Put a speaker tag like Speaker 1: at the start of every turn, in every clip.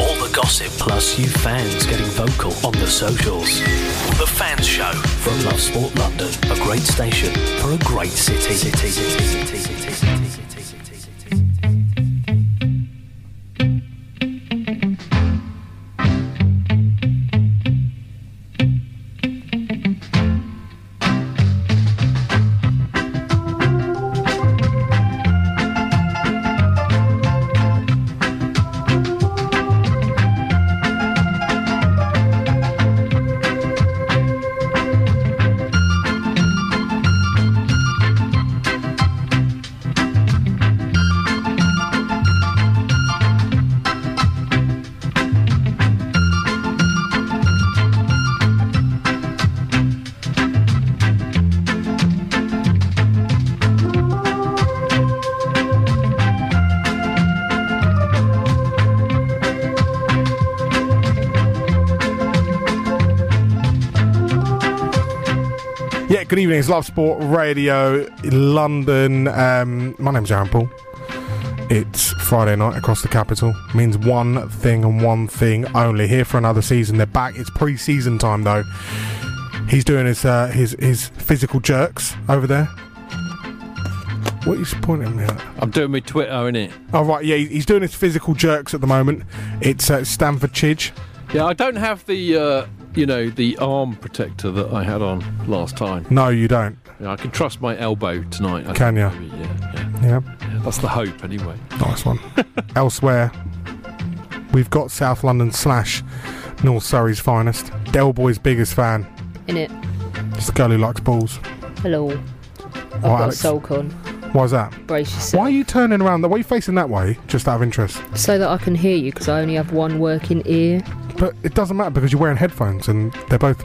Speaker 1: All the gossip plus you fans getting vocal on the socials. The Fans Show from Love Sport London, a great station for a great city. city, city, city, city, city, city, city, city.
Speaker 2: Yeah, good evening. It's Love Sport Radio London. Um, my name's Aaron Paul. It's Friday night across the capital. Means one thing and one thing only. Here for another season. They're back. It's pre-season time though. He's doing his uh, his his physical jerks over there. What are you pointing me at?
Speaker 3: I'm doing my Twitter, innit?
Speaker 2: Oh right, yeah, he's doing his physical jerks at the moment. It's uh, Stanford Chidge.
Speaker 3: Yeah, I don't have the, uh, you know, the arm protector that I had on last time.
Speaker 2: No, you don't.
Speaker 3: Yeah, I can trust my elbow tonight. I
Speaker 2: Can
Speaker 3: think
Speaker 2: ya?
Speaker 3: maybe, Yeah, yeah.
Speaker 2: Yeah.
Speaker 3: That's the hope, anyway.
Speaker 2: Nice one. Elsewhere, we've got South London slash North Surrey's finest. Del Boy's biggest fan.
Speaker 4: in it.
Speaker 2: It's the girl who likes balls.
Speaker 4: Hello. I've
Speaker 2: Why,
Speaker 4: got
Speaker 2: Alex?
Speaker 4: a soak on.
Speaker 2: Why's that?
Speaker 4: Brace
Speaker 2: Why are
Speaker 4: yourself.
Speaker 2: you turning around? Why are you facing that way? Just out of interest.
Speaker 4: So that I can hear you, because I only have one working ear.
Speaker 2: But it doesn't matter because you're wearing headphones and they're both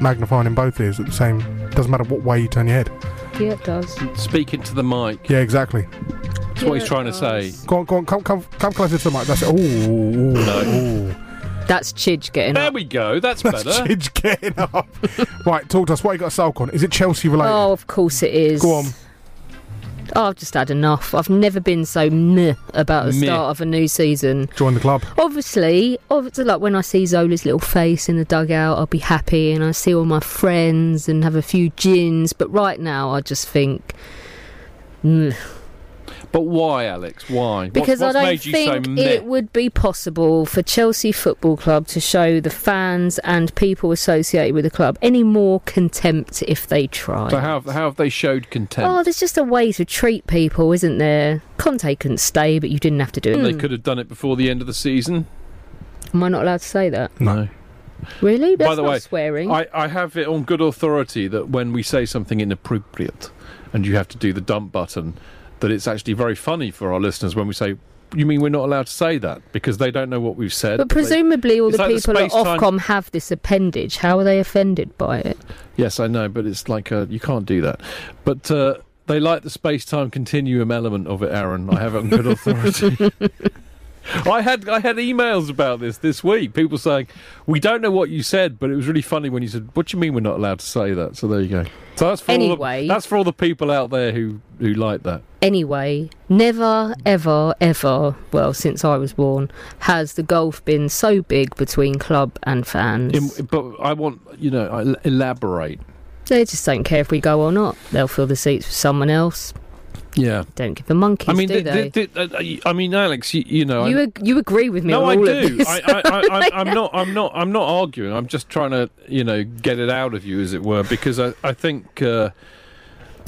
Speaker 2: magnifying in both ears at the same. Doesn't matter what way you turn your head.
Speaker 4: Yeah, it does.
Speaker 3: Speaking to the mic.
Speaker 2: Yeah, exactly.
Speaker 4: That's
Speaker 3: what he's trying to say.
Speaker 2: Go on, go on, come, come, come closer to the mic. That's it. Ooh, ooh, ooh.
Speaker 4: That's Chidge getting
Speaker 3: There
Speaker 4: up.
Speaker 3: we go. That's,
Speaker 2: That's
Speaker 3: better.
Speaker 2: Chidge getting up. right, talk to us. What you got a sulk on? Is it Chelsea related?
Speaker 4: Oh, of course it is.
Speaker 2: Go on.
Speaker 4: Oh, I've just had enough. I've never been so meh about the
Speaker 3: Meh.
Speaker 4: start of a new season.
Speaker 2: Join the club.
Speaker 4: Obviously, obviously, like when I see Zola's little face in the dugout, I'll be happy, and I see all my friends and have a few gins. But right now, I just think. "Meh."
Speaker 3: But why, Alex? Why? What-
Speaker 4: Because
Speaker 3: what's
Speaker 4: I don't
Speaker 3: made you so
Speaker 4: think
Speaker 3: meh?
Speaker 4: it would be possible for Chelsea Football Club to show the fans and people associated with the club any more contempt if they try.
Speaker 3: So how, how have they showed contempt?
Speaker 4: Oh, there's just a way to treat people, isn't there? Conte couldn't stay, but you didn't have to do it.
Speaker 3: They could have done it before the end of the season.
Speaker 4: Am I not allowed to say that?
Speaker 3: No.
Speaker 4: Really? That's
Speaker 3: By the
Speaker 4: not
Speaker 3: way,
Speaker 4: swearing.
Speaker 3: I, I have it on good authority that when we say something inappropriate and you have to do the dump button, that it's actually very funny for our listeners when we say, you mean we're not allowed to say that? Because they don't know what we've said.
Speaker 4: but
Speaker 3: they-
Speaker 4: presumably, all
Speaker 3: It's
Speaker 4: the
Speaker 3: like the
Speaker 4: people at
Speaker 3: space-time-
Speaker 4: Ofcom have this appendage. How are they offended by it?
Speaker 3: Yes, I know, but it's like uh you can't do that. But uh, they like the space time continuum element of it, Aaron. I have it on good authority. I had I had emails about this this week. People saying we don't know what you said, but it was really funny when you said, "What do you mean we're not allowed to say that?" So there you go. So that's for all
Speaker 4: Anyway.
Speaker 3: the, that's for all the people out there who who like that.
Speaker 4: Anyway, never, ever, ever, well, since I was born, has the gulf been so big between club and fans.
Speaker 3: In- but I want you know I l- elaborate.
Speaker 4: they just don't care if we go or not. They'll fill the seats with someone else.
Speaker 3: Yeah,
Speaker 4: Don't give a monkey's,
Speaker 3: I mean,
Speaker 4: do
Speaker 3: th-
Speaker 4: they?
Speaker 3: th- th- uh, I mean, Alex, you, you know, I-
Speaker 4: you, ag- you agree with me
Speaker 3: no,
Speaker 4: on
Speaker 3: I
Speaker 4: all of
Speaker 3: do.
Speaker 4: this.
Speaker 3: I, I, I, I'm- I'm not. I'm not. I'm not arguing. I'm just trying to, you know, get it out of you, as it were, because I, I think, uh,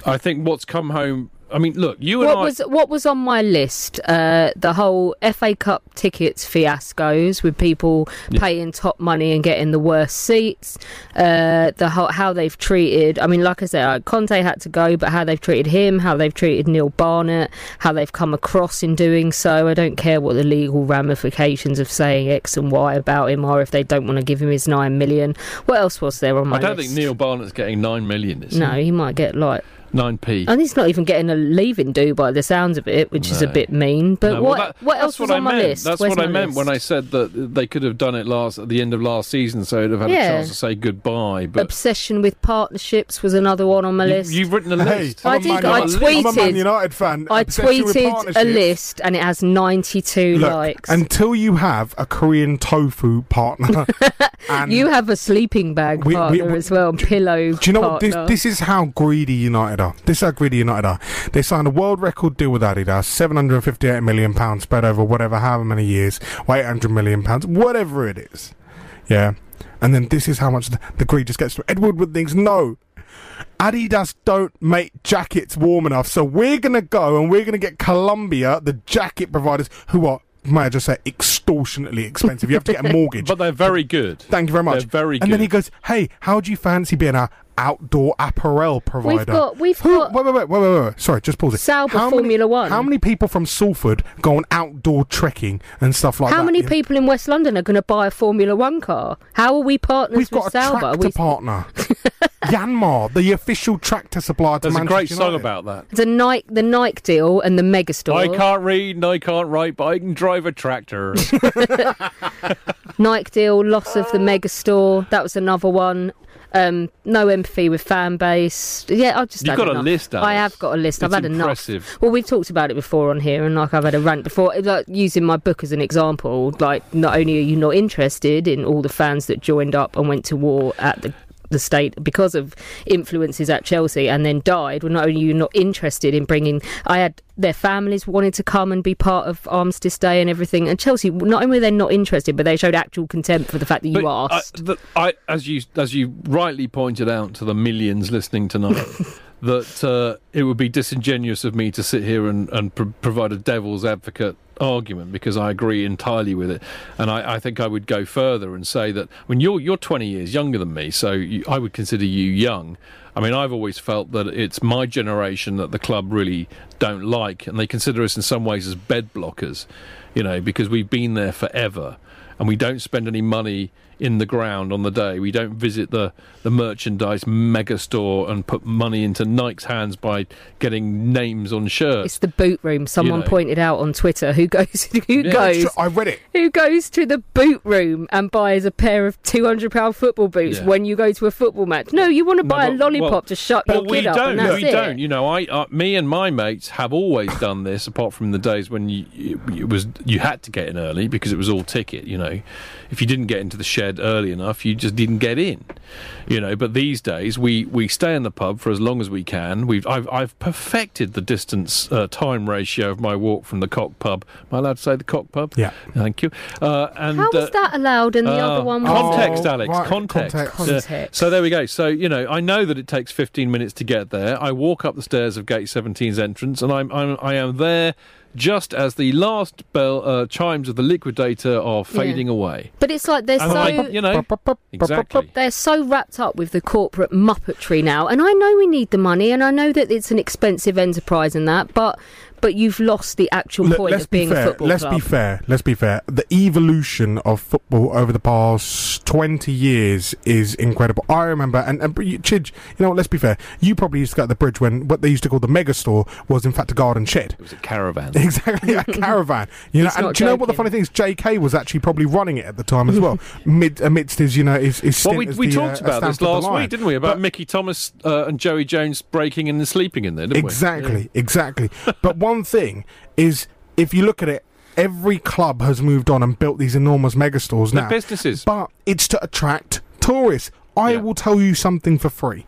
Speaker 3: I think what's come home. I mean, look, you and
Speaker 4: what
Speaker 3: I.
Speaker 4: was what was on my list? Uh, the whole FA Cup tickets fiascos with people
Speaker 3: Yeah.
Speaker 4: paying top money and getting the worst seats. Uh, the whole, how they've treated. I mean, like I said, uh, Conte had to go, but how they've treated him, how they've treated Neil Barnett, how they've come across in doing so. I don't care what the legal ramifications of saying X and Y about him are if they don't want to give him his nine million. What else was there on my?
Speaker 3: I don't
Speaker 4: list?
Speaker 3: think Neil Barnett's getting nine million. Is
Speaker 4: Oh, No, he might get like
Speaker 3: nine p.
Speaker 4: and he's not even getting a leaving do by the sounds of it, which is a
Speaker 3: No.
Speaker 4: bit mean. But
Speaker 3: No, well,
Speaker 4: what
Speaker 3: that-
Speaker 4: what
Speaker 3: that's
Speaker 4: else was
Speaker 3: what
Speaker 4: on
Speaker 3: I
Speaker 4: my
Speaker 3: meant.
Speaker 4: list?
Speaker 3: That's
Speaker 4: Where's
Speaker 3: what I
Speaker 4: my
Speaker 3: meant when I
Speaker 4: list?
Speaker 3: said that they could have done it last at the end of last season, so it'd have had
Speaker 4: Yeah.
Speaker 3: a chance to say goodbye. But
Speaker 4: obsession with partnerships was another one on my list.
Speaker 3: you, have written a
Speaker 2: Hey,
Speaker 3: list.
Speaker 4: I
Speaker 2: I'm a
Speaker 4: did-
Speaker 2: Man
Speaker 4: I
Speaker 2: United- I'm a Man
Speaker 4: tweeted-
Speaker 2: United fan.
Speaker 4: I
Speaker 2: Obsession with
Speaker 4: tweeted a
Speaker 2: partnerships.
Speaker 4: list and it has ninety two
Speaker 2: Look,
Speaker 4: likes.
Speaker 2: until you have a Korean tofu partner, and
Speaker 4: you have a sleeping bag
Speaker 2: We- we-
Speaker 4: partner
Speaker 2: we-
Speaker 4: as well, and pillow.
Speaker 2: Do you know what? This,
Speaker 4: partner.
Speaker 2: this is how greedy United are. This is how greedy United are. They signed a world record deal with Adidas, £758 million spread over whatever, however many years, or £800 million, whatever it is. Yeah. And then this is how much the, the greed just gets to Edward Wood thinks, no, Adidas don't make jackets warm enough. So we're going to go and we're going to get Columbia, the jacket providers, who are, may I just say, extortionately expensive. You have to get a mortgage.
Speaker 3: But they're very good.
Speaker 2: Thank you very much.
Speaker 3: They're very
Speaker 2: And then
Speaker 3: good.
Speaker 2: he goes, "Hey, how do you fancy being our outdoor apparel provider?"
Speaker 4: We've got we've
Speaker 2: Who,
Speaker 4: got
Speaker 2: wait, wait, wait, wait, wait, wait. Sorry, just pause it.
Speaker 4: Sauber
Speaker 2: how
Speaker 4: Formula
Speaker 2: many,
Speaker 4: One.
Speaker 2: How many people from Salford go on outdoor trekking and stuff like that?
Speaker 4: how many
Speaker 2: Yeah.
Speaker 4: people in West London are going to buy a Formula One car? How are we partners
Speaker 2: We've
Speaker 4: with
Speaker 2: got a
Speaker 4: Sauber? Are
Speaker 2: tractor
Speaker 4: we-
Speaker 2: partner, Yanmar, the official tractor supplier to
Speaker 3: There's a
Speaker 2: Manchester
Speaker 3: great song
Speaker 2: United.
Speaker 3: about that.
Speaker 4: the Nike the Nike deal and the Megastore.
Speaker 3: I can't read and I can't write, but I can drive a tractor.
Speaker 4: Nike deal, loss of the mega store. That was another one. Um, no empathy with fan base. Yeah, I just
Speaker 3: You've
Speaker 4: had
Speaker 3: got a
Speaker 4: enough.
Speaker 3: list, Alice.
Speaker 4: I have got a list. I've
Speaker 3: It's
Speaker 4: had
Speaker 3: impressive.
Speaker 4: enough. Well, we've talked about it before on here, and like I've had a rant before. Like using my book as an example, like not only are you not interested in all the fans that joined up and went to war at the the state because of influences at Chelsea and then died. Well, not only are you not interested in bringing, I had their families wanted to come and be part of Armistice Day and everything. And Chelsea, not only were they not interested, but they showed actual contempt for the fact that you
Speaker 3: But I,
Speaker 4: asked.
Speaker 3: the, I, as you as you rightly pointed out to the millions listening tonight, that uh, it would be disingenuous of me to sit here and and pro- provide a devil's advocate argument because I agree entirely with it, and I, I think I would go further and say that when you're you're 20 years younger than me, so you, I would consider you young. I mean, I've always felt that it's my generation that the club really don't like, and they consider us in some ways as bed blockers, you know, because we've been there forever and we don't spend any money in the ground on the day. We don't visit the, the merchandise mega store and put money into Nike's hands by getting names on shirts.
Speaker 4: it's the boot room. Someone
Speaker 3: know.
Speaker 4: pointed out on Twitter who goes who
Speaker 3: Yeah.
Speaker 4: goes
Speaker 2: I read it.
Speaker 4: who goes to the boot room and buys a pair of two hundred pound football boots
Speaker 3: Yeah.
Speaker 4: when you go to a football match. No, you want to
Speaker 3: No,
Speaker 4: buy
Speaker 3: but-
Speaker 4: a lollipop
Speaker 3: well-
Speaker 4: to shut
Speaker 3: But
Speaker 4: your
Speaker 3: we
Speaker 4: kid up.
Speaker 3: don't.
Speaker 4: and that's
Speaker 3: we
Speaker 4: it.
Speaker 3: don't. You know, I, uh, me and my mates have always done this, apart from the days when you, you it was you had to get in early because it was all ticket. You know, if you didn't get into the shed early enough, you just didn't get in. You know, but these days we, we stay in the pub for as long as we can. We've I've, I've perfected the distance uh, time ratio of my walk from the cock pub. Am I allowed to say the cock pub?
Speaker 2: Yeah.
Speaker 3: Thank you. Uh, and
Speaker 4: How
Speaker 3: uh,
Speaker 4: was that allowed and Oh, the other
Speaker 3: uh,
Speaker 4: one was
Speaker 3: context,
Speaker 2: Oh,
Speaker 3: Alex.
Speaker 2: right,
Speaker 3: Context.
Speaker 2: context.
Speaker 3: Yeah.
Speaker 4: Context.
Speaker 3: So there we go. So you know, I know that it takes 15 minutes to get there. I walk up the stairs of Gate 17's entrance, and I'm, I'm I am there just as the last bell uh, chimes of the liquidator are fading away.
Speaker 4: But it's like they're
Speaker 3: And
Speaker 4: so
Speaker 3: I, you know, exactly.
Speaker 4: They're so wrapped up with the corporate muppetry now, and I know we need the money, and I know that it's an expensive enterprise and that, but but you've lost the actual
Speaker 2: Look,
Speaker 4: point of being
Speaker 2: fair.
Speaker 4: a football
Speaker 2: let's
Speaker 4: club.
Speaker 2: be fair. Let's be fair. The evolution of football over the past twenty years is incredible. I remember, and, and you- Chidge, you know what? Let's be fair. You probably used to go to the bridge when what they used to call the mega store was in fact a garden shed.
Speaker 3: It was a caravan.
Speaker 2: Exactly, a caravan. You know,
Speaker 4: He's
Speaker 2: and
Speaker 4: not
Speaker 2: do you know what the
Speaker 4: joking.
Speaker 2: funny thing is? J.K. was actually probably running it at the time as well, mid amidst his, you know, his. his
Speaker 3: Well,
Speaker 2: stint
Speaker 3: we,
Speaker 2: as
Speaker 3: we
Speaker 2: the,
Speaker 3: talked
Speaker 2: uh,
Speaker 3: about this
Speaker 2: Stanford
Speaker 3: last
Speaker 2: Lion.
Speaker 3: week, didn't we? About
Speaker 2: But-
Speaker 3: Mickey Thomas uh, and Joey Jones breaking in and sleeping in there, didn't
Speaker 2: Exactly, exactly. but one thing is, if you look at it, every club has moved on and built these enormous megastores
Speaker 3: we?
Speaker 2: now.
Speaker 3: The businesses.
Speaker 2: But it's to attract tourists. I
Speaker 3: Yeah.
Speaker 2: will tell you something for free.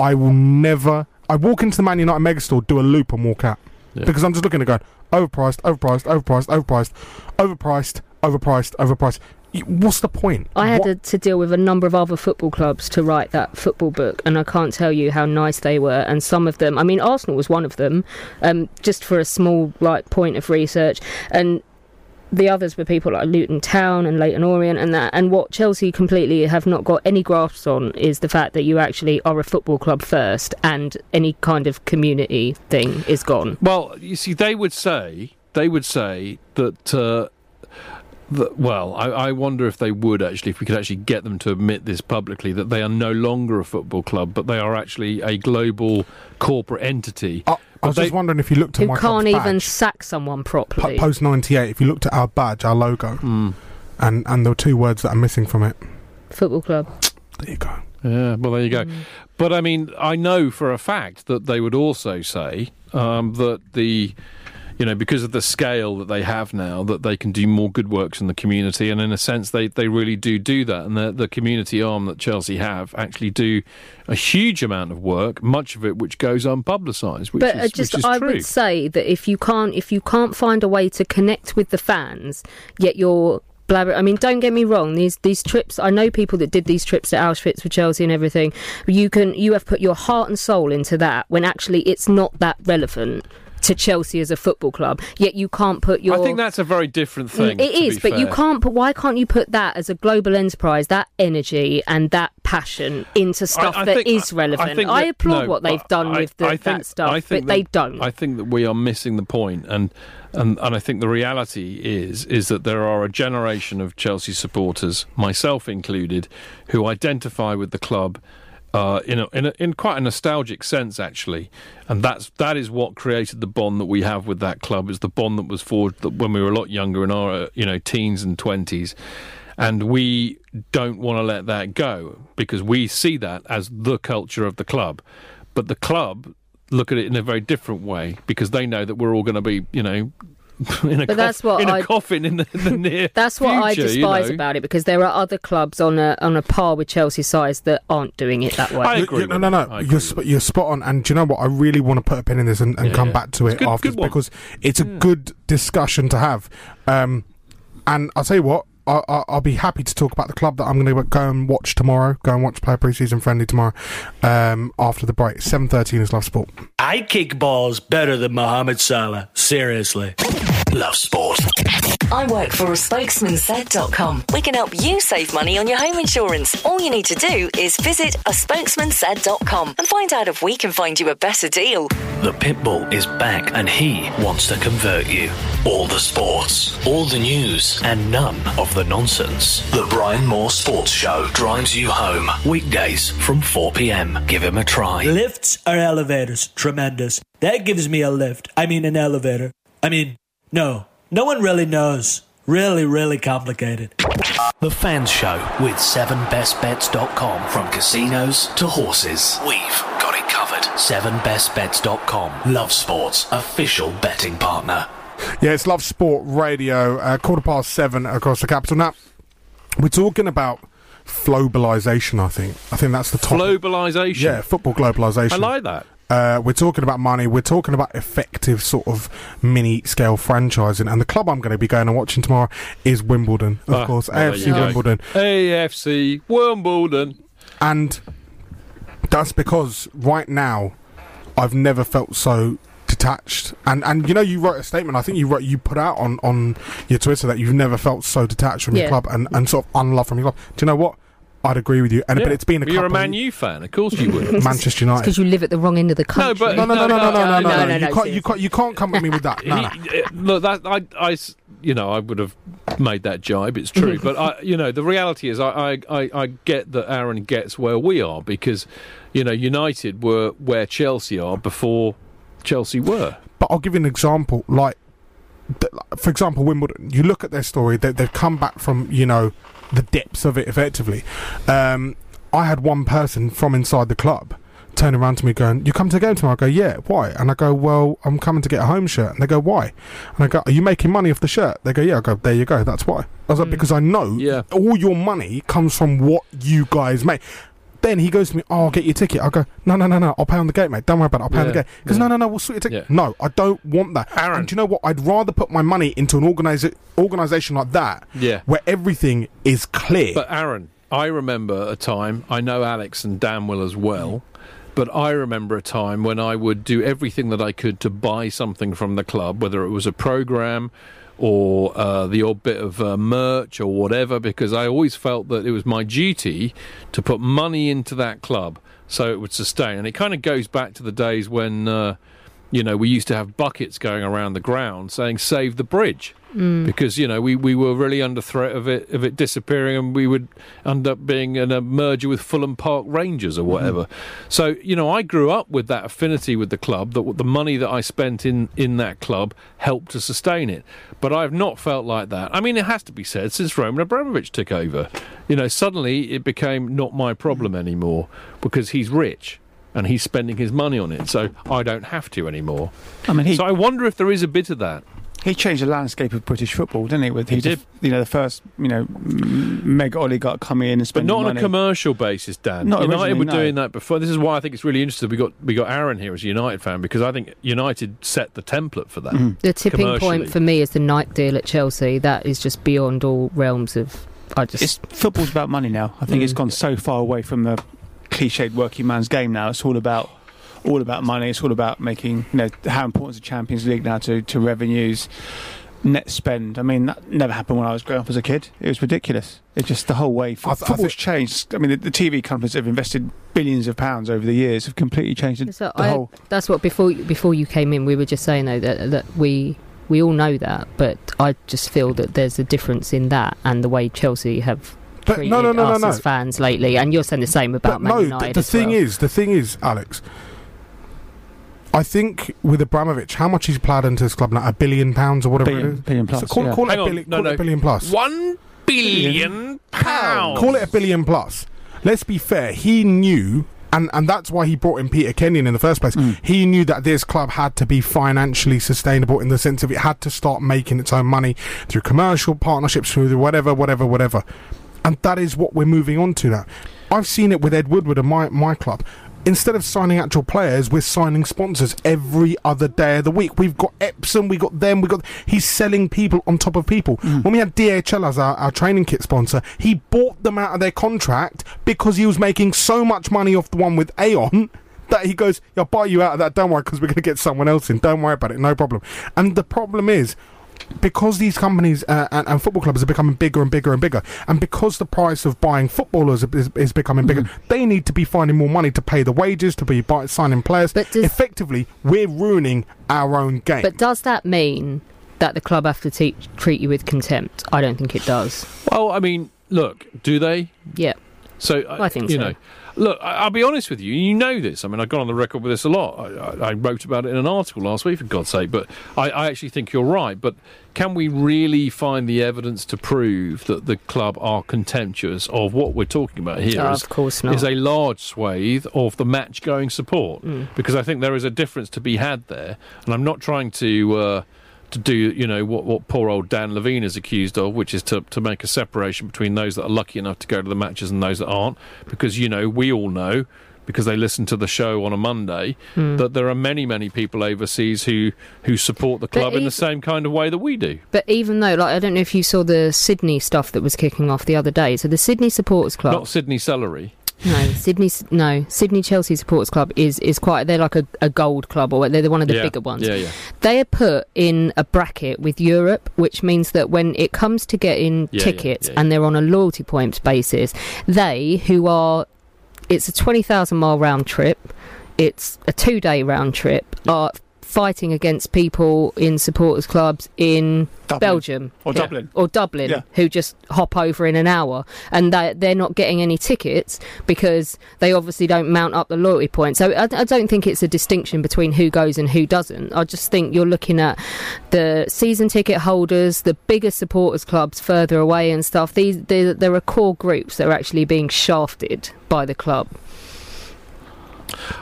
Speaker 2: I will never. I walk into the Man United megastore, do a loop, and walk out
Speaker 3: Yeah.
Speaker 2: because I'm just looking at going overpriced, overpriced, overpriced, overpriced, overpriced, overpriced, overpriced. Y- What's the point?
Speaker 4: I had
Speaker 2: What-
Speaker 4: to to deal with a number of other football clubs to write that football book, and I can't tell you how nice they were. And some of them, I mean, Arsenal was one of them, um, just for a small like point of research, and the others were people like Luton Town and Leighton Orient and that. And what Chelsea completely have not got any grasps on is the fact that you actually are a football club first, and any kind of community thing is gone.
Speaker 3: Well, you see, they would say they would say that. Uh, that well, I, I wonder if they would actually, if we could actually get them to admit this publicly, that they are no longer a football club, but they are actually a global corporate entity.
Speaker 2: I, I was
Speaker 3: But
Speaker 2: just
Speaker 3: they-
Speaker 2: wondering if you looked at
Speaker 4: Who
Speaker 2: my
Speaker 4: can't
Speaker 2: club's
Speaker 4: even
Speaker 2: badge,
Speaker 4: sack someone
Speaker 2: po-
Speaker 4: properly?
Speaker 2: post ninety eight. If you looked at our badge, our logo,
Speaker 3: Hmm.
Speaker 2: and and there were two words that are missing from it.
Speaker 4: football club.
Speaker 2: There you go.
Speaker 3: Yeah, well, there you go.
Speaker 4: Mm.
Speaker 3: But I mean, I know for a fact that they would also say um, that the, you know, because of the scale that they have now, that they can do more good works in the community, and in a sense, they they really do do that. And the the community arm that Chelsea have actually do a huge amount of work, much of it which goes unpublicised, which
Speaker 4: but
Speaker 3: is
Speaker 4: uh, just
Speaker 3: which is
Speaker 4: I
Speaker 3: true.
Speaker 4: would say that if you can't if you can't find a way to connect with the fans, yet you're blabber. I mean, don't get me wrong. These these trips, I know people that did these trips to Auschwitz for Chelsea and everything. You can you have put your heart and soul into that when actually it's not that relevant to Chelsea as a football club. Yet you can't put your
Speaker 3: I think that's a very different thing.
Speaker 4: it
Speaker 3: to
Speaker 4: is,
Speaker 3: be
Speaker 4: but you
Speaker 3: fair.
Speaker 4: can't. But why can't you put that as a global enterprise, that energy and that passion into stuff
Speaker 3: I
Speaker 4: that is
Speaker 3: think- I- I
Speaker 4: relevant? I,
Speaker 3: think that-
Speaker 4: applaud
Speaker 3: no,
Speaker 4: what they've
Speaker 3: but
Speaker 4: done
Speaker 3: I-
Speaker 4: with the,
Speaker 3: I think-
Speaker 4: that stuff,
Speaker 3: I think
Speaker 4: but they
Speaker 3: that-
Speaker 4: don't.
Speaker 3: I think that we are missing the point, and, and and I think the reality is is that there are a generation of Chelsea supporters, myself included, who identify with the club. Uh, in, a, in, a, in quite a nostalgic sense, actually, and that's that is what created the bond that we have with that club. It's the bond that was forged that when we were a lot younger in our uh, you know teens and twenties, and we don't want to let that go because we see that as the culture of the club. But the club look at it in a very different way because they know that we're all going to be, you know, in a,
Speaker 4: But that's what
Speaker 3: in a
Speaker 4: I-
Speaker 3: coffin in the, in the near
Speaker 4: That's what I
Speaker 3: future,
Speaker 4: despise
Speaker 3: you know.
Speaker 4: about it because there are other clubs on a on a par with Chelsea size that aren't doing it that way.
Speaker 3: I
Speaker 2: You-
Speaker 3: agree
Speaker 2: you- no,
Speaker 3: with
Speaker 2: no,
Speaker 3: it.
Speaker 2: no.
Speaker 3: I agree
Speaker 2: You're,
Speaker 3: with
Speaker 2: sp- you're spot on. And do you know what? I really want to put a pin in this and, and
Speaker 3: Yeah,
Speaker 2: come
Speaker 3: yeah.
Speaker 2: back to
Speaker 3: It's
Speaker 2: it
Speaker 3: good- good
Speaker 2: afterwards
Speaker 3: one.
Speaker 2: because it's a good discussion to have. Um, and I'll tell you what. I, I, I'll be happy to talk about the club that I'm going to go and watch tomorrow. Go and watch play preseason friendly tomorrow um, after the break. Seven thirteen is Love Sport.
Speaker 5: I kick balls better than Mohamed Salah. Seriously.
Speaker 1: Love Sport.
Speaker 6: I work for a spokesmansaid.com. We can help you save money on your home insurance. All you need to do is visit a spokesmansaid.com and find out if we can find you a better deal.
Speaker 1: The Pitbull is back and he wants to convert you. All the sports, all the news, and none of the nonsense. The Brian Moore Sports Show drives you home. Weekdays from 4 pm. Give him a try.
Speaker 5: Lifts are elevators. Tremendous. That gives me a lift. I mean, an elevator. I mean, no. No one really knows. Really, really complicated.
Speaker 1: The Fans Show with 7bestbets.com. From casinos to horses, we've got it covered. 7bestbets.com. Love Sports, official betting partner.
Speaker 2: Yeah, it's Love Sport Radio. Uh, quarter past seven across the capital. Now we're talking about globalization. I think. I think that's the top.
Speaker 3: Globalisation.
Speaker 2: yeah, football globalization.
Speaker 3: I like that.
Speaker 2: Uh, we're talking about money. We're talking about effective sort of mini scale franchising. And the club I'm going to be going and watching tomorrow is Wimbledon, of
Speaker 3: Ah,
Speaker 2: course,
Speaker 3: well, there
Speaker 2: AFC
Speaker 3: you go.
Speaker 2: Wimbledon.
Speaker 3: AFC Wimbledon.
Speaker 2: And that's because right now I've never felt so detached. And and you know, you wrote a statement. I think you wrote you put out on on your Twitter that you've never felt so detached from your
Speaker 4: Yeah.
Speaker 2: club and and sort of unloved from your club. Do you know what? I'd agree with you. And but it's been a
Speaker 3: You're a
Speaker 2: couple
Speaker 3: Man U fan, of course you would.
Speaker 2: Manchester United.
Speaker 4: because you live at the wrong end of the
Speaker 3: No,
Speaker 4: country.
Speaker 3: but
Speaker 2: No, no, no, no, no, no, no,
Speaker 4: no,
Speaker 2: no, You can't, you
Speaker 4: seriously.
Speaker 2: can't, you can't come at me with that. No, no.
Speaker 3: He- uh, Look, that I, I s- you know, I would have made that jibe. It's true, but I, you know, the reality is, I, I, I, I get that Aaron gets where we are because, you know, United were where Chelsea are before Chelsea were.
Speaker 2: But I'll give you an example. Like, th- like, for example, Wimbledon. You look at their story. They, they've come back from you know the depths of it. Effectively, um, I had one person from inside the club turn around to me going, "You come to the game tomorrow?" I go, "Yeah." Why? And I go, "Well, I'm coming to get a home shirt." And they go, "Why?" And I go, "Are you making money off the shirt?" They go, "Yeah." I go, "There you go. That's why." I was like, "Because I know
Speaker 3: Mm. Yeah.
Speaker 2: all your money comes from what you guys make." Then he goes to me, "Oh, I'll get your ticket." I go, "No, no, no, no. I'll pay on the gate, mate. Don't worry about it. I'll pay on the
Speaker 3: Yeah.
Speaker 2: gate." Because
Speaker 3: Yeah.
Speaker 2: no, no, no. We'll sort your ticket.
Speaker 3: Yeah.
Speaker 2: No, I don't want that.
Speaker 3: Aaron.
Speaker 2: And do you know what? I'd rather put my money into an organisa- organisation like that
Speaker 3: Yeah.
Speaker 2: where everything is clear.
Speaker 3: But Aaron, I remember a time. I know Alex and Dan will as well. But I remember a time when I would do everything that I could to buy something from the club, whether it was a program or uh, the odd bit of uh, merch or whatever, because I always felt that it was my duty to put money into that club so it would sustain. And it kind of goes back to the days when. Uh, you know, we used to have buckets going around the ground saying "Save the bridge," because you know we, we were really under threat of it of it disappearing, and we would end up being in a merger with Fulham Park Rangers or whatever. So you know, I grew up with that affinity with the club that the money that I spent in in that club helped to sustain it. But I've not felt like that. I mean, it has to be said since Roman Abramovich took over, you know, suddenly it became not my problem anymore because he's rich and he's spending his money on it, so I don't have to anymore.
Speaker 7: I mean, he,
Speaker 3: So I wonder if there is a bit of that.
Speaker 7: he changed the landscape of British football, didn't he? With he,
Speaker 3: He
Speaker 7: def- you know, the first you know m- mega oligarch coming in and
Speaker 3: But
Speaker 7: spending
Speaker 3: not on
Speaker 7: money.
Speaker 3: a commercial basis, Dan.
Speaker 7: Not
Speaker 3: United
Speaker 7: originally,
Speaker 3: were
Speaker 7: no.
Speaker 3: doing that before. This is why I think it's really interesting. We got we got Aaron here as a United fan because I think United set the template for that.
Speaker 7: Mm.
Speaker 4: The tipping
Speaker 3: commercially.
Speaker 4: point for me is the night deal at Chelsea. That is just beyond all realms of. I just
Speaker 7: It's football's about money now. I
Speaker 3: Mm.
Speaker 7: think it's gone so far away from the cliched working man's game now. It's all about all about money. It's all about making you know how important is the Champions League now to to revenues. Net spend. I mean, that never happened when I was growing up as a kid. It was ridiculous. It just the whole way
Speaker 2: I
Speaker 7: fo-
Speaker 2: th- I
Speaker 7: football's
Speaker 2: think-
Speaker 7: changed. I mean, the, the TV companies have invested billions of pounds over the years. Have completely changed the,
Speaker 4: So
Speaker 7: the
Speaker 4: I-
Speaker 7: whole.
Speaker 4: That's what before before you came in, we were just saying though that that we we all know that, but I just feel that there's a difference in that and the way Chelsea have
Speaker 2: But
Speaker 4: treated
Speaker 2: no, no, no, no,
Speaker 4: us
Speaker 2: no.
Speaker 4: as fans lately. And you're saying the same about
Speaker 2: But
Speaker 4: Man
Speaker 2: no, th-
Speaker 4: United.
Speaker 2: the
Speaker 4: as
Speaker 2: thing
Speaker 4: well.
Speaker 2: is, the thing is, Alex. I think with Abramovich, how much he's plowed into this club now? A billion pounds or whatever it
Speaker 7: Billion,
Speaker 2: is.
Speaker 7: billion
Speaker 2: so
Speaker 7: plus.
Speaker 2: call,
Speaker 7: yeah.
Speaker 2: call it,
Speaker 3: Hang
Speaker 2: a
Speaker 3: on,
Speaker 2: billion,
Speaker 3: no,
Speaker 2: call it
Speaker 3: no.
Speaker 2: a billion plus.
Speaker 3: One billion pounds.
Speaker 2: Call it a billion plus. Let's be fair. He knew, and, and that's why he brought in Peter Kenyon in the first place. He knew that this club had to be financially sustainable in the sense of it had to start making its own money through commercial partnerships, through whatever, whatever, whatever. And that is what we're moving on to now. I've seen it with Ed Woodward and my, my club. Instead of signing actual players, we're signing sponsors every other day of the week. We've got Epsom, we got them, we got. He's selling people on top of people. When we had DHL as our, our training kit sponsor, he bought them out of their contract because he was making so much money off the one with Aon that he goes, "I'll buy you out of that. Don't worry, because we're going to get someone else in. Don't worry about it. No problem." And the problem is, because these companies uh, and, and football clubs are becoming bigger and bigger and bigger, and because the price of buying footballers is, is becoming bigger,
Speaker 4: Mm-hmm.
Speaker 2: they need to be finding more money to pay the wages, to be buy, signing players.
Speaker 4: But does-
Speaker 2: Effectively, we're ruining our own game.
Speaker 4: But does that mean that the club have to te- treat you with contempt? I don't think it does.
Speaker 3: Well, I mean, look, do they?
Speaker 4: Yeah.
Speaker 3: So I,
Speaker 4: I think
Speaker 3: you
Speaker 4: so.
Speaker 3: know. Look, I, I'll be honest with you. You know this. I mean, I've gone on the record with this a lot. I, I, I wrote about it in an article last week, for God's sake. But I, I actually think you're right. But can we really find the evidence to prove that the club are contemptuous of what we're talking about here?
Speaker 4: Oh,
Speaker 3: is-
Speaker 4: of course not.
Speaker 3: Is a large swathe of the match-going support
Speaker 4: Hmm.
Speaker 3: because I think there is a difference to be had there, and I'm not trying to. Uh, to do, you know, what, what poor old Dan Levine is accused of, which is to, to make a separation between those that are lucky enough to go to the matches and those that aren't. Because, you know, we all know, because they listen to the show on a Monday,
Speaker 4: Hmm.
Speaker 3: that there are many, many people overseas who, who support the
Speaker 4: But
Speaker 3: club in the
Speaker 4: if-
Speaker 3: same kind of way that we do.
Speaker 4: But even though, like, I don't know if you saw the Sydney stuff that was kicking off the other day. So the Sydney Supporters Club.
Speaker 3: Not Sydney Celery.
Speaker 4: No, Sydney. No, Sydney Chelsea Supporters Club is is quite. They're like a, a gold club, or they're one of the
Speaker 3: Yeah,
Speaker 4: bigger ones.
Speaker 3: yeah, yeah.
Speaker 4: They are put in a bracket with Europe, which means that when it comes to getting
Speaker 3: Yeah, yeah,
Speaker 4: tickets
Speaker 3: yeah,
Speaker 4: and they're on a loyalty points basis, they who are, it's a twenty thousand mile round trip. It's a two day round trip. Are fighting against people in supporters clubs in
Speaker 7: Dublin.
Speaker 4: Belgium
Speaker 7: Or
Speaker 4: Yeah.
Speaker 7: Dublin.
Speaker 4: or Dublin
Speaker 7: Yeah.
Speaker 4: who just hop over in an hour and they, they're not getting any tickets because they obviously don't mount up the loyalty points. So I, I don't think it's a distinction between who goes and who doesn't. I just think you're looking at the season ticket holders, the bigger supporters clubs further away and stuff. These there there are core groups that are actually being shafted by the club.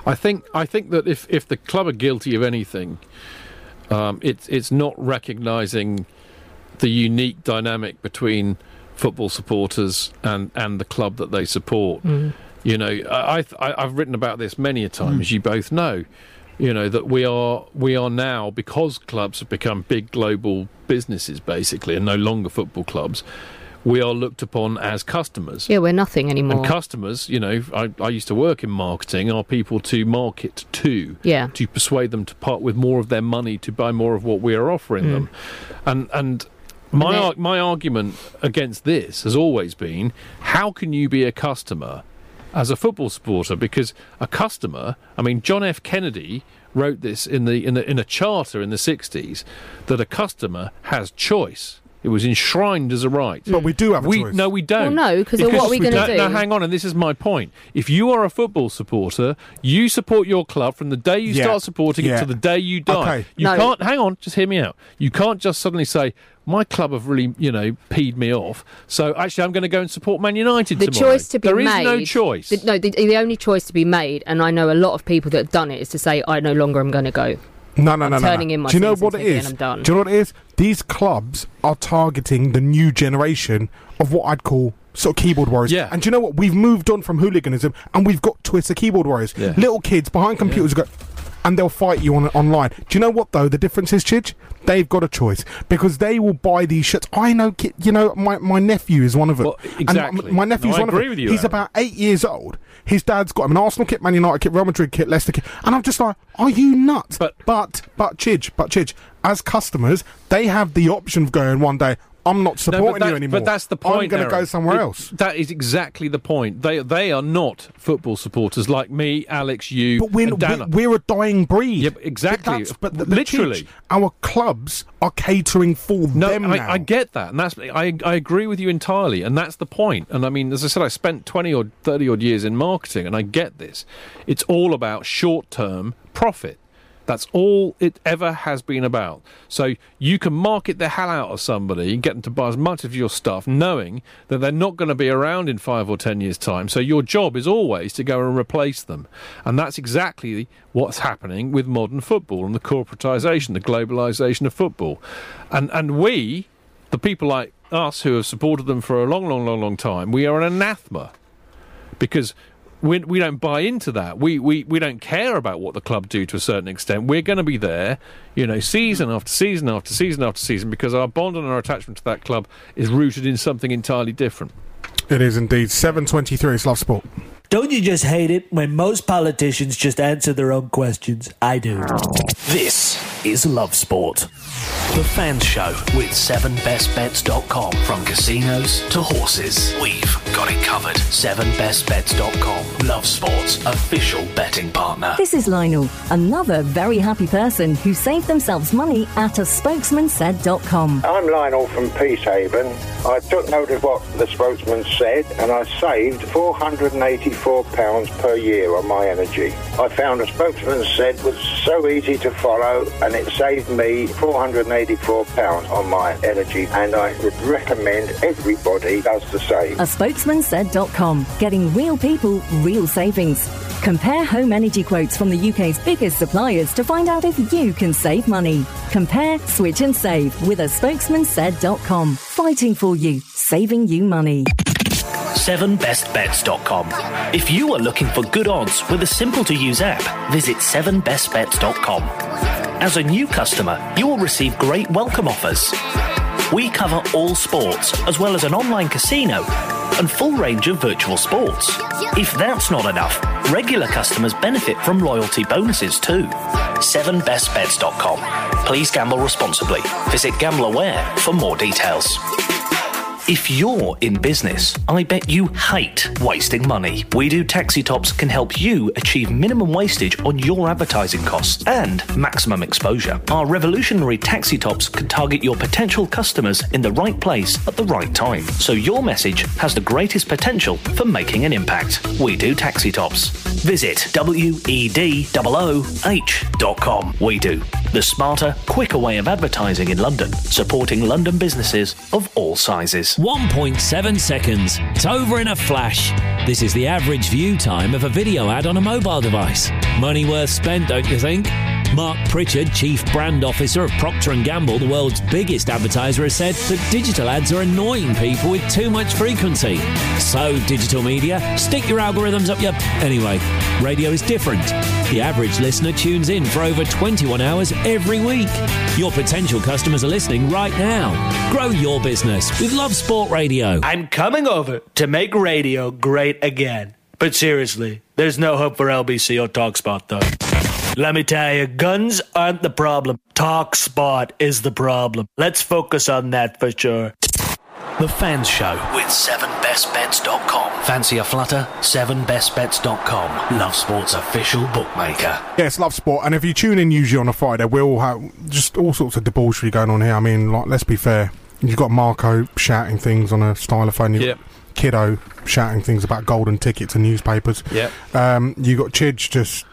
Speaker 3: I think I think that if, if the club are guilty of anything, um, it's it's not recognising the unique dynamic between football supporters and, and the club that they support. You know, I, I th- I I've written about this many a time, as you both know. You know that we are we are now because clubs have become big global businesses basically, and no longer football clubs. We are looked upon as customers.
Speaker 4: Yeah, we're nothing anymore.
Speaker 3: And customers, you know, I, I used to work in marketing, are people to market to,
Speaker 4: Yeah.
Speaker 3: to persuade them to part with more of their money to buy more of what we are offering
Speaker 4: Mm.
Speaker 3: them. And, and my,
Speaker 4: And it-
Speaker 3: ar- my argument against this has always been how can you be a customer as a football supporter? Because a customer, I mean, John F. Kennedy wrote this in, the, in, the, in a charter in the 60s that a customer has choice. It was enshrined as a right.
Speaker 2: But we do have a
Speaker 3: we,
Speaker 2: choice.
Speaker 3: No, we don't don't.
Speaker 4: Well, no, 'cause then what are we
Speaker 3: No,
Speaker 4: gonna do?
Speaker 3: No, hang on, and this is my point. If you are a football supporter, you support your club from the day you
Speaker 2: Yeah.
Speaker 3: start supporting
Speaker 2: Yeah.
Speaker 3: it to the day you die.
Speaker 2: Okay.
Speaker 3: You
Speaker 4: No.
Speaker 3: can't, hang on, just hear me out. You can't just suddenly say, my club have really, you know, peed me off, so actually I'm going to go and support Man United
Speaker 4: the
Speaker 3: tomorrow.
Speaker 4: choice to be
Speaker 3: There is
Speaker 4: made.
Speaker 3: no choice.
Speaker 4: The, no, the, the only choice to be made, and I know a lot of people that have done it, is to say, "I no longer am going to go."
Speaker 2: No, no,
Speaker 4: I'm
Speaker 2: no, no, no.
Speaker 4: turning in my
Speaker 2: Do you know
Speaker 4: season
Speaker 2: what it
Speaker 4: ticket
Speaker 2: is?
Speaker 4: and I'm done.
Speaker 2: Do you know what it is? These clubs are targeting the new generation of what I'd call sort of keyboard warriors.
Speaker 3: Yeah.
Speaker 2: And do you know what? We've moved on from hooliganism and we've got Twitter keyboard warriors.
Speaker 3: Yeah.
Speaker 2: Little kids behind computers go. And they'll fight you on online. Do you know what though? The difference is, Chidge, they've got a choice because they will buy these shirts. I know, ki- you know, my, my nephew is one of them.
Speaker 3: Well,
Speaker 2: And my-
Speaker 3: exactly.
Speaker 2: my nephew's
Speaker 3: No, I
Speaker 2: one of
Speaker 3: agree
Speaker 2: them.
Speaker 3: with you,
Speaker 2: He's
Speaker 3: Aaron.
Speaker 2: about eight years old. His dad's got him an Arsenal kit, Man United kit, Real Madrid kit, Leicester kit, and I'm just like, are you nuts?
Speaker 3: But-
Speaker 2: But but Chidge, but Chidge, as customers, they have the option of going one day, I'm not
Speaker 3: No, but
Speaker 2: supporting
Speaker 3: that-
Speaker 2: you anymore.
Speaker 3: But that's the
Speaker 2: I'm
Speaker 3: point.
Speaker 2: going to go
Speaker 3: Aaron.
Speaker 2: somewhere
Speaker 3: It-
Speaker 2: else.
Speaker 3: That is exactly the point. They they are not football supporters like me, Alex, you,
Speaker 2: But we're,
Speaker 3: and Dana.
Speaker 2: we're, we're a dying breed.
Speaker 3: Yeah, but exactly.
Speaker 2: That's- but the,
Speaker 3: Literally.
Speaker 2: Chidge, our clubs are catering for
Speaker 3: No,
Speaker 2: them
Speaker 3: I,
Speaker 2: now.
Speaker 3: I get that, and that's I, I agree with you entirely, and that's the point. And I mean, as I said, I spent twenty or thirty odd years in marketing, and I get this. It's all about short term profit. That's all it ever has been about. So you can market the hell out of somebody and get them to buy as much of your stuff, knowing that they're not going to be around in five or ten years' time. So your job is always to go and replace them, and that's exactly what's happening with modern football and the corporatisation, the globalisation of football, and and we, the people like us who have supported them for a long, long, long, long time, we are an anathema because we, we don't buy into that. We, we we don't care about what the club do to a certain extent. We're going to be there, you know, season after season after season after season because our bond and our attachment to that club is rooted in something entirely different.
Speaker 2: It is indeed 7:23. It's love sport.
Speaker 5: Don't you just hate it when most politicians just answer their own questions? I do.
Speaker 1: This is Love Sport. The Fans Show with 7bestbets.com. From casinos to horses, we've got it covered. 7bestbets.com. Love Sport's official betting partner.
Speaker 6: This is Lionel, another very happy person who saved themselves money at a spokesmansaid.com.
Speaker 8: I'm Lionel from Peacehaven. I took note of what the spokesman said and I saved £484 per year on my energy. I found a spokesman said was so easy to follow and it saved me £484 on my energy and I would recommend everybody does the same.
Speaker 6: A spokesmansaid.com, getting real people, real savings. Compare home energy quotes from the UK's biggest suppliers to find out if you can save money. Compare, switch and save with a spokesmansaid.com. Fighting for you, saving you money.
Speaker 1: 7bestbets.com. If you are looking for good odds with a simple to use app, visit 7bestbets.com. As a new customer, you will receive great welcome offers. We cover all sports as well as an online casino and full range of virtual sports. If that's not enough, regular customers benefit from loyalty bonuses too. 7bestbets.com. Please gamble responsibly. Visit GambleAware for more details. If you're in business, I bet you hate wasting money. We do Taxi Tops can help you achieve minimum wastage on your advertising costs and maximum exposure. Our revolutionary Taxi Tops can target your potential customers in the right place at the right time, so your message has the greatest potential for making an impact. We do Taxi Tops. Visit E wedooh.com. We do the smarter, quicker way of advertising in London, supporting London businesses of all sizes.
Speaker 9: 1.7 seconds. It's over in a flash. This is the average view time of a video ad on a mobile device. Money worth spent, don't you think? Mark Pritchard, chief brand officer of Procter & Gamble, the world's biggest advertiser, has said that digital ads are annoying people with too much frequency. So, digital media, stick your algorithms up your... Anyway, radio is different. The average listener tunes in for over 21 hours every week. Your potential customers are listening right now. Grow your business with Love Sport Radio.
Speaker 5: I'm coming over to make radio great again. But seriously, there's no hope for LBC or TalkSpot, though. Let me tell you, guns aren't the problem. TalkSpot is the problem. Let's focus on that for sure.
Speaker 1: The Fans Show with 7bestbets.com. Fancy a flutter? 7bestbets.com. Love Sport's official bookmaker.
Speaker 2: Yes, love sport. And if you tune in usually on a Friday, we'll have just all sorts of debauchery going on here. I mean, like, let's be fair. You've got Marco shouting things on a stylophone. You've
Speaker 3: Yep.
Speaker 2: got Kiddo shouting things about golden tickets and newspapers.
Speaker 3: Yep.
Speaker 2: Um, you got Chidge just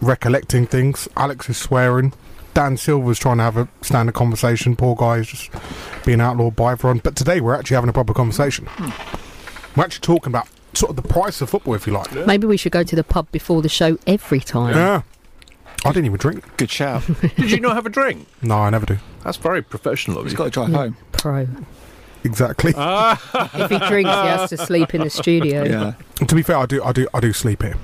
Speaker 2: recollecting things. Alex is swearing. Dan Silver's trying to have a standard conversation. Poor guy is just being outlawed by everyone. But today we're actually having a proper conversation.
Speaker 3: Hmm.
Speaker 2: We're actually talking about sort of the price of football, if you like.
Speaker 4: Maybe we should go to the pub before the show every time.
Speaker 2: Yeah. I didn't even drink.
Speaker 7: Good shout.
Speaker 3: Did you not have a drink?
Speaker 2: No, I never do.
Speaker 3: That's very professional of you. Ah. He's got to drive
Speaker 4: home. Pro.
Speaker 2: Exactly.
Speaker 4: Mm. If he drinks, he has to sleep in the studio.
Speaker 2: To be fair, I do, I do, I do sleep here.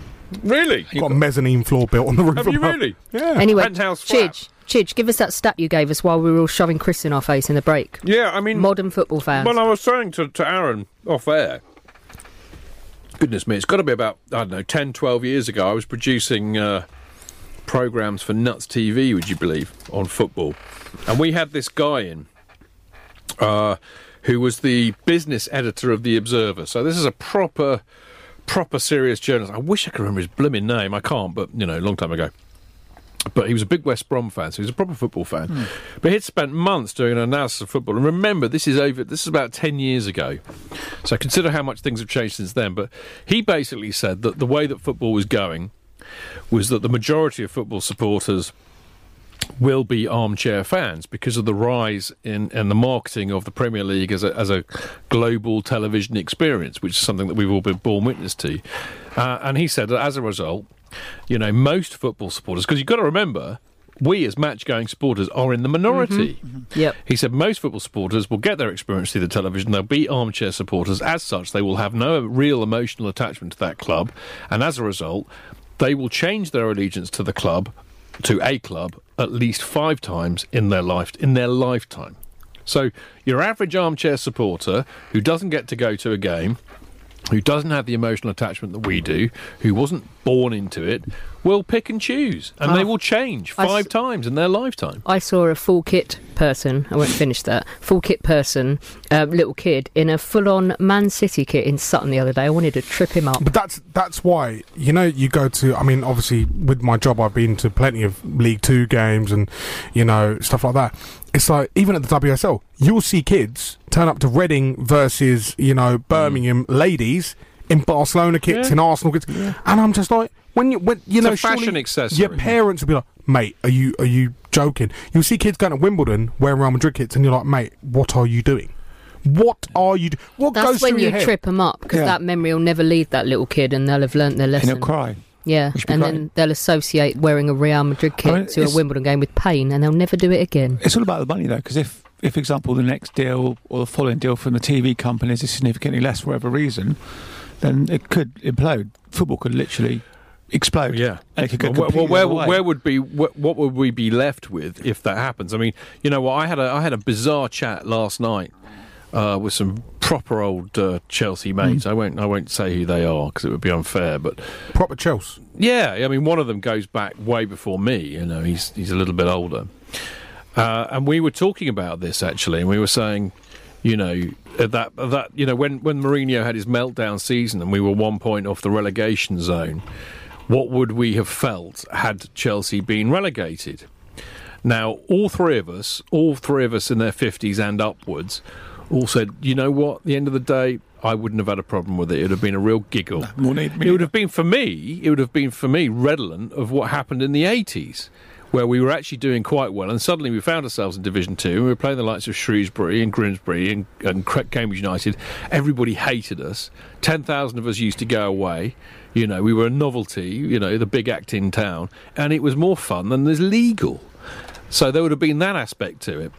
Speaker 3: Really?
Speaker 2: Got a mezzanine floor built on the roof.
Speaker 3: Have you
Speaker 2: of my-
Speaker 3: really?
Speaker 2: Yeah.
Speaker 4: Anyway, Chidge, Chidge, give us that stat you gave us while we were all shoving Chris in our face in the break.
Speaker 3: Yeah, I mean,
Speaker 4: modern football fans.
Speaker 3: Well, I was saying to, to Aaron off air, goodness me, it's got to be about, I don't know, 10, 12 years ago. I was producing uh, programs for Nuts TV, would you believe, on football. And we had this guy in uh, who was the business editor of The Observer. So this is a proper, proper serious journalist. I wish I could remember his blimmin' name. I can't, but, you know, a long time ago. But he was a big West Brom fan, so he was a proper football fan. But he'd spent months doing an analysis of football. And remember, this is over. This is about ten years ago, so consider how much things have changed since then. But he basically said that the way that football was going was that the majority of football supporters will be armchair fans because of the rise in, in the marketing of the Premier League as a, as a global television experience, which is something that we've all been born witness to. Uh, and he said that as a result, you know, most football supporters, because you've got to remember, we as match going supporters are in the minority.
Speaker 4: Mm-hmm. Yep.
Speaker 3: He said most football supporters will get their experience through the television. They'll be armchair supporters. As such, they will have no real emotional attachment to that club. And as a result, they will change their allegiance to the club, to a club, at least five times in their life in their lifetime. So your average armchair supporter who doesn't get to go to a game who doesn't have the emotional attachment that we do, who wasn't born into it, will pick and choose, and they will change
Speaker 4: Ah. I s-
Speaker 3: five times in their lifetime.
Speaker 4: I saw a full kit person. I won't finish that. Full kit person, um, little kid in a full-on Man City kit in Sutton the other day. I wanted to trip him up.
Speaker 2: But that's that's why you know you go to. I mean, obviously with my job, I've been to plenty of League Two games and you know stuff like that. It's like even at the WSL, you'll see kids turn up to Reading versus you know Birmingham ladies in Barcelona kits,
Speaker 3: Mm. Yeah.
Speaker 2: in Arsenal kits, and I'm just like, when you when you
Speaker 3: It's
Speaker 2: know
Speaker 3: a fashion
Speaker 2: surely
Speaker 3: accessory.
Speaker 2: Your parents will be like, mate, are you are you joking? You'll see kids going to Wimbledon wearing Real Madrid kits, and you're like, mate, what are you doing? What are you? Do- what goes
Speaker 4: That's when
Speaker 2: through
Speaker 4: you
Speaker 2: your head?
Speaker 4: trip him up because
Speaker 2: Yeah.
Speaker 4: that memory will never leave that little kid, and they'll have learnt their lesson.
Speaker 7: And he'll cry.
Speaker 4: Yeah,
Speaker 7: Which would be
Speaker 4: and
Speaker 7: great.
Speaker 4: then they'll associate wearing a Real Madrid kit
Speaker 7: I mean,
Speaker 4: to a
Speaker 7: it's-
Speaker 4: Wimbledon game with pain, and they'll never do it again.
Speaker 7: It's all about the money, though, because if, if, for example, the next deal or the following deal from the TV companies is significantly less for whatever reason, then it could implode. Football could literally explode.
Speaker 3: Yeah,
Speaker 7: And it could go
Speaker 3: Well, where-
Speaker 7: completely
Speaker 3: where,
Speaker 7: the other way.
Speaker 3: where would be wh- what would we be left with if that happens? I mean, you know, what I had a I had a bizarre chat last night uh, with some proper old uh,
Speaker 2: Hmm.
Speaker 3: Chelsea mates. I won't I won't say who they are because it would be unfair. But
Speaker 2: proper Chelsea.
Speaker 3: Yeah, I mean one of them goes back way before me. You know, he's he's a little bit older. Uh, and we were talking about this actually, and we were saying, you know, at that at that you know when when Mourinho had his meltdown season, and we were one point off the relegation zone. What would we have felt had Chelsea been relegated? Now, all three of us, all three of us in their 50s and upwards, all said, you know what, at the end of the day, I wouldn't have had a problem with it. It would have been a real giggle. it would have been for me, it would have been for me redolent of what happened in the 80s, where we were actually doing quite well, and suddenly we found ourselves in Division 2, and we were playing the likes of Shrewsbury and Grimsbury and, and Cre- Cambridge United. Everybody hated us. 10,000 of us used to go away. You know, we were a novelty, you know, the big act in town, and it was more fun than is legal. So there would have been that aspect to it.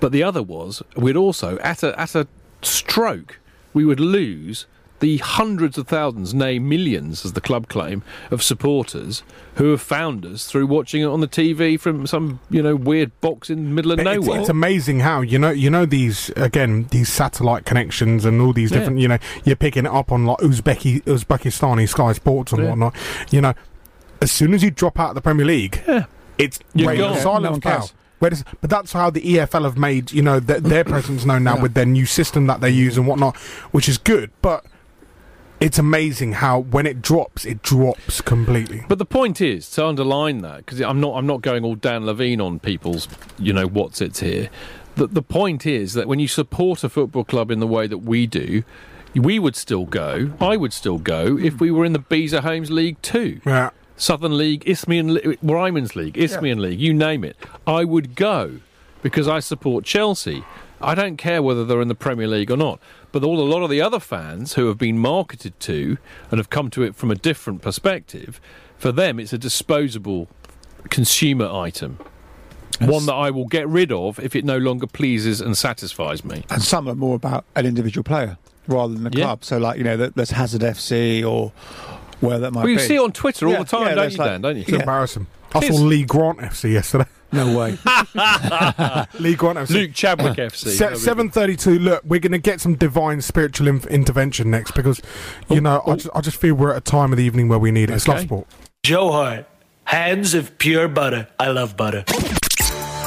Speaker 3: But the other was we'd also at a at a stroke we would lose the hundreds of thousands, nay millions, as the club claim, of supporters who have found us through watching it on the TV from some you know weird box in the middle of
Speaker 2: It's-
Speaker 3: nowhere.
Speaker 2: It's, amazing how you know you know these again these satellite connections and all these
Speaker 3: Yeah.
Speaker 2: different you know you're picking it up on like Uzbeki Uzbekistani Sky Sports and
Speaker 3: Yeah.
Speaker 2: whatnot. You know, as soon as you drop out of the Premier League, it's
Speaker 3: You're
Speaker 2: radio
Speaker 3: gone.
Speaker 2: silence
Speaker 3: No one
Speaker 2: now.
Speaker 3: cares.
Speaker 2: Where does- but that's how the EFL have made you know th- their presence known now with their new system that they
Speaker 3: Mm.
Speaker 2: use and whatnot, which is good. But it's amazing how when it drops, it drops completely.
Speaker 3: But the point is to underline that because I'm not I'm not going all Dan Levine on people's you know what's it's here. The, the point is that when you support a football club in the way that we do, we would still go. I would still go if we were in the Beezer Homes League too.
Speaker 2: Yeah.
Speaker 3: Southern League, Isthmian, Li- Ryman's League, Isthmian League, you name it. I would go because I support Chelsea. I don't care whether they're in the Premier League or not. But all a lot of the other fans who have been marketed to and have come to it from a different perspective, for them it's a disposable consumer item. One that I will get rid of if it no longer pleases and satisfies me.
Speaker 7: and some are more about an individual player rather than the
Speaker 3: Yeah.
Speaker 7: club. So, like you know, there- there's Hazard FC or where that might
Speaker 3: Well,
Speaker 7: be.
Speaker 3: you see it on Twitter all the time, don't
Speaker 7: there's
Speaker 3: you, Dan, don't you?
Speaker 2: It's
Speaker 7: yeah.
Speaker 2: embarrassing. I saw Lee Grant FC yesterday.
Speaker 7: No way.
Speaker 2: Lee Grant FC.
Speaker 3: Luke Chadwick FC.
Speaker 2: Se- Seven thirty-two. Look, we're going to get some divine spiritual in- intervention next because,
Speaker 3: Oh,
Speaker 2: you know, I, just, I just feel we're at a time of the evening where we need it. It's love sport.
Speaker 5: Joe Hart, hands of pure butter. I love butter.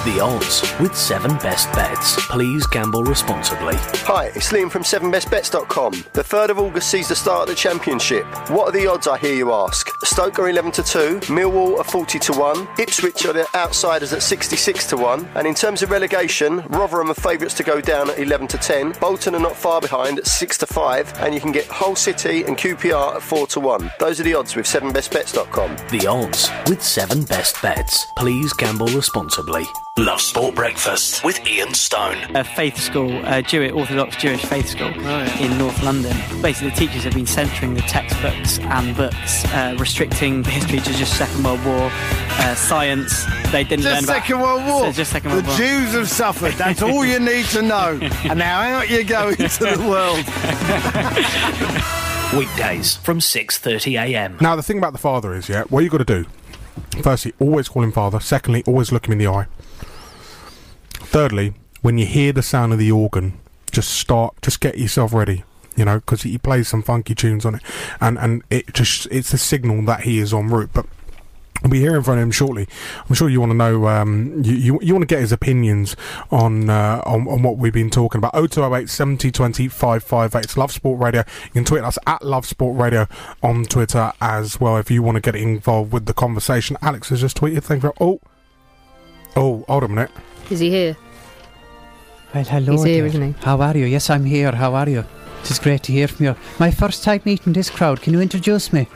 Speaker 1: The odds with seven best bets. Please gamble responsibly.
Speaker 10: Hi, it's Liam from 7bestbets.com. The 3rd of August sees the start of the Championship. What are the odds, I hear you ask? Stoke are 11 to 2, Millwall are 40 to 1, Ipswich are the outsiders at 66 to 1, and in terms of relegation, Rotherham are favourites to go down at 11 to 10, Bolton are not far behind at 6 to 5, and you can get Hull City and QPR at 4 to 1. Those are the odds with 7bestbets.com.
Speaker 1: The odds with seven best bets. Please gamble responsibly. Love Sport Breakfast with Ian Stone.
Speaker 11: a faith school, a Jewish Orthodox Jewish faith school in North London. Basically, the teachers have been censoring the textbooks and books, uh, restricting history to just Second World War, uh, science. They didn't
Speaker 12: Just
Speaker 11: learn about
Speaker 12: Second World War.
Speaker 11: So just Second World
Speaker 12: the
Speaker 11: War.
Speaker 12: Jews have suffered. That's all you need to know. And now out you go into the world.
Speaker 1: Weekdays from 6:30 a.m.
Speaker 2: Now, the thing about the father is, yeah, what you got to do. Firstly, always call him father. Secondly, always look him in the eye. Thirdly, when you hear the sound of the organ, just start. Just get yourself ready. You know, because he plays some funky tunes on it, and and it just it's a signal that he is en route. But We'll be hearing from him shortly. I'm sure you want to know. Um, you you, you want to get his opinions on, uh, on on what we've been talking about. 0208 70 20 558. It's Love Sport Radio. You can tweet us at Love Sport Radio on Twitter as well if you want to get involved with the conversation. Alex has just tweeted. Thank you. Oh, oh, hold on a minute.
Speaker 4: Is he here?
Speaker 13: Well, hello.
Speaker 4: He's here,
Speaker 13: dear.
Speaker 4: isn't
Speaker 13: How are you? Yes, I'm here. How are you? It is great to hear from you. My first time meeting this crowd. Can you introduce me?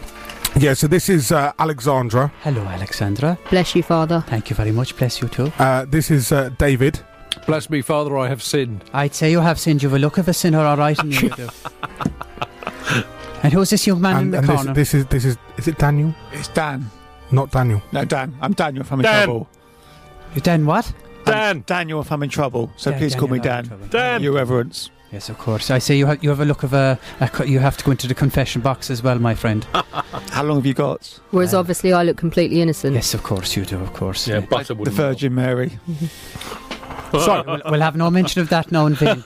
Speaker 2: Yeah. So this is uh, Alexandra.
Speaker 13: Hello, Alexandra.
Speaker 4: Bless you, Father.
Speaker 13: Thank you very much. Bless you too.
Speaker 2: Uh, this is uh, David.
Speaker 13: Bless me, Father. I have sinned. I'd say you have sinned. You have a look of a sinner, all right, and you do. And who's this young man in
Speaker 2: And,
Speaker 13: the
Speaker 2: and this,
Speaker 13: corner?
Speaker 2: this is this is is it Daniel?
Speaker 7: It's Dan.
Speaker 2: Not Daniel.
Speaker 7: No, Dan. I'm Daniel if I'm in
Speaker 2: Dan.
Speaker 7: trouble.
Speaker 13: You Dan what?
Speaker 7: Dan. Daniel if I'm in trouble. So
Speaker 13: Yeah,
Speaker 7: please call me
Speaker 13: Daniel, I'm
Speaker 7: Dan. Dan. Your reverence.
Speaker 13: Yes, of course. I say you have you have a look of a, a co- you have to go into the confession box as well, my friend.
Speaker 7: How long have you got?
Speaker 4: Whereas obviously I look completely innocent.
Speaker 13: Yes, of course you do. Of course.
Speaker 7: The Virgin Mary.
Speaker 2: So-
Speaker 13: we'll, we'll have no mention of that now in vain.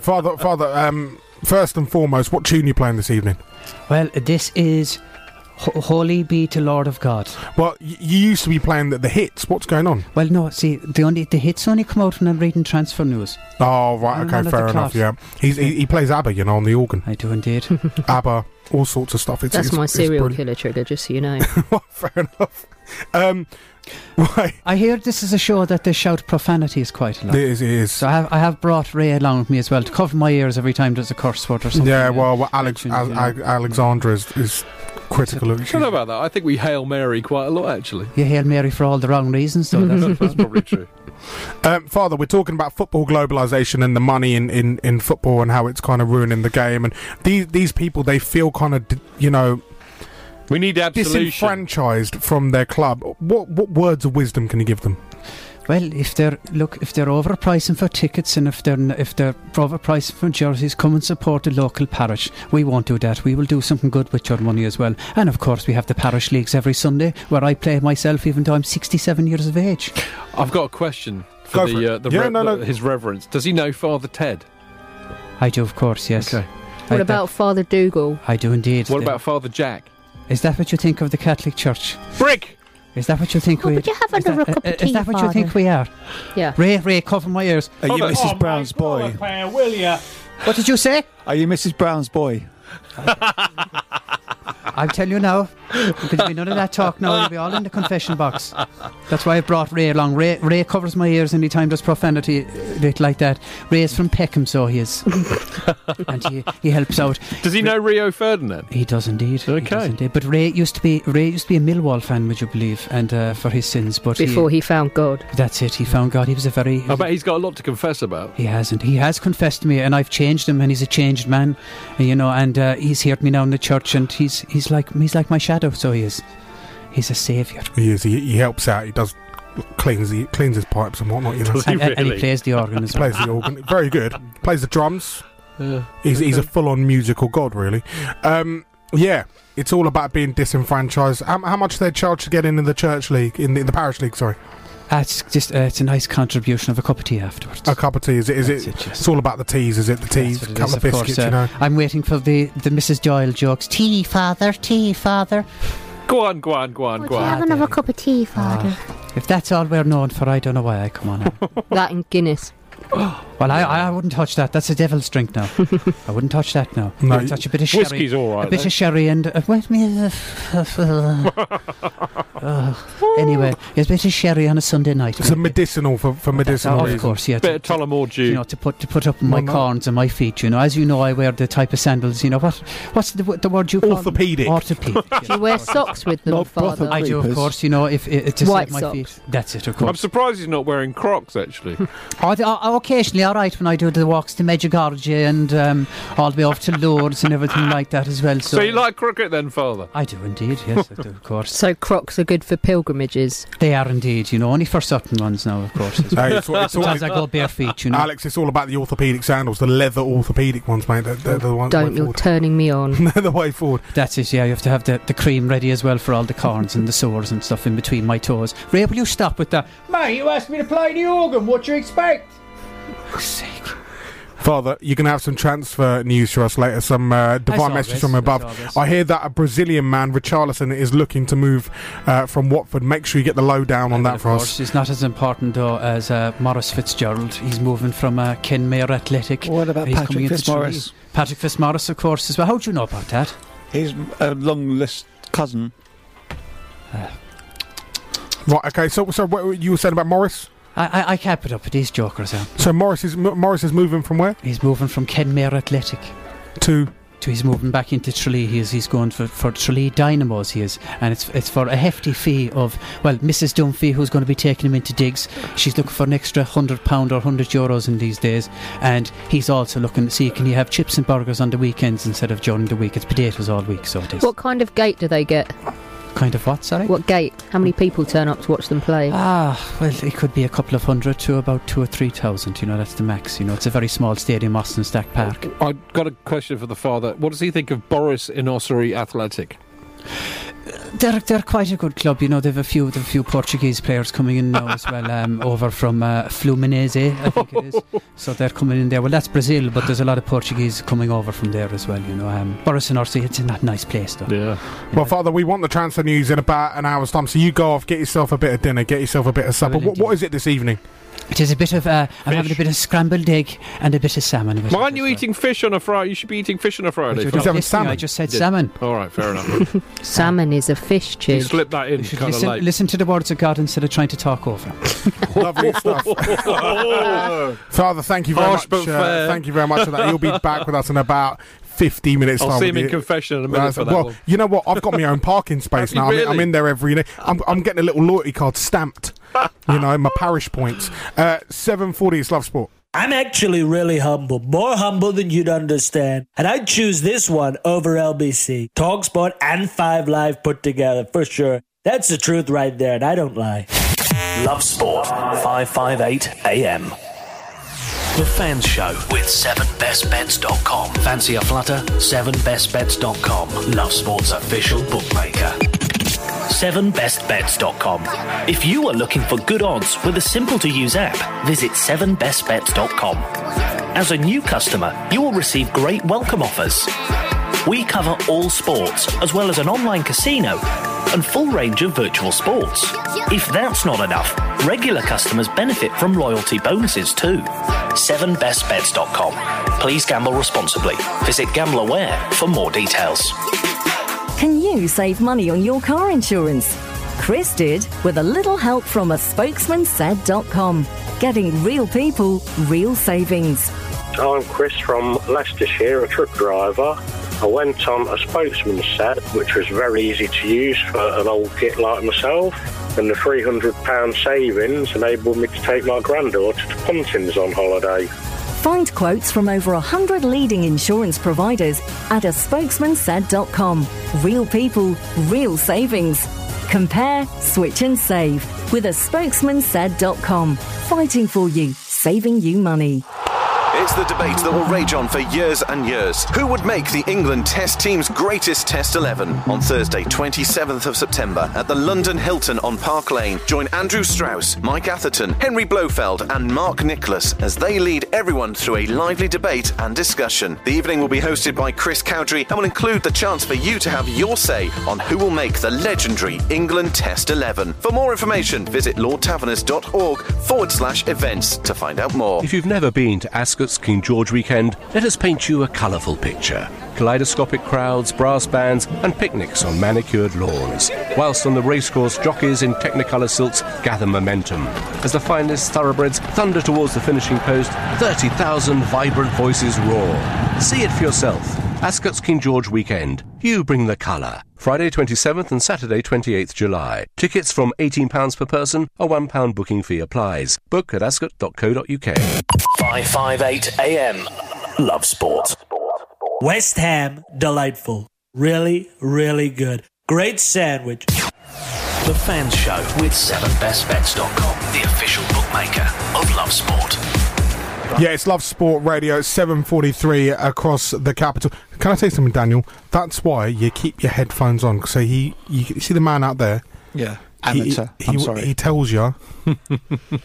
Speaker 2: Father, Father, um, first and foremost, what tune you playing this evening?
Speaker 13: Well, this is Ho- Holy Be to Lord of God.
Speaker 2: Well, you used to be playing the, the hits. What's going on?
Speaker 13: Well, no, see, the only the hits only come out when I'm reading transfer news.
Speaker 2: Oh, right,
Speaker 13: I'm
Speaker 2: okay,
Speaker 13: not at
Speaker 2: fair
Speaker 13: the
Speaker 2: enough,
Speaker 13: class.
Speaker 2: yeah. He's, he, he plays ABBA, you know, on the organ.
Speaker 13: I do indeed.
Speaker 2: ABBA, all sorts of stuff. It's,
Speaker 4: That's
Speaker 2: it's-
Speaker 4: my
Speaker 2: it's
Speaker 4: serial
Speaker 2: brilliant.
Speaker 4: killer trigger, just so you know.
Speaker 2: Um, right.
Speaker 13: I hear this is a show that they shout profanities quite a lot.
Speaker 2: It is, it is.
Speaker 13: So I have, I have brought Ray along with me as well to cover my ears every time there's a curse word or something.
Speaker 2: Yeah,
Speaker 13: uh,
Speaker 2: well, well Alex,
Speaker 13: mentioned,
Speaker 2: Al-
Speaker 13: you know.
Speaker 2: Al- Alexandra is, is critical of
Speaker 3: I don't know about that. I think we hail Mary quite a lot, actually.
Speaker 13: You hail Mary for all the wrong reasons, though. That's,
Speaker 3: that's probably true.
Speaker 2: Um, Father, we're talking about football globalization and the money in, in, in football and how it's kind of ruining the game. And these these people, they feel kind of, you know,
Speaker 3: we need absolution.
Speaker 2: disenfranchised from their club. What what words of wisdom can you give them?
Speaker 13: Well, if they're look, if they're overpricing for tickets and if they're n- if they're overpricing for jerseys, come and support the local parish. We won't do that. We will do something good with your money as well. And of course, we have the parish leagues every Sunday where I play myself, even though I'm 67 years of age.
Speaker 3: I've got a question
Speaker 13: Go
Speaker 3: for,
Speaker 13: for it.
Speaker 3: the, uh, the,
Speaker 13: Yeah,
Speaker 3: re-
Speaker 13: no, no.
Speaker 3: the- his reverence. Does he know Father Ted?
Speaker 13: I do, of course, yes. Okay.
Speaker 4: What about Father Dougal?
Speaker 13: I do indeed.
Speaker 3: What
Speaker 13: The-
Speaker 3: about Father Jack?
Speaker 13: Is that what you think of the Catholic Church? Brick. Is that what you think we?
Speaker 4: but you haven't
Speaker 13: is that, uh,
Speaker 4: had a cup of
Speaker 13: is
Speaker 4: tea,
Speaker 13: that what you
Speaker 4: Father.
Speaker 13: think we are?
Speaker 4: Yeah.
Speaker 13: Ray, Ray, cover my ears.
Speaker 7: Are you Mrs. Brown's boy?
Speaker 4: will ya?
Speaker 13: What did you say?
Speaker 7: Are you Mrs. Brown's boy?
Speaker 13: I'm telling you now, there'll be none of that talk now. It'll be all in the confession box. That's why I brought Ray along. Ray, Ray covers my ears any time there's profanity uh, like that. Ray is from Peckham, so he is. and he, he helps out.
Speaker 3: Does he know Rio Ferdinand?
Speaker 13: He does indeed. Okay. But Ray used to be Ray used to be a Millwall fan, would you believe? And uh, for his sins, but
Speaker 4: Before he found God.
Speaker 13: That's it. He found God. He was a very
Speaker 3: I bet he's got a lot to confess about.
Speaker 13: He hasn't. He has confessed to me, and I've changed him, and he's a changed man, you know. And uh, he's heard me now in the church, and he's he's like he's like my shadow. So he is. He's a saviour.
Speaker 2: He is. He, he helps out. He does cleans he cleans his pipes and whatnot. You know,
Speaker 13: Does he And- and- and he really? plays the organ as well.
Speaker 2: Plays the organ. Very good. Plays the drums.
Speaker 13: Uh,
Speaker 3: Yeah,
Speaker 2: he's he's a
Speaker 3: okay.
Speaker 2: full on musical god, really. Um, yeah. It's all about being disenfranchised. How, how much they charge to get into the church league, in the, in the parish league? Sorry,
Speaker 13: That's just uh, it's a nice contribution of a cup of tea afterwards.
Speaker 2: a cup of tea. Is it? Is it? It's all about the teas. Is it the teas?
Speaker 13: That's what it
Speaker 2: Cup
Speaker 13: is,
Speaker 2: of biscuits.
Speaker 13: uh,
Speaker 2: you know.
Speaker 13: I'm waiting for the the Mrs. Doyle jokes. Tea, father. Tea, father.
Speaker 3: Go on, go on, go on, go on.
Speaker 4: another cup of tea,
Speaker 7: Ah.
Speaker 4: Father?
Speaker 13: Ah, If that's all we're known for, I don't know why I come on. Here.
Speaker 4: That and Guinness.
Speaker 13: Well, I, I wouldn't touch that. That's a devil's drink now. I wouldn't touch that now.
Speaker 2: No,
Speaker 13: I would touch a bit of sherry.
Speaker 3: whiskey's all right,
Speaker 13: A bit
Speaker 3: though.
Speaker 13: of sherry and uh, wait me. Uh, anyway, it's a bit of sherry on a Sunday night.
Speaker 2: It's a medicinal for, for medicinal
Speaker 13: Of
Speaker 2: reasons.
Speaker 13: course, yeah.
Speaker 3: Bit of Tullamore dew.
Speaker 13: You know, to put to put up my
Speaker 2: Well, no.
Speaker 13: corns and my feet. You know, as you know, I wear the type of sandals. You know what? What's the, wo- the word you call? them?
Speaker 2: Orthopedic.
Speaker 13: Orthopedic.
Speaker 4: Do you wear socks with them, Father?
Speaker 13: I do, of course. You know, if it, to
Speaker 4: White
Speaker 13: save my
Speaker 4: socks.
Speaker 13: feet. That's it, of
Speaker 3: I'm
Speaker 13: course.
Speaker 3: surprised he's not wearing Crocs, actually.
Speaker 13: Oh, th- oh, oh, occasionally, all right, when I do the walks to Medjugorje and um, all the way off to Lourdes and everything like that as well. So,
Speaker 3: so you like cricket then, Father?
Speaker 13: I do indeed, yes, I do, of course.
Speaker 4: So Crocs are good for pilgrimages.
Speaker 13: They are indeed, you know, only for certain ones now, of course. as
Speaker 2: Hey,
Speaker 13: well.
Speaker 2: Uh, it's all- it's all-
Speaker 13: Sometimes I go bare feet, you know.
Speaker 2: Alex, it's all about the orthopedic sandals, the leather orthopedic ones, mate. They're, they're the ones. way
Speaker 4: Don't, you're
Speaker 2: forward.
Speaker 4: turning me on.
Speaker 2: They're the way forward.
Speaker 13: That's it, yeah. You have to have the, the cream ready as well for all the corns and the sores and stuff in between my toes. Ray, will you stop with that? Mate, you asked me to play the organ. What do you expect?
Speaker 2: Father, you can have some transfer news for us later, some uh, divine
Speaker 13: saw
Speaker 2: message
Speaker 13: this,
Speaker 2: from
Speaker 13: I
Speaker 2: above.
Speaker 13: saw this.
Speaker 2: I hear that a Brazilian man, Richarlison, is looking to move uh, from Watford. Make sure you get the lowdown on that
Speaker 13: Of
Speaker 2: for
Speaker 13: course,
Speaker 2: us.
Speaker 13: it's not as important though as uh, Morris Fitzgerald. He's moving from uh, Kenmare Athletic. What
Speaker 7: about
Speaker 13: He's
Speaker 7: Patrick
Speaker 13: coming into
Speaker 7: Fitzmaurice?
Speaker 13: Tralee. Patrick Fitzmaurice, of course, as well. How do you know about that?
Speaker 7: He's a Um, long list cousin.
Speaker 2: Right, okay. So, so what were you were saying about Morris?
Speaker 13: I, I, I can't put up with these jokers, Al.
Speaker 2: So Morris is M- Morris is moving from where?
Speaker 13: He's moving from Kenmare Athletic
Speaker 2: to.
Speaker 13: To he's moving back into Tralee. He is. He's going for, for Tralee Dynamos. He is, and it's it's for a hefty fee of well, Mrs. Dunphy, who's going to be taking him into digs. She's looking for an extra hundred pound or hundred euros in these days, and he's also looking to see can he have chips and burgers on the weekends instead of during the week. It's potatoes all week, so it is.
Speaker 4: What kind of gate do they get?
Speaker 13: Kind of what? Sorry.
Speaker 4: What gate? How many people turn up to watch them play?
Speaker 13: Ah, well, it could be a couple of hundred to about two or three thousand. You know, that's the max. You know, it's a very small stadium, Austin Stack Park.
Speaker 3: I've got a question for the Father. What does he think of Boris in Ossory Athletic?
Speaker 13: They're, they're quite a good club, you know. They've a few they've a few Portuguese players coming in now as well, um, over from uh, Fluminense, I think it is. So they're coming in there. Well, that's Brazil, but there's a lot of Portuguese coming over from there as well, you know. Um, Boris and Orsi, it's not a nice place though.
Speaker 3: Yeah.
Speaker 2: Well, Father, we want the transfer news in about an hour's time, so you go off, get yourself a bit of dinner, get yourself a bit of supper. What, what is it this evening?
Speaker 13: It is a bit of uh, I'm having a bit of scrambled egg and a bit of salmon.
Speaker 3: Why aren't you eating fish on a Friday? You should be eating fish on a Friday.
Speaker 13: You're
Speaker 3: Phil.
Speaker 13: not listening, I just said
Speaker 3: Did.
Speaker 13: salmon.
Speaker 3: All right, fair enough.
Speaker 4: Salmon is a fish
Speaker 3: you
Speaker 4: tube.
Speaker 3: slipped that in
Speaker 13: You should
Speaker 3: kind of
Speaker 13: listen,
Speaker 3: late.
Speaker 13: listen to the words of God instead of trying to talk over 'em.
Speaker 2: Lovely stuff. Father, thank you very
Speaker 3: Harsh
Speaker 2: much.
Speaker 3: but
Speaker 2: uh,
Speaker 3: fair.
Speaker 2: thank you very much for that. You'll be back with us in about. 15 minutes
Speaker 3: I'll
Speaker 2: time
Speaker 3: see
Speaker 2: with
Speaker 3: him in
Speaker 2: you.
Speaker 3: confession in a minute
Speaker 2: That's-
Speaker 3: for that
Speaker 2: well
Speaker 3: one.
Speaker 2: you know what I've got my own parking
Speaker 3: Have
Speaker 2: space
Speaker 3: you
Speaker 2: now I'm, in- I'm
Speaker 3: really?
Speaker 2: in there every day I'm, I'm getting a little loyalty card stamped you know my parish points uh, 740 it's Love Sport
Speaker 5: I'm actually really humble, more humble than you'd understand. And I'd choose this one over LBC. Talksport and Five Live put together, for sure. That's the truth right there, and I don't lie.
Speaker 1: Love Sport, 558 AM. The Fans Show with 7bestbets.com. Fancy a flutter? 7bestbets.com. Love Sport's official bookmaker. 7bestbets.com. If you are looking for good odds with a simple to use app, visit 7bestbets.com. As a new customer, you will receive great welcome offers. We cover all sports, as well as an online casino and full range of virtual sports. If that's not enough, regular customers benefit from loyalty bonuses too. 7bestbets.com. Please gamble responsibly. Visit GambleAware for more details.
Speaker 6: Can you save money on your car insurance? Chris did with a little help from a spokesman said.com. Getting real people, real savings.
Speaker 14: I'm Chris from Leicestershire, a truck driver. I went on a spokesman set, which was very easy to use for an old git like myself. And the £300 savings enabled me to take my granddaughter to Pontins on holiday.
Speaker 6: Find quotes from over 100 leading insurance providers at a spokesman said.com. Real people, real savings. Compare, switch and save with a spokesman said.com. Fighting for you, saving you money.
Speaker 15: It's the debate that will rage on for years and years. Who would make the England Test team's greatest Test 11? On Thursday, 27th of September, at the London Hilton on Park Lane, join Andrew Strauss, Mike Atherton, Henry Blofeld, and Mark Nicholas as they lead everyone through a lively debate and discussion. The evening will be hosted by Chris Cowdrey and will include the chance for you to have your say on who will make the legendary England Test 11. For more information, visit lordtaverners.org forward slash events to find out more.
Speaker 16: If you've never been to Ascot's King George weekend, let us paint you a colourful picture. Kaleidoscopic crowds, brass bands, and picnics on manicured lawns. Whilst on the racecourse, jockeys in technicolour silks gather momentum. As the finest thoroughbreds thunder towards the finishing post, 30,000 vibrant voices roar. See it for yourself. Ascot's King George weekend. You bring the colour. Friday 27th and Saturday 28th July. Tickets from £18 per person, a £1 booking fee applies. Book at ascot.co.uk.
Speaker 1: 558 AM. Love Sport.
Speaker 5: West Ham, delightful. Really, really good. Great sandwich.
Speaker 1: The Fans Show with 7bestbets.com. The official bookmaker of Love Sport.
Speaker 2: Yeah, it's Love Sport Radio, it's 743 across the capital. Can I say something, Daniel? That's why you keep your headphones on. So he, you see the man out there?
Speaker 7: Yeah.
Speaker 2: He-
Speaker 7: Amateur.
Speaker 2: He,
Speaker 7: I'm
Speaker 2: he-
Speaker 7: sorry.
Speaker 2: he tells you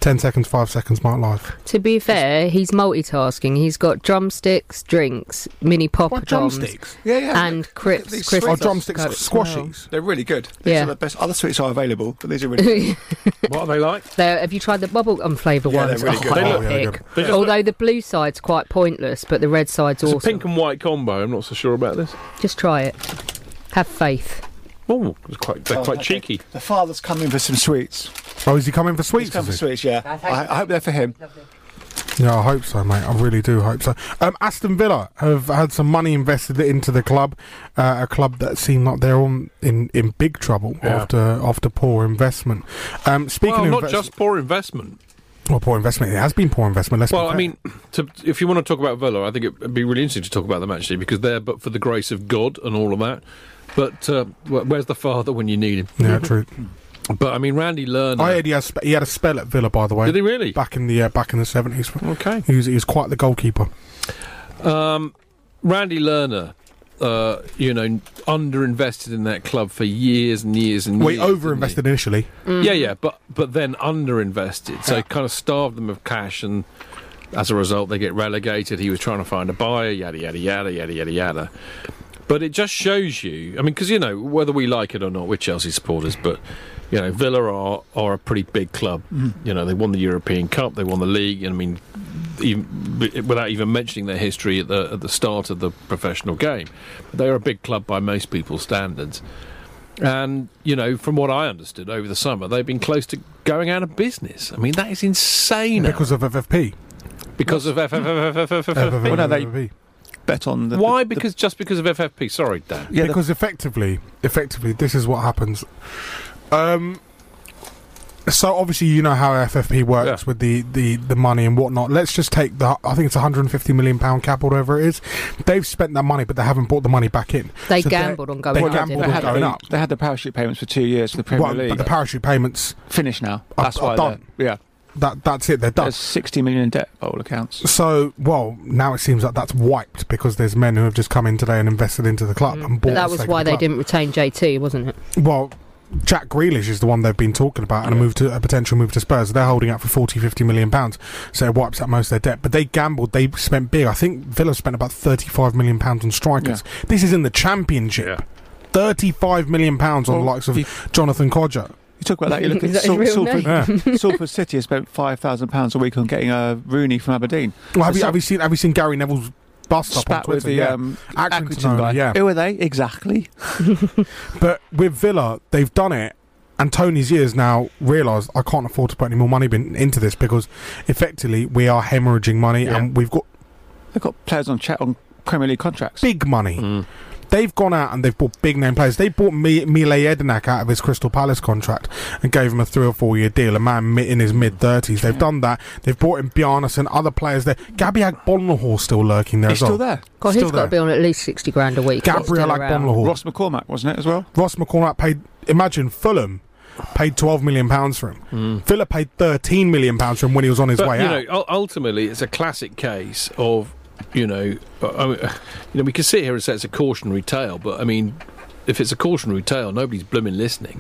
Speaker 2: 10 seconds, 5 seconds, might live.
Speaker 4: To be fair, he's multitasking. He's got drumsticks, drinks, mini pop
Speaker 7: drumsticks? Yeah, yeah.
Speaker 4: And crisps. crisps
Speaker 13: Oh,
Speaker 4: Coke as well.
Speaker 7: They're really good. These
Speaker 4: Yeah.
Speaker 7: are the best. Other sweets are available, but these are really good.
Speaker 3: what are they like?
Speaker 4: Though, have you tried the bubblegum flavour
Speaker 7: Yeah,
Speaker 4: ones?
Speaker 7: they're really
Speaker 4: Oh,
Speaker 7: good. They look-
Speaker 4: epic.
Speaker 7: They look- they just
Speaker 4: Although the blue side's quite pointless, but the red side's
Speaker 3: It's a
Speaker 4: awesome.
Speaker 3: pink and white combo. I'm not so sure about this.
Speaker 4: Just try it. Have faith.
Speaker 3: Oh, it's quite, they're
Speaker 7: Oh,
Speaker 3: quite
Speaker 7: okay.
Speaker 3: cheeky.
Speaker 7: The father's coming for some sweets.
Speaker 2: Oh, is he coming for sweets?
Speaker 7: He's coming for
Speaker 2: is he?
Speaker 7: sweets, yeah. I, I hope they're for him.
Speaker 2: Yeah, I hope so, mate. I really do hope so. Um, Aston Villa have had some money invested into the club, uh, a club that seem like they're on in, in big trouble
Speaker 3: Yeah.
Speaker 2: after after poor investment. Um, speaking
Speaker 3: well,
Speaker 2: of
Speaker 3: not
Speaker 2: invest-
Speaker 3: just poor investment.
Speaker 2: well, poor investment, it has been poor investment. Let's be
Speaker 3: Well, I
Speaker 2: fair.
Speaker 3: mean, to, if you want to talk about Villa, I think it would be really interesting to talk about them actually because they're but for the grace of God and all of that. But uh, wh- where's the father when you need him?
Speaker 2: Yeah, true.
Speaker 3: But I mean, Randy Lerner.
Speaker 2: I heard he, has spe- he had a spell at Villa, by the way.
Speaker 3: Did he really?
Speaker 2: Back in the uh, back in the seventies.
Speaker 3: Okay,
Speaker 2: he was, he was quite the goalkeeper.
Speaker 3: Um, Randy Lerner uh, you know, underinvested in that club for years and years and
Speaker 2: We
Speaker 3: years. didn't
Speaker 2: overinvested initially.
Speaker 3: Yeah, yeah, but but then underinvested, so kind of starved them of cash, and as a result, they get relegated. He was trying to find a buyer, yada yada yada yada yada yada. But it just shows you, I mean, because you know whether we like it or not, we're Chelsea supporters, but you know Villa are are a pretty big club.
Speaker 17: Mhm.
Speaker 3: You know they won the European Cup, they won the league, and I mean, even, wi- without even mentioning their history at the at the start of the professional game, they are a big club by most people's standards. And, you know, from what I understood over the summer, they've been close to going out of business. I mean, that is insane.
Speaker 2: Because of FFP.
Speaker 3: Because of FFP.
Speaker 2: Well, no, they
Speaker 7: bet on the.
Speaker 3: Why? Because just because of FFP. Sorry, Dan.
Speaker 2: because effectively, effectively, this is what happens. Um, so obviously, you know how FFP works with the, the, the money and whatnot. Let's just take the I think it's 150 million pound cap or whatever it is. They've spent that money, but they haven't brought the money back in.
Speaker 4: They
Speaker 2: they're-
Speaker 4: gambled on going
Speaker 2: They
Speaker 4: up,
Speaker 2: gambled
Speaker 4: didn't
Speaker 2: on
Speaker 4: they?
Speaker 2: going
Speaker 7: the,
Speaker 2: up.
Speaker 7: They had the parachute payments for two years for the Premier
Speaker 2: Well,
Speaker 7: League.
Speaker 2: but the parachute payments
Speaker 7: finished now.
Speaker 2: are-
Speaker 7: That's
Speaker 2: are
Speaker 7: why.
Speaker 2: done.
Speaker 7: they're- Yeah.
Speaker 2: That that's it. They're done.
Speaker 7: There's 60 million in debt by all accounts.
Speaker 2: So, well, now it seems like that's wiped because there's men who have just come in today and invested into the club and bought.
Speaker 4: But Mm. that
Speaker 2: the
Speaker 4: was
Speaker 2: sake of
Speaker 4: why
Speaker 2: the
Speaker 4: they
Speaker 2: club.
Speaker 4: didn't retain JT, wasn't it?
Speaker 2: Well, Jack Grealish is the one they've been talking about and a move to a potential move to Spurs. They're holding out for 40, 50 million pounds, so it wipes out most of their debt. But they gambled, they spent big. I think Villa spent about 35 million pounds on strikers. This is in the Championship. 35 million pounds on the likes of Jonathan Codger.
Speaker 7: You talk about that. You look at
Speaker 2: Is that his
Speaker 7: Sal-
Speaker 2: real
Speaker 7: Salford,
Speaker 2: name?
Speaker 7: Salford City has spent five thousand pounds a week on getting uh, Rooney from Aberdeen.
Speaker 2: Well, have, you, have you seen have you seen Gary Neville's bust up on
Speaker 7: Spat
Speaker 2: Twitter?
Speaker 7: with the
Speaker 2: yeah.
Speaker 7: um,
Speaker 2: Accrington
Speaker 7: Accrington
Speaker 2: owner,
Speaker 7: guy.
Speaker 2: yeah.
Speaker 7: Who are they exactly?
Speaker 2: But with Villa, they've done it, and Tony's years now realised I can't afford to put any more money bin- into this because effectively we are hemorrhaging money and we've got
Speaker 7: they've got players on chat on Premier League contracts,
Speaker 2: big money. They've gone out and they've bought big name players. They bought Mi- Mile Jedinak out of his Crystal Palace contract and gave him a three or four year deal. A man mi- in his mid thirties. They've done that. They've brought in Bjarnason and other players there. Gabiag Bonlahor still lurking there. as well.
Speaker 4: God,
Speaker 2: Still
Speaker 4: he's got to
Speaker 2: there.
Speaker 4: be on at least sixty grand a week.
Speaker 2: Gabriel Agbonlahor.
Speaker 7: Ross McCormack, wasn't it, as well?
Speaker 2: Ross McCormack paid, imagine, Fulham paid £12 million for him. Villa paid £13 million for him when he was on his
Speaker 3: but,
Speaker 2: way
Speaker 3: you
Speaker 2: out.
Speaker 3: know, ul- ultimately, it's a classic case of, you know, uh, I mean, you know, we can sit here and say it's a cautionary tale, but I mean, if it's a cautionary tale, nobody's blooming listening.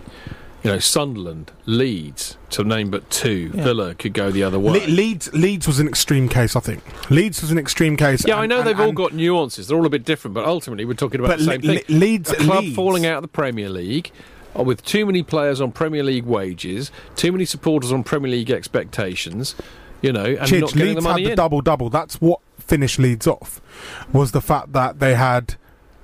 Speaker 3: You know, Sunderland, Leeds, to name but two,
Speaker 2: Yeah.
Speaker 3: Villa could go the other way.
Speaker 2: Le- Leeds, Leeds was an extreme case, I think. Leeds was an extreme case.
Speaker 3: Yeah, I
Speaker 2: and-
Speaker 3: know
Speaker 2: and-
Speaker 3: they've all
Speaker 2: and-
Speaker 3: got nuances. They're all a bit different, but ultimately we're talking about
Speaker 2: But
Speaker 3: the same
Speaker 2: Le-
Speaker 3: thing.
Speaker 2: Le- Leeds-
Speaker 3: a club
Speaker 2: Leeds-
Speaker 3: falling out of the Premier League uh, with too many players on Premier League wages, too many supporters on Premier League expectations. You know, and
Speaker 2: Chidge,
Speaker 3: not getting
Speaker 2: Leeds
Speaker 3: the money
Speaker 2: had the
Speaker 3: in.
Speaker 2: double double. That's what finished Leeds off, was the fact that they had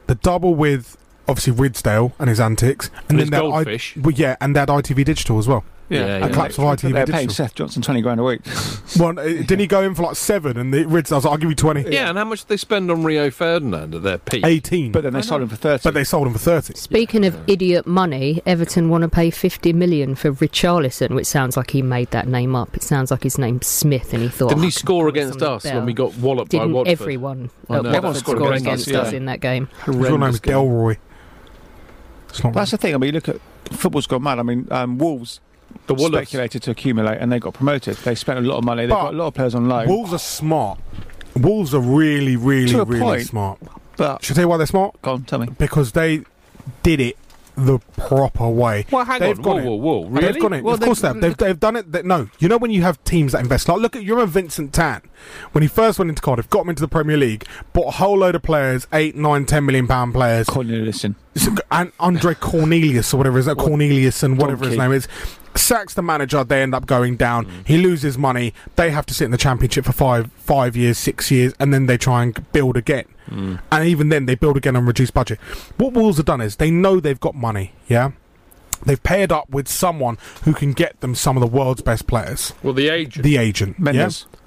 Speaker 2: the double with obviously Ridsdale and his antics, and,
Speaker 7: And his
Speaker 2: then they had
Speaker 7: goldfish.
Speaker 2: I, well, yeah, and they had ITV Digital as well. a collapse of ITV
Speaker 7: They're
Speaker 2: Digital.
Speaker 7: paying Seth Johnson twenty grand a week.
Speaker 2: Well, uh, didn't he go in for like seven? And the Rids, I was like, I'll give you 20.
Speaker 3: Yeah, and how much did they spend on Rio Ferdinand at their peak?
Speaker 2: 18. But
Speaker 7: then
Speaker 3: they sold
Speaker 7: him for 30.
Speaker 2: But they sold him for 30.
Speaker 4: Speaking of idiot money, Everton want to pay 50 million for Richarlison, which sounds like he made that name up. It sounds like his name's Smith and he thought.
Speaker 3: Didn't
Speaker 4: "Oh,
Speaker 3: he score against us when we got walloped by
Speaker 4: Didn't
Speaker 3: Watford?
Speaker 4: everyone
Speaker 3: I
Speaker 4: at
Speaker 3: know.
Speaker 4: Watford score against us
Speaker 7: yeah.
Speaker 4: in that game?
Speaker 2: His name's Delroy. It's not
Speaker 7: That's the thing. I mean, look at football's gone mad. I mean, um, Wolves.
Speaker 3: The Wolves.
Speaker 7: speculated to accumulate, and they got promoted. They spent a lot of money. They've
Speaker 2: But
Speaker 7: got a lot of players on loan.
Speaker 2: Wolves are smart. Wolves are really, really,
Speaker 7: To a
Speaker 2: really
Speaker 7: point,
Speaker 2: smart.
Speaker 7: But
Speaker 2: should I tell you why they're smart?
Speaker 7: Go on, tell me.
Speaker 2: Because they did it the proper way.
Speaker 3: Well, hang
Speaker 2: they've
Speaker 3: on.
Speaker 2: Got
Speaker 3: Whoa,
Speaker 2: it.
Speaker 3: whoa, whoa.
Speaker 2: And They've
Speaker 3: Really?
Speaker 2: got it.
Speaker 3: Well,
Speaker 2: of course they
Speaker 3: they-
Speaker 2: have. They've, they've done it. That, no, you know when you have teams that invest. Like, look at you remember Vincent Tan when he first went into Cardiff, got him into the Premier League, bought a whole load of players, eight, nine, ten million pound players.
Speaker 7: Corneliuson
Speaker 2: and Andre Cornelius or whatever is that Cornelius and whatever his
Speaker 7: Donkey.
Speaker 2: name is. Sacks the manager, they end up going down. He loses money. They have to sit in the championship for five, five years, six years, and then they try and build again. And even then, they build again on reduced budget. What Wolves have done is they know they've got money. Yeah, they've paired up with someone who can get them some of the world's best players.
Speaker 3: Well, the agent.
Speaker 2: The agent,
Speaker 7: Mendes.
Speaker 2: yeah?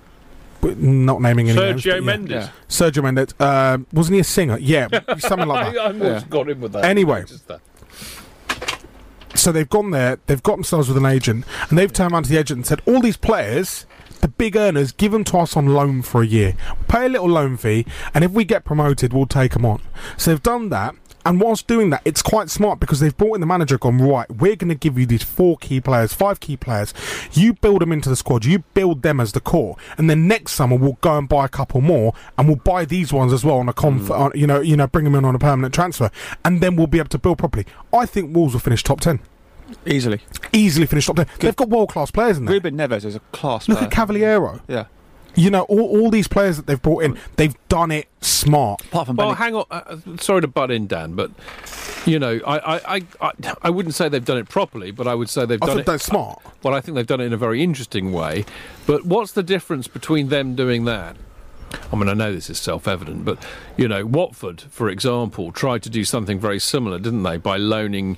Speaker 2: But not naming any names,
Speaker 3: Sergio
Speaker 2: but yeah.
Speaker 3: Mendes.
Speaker 2: Sergio Mendes. Uh, wasn't he a singer? Yeah, something like that.
Speaker 3: I almost
Speaker 2: Yeah.
Speaker 3: got in with that.
Speaker 2: Anyway.
Speaker 3: Just that.
Speaker 2: So they've gone there, they've got themselves with an agent, and they've turned around to the agent and said, All these players, the big earners, give them to us on loan for a year. Pay a little loan fee, and if we get promoted, we'll take them on. So they've done that. And whilst doing that, it's quite smart because they've brought in the manager, gone right. We're going to give you these four key players, five key players. You build them into the squad. You build them as the core, and then next summer we'll go and buy a couple more, and we'll buy these ones as well on a conf.
Speaker 7: Mm.
Speaker 2: On, you know, you know, bring them in on a permanent transfer, and then we'll be able to build properly. I think Wolves will finish top ten.
Speaker 7: Easily.
Speaker 2: Easily finish top ten. They've got world class players in there.
Speaker 7: Ruben Neves is a class.
Speaker 2: Look
Speaker 7: player.
Speaker 2: at Cavaliero.
Speaker 7: Yeah.
Speaker 2: You know, all, all these players that they've brought in, they've done it smart.
Speaker 7: Apart from
Speaker 3: Well, hang on. Uh, uh, sorry to butt in, Dan, but you know, I, I, I, I- I wouldn't say they've done it properly, but I would say they've
Speaker 2: I
Speaker 3: done
Speaker 2: thought
Speaker 3: it.
Speaker 2: that's smart.
Speaker 3: well, I think they've done it in a very interesting way. But what's the difference between them doing that? I mean, I know this is self-evident, but you know, Watford, for example, tried to do something very similar, didn't they, by loaning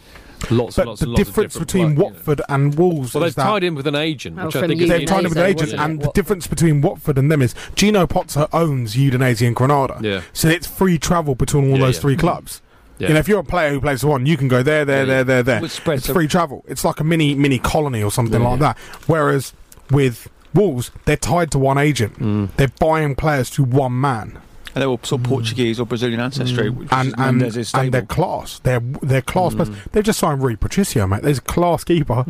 Speaker 3: lots and
Speaker 2: But
Speaker 3: lots
Speaker 2: the
Speaker 3: and lots
Speaker 2: difference
Speaker 3: of different
Speaker 2: between Watford and Wolves
Speaker 3: Well,
Speaker 2: is
Speaker 3: they've
Speaker 2: that
Speaker 3: tied in with an agent, which I think is
Speaker 2: they've tied up with an agent, and the difference between Watford and them is Gino Pozzo owns Udinese and Granada.
Speaker 3: Yeah.
Speaker 2: So it's free travel between all
Speaker 3: Yeah,
Speaker 2: those
Speaker 3: yeah.
Speaker 2: three
Speaker 3: Mm.
Speaker 2: clubs.
Speaker 3: Yeah.
Speaker 2: You know, if you're a player who plays for one, you can go there, there,
Speaker 3: Yeah,
Speaker 2: there,
Speaker 3: yeah.
Speaker 2: there, there.
Speaker 3: Which spreads
Speaker 2: It's
Speaker 3: the-
Speaker 2: free travel. It's like a mini mini colony or something
Speaker 3: Yeah,
Speaker 2: like
Speaker 3: yeah.
Speaker 2: that. Whereas with Wolves, they're tied to one agent.
Speaker 3: Mm.
Speaker 2: They're buying players to one man.
Speaker 7: And they're all sort of Portuguese or Brazilian ancestry, which
Speaker 2: Hmm. And
Speaker 7: is
Speaker 2: and,
Speaker 7: Mendes' stable.
Speaker 2: and they're class. They're they're class.
Speaker 3: Mm.
Speaker 2: players. They've just signed Rui Patricio, mate. There's a class keeper.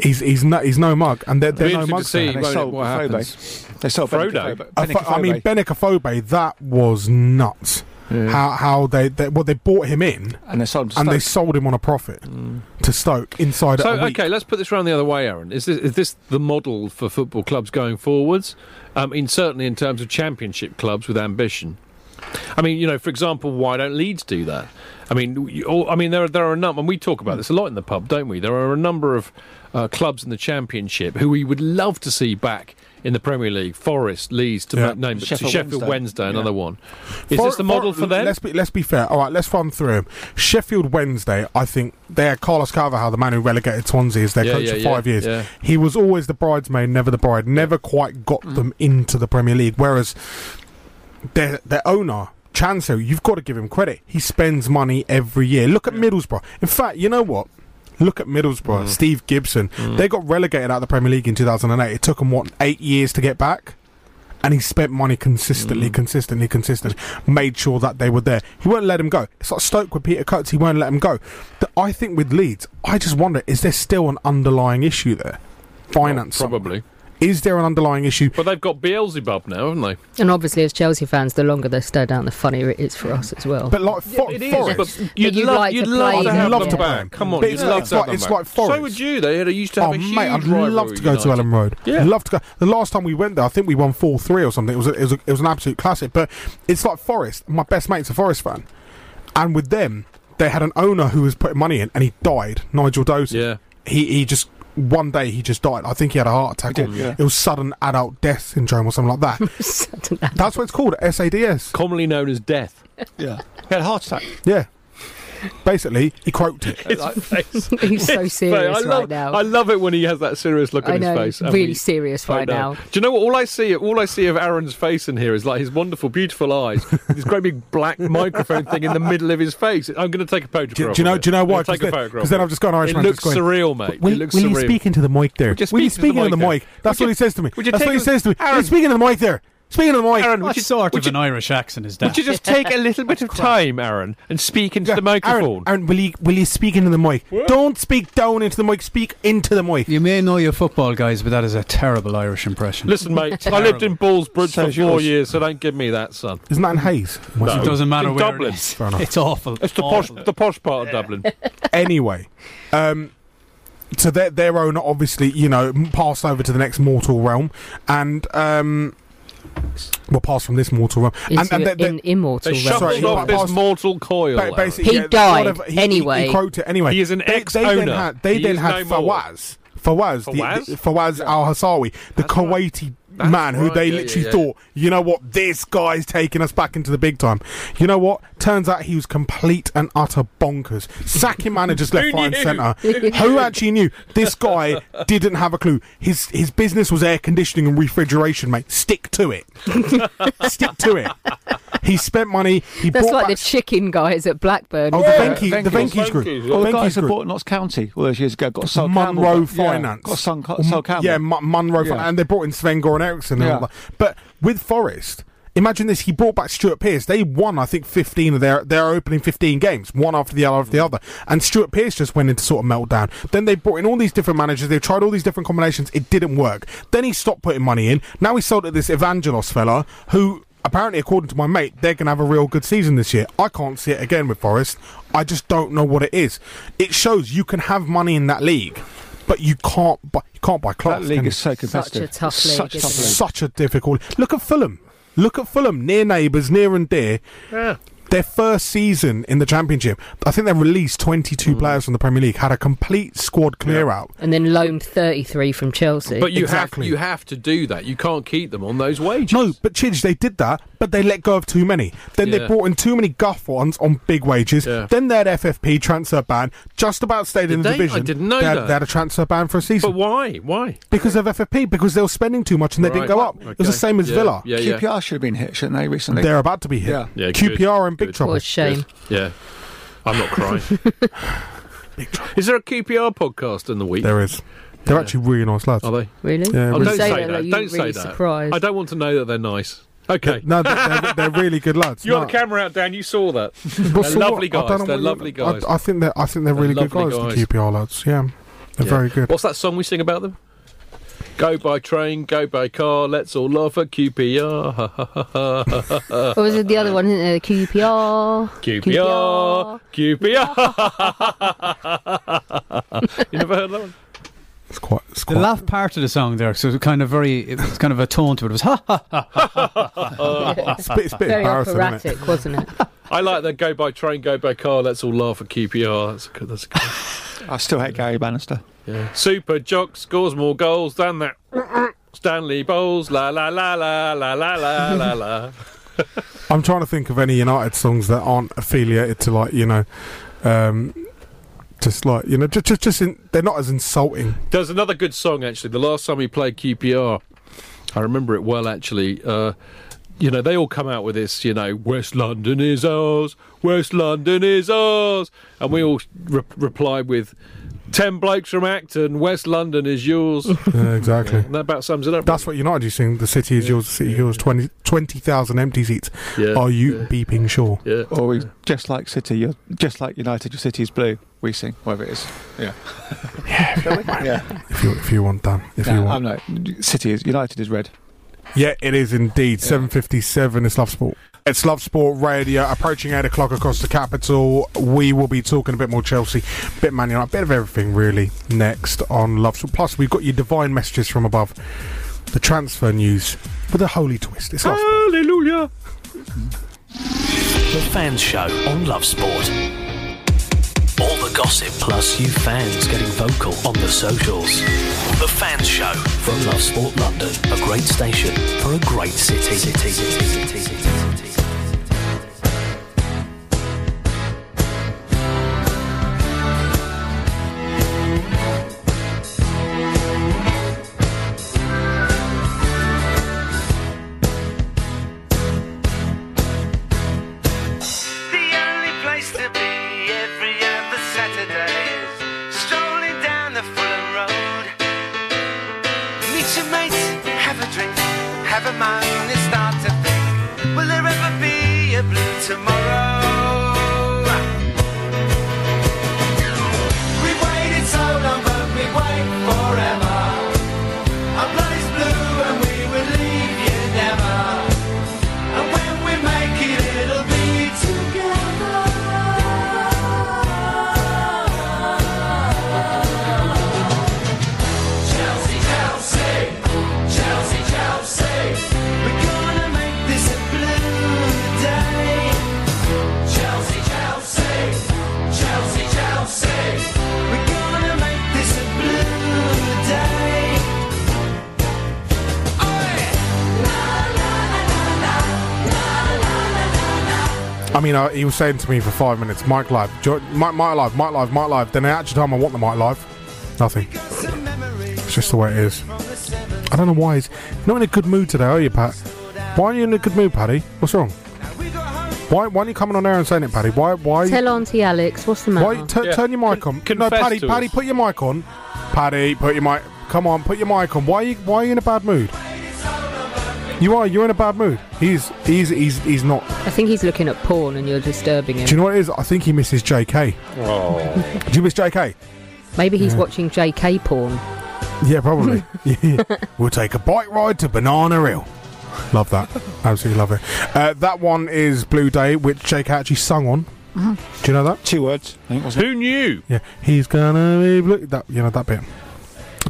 Speaker 2: He's he's no he's no mug, and they're, they're
Speaker 3: It'll
Speaker 2: no
Speaker 3: Mm. be interesting to
Speaker 2: mugs.
Speaker 3: see
Speaker 2: there.
Speaker 3: won't it, what happens.
Speaker 7: Fobe. They sold Frodo.
Speaker 3: Frodo.
Speaker 2: I fo- I mean, Benicophobe, that was nuts. How how they, they well they bought him in
Speaker 7: and they sold him to
Speaker 2: and they
Speaker 7: Stoke. Mm.
Speaker 2: sold him on a profit to Stoke inside
Speaker 3: So
Speaker 2: a week.
Speaker 3: okay, let's put this round the other way, Aaron. Is this, is this the model for football clubs going forwards? Um, in certainly in terms of championship clubs with ambition. I mean, you know, for example, why don't Leeds do that? I mean, you, all- I mean, there are, there are a number, and we talk about this a lot in the pub, don't we? There are a number of uh, clubs in the championship who we would love to see back in the Premier League. Forest, Leeds, to
Speaker 2: Yeah.
Speaker 3: ma- name
Speaker 2: Sheffield
Speaker 3: Sheffield, Sheffield
Speaker 2: Wednesday.
Speaker 3: Wednesday, another one. Is
Speaker 2: For-
Speaker 3: this the model for, them?
Speaker 2: Let's be let's be fair. All right, let's run through them. Sheffield Wednesday, I think they're Carlos Carvajal, the man who relegated Swansea, is their
Speaker 3: Yeah,
Speaker 2: coach
Speaker 3: yeah,
Speaker 2: for
Speaker 3: yeah,
Speaker 2: five years.
Speaker 3: yeah.
Speaker 2: He was always the bridesmaid, never the bride. Never quite got
Speaker 3: Mm.
Speaker 2: them into the Premier League. Whereas their their owner. Chancellor, you've got to give him credit. He spends money every year. Look at Middlesbrough. In fact, you know what? Look at Middlesbrough.
Speaker 3: Mm.
Speaker 2: Steve Gibson. They got relegated out of the Premier League in 2008. It took them, what, eight years to get back? and he spent money
Speaker 3: Mm.
Speaker 2: consistently, consistently, consistently, made sure that they were there. He won't let him go. It's like Stoke with Peter Coates, he won't let him go. The, I think with Leeds, I just wonder is there still an underlying issue there? Finance. somewhere.
Speaker 3: Probably.
Speaker 2: Is there an underlying issue?
Speaker 3: But they've got Beelzebub now, haven't they?
Speaker 4: And obviously, as Chelsea fans, the longer they stay down, the funnier it is for us as well.
Speaker 2: But like
Speaker 3: Yeah,
Speaker 2: Fo-
Speaker 3: it is,
Speaker 2: Forest,
Speaker 3: but you'd, love, you'd love to have them back. Come on,
Speaker 2: But
Speaker 3: you'd
Speaker 2: it's,
Speaker 3: love
Speaker 2: it's
Speaker 3: to have
Speaker 2: like
Speaker 3: them
Speaker 2: it's
Speaker 3: back.
Speaker 2: like
Speaker 3: So
Speaker 2: Forest.
Speaker 3: would you? They had- used to have
Speaker 2: Oh
Speaker 3: a huge
Speaker 2: mate, I'd
Speaker 3: rivalry
Speaker 2: love to go to
Speaker 3: United.
Speaker 2: Ellen Road.
Speaker 3: Yeah.
Speaker 2: Love to go. The last time we went there, I think we won four three or something. It was a, it was a, it was an absolute classic. But it's like Forest. My best mate's a Forest fan, and with them, they had an owner who was putting money in, and he died. Nigel Dose.
Speaker 3: Yeah.
Speaker 2: He he just. One day he just died. I think he had a heart attack.
Speaker 3: He did,
Speaker 2: or
Speaker 3: yeah.
Speaker 2: It was sudden adult death syndrome or something like that. That's what it's called, SADS.
Speaker 3: Commonly known as death.
Speaker 7: Yeah. He had a heart attack.
Speaker 2: Yeah. Basically, he croaked it.
Speaker 4: He's so
Speaker 3: His face.
Speaker 4: serious
Speaker 3: I
Speaker 4: right
Speaker 3: love,
Speaker 4: now.
Speaker 3: I love it when he has that serious look
Speaker 4: I
Speaker 3: on
Speaker 4: know,
Speaker 3: his face. and
Speaker 4: really
Speaker 3: we-
Speaker 4: serious
Speaker 3: I
Speaker 4: right
Speaker 3: know.
Speaker 4: now.
Speaker 3: Do you know what? All I see, all I see of Aaron's face in here is like his wonderful, beautiful eyes, with this great big black microphone thing in the middle of his face. I'm going to take a photograph.
Speaker 2: Do, do you know?
Speaker 3: of it.
Speaker 2: Do you know
Speaker 3: I'm
Speaker 2: why?
Speaker 3: gonna Take a
Speaker 2: then,
Speaker 3: photograph.
Speaker 2: 'cause then
Speaker 3: of
Speaker 2: I've just got an Irish
Speaker 3: it
Speaker 2: man
Speaker 3: looks
Speaker 2: just going,
Speaker 3: surreal, mate.
Speaker 2: Will,
Speaker 3: it looks
Speaker 2: will
Speaker 3: surreal.
Speaker 2: you speak into the mic there?
Speaker 3: Would you
Speaker 2: will you
Speaker 3: speak into
Speaker 2: speak
Speaker 3: the
Speaker 2: into the
Speaker 3: mic
Speaker 2: mic?
Speaker 3: there?
Speaker 2: That's
Speaker 3: Would
Speaker 2: what
Speaker 3: you-
Speaker 2: he says to me.
Speaker 3: would you
Speaker 2: That's
Speaker 3: take
Speaker 2: what he
Speaker 3: a-
Speaker 2: says to me.
Speaker 3: Aaron-
Speaker 2: Aaron, speaking into the mic there. Speaking into the mic.
Speaker 3: Aaron, would you,
Speaker 13: sort
Speaker 3: would
Speaker 13: of
Speaker 3: you-
Speaker 13: an Irish accent is that?
Speaker 3: would you just take a little bit of time, Aaron, and speak into the microphone?
Speaker 2: Aaron, will you will you speak into the mic? Don't speak down into the mic. Speak into the mic.
Speaker 13: You may know your football guys, but that is a terrible Irish impression.
Speaker 3: Listen, mate, I lived in Ballsbridge for four years, so don't give me that, son.
Speaker 2: Isn't that in Hayes?
Speaker 3: No.
Speaker 13: It doesn't matter
Speaker 3: In
Speaker 13: where
Speaker 3: Dublin.
Speaker 13: it is.
Speaker 3: Fair enough.
Speaker 13: It's awful.
Speaker 3: It's the posh, the posh part of Dublin.
Speaker 2: anyway, um, so their their owner obviously you know m- passed over to the next mortal realm, and um, well, passed from this mortal realm,
Speaker 4: Into
Speaker 2: and, and
Speaker 4: an immortal
Speaker 3: They shuffled
Speaker 2: Sorry, he
Speaker 3: off this
Speaker 2: passed-
Speaker 3: mortal coil.
Speaker 2: Ba-
Speaker 3: Aaron.
Speaker 2: basically, yeah, whatever, he- he- He, quote it anyway.
Speaker 3: He is an
Speaker 2: They- They
Speaker 3: ex-owner.
Speaker 2: then had, they
Speaker 3: He
Speaker 2: then
Speaker 3: is
Speaker 2: had
Speaker 3: no more.
Speaker 2: Fawaz. Fawaz, the-
Speaker 3: Fawaz?
Speaker 2: the- Fawaz Al Hassawi, the Kuwaiti man who
Speaker 3: right,
Speaker 2: they
Speaker 3: yeah, yeah,
Speaker 2: literally
Speaker 3: yeah.
Speaker 2: thought, you know what, this guy's taking us back into the big time. You know what? Turns out he was complete and utter bonkers. Sacking managers left,
Speaker 18: Who
Speaker 2: right, and
Speaker 18: knew?
Speaker 2: centre.
Speaker 18: Who
Speaker 2: who actually knew? This guy didn't have a clue. His his business was air conditioning and refrigeration, mate. Stick to it. Stick to it. He spent money. He
Speaker 4: That's
Speaker 2: bought
Speaker 4: like
Speaker 2: back
Speaker 4: the chicken guys at Blackburn.
Speaker 2: Oh, the
Speaker 7: Yeah.
Speaker 2: Venki, the
Speaker 7: Venkis.
Speaker 2: Venki's group.
Speaker 7: Well, the guys
Speaker 2: Venki's
Speaker 7: that
Speaker 2: group.
Speaker 7: bought Notts County all those years ago got sold
Speaker 2: Munro Finance.
Speaker 7: Got sold,
Speaker 2: Or
Speaker 7: sold
Speaker 2: Mun- Yeah, Mu- Munro
Speaker 7: Yeah.
Speaker 2: Finance. And they brought in Sven Goran Eriksson and
Speaker 7: Yeah.
Speaker 2: all that. But with Forest, Imagine this: he brought back Stuart Pearce. They won, I think, fifteen of their their opening fifteen games, one after the other after
Speaker 7: Mm.
Speaker 2: the other. And Stuart Pearce just went into sort of meltdown. Then they brought in all these different managers. They tried all these different combinations. It didn't work. Then he stopped putting money in. Now he sold it to this Evangelos fella who. Apparently, according to my mate, they're going to have a real good season this year. I can't see it again with Forest. I just don't know what it is. It shows you can have money in that league, but you can't buy, you can't buy class.
Speaker 7: league
Speaker 2: can
Speaker 7: is so
Speaker 2: you?
Speaker 7: competitive. Such a tough
Speaker 2: Such,
Speaker 7: league,
Speaker 2: tough
Speaker 7: isn't it?
Speaker 2: such a difficult. Look at Fulham. Look at Fulham, near neighbours, near and dear. Their first season in the Championship, I think they released 22
Speaker 7: Mm.
Speaker 2: players from the Premier League, had a complete squad clear out.
Speaker 4: and then loaned 33 from Chelsea.
Speaker 3: But you have you have to do that. You can't keep them on those wages.
Speaker 2: No, but Chidge, they did that, but they let go of too many. Then they
Speaker 3: Yeah.
Speaker 2: brought in too many guff ones on big wages.
Speaker 3: Yeah.
Speaker 2: Then they had FFP transfer ban, just about stayed in the
Speaker 3: Did they? I
Speaker 2: division.
Speaker 3: didn't know
Speaker 2: they had,
Speaker 3: that.
Speaker 2: they had a transfer ban for a season.
Speaker 3: But why? Why?
Speaker 2: Because of FFP, because they were spending too much and they didn't
Speaker 3: Right.
Speaker 2: go up. It was
Speaker 3: Okay.
Speaker 2: the same as
Speaker 3: Yeah.
Speaker 2: Villa.
Speaker 3: Yeah, yeah.
Speaker 7: QPR should have been hit, shouldn't they, recently?
Speaker 2: They're about to be hit.
Speaker 7: Yeah.
Speaker 3: Yeah,
Speaker 2: QPR
Speaker 3: good,
Speaker 2: in big
Speaker 3: good.
Speaker 2: trouble.
Speaker 4: What a shame.
Speaker 3: Yeah, I'm not crying. is there a QPR podcast in the week?
Speaker 2: There is. They're actually really nice lads.
Speaker 3: Are they?
Speaker 4: Really?
Speaker 2: Yeah,
Speaker 3: Oh,
Speaker 2: really-
Speaker 3: don't say, that.
Speaker 4: like you
Speaker 3: don't
Speaker 4: were
Speaker 3: say
Speaker 4: really
Speaker 3: that.
Speaker 4: surprised.
Speaker 3: I don't want to know that they're nice. Okay.
Speaker 2: No, they're, they're, they're really good lads.
Speaker 3: You're
Speaker 2: No.
Speaker 3: on the camera out, Dan. You saw that.
Speaker 2: Well,
Speaker 3: they're
Speaker 2: so what?
Speaker 3: lovely
Speaker 2: I
Speaker 3: guys.
Speaker 2: don't know
Speaker 3: They're
Speaker 2: what you-
Speaker 3: lovely guys.
Speaker 2: I, I think they're, I think they're
Speaker 3: They're
Speaker 2: really good guys,
Speaker 3: lovely guys.
Speaker 2: the QPR lads. Yeah, they're
Speaker 3: Yeah.
Speaker 2: very good.
Speaker 3: What's that song we sing about them? Go by train, go by car. Let's all laugh at QPR. Ha, ha, ha, ha, ha, ha.
Speaker 4: Or was it the
Speaker 3: Uh,
Speaker 4: other one? Isn't it? QPR.
Speaker 3: QPR, QPR. you never heard that one?
Speaker 2: It's quite. It's
Speaker 13: the laugh part of the song there, so it's kind of very, it's kind of a tone to it. It was ha ha ha ha ha ha. ha."
Speaker 4: Very operatic, wasn't it?
Speaker 3: I like the go by train, go by car. Let's all laugh at QPR. That's good. That's good.
Speaker 7: I still hate Gary Bannister.
Speaker 3: Yeah. Super jock scores more goals than that. Stanley Bowles. La la la la la la la la la.
Speaker 2: I'm trying to think of any United songs that aren't affiliated to like you know, um, just like you know, just just, just in, they're not as insulting.
Speaker 3: There's another good song actually. The last time we played QPR, I remember it well actually. Uh, you know, they all come out with this, you know, West London is ours, West London is ours. And we all re- reply with, 10 blokes from Acton, West London is yours.
Speaker 2: Yeah, exactly.
Speaker 3: And that about sums it up.
Speaker 2: That's what United you sing. The city is yours. The city is yours. 20 20,000 empty seats.
Speaker 3: Yeah,
Speaker 2: Are you beeping sure?
Speaker 3: Yeah.
Speaker 7: Or we just like City, you're just like United, your city is blue. We sing, whatever it is. Yeah. yeah.
Speaker 2: If you if you want Dan, if you
Speaker 7: No,
Speaker 2: want.
Speaker 7: I'm not. City is United is red.
Speaker 2: Yeah, it is indeed. 7.57, it's Love Sport. It's Love Sport Radio, approaching 8 o'clock across the capital. We will be talking a bit more Chelsea, bit Man United, bit of everything really next on Love Sport. Plus, we've got your divine messages from above, the transfer news with a holy twist. It's Love Sport.
Speaker 3: Hallelujah.
Speaker 1: The Fans Show on Love Sport. All the gossip plus you fans getting vocal on the socials. The Fans Show from Love Sport London. A great station for a great city. city, city, city, city, city.
Speaker 17: The only place to be every other Saturday is strolling down the Fulham Road. Meet your mates, have a drink, have a moan, and start to think. Will there ever be a blue tomorrow? We waited so long, but we wait forever. Our blood is blue, and we would leave you never. And when we make it, it'll be together. Chelsea, Chelsea, Chelsea, Chelsea. We're gonna make this a blue day. Chelsea, Chelsea, Chelsea, Chelsea. We're gonna make this a blue day.
Speaker 2: I mean, uh, he was saying to me for five minutes, Mike Live, jo- Mike, Mike Live, Mike Live, Mike Live. Then the actual time I want the Mike Live, nothing. It's just the way it is. I don't know why he's you're not in a good mood today, are you, Pat? Why aren't you in a good mood, Paddy? What's wrong? Why, why aren't you coming on air and saying it, Paddy? Why? Why?
Speaker 4: Tell Auntie Alex, what's the matter?
Speaker 2: why tu- Turn your mic on. no,
Speaker 4: confess
Speaker 2: Paddy,
Speaker 4: to
Speaker 2: Paddy,
Speaker 4: us.
Speaker 2: put your mic on. Paddy, put your mic. Come on, put your mic on. Why are you? Why are you in a bad mood? You are. You're in a bad mood. He's. He's. He's. He's not.
Speaker 4: I think he's looking at porn and you're disturbing him.
Speaker 2: Do you know what it is? I think he misses JK.
Speaker 4: Oh.
Speaker 2: Do you miss JK?
Speaker 4: Maybe he's
Speaker 2: Yeah.
Speaker 4: watching JK porn.
Speaker 2: Yeah, probably. Yeah. We'll take a bike ride to Banana Hill. Love that. Absolutely love it. Uh, that one is Blue Day, which Jake actually sung on.
Speaker 7: Mhm.
Speaker 2: Do you know that?
Speaker 7: Two words. I think was Who
Speaker 3: knew?
Speaker 2: Yeah, he's gonna be blue. That you know that bit.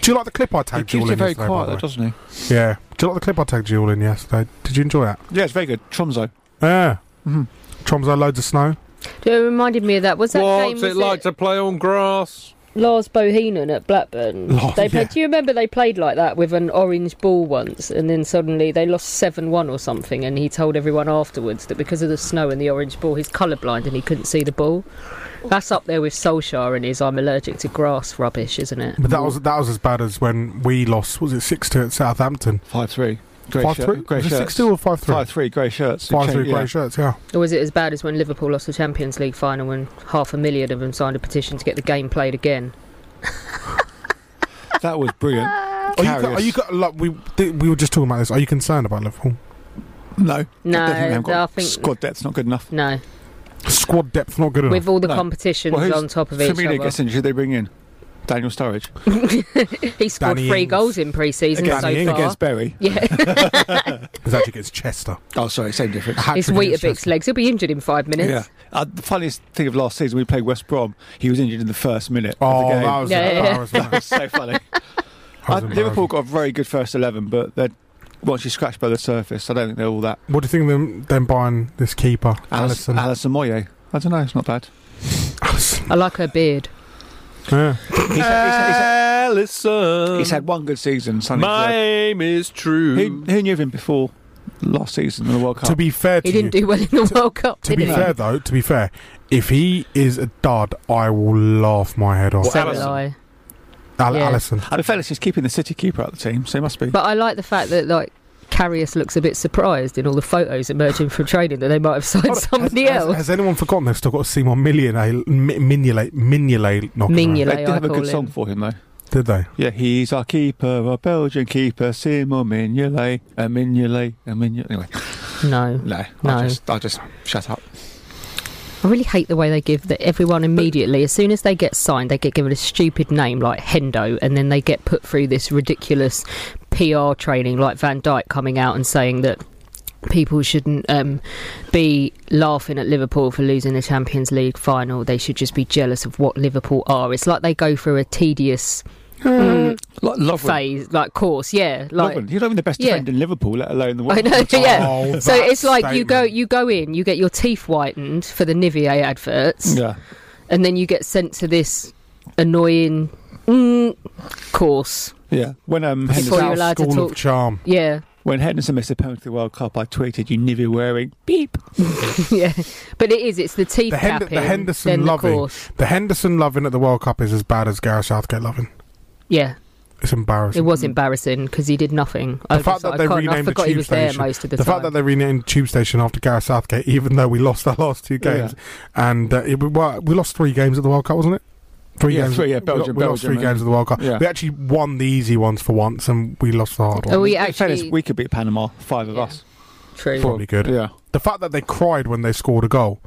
Speaker 2: Do you like the clip I tagged you
Speaker 7: keeps
Speaker 2: all
Speaker 7: you
Speaker 2: in?
Speaker 7: very
Speaker 2: yesterday, by the
Speaker 7: quiet though,
Speaker 2: way?
Speaker 7: doesn't he?
Speaker 2: Yeah. Do you like the clip I tagged you all in yesterday? Did you enjoy that?
Speaker 7: Yeah, it's very good. Tromso.
Speaker 2: Yeah. Mm-hmm. Tromso, loads of snow.
Speaker 4: Do you know, it reminded me of that? Was that game?
Speaker 3: What's
Speaker 4: was
Speaker 3: it like to play on grass?
Speaker 4: Lars Bohinen at Blackburn.
Speaker 3: Lars,
Speaker 4: they played,
Speaker 3: yeah.
Speaker 4: Do you remember they played like that with an orange ball once, and then suddenly they lost seven one or something, and he told everyone afterwards that because of the snow and the orange ball, he's colourblind and he couldn't see the ball. That's up there with Solskjaer and his "I'm allergic to grass" rubbish, isn't it?
Speaker 2: But that was that was as bad as when we lost. Was it six two at Southampton?
Speaker 7: Five three. Grey
Speaker 2: five
Speaker 7: shirt-
Speaker 2: three.
Speaker 7: grey shirts.
Speaker 2: Six two or five three?
Speaker 7: Five three grey shirts.
Speaker 2: Five three
Speaker 7: Yeah.
Speaker 2: grey shirts. Yeah.
Speaker 4: Or was it as bad as when Liverpool lost the Champions League final when half a million of them signed a petition to get the game played again?
Speaker 7: That was brilliant.
Speaker 2: Are you, are you like, we did- we were just talking about this? Are you concerned about Liverpool?
Speaker 7: No.
Speaker 4: No,
Speaker 7: Definitely haven't got-
Speaker 4: I think-
Speaker 7: squad depth's not good enough.
Speaker 4: No.
Speaker 2: Squad depth not good enough.
Speaker 4: With all the competitions
Speaker 7: who's-
Speaker 4: on top of each
Speaker 7: Firmino
Speaker 4: other.
Speaker 7: gets injured, who they bring in Daniel Sturridge.
Speaker 4: He scored
Speaker 7: Danny
Speaker 4: three
Speaker 7: Ings.
Speaker 4: goals in pre-season
Speaker 7: Against-
Speaker 4: so
Speaker 7: Danny Ings.
Speaker 4: far.
Speaker 7: Against Bury.
Speaker 4: Yeah,
Speaker 2: It's actually against Chester.
Speaker 7: Oh, sorry, same difference.
Speaker 4: it's Weetabix legs. He'll be injured in five minutes.
Speaker 7: Yeah. Uh, the funniest thing of last season, we played West Brom. He was injured in the first minute.
Speaker 2: Oh,
Speaker 7: of the game.
Speaker 2: that was Yeah, yeah, embarrassing. yeah.
Speaker 7: That was so funny. Uh, Liverpool got a very good first eleven, but they're once you scratch by the surface, I don't think they're all that.
Speaker 2: What do you think of them, them buying this keeper,
Speaker 7: Alice-
Speaker 2: Allison?
Speaker 7: Alison Moye. I don't know. It's not bad.
Speaker 4: I like her beard.
Speaker 2: Yeah.
Speaker 7: He's had, he's, had, he's had one good season. Sonny
Speaker 3: My aim is true.
Speaker 7: Who, who knew of him before last season in the World Cup?
Speaker 2: To be fair, to
Speaker 4: He didn't
Speaker 2: you,
Speaker 4: do well in the World Cup.
Speaker 2: To
Speaker 4: did
Speaker 2: be
Speaker 4: he?
Speaker 2: fair, though, to be fair, if he is a dud, I will laugh my head off.
Speaker 4: So will I.
Speaker 2: Al-
Speaker 4: Yeah.
Speaker 2: Allison.
Speaker 7: I mean, fairness, he's keeping the City keeper out of the team, so he must be.
Speaker 4: But I like the fact that like Carrius looks a bit surprised in all the photos emerging from training that they might have signed somebody
Speaker 2: Has,
Speaker 4: else.
Speaker 2: has anyone forgotten they've still got Simon Mignolet, Mignolet, Mignolet knocking
Speaker 4: Mignolet,
Speaker 7: they
Speaker 2: around?
Speaker 7: did have a good song for him, though.
Speaker 2: Did they?
Speaker 7: Yeah, he's our keeper, our Belgian keeper, Simon Mignolet, a Mignolet, a Mignolet. Anyway.
Speaker 4: No.
Speaker 7: No.
Speaker 4: No.
Speaker 7: I just, I just shut up.
Speaker 4: I really hate the way they give that everyone immediately, as soon as they get signed, they get given a stupid name like Hendo, and then they get put through this ridiculous PR training, like Van Dyke coming out and saying that people shouldn't um, be laughing at Liverpool for losing the Champions League final. They should just be jealous of what Liverpool are. It's like they go through a tedious. mm,
Speaker 7: Like Lovren.
Speaker 4: phase, like course, yeah, like
Speaker 7: Lovren, you're not even the best
Speaker 4: Yeah.
Speaker 7: defender in Liverpool, let alone the one.
Speaker 4: I know, yeah.
Speaker 2: Oh,
Speaker 4: so it's like you go you go in, you get your teeth whitened for the Nivea adverts,
Speaker 7: Yeah.
Speaker 4: and then you get sent to this annoying mm, course.
Speaker 7: Yeah. When um,
Speaker 4: Before
Speaker 7: Henderson-
Speaker 4: you're allowed to School of talk-
Speaker 2: charm.
Speaker 4: Yeah,
Speaker 7: When Henderson missed a penalty at the World Cup, I tweeted, "You nivy wearing beep."
Speaker 4: yeah, but it is it's the teeth
Speaker 2: The, Hend-
Speaker 4: capping,
Speaker 2: the
Speaker 4: then
Speaker 2: Henderson
Speaker 4: the
Speaker 2: loving,
Speaker 4: course.
Speaker 2: the Henderson loving at the World Cup is as bad as Gareth Southgate loving.
Speaker 4: Yeah,
Speaker 2: It's embarrassing.
Speaker 4: it was embarrassing because he did nothing.
Speaker 2: The
Speaker 4: I
Speaker 2: fact
Speaker 4: was
Speaker 2: that
Speaker 4: like,
Speaker 2: they
Speaker 4: I, can't- I
Speaker 2: renamed the
Speaker 4: forgot
Speaker 2: tube
Speaker 4: he was there
Speaker 2: station.
Speaker 4: most of the, time.
Speaker 2: fact that they renamed the tube station after Gareth Southgate, even though we lost our last two games, and uh, it, we, well, we lost three games at the World Cup, wasn't it? Three
Speaker 7: Yeah,
Speaker 2: games.
Speaker 7: three,
Speaker 2: we
Speaker 7: yeah,
Speaker 2: lo-
Speaker 7: Belgium,
Speaker 2: we lost
Speaker 7: Belgium,
Speaker 2: three
Speaker 7: yeah.
Speaker 2: games at the World Cup.
Speaker 7: Yeah.
Speaker 2: We actually won the easy ones for once, and we lost the hard ones.
Speaker 4: Oh, we
Speaker 7: In fairness,
Speaker 4: actually-
Speaker 7: we could beat Panama, five of us.
Speaker 4: True.
Speaker 2: Probably good.
Speaker 7: Yeah.
Speaker 2: The fact that they cried when they scored a goal.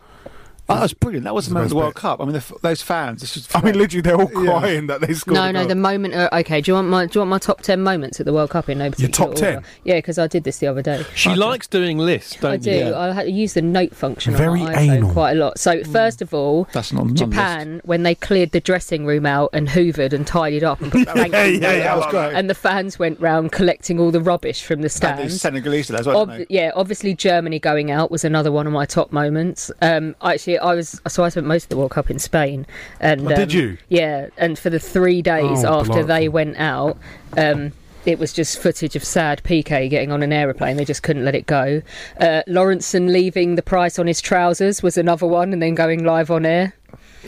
Speaker 7: Oh, that was brilliant. That was the
Speaker 2: It's the
Speaker 7: moment of the
Speaker 2: best
Speaker 7: World Cup. I mean, the, f- those fans. This was
Speaker 2: I mean, literally, they're all crying that they scored.
Speaker 4: no,
Speaker 2: a
Speaker 4: no,
Speaker 2: goal.
Speaker 4: the moment. Uh, okay, do you want my do you want my top ten moments at the World Cup in no particular
Speaker 3: top
Speaker 4: order?
Speaker 3: 10?
Speaker 4: Yeah, because I did this the other day.
Speaker 3: She likes doing lists, don't
Speaker 4: I
Speaker 3: you?
Speaker 4: do. I ha- use the note function
Speaker 3: Very
Speaker 4: on my iPhone
Speaker 3: anal.
Speaker 4: quite a lot. So
Speaker 7: Mm.
Speaker 4: first of all,
Speaker 7: That's not on the
Speaker 4: Japan when they cleared the dressing room out and hoovered and tidied up and put
Speaker 7: Yeah,
Speaker 4: blank
Speaker 7: yeah, yeah, that was great.
Speaker 4: and the fans went round collecting all the rubbish from the
Speaker 7: And the
Speaker 4: stands.
Speaker 7: Senegalese did that as well,
Speaker 4: Ob-
Speaker 7: didn't they?
Speaker 4: yeah, obviously Germany going out was another one of my top moments. Um, actually, I was so I spent most of the World Cup in Spain, and
Speaker 7: Oh, did
Speaker 4: um,
Speaker 7: you?
Speaker 4: Yeah, and for the three days
Speaker 7: Oh,
Speaker 4: after they
Speaker 7: delightful.
Speaker 4: went out, um, it was just footage of sad PK getting on an aeroplane. They just couldn't let it go. Uh, Lawrenson leaving the price on his trousers was another one, and then going live on air.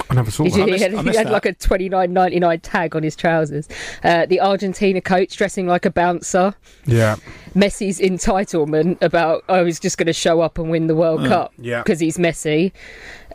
Speaker 2: I never saw
Speaker 4: Did
Speaker 2: that.
Speaker 4: you- he had, he had like a twenty nine ninety nine tag on his trousers. Uh, the Argentina coach dressing like a bouncer.
Speaker 2: yeah.
Speaker 4: Messi's entitlement about oh he's just going to show up and win the World
Speaker 2: Mm,
Speaker 4: Cup
Speaker 2: yeah.
Speaker 4: because he's Messi.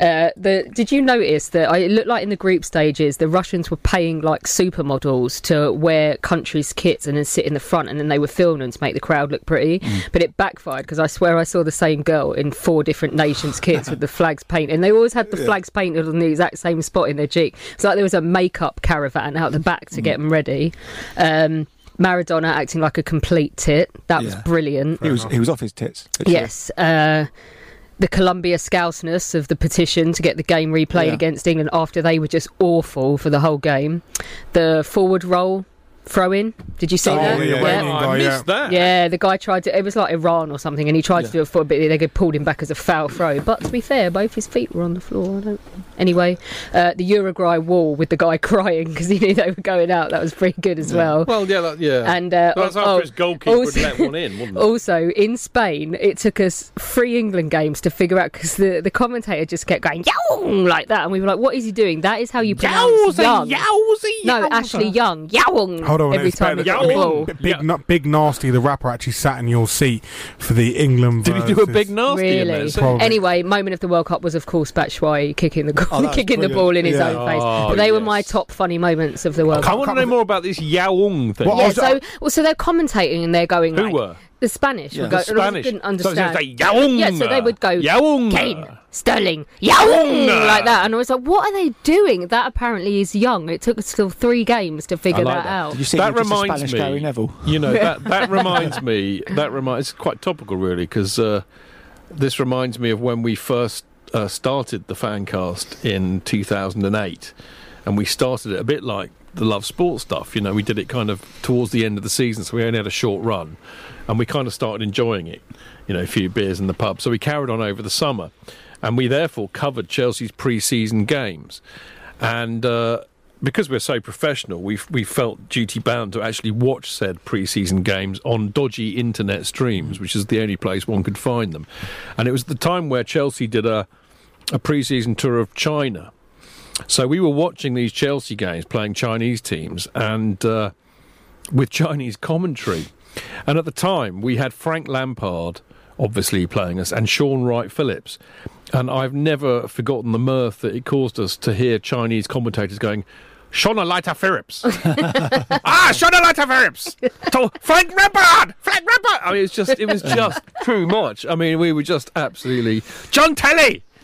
Speaker 4: Uh, the did you notice that I, it looked like in the group stages the Russians were paying like supermodels to wear countries' kits and then sit in the front and then they were filming them to make the crowd look pretty,
Speaker 2: Mm.
Speaker 4: but it backfired because I swear I saw the same girl in four different nations' kits with the flags painted and they always had the
Speaker 19: Yeah.
Speaker 4: flags painted on the exact same spot in their cheek. It's like there was a makeup caravan out the back to get them ready. Um, Maradona acting like a complete tit. That was
Speaker 7: Yeah.
Speaker 4: brilliant.
Speaker 7: He was, he was off his tits. literally.
Speaker 4: yes. Uh, the Columbia scoutness of the petition to get the game replayed
Speaker 7: Yeah.
Speaker 4: against England after they were just awful for the whole game. The forward roll throw in. Did you see
Speaker 2: Oh,
Speaker 4: that?
Speaker 2: the Iranian Oh, I guy, missed yeah. that.
Speaker 4: Yeah, the guy tried to. It was like Iran or something, and he tried to do it for, but they pulled him back as a foul throw. But to be fair, both his feet were on the floor. I don't. Anyway, uh, the Uruguay wall with the guy crying because he knew they were going out. That was pretty good as well.
Speaker 20: Well, yeah, that, yeah.
Speaker 4: And, uh,
Speaker 20: that's
Speaker 4: oh,
Speaker 20: after
Speaker 4: oh,
Speaker 20: his goalkeeper
Speaker 4: also-
Speaker 20: had let one in, wasn't it?
Speaker 4: Also, in Spain, it took us three England games to figure out because the, the commentator just kept going yow like that, and we were like, "What is he doing? That is how you pronounce
Speaker 7: Yowza,
Speaker 4: young."
Speaker 7: yowza,
Speaker 4: No,
Speaker 7: yowza.
Speaker 4: Ashley Young, yow
Speaker 2: Hold on,
Speaker 4: every
Speaker 2: it's
Speaker 4: time he
Speaker 2: better
Speaker 4: got
Speaker 2: than-
Speaker 4: the
Speaker 2: I mean,
Speaker 4: ball.
Speaker 2: b- Big, Na- big nasty. The rapper actually sat in your seat for the England.
Speaker 20: Did he do a big nasty in there?
Speaker 4: Really?
Speaker 20: So- Probably.
Speaker 4: Anyway, moment of the World Cup was of course Batshuayi kicking the goal,
Speaker 20: Oh, that was
Speaker 4: kicking the
Speaker 20: brilliant.
Speaker 4: ball in his
Speaker 20: Yeah.
Speaker 4: own face.
Speaker 20: Oh,
Speaker 4: But they were my top funny moments of the World
Speaker 20: I
Speaker 4: Cup.
Speaker 20: want to know more about this Yaung thing.
Speaker 4: yeah, so well, so they're commentating and they're going.
Speaker 20: Who
Speaker 4: like,
Speaker 20: were?
Speaker 4: the Spanish?
Speaker 20: Yeah.
Speaker 4: Would go,
Speaker 20: The
Speaker 4: and I
Speaker 20: Spanish.
Speaker 4: didn't
Speaker 20: So it's just
Speaker 4: understand.
Speaker 20: like, "Yaoong!"
Speaker 4: Yeah, so they would go
Speaker 20: "Yaoong!"
Speaker 4: Kane, Sterling,
Speaker 3: Oh,
Speaker 20: "Yaoong!"
Speaker 4: Yaung like that, and I was like, what are they doing? That apparently is young. It took us still three games to figure that, out.
Speaker 3: that reminds me, you know that that reminds me. That reminds. It's quite topical, really, because uh, this reminds me of when we first uh, started the Fancast in 2008, and we started it a bit like the Love Sport stuff. You know, we did it kind of towards the end of the season, so we only had a short run, and we kind of started enjoying it. You know, a few beers in the pub, so we carried on over the summer, and we therefore covered Chelsea's pre-season games and uh, because we're so professional, we we felt duty bound to actually watch said preseason games on dodgy internet streams, which is the only place one could find them. And it was the time where Chelsea did a a preseason tour of China, so we were watching these Chelsea games playing Chinese teams and uh, with Chinese commentary. And at the time, we had Frank Lampard obviously playing us and Sean Wright Phillips. And I've never forgotten the mirth that it caused us to hear Chinese commentators going, Shona Leiter Phillips. ah, Shona Leiter Phillips. To Frank Lampard. Frank Lampard. I mean, it's just, it was just too much. I mean, we were just absolutely, John Telly.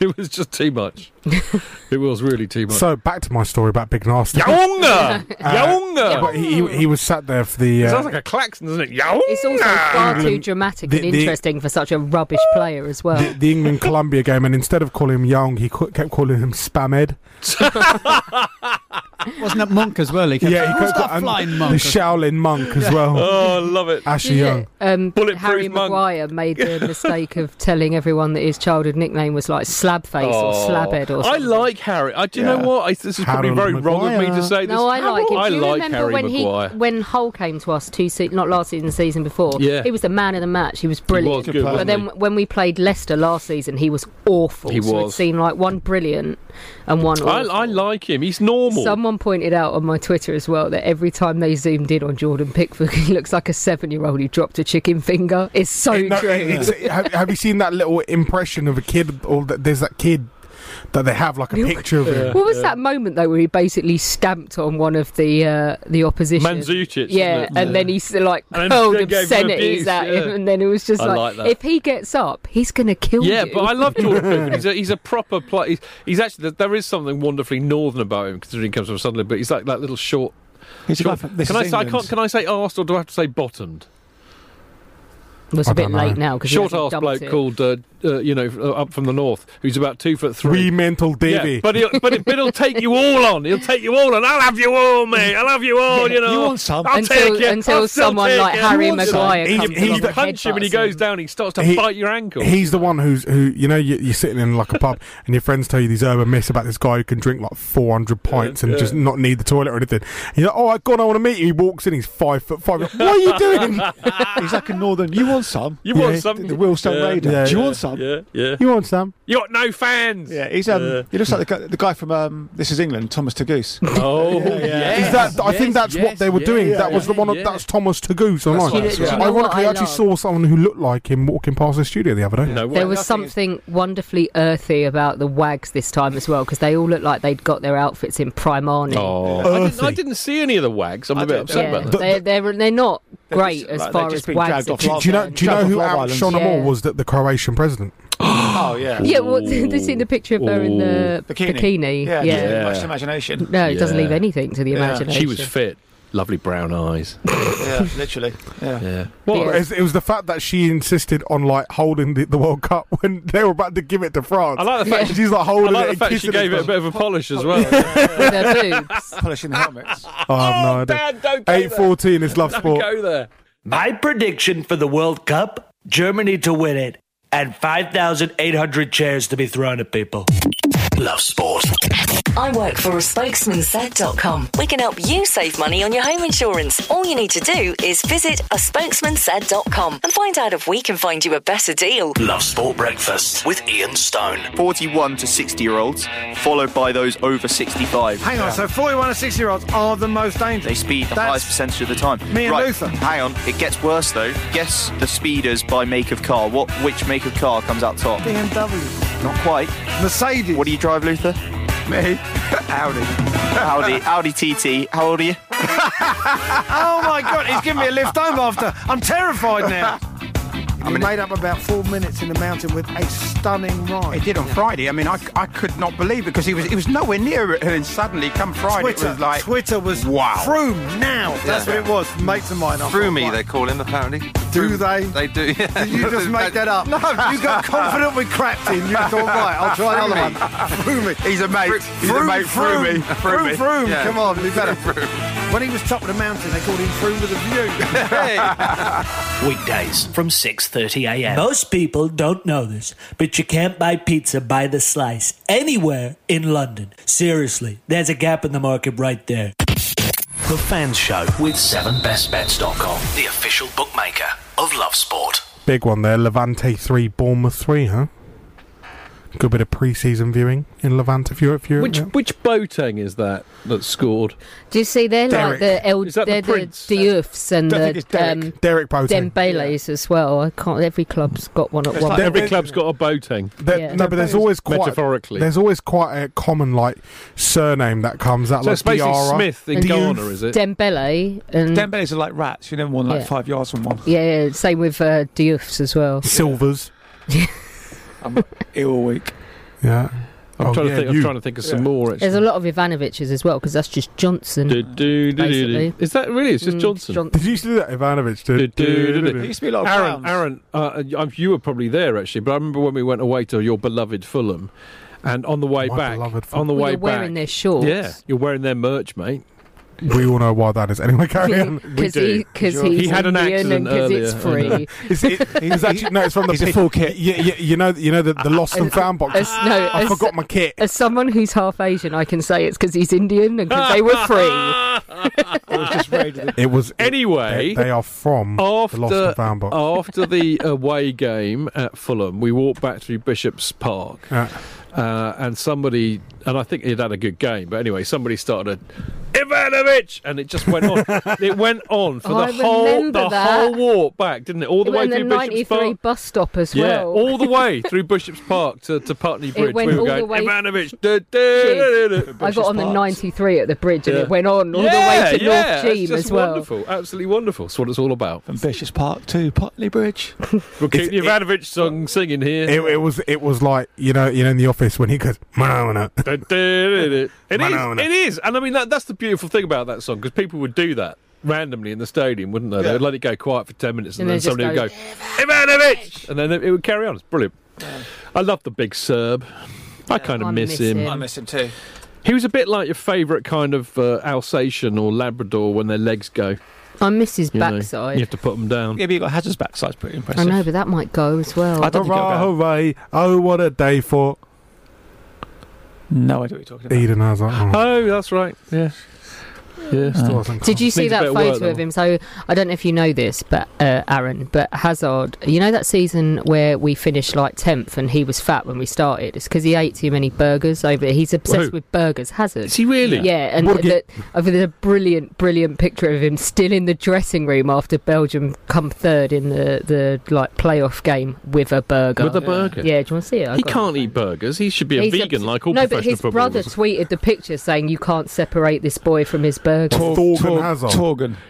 Speaker 3: It was just too much. It was really too much.
Speaker 2: So back to my story about big nasty. Uh,
Speaker 3: Yaunga! Yaunga!
Speaker 2: But he, he- he was sat there for the.
Speaker 3: It
Speaker 2: Uh,
Speaker 3: sounds like a klaxon, doesn't it? Yow!
Speaker 4: It's also far too
Speaker 2: England-
Speaker 4: dramatic
Speaker 2: the-
Speaker 4: and
Speaker 2: the-
Speaker 4: interesting for such a rubbish player as well.
Speaker 2: the England Colombia game, and instead of calling him Young, he qu- kept calling him Spamed.
Speaker 13: Wasn't it Monk as well? He kept,
Speaker 2: Yeah, he
Speaker 13: Who's
Speaker 2: kept-
Speaker 13: that
Speaker 2: and
Speaker 13: flying
Speaker 2: The
Speaker 13: Monk?
Speaker 2: Shaolin monk as well.
Speaker 13: Oh, I
Speaker 20: love it.
Speaker 2: Ashley
Speaker 4: Yeah,
Speaker 2: Young.
Speaker 4: Um, Harry
Speaker 20: monk.
Speaker 4: Maguire made the mistake of telling everyone that his childhood nickname was like Slabface or
Speaker 20: Oh,
Speaker 4: Slabhead or
Speaker 20: I
Speaker 4: something.
Speaker 20: like Harry. I, do you know what? I, this is probably
Speaker 2: Harold
Speaker 20: very wrong of me to
Speaker 2: Maguire.
Speaker 20: say this.
Speaker 4: No, I like him.
Speaker 20: I
Speaker 4: Do you
Speaker 20: like
Speaker 4: remember
Speaker 20: Harry
Speaker 4: when
Speaker 20: Maguire.
Speaker 4: he when Hull came to us two se- not last season, the season before?
Speaker 20: Yeah.
Speaker 4: he was the man of the match. He was brilliant.
Speaker 20: good,
Speaker 4: but
Speaker 20: wasn't
Speaker 4: then
Speaker 20: he?
Speaker 4: when we played Leicester last season, he was awful.
Speaker 20: He
Speaker 4: So it
Speaker 20: was.
Speaker 4: seemed like one brilliant and one.
Speaker 20: I,
Speaker 4: awful.
Speaker 20: I like him. He's normal.
Speaker 4: Someone pointed out on my Twitter as well that every time they zoomed in on Jordan Pickford, he looks like a seven-year-old who dropped a chicken finger. It's so
Speaker 2: No,
Speaker 4: true.
Speaker 2: it's- have, have you seen that little impression of a kid? Or that there's that kid that they have like a picture of him.
Speaker 4: What was that moment though, where he basically stamped on one of the uh, the opposition?
Speaker 2: Mandzukic,
Speaker 4: yeah,
Speaker 2: wasn't it?
Speaker 4: and then he s- like
Speaker 2: And then
Speaker 4: hurled
Speaker 2: gave him
Speaker 4: obscenities
Speaker 2: abuse,
Speaker 4: at him,
Speaker 2: yeah.
Speaker 4: and then it was just
Speaker 20: I
Speaker 4: like,
Speaker 20: like that.
Speaker 4: if he gets up, he's gonna kill
Speaker 20: yeah,
Speaker 4: you.
Speaker 20: but I love Jordan Pickford. He's a, he's a proper player. He's, he's actually there is something wonderfully northern about him, considering he comes from Sunderland. But he's like that little short.
Speaker 7: He's
Speaker 20: short-
Speaker 7: about- this
Speaker 20: can
Speaker 7: is
Speaker 20: I say I
Speaker 7: England.
Speaker 20: can't, can I say arsed or do I have to say bottomed?
Speaker 4: Well, it's a I bit don't know. late now 'cause he
Speaker 20: short
Speaker 4: hasn't
Speaker 20: ass
Speaker 4: dumped
Speaker 20: bloke
Speaker 4: it.
Speaker 20: called uh, uh, you know uh, up from the north who's about two foot three.
Speaker 2: Wee mental Davy.
Speaker 20: Yeah, but he'll, but, it- but he'll take you all on. He'll take you all on. I'll have you all, mate. I'll have you all.
Speaker 2: Yeah,
Speaker 20: you know,
Speaker 2: you want some?
Speaker 20: I'll
Speaker 4: Until-
Speaker 20: take you.
Speaker 4: until
Speaker 20: I'll still
Speaker 4: someone
Speaker 20: take
Speaker 4: like
Speaker 20: you.
Speaker 4: Harry
Speaker 20: You want some?
Speaker 4: Maguire
Speaker 20: He-
Speaker 4: comes
Speaker 20: he-
Speaker 4: along
Speaker 20: you
Speaker 4: and
Speaker 20: punch him and he
Speaker 4: headbutts
Speaker 20: goes
Speaker 4: him.
Speaker 20: down. He starts to
Speaker 2: He-
Speaker 20: bite your ankle.
Speaker 2: He's the one who's who you know you, you're sitting in like a pub and your friends tell you these urban myths about this guy who can drink like 400 pints and
Speaker 20: yeah.
Speaker 2: just not need the toilet or anything. And you're like, oh, God, I want to meet you. He walks in, he's five foot five. You're like, what are you doing?
Speaker 7: He's like a northern. You want some?
Speaker 2: You want some?
Speaker 7: The Willstone
Speaker 2: Yeah.
Speaker 7: Raider.
Speaker 2: Yeah,
Speaker 7: Do you
Speaker 2: yeah.
Speaker 7: want some? Lampard.
Speaker 20: Yeah, yeah.
Speaker 7: You want Sam?
Speaker 20: You got no fans.
Speaker 7: Yeah, he's um,
Speaker 3: Uh,
Speaker 20: Yeah.
Speaker 7: he looks like the guy, the guy from um, This Is England, Thomas Tagoose.
Speaker 20: Oh,
Speaker 2: Is that, I think that's what they were doing. that was the one. Of, That's Thomas Tagoose online.
Speaker 4: Do you know- do you know what
Speaker 2: Ironically, I,
Speaker 4: I
Speaker 2: actually
Speaker 4: love?
Speaker 2: saw someone who looked like him walking past the studio the other day.
Speaker 20: No
Speaker 4: There was something wonderfully earthy about the wags this time as well because they all looked like they'd got their outfits in Primani.
Speaker 7: Oh,
Speaker 3: I, didn't, I didn't see any of the wags. I'm a bit upset about that.
Speaker 4: they're, they're, they're not great as far as wags. are
Speaker 2: do, do you know? Do you know who outshone them all? Was that the Croatian president?
Speaker 7: Oh yeah.
Speaker 4: Yeah, well, did you see the picture of her in the
Speaker 7: Bikini.
Speaker 4: bikini?
Speaker 7: Yeah,
Speaker 4: yeah.
Speaker 7: doesn't leave much imagination.
Speaker 4: No, it doesn't leave anything to the
Speaker 3: Yeah.
Speaker 4: imagination.
Speaker 3: She was fit. Lovely brown eyes.
Speaker 7: yeah, literally. Yeah.
Speaker 3: yeah.
Speaker 2: Well, it's- it was the fact that she insisted on like holding the, the World Cup when they were about to give it to France.
Speaker 3: I like the fact
Speaker 2: she's like
Speaker 3: I
Speaker 2: holding
Speaker 3: like
Speaker 2: it.
Speaker 3: the
Speaker 2: and
Speaker 3: fact she
Speaker 2: kissing
Speaker 3: gave it a bit of a polish as well.
Speaker 7: Polishing the helmets.
Speaker 2: Oh, I have no idea.
Speaker 7: don't
Speaker 2: Eight fourteen is love sport.
Speaker 5: go there. My prediction for the World Cup Germany to win it, and 5,800 chairs to be thrown at people.
Speaker 1: Love sport.
Speaker 19: I work for a spokesmansaid.com. We can help you save money on your home insurance. All you need to do is visit a spokesmansaid.com and find out if we can find you a better deal.
Speaker 1: Love Sport Breakfast with Ian Stone.
Speaker 10: 41 to 60 year olds, followed by those over 65.
Speaker 12: Hang on, so 41 and 60 year olds are the most dangerous.
Speaker 10: They speed the highest percentage of the time.
Speaker 12: Me and
Speaker 10: right,
Speaker 12: Luther.
Speaker 10: Hang on, it gets worse though. Guess the speeders by make of car. What? Which make of car comes out top?
Speaker 12: BMW.
Speaker 10: Not quite.
Speaker 12: Mercedes.
Speaker 10: What do you drive, Luther?
Speaker 12: Me. Audi.
Speaker 10: Audi. Audi TT. How old are you?
Speaker 12: oh my god, he's giving me a lift home after. I'm terrified now.
Speaker 21: I mean, made up about four minutes in the mountain with a stunning ride.
Speaker 12: It did on
Speaker 21: Friday. I mean, I, I could not believe it because he was he was nowhere near it, and then suddenly come Friday
Speaker 12: Twitter.
Speaker 21: it was like
Speaker 12: Twitter was
Speaker 21: wow.
Speaker 12: Froome now. That's what it was. Mates of mine. I
Speaker 22: Through
Speaker 12: thought,
Speaker 22: me,
Speaker 12: right.
Speaker 22: they call him apparently.
Speaker 12: Do they?
Speaker 22: They do. Yeah.
Speaker 12: Did you just make that up?
Speaker 22: No,
Speaker 12: you got confident with Crapton. You thought, right, I'll try another one. Froome.
Speaker 21: He's a mate. He's a mate. Froome.
Speaker 12: Froome.
Speaker 21: Froome.
Speaker 12: Froome.
Speaker 21: Yeah.
Speaker 12: Come on, be better. When he was top of the mountain, they called him Froome with a view.
Speaker 1: Weekdays from 6:30 a.m.
Speaker 5: Most people don't know this, but you can't buy pizza by the slice anywhere in London. Seriously, there's a gap in the market right there.
Speaker 1: The Fans Show with 7bestbets.com, the official bookmaker of Love Sport.
Speaker 2: Big one there. Levante three, Bournemouth three, huh? Good bit of pre-season viewing in Levante. If you're, if you're,
Speaker 3: Which which Boateng is that that scored?
Speaker 4: Do you see they're
Speaker 3: Derek.
Speaker 4: like the El,
Speaker 3: that the
Speaker 4: they're the,
Speaker 3: prince?
Speaker 4: Dioufs and
Speaker 3: I think
Speaker 4: the
Speaker 3: it's Derek.
Speaker 4: um,
Speaker 2: Derek Boateng.
Speaker 4: Dembele's as well. I can't. Every club's got one at
Speaker 3: It's
Speaker 4: one.
Speaker 3: like every club's got a Boateng.
Speaker 2: There- No, but there's always quite
Speaker 3: metaphorically.
Speaker 2: There's always quite a common like surname that comes out.
Speaker 3: So
Speaker 2: like
Speaker 3: it's basically
Speaker 2: Diarra.
Speaker 3: Smith in
Speaker 2: Diouf.
Speaker 3: Ghana, is
Speaker 4: Dembele and
Speaker 7: Dembele's are like rats. You never won like
Speaker 4: Yeah.
Speaker 7: five yards from one.
Speaker 4: yeah, yeah, same with uh, Dioufs as well.
Speaker 2: Silvers.
Speaker 7: I'm ill week.
Speaker 2: Yeah.
Speaker 3: I'm
Speaker 7: Oh,
Speaker 3: trying
Speaker 7: yeah,
Speaker 3: to think. I'm
Speaker 7: you.
Speaker 3: trying to think of some more. Actually.
Speaker 4: There's a lot of Ivanoviches as well because that's just Johnson.
Speaker 3: Do, do, do, do, do.
Speaker 4: basically.
Speaker 3: Is that really? It's just
Speaker 4: Mm,
Speaker 3: Johnson.
Speaker 4: Johnson.
Speaker 2: Did you used to do that, Ivanovic?
Speaker 3: Do,
Speaker 2: Did,
Speaker 3: do, do, do.
Speaker 2: It
Speaker 3: Aaron, Aaron, uh, I'm- you were probably there actually, but I remember when we went away to your beloved Fulham, and on the way
Speaker 2: My
Speaker 3: back,
Speaker 2: beloved
Speaker 3: on the
Speaker 4: Well,
Speaker 3: way
Speaker 4: you're
Speaker 3: back,
Speaker 4: wearing their shorts.
Speaker 3: Yeah, you're wearing their merch, mate.
Speaker 2: We all know why that is. Anyway, carry on.
Speaker 3: We 'Cause he- do. 'cause Sure. he's He had an Indian and accident 'cause it's earlier, free.
Speaker 2: It's, it- it's actually no. It's from the
Speaker 7: He's a
Speaker 2: pit.
Speaker 7: full kit.
Speaker 2: Yeah, yeah, you know, you know the, the lost and found box.
Speaker 4: As, no,
Speaker 2: I
Speaker 4: as-
Speaker 2: forgot my kit.
Speaker 4: As someone who's half Asian, I can say it's because he's Indian and because they were free.
Speaker 2: It was
Speaker 3: anyway. Oh,
Speaker 2: They, they are from the lost and found box.
Speaker 3: after the away game at Fulham, we walked back through Bishop's Park,
Speaker 2: Yeah.
Speaker 3: uh, and somebody, and I think he'd had a good game, but anyway, somebody started. A, Ivanovic, and it just went on. it went on for
Speaker 4: I
Speaker 3: the whole
Speaker 4: remember
Speaker 3: the
Speaker 4: that.
Speaker 3: whole walk back, didn't it? All the way
Speaker 4: and the
Speaker 3: through Bishop's
Speaker 4: 93
Speaker 3: Park.
Speaker 4: bus stop as
Speaker 3: Yeah,
Speaker 4: well.
Speaker 3: all the way through Bishop's Park to, to Putney Bridge.
Speaker 4: went
Speaker 3: we were
Speaker 4: all
Speaker 3: going,
Speaker 4: the way-
Speaker 3: Ivanovic. duh, duh, duh, duh, duh."
Speaker 4: I got on the 93 at the bridge and
Speaker 3: Yeah.
Speaker 4: it went on all
Speaker 3: Yeah,
Speaker 4: the way to
Speaker 3: yeah,
Speaker 4: North Jeam
Speaker 3: it's just
Speaker 4: as well.
Speaker 3: Wonderful, absolutely wonderful. That's what it's all about.
Speaker 7: Ambitious Park to Potley Bridge.
Speaker 3: We'll keep the Ivanovic song singing here.
Speaker 2: It, it was it was like you know you know in the office when he goes Manona.
Speaker 3: It is.
Speaker 2: Manona.
Speaker 3: It is. And I mean, that, that's the beautiful thing about that song because people would do that randomly in the stadium, wouldn't they? They would let it go quiet for 10 minutes and,
Speaker 4: And
Speaker 3: then
Speaker 4: they just
Speaker 3: somebody would
Speaker 4: go,
Speaker 3: go, Ivanovic! And then it, it would carry on. It's brilliant. I love the big Serb. I kind of
Speaker 7: I
Speaker 3: miss,
Speaker 7: miss
Speaker 3: him.
Speaker 7: him. I miss him too.
Speaker 3: He was a bit like your favourite kind of uh, Alsatian or Labrador when their legs go.
Speaker 4: I miss his
Speaker 3: you know.
Speaker 4: backside.
Speaker 3: you have to put them down.
Speaker 7: Yeah, but you got Hazard's backside's pretty
Speaker 4: I
Speaker 7: impressive.
Speaker 4: know, but that might go as well.
Speaker 7: I don't think it'll
Speaker 2: hurrah,
Speaker 7: go.
Speaker 2: hooray! Oh, what a day for
Speaker 7: No idea what you're talking about.
Speaker 2: Eden Hazard.
Speaker 3: Oh, that's right. Yeah. Yeah,
Speaker 4: Uh, Did you see that photo of him? So I don't know if you know this, but uh, Aaron, but Hazard, you know that season where we finished like tenth and he was fat when we started. It's because he ate too many burgers. Over he's obsessed
Speaker 3: Who?
Speaker 4: with burgers. Hazard. Is
Speaker 3: he really?
Speaker 4: Yeah, and
Speaker 3: Burger.
Speaker 4: the, over the brilliant, brilliant picture of him still in the dressing room after Belgium come third in the the like playoff game with a burger.
Speaker 3: With a burger?
Speaker 4: uh, Yeah, do you want to see it? I
Speaker 3: He
Speaker 4: got it.
Speaker 3: can't eat burgers. He should be a
Speaker 4: He's
Speaker 3: vegan
Speaker 4: obs-
Speaker 3: like all
Speaker 4: No,
Speaker 3: professional
Speaker 4: but his brother
Speaker 3: footballers.
Speaker 4: tweeted the picture saying you can't separate this boy from his burger.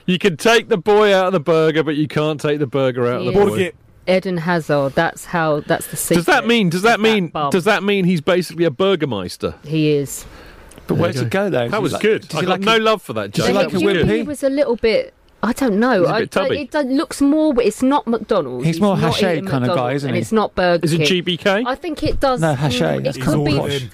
Speaker 3: You can take the boy out of the burger, but you can't take the burger out of the boy.
Speaker 4: Eden Hazard. That's how. That's the secret.
Speaker 3: Does that mean? Does that mean?
Speaker 4: bum.
Speaker 3: Does that mean he's basically a burgermeister?
Speaker 4: He is.
Speaker 3: But
Speaker 7: where does he go, though?
Speaker 3: That was
Speaker 7: Is he like-
Speaker 3: good.
Speaker 7: does he
Speaker 3: I got
Speaker 7: like
Speaker 3: no
Speaker 7: a-
Speaker 3: love for that. Joke.
Speaker 7: does he like
Speaker 4: He- He was a little bit. I don't know.
Speaker 3: He's a
Speaker 4: I-
Speaker 3: bit tubby.
Speaker 4: I, it does- looks more. It's not McDonald's.
Speaker 7: He's more
Speaker 4: not
Speaker 7: Haché
Speaker 4: eating
Speaker 7: kind of guy,
Speaker 4: McDonald's,
Speaker 7: isn't
Speaker 4: And
Speaker 7: he?
Speaker 4: it's not Burger
Speaker 7: Is it
Speaker 4: King.
Speaker 7: GBK?
Speaker 4: I think it does.
Speaker 7: No, Haché,
Speaker 4: mm,
Speaker 7: that's
Speaker 4: It could
Speaker 7: all
Speaker 4: be.
Speaker 7: posh.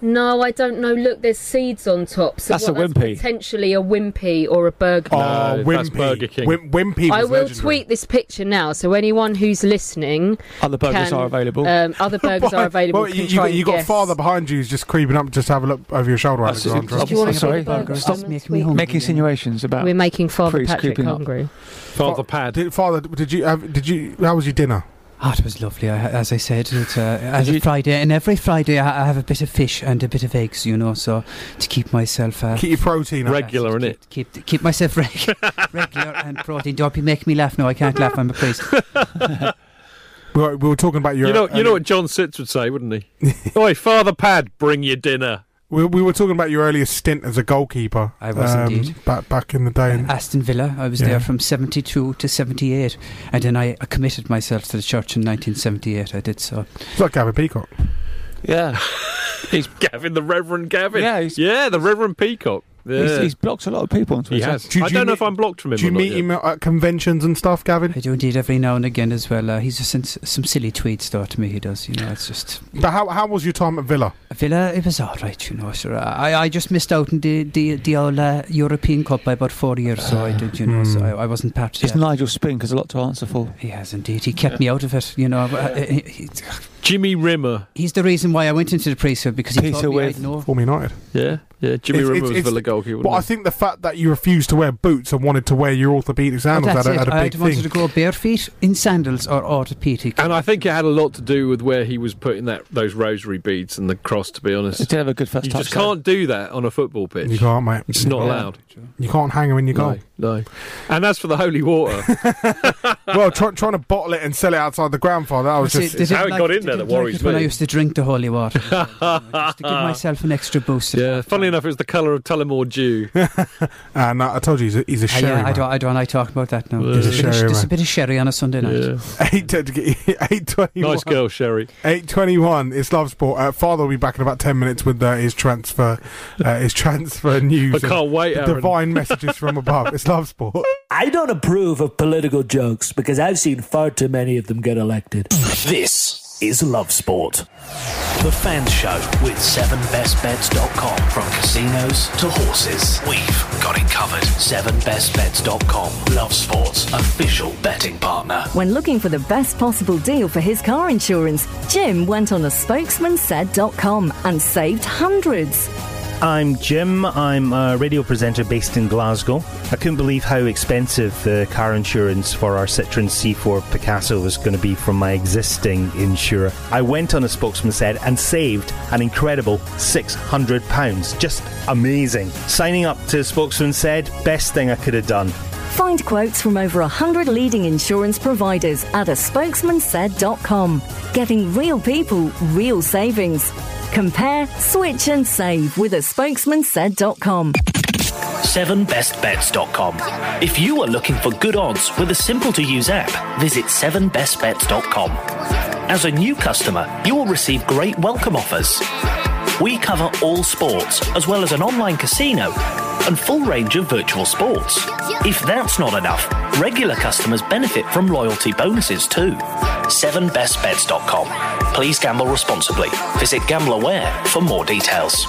Speaker 4: No, I don't know. Look, there's seeds on top. So
Speaker 7: That's
Speaker 4: what-
Speaker 7: a wimpy.
Speaker 4: potentially a wimpy or a burger.
Speaker 2: Oh,
Speaker 3: that's
Speaker 2: Wimpy.
Speaker 3: Burger King.
Speaker 2: Wim- Wimpy.
Speaker 4: I
Speaker 2: was
Speaker 4: will
Speaker 2: legendary.
Speaker 4: tweet this picture now, so anyone who's listening,
Speaker 7: Other burgers
Speaker 4: can-
Speaker 7: are available.
Speaker 4: Um, other burgers are
Speaker 2: Well,
Speaker 4: available.
Speaker 2: well, you,
Speaker 4: can
Speaker 2: you,
Speaker 4: try
Speaker 2: got,
Speaker 4: and
Speaker 2: you got
Speaker 4: guess.
Speaker 2: father behind you who's just creeping up just to have a look over your shoulder.
Speaker 7: That's-
Speaker 2: Alexandra.
Speaker 7: Do you wanna I'm sorry. go to burgers? Stop I'm making me hungry. Make insinuations about
Speaker 4: We're making Father
Speaker 7: priests
Speaker 4: Patrick
Speaker 7: creeping up.
Speaker 4: hungry.
Speaker 3: Father Pad.
Speaker 2: Did, father, did you have? Did you? How was your dinner?
Speaker 13: Ah, it was lovely. I, as I said, it, uh, as a Friday, and every Friday I, I have a bit of fish and a bit of eggs, you know, so to keep myself uh,
Speaker 2: Keep your protein up.
Speaker 3: regular, in it.
Speaker 13: keep keep myself reg- regular and protein. Don't be making me laugh. No, I can't laugh. I'm a priest.
Speaker 2: We were, we were talking about your.
Speaker 3: You know, you know what John Sitz would say, wouldn't he? Oi, Father Pad, bring your dinner.
Speaker 2: We, we were talking about your earlier stint as a goalkeeper.
Speaker 13: I was indeed.
Speaker 2: Back back in the day. And
Speaker 13: Aston Villa. I was
Speaker 2: Yeah.
Speaker 13: there from 72 to 78, and then I committed myself to the church in 1978. I did so.
Speaker 2: it's like Gavin Peacock.
Speaker 7: Yeah.
Speaker 3: He's Gavin, the Reverend Gavin. Yeah, yeah, the Reverend Peacock. Yeah.
Speaker 7: He's, he's blocked a lot of people on Twitter.
Speaker 3: He has. I don't know if I'm blocked from him.
Speaker 2: Do you
Speaker 3: or not
Speaker 2: meet
Speaker 3: yet.
Speaker 2: him at conventions and stuff, Gavin?
Speaker 13: I do indeed every now and again as well. Uh, he's just sends some silly tweets though to me. He does, you know. It's just
Speaker 2: But how how was your time at Villa?
Speaker 13: Villa. It was all right, you know. Sure, I, I just missed out on the the the old, uh, European Cup by about four years, so I did, you know. So I, I wasn't part. of
Speaker 7: It's
Speaker 13: that.
Speaker 7: Hmm. Nigel Spink. There's a lot to answer for.
Speaker 13: He has indeed. He kept me out of it, you know. I- I- he- he-
Speaker 3: Jimmy Rimmer.
Speaker 13: he's the reason why I went into the priesthood because he
Speaker 2: Peter
Speaker 13: told me I'd
Speaker 2: with-
Speaker 13: know.
Speaker 2: Former United.
Speaker 3: Yeah, yeah. Jimmy
Speaker 2: It's-
Speaker 3: Rimmer
Speaker 2: it's-
Speaker 3: was
Speaker 2: it's-
Speaker 3: Villa goalkeeper.
Speaker 2: Well, I think the fact that you refused to wear boots and wanted to wear your orthopedic
Speaker 13: But
Speaker 2: sandals
Speaker 13: Oh, that's
Speaker 2: had a, had
Speaker 13: it.
Speaker 2: a
Speaker 13: I
Speaker 2: big
Speaker 13: wanted to
Speaker 2: thing.
Speaker 13: go bare feet in sandals or orthopedic.
Speaker 3: And I think it had a lot to do with where he was putting that those rosary beads and the cross. To be honest,
Speaker 7: did have a good first
Speaker 3: you
Speaker 7: touch,
Speaker 3: just
Speaker 7: though.
Speaker 3: can't do that on a football pitch.
Speaker 2: You can't, mate.
Speaker 3: It's not
Speaker 2: Yeah.
Speaker 3: allowed.
Speaker 2: You can't hang them in your
Speaker 3: No,
Speaker 2: goal.
Speaker 3: no. And as for the holy water,
Speaker 2: well, try, trying to bottle it and sell it outside the grandfather. That was
Speaker 13: That's
Speaker 2: just
Speaker 13: They didn't like- they didn't
Speaker 3: Oh,
Speaker 13: like it When I
Speaker 3: me.
Speaker 13: used to drink the holy water, you know, just to give myself an extra boost.
Speaker 3: yeah. Funnily enough, it was the colour of Tullamore dew.
Speaker 2: Ah, no, I told you he's a, he's a
Speaker 13: Ah,
Speaker 2: sherry.
Speaker 13: yeah, I
Speaker 2: man.
Speaker 13: don't, I don't like talking about that now.
Speaker 2: Yeah.
Speaker 13: Just, a
Speaker 2: He's a
Speaker 13: bit of-
Speaker 2: sherry
Speaker 13: just a
Speaker 2: man.
Speaker 13: bit of sherry on a Sunday night.
Speaker 3: Yeah.
Speaker 2: Eight twenty. Eight twenty.
Speaker 3: nice girl, Sherry.
Speaker 2: Eight twenty-one. It's Love Sport. Uh, Father will be back in about ten minutes with uh, his transfer, uh, his transfer news.
Speaker 3: I can't
Speaker 2: and
Speaker 3: wait,
Speaker 2: the
Speaker 3: Aaron.
Speaker 2: Divine messages from above. It's Love Sport.
Speaker 23: I don't approve of political jokes because I've seen far too many of them get elected.
Speaker 1: This is Love Sport. The Fans Show with 7bestbets.com. From casinos to horses, we've got it covered. 7bestbets.com. Love Sport's official betting partner.
Speaker 6: When looking for the best possible deal for his car insurance, Jim went on a spokesmansaid.com and saved hundreds.
Speaker 8: I'm Jim. I'm a radio presenter based in Glasgow. I couldn't believe how expensive the car insurance for our Citroen C4 Picasso was going to be from my existing insurer. I went on a spokesman said and saved an incredible £600. Just amazing. Signing up to spokesman said, best thing I could have done.
Speaker 6: Find quotes from over 100 leading insurance providers at a spokesmansaid.com. Getting real people, real savings. Compare, switch and save with a spokesmansaid.com.
Speaker 1: 7bestbets.com. If you are looking for good odds with a simple to use app, visit 7bestbets.com. As a new customer, you will receive great welcome offers. We cover all sports, as well as an online casino and full range of virtual sports. If that's not enough, regular customers benefit from loyalty bonuses too. 7bestbets.com. Please gamble responsibly. Visit GambleAware for more details.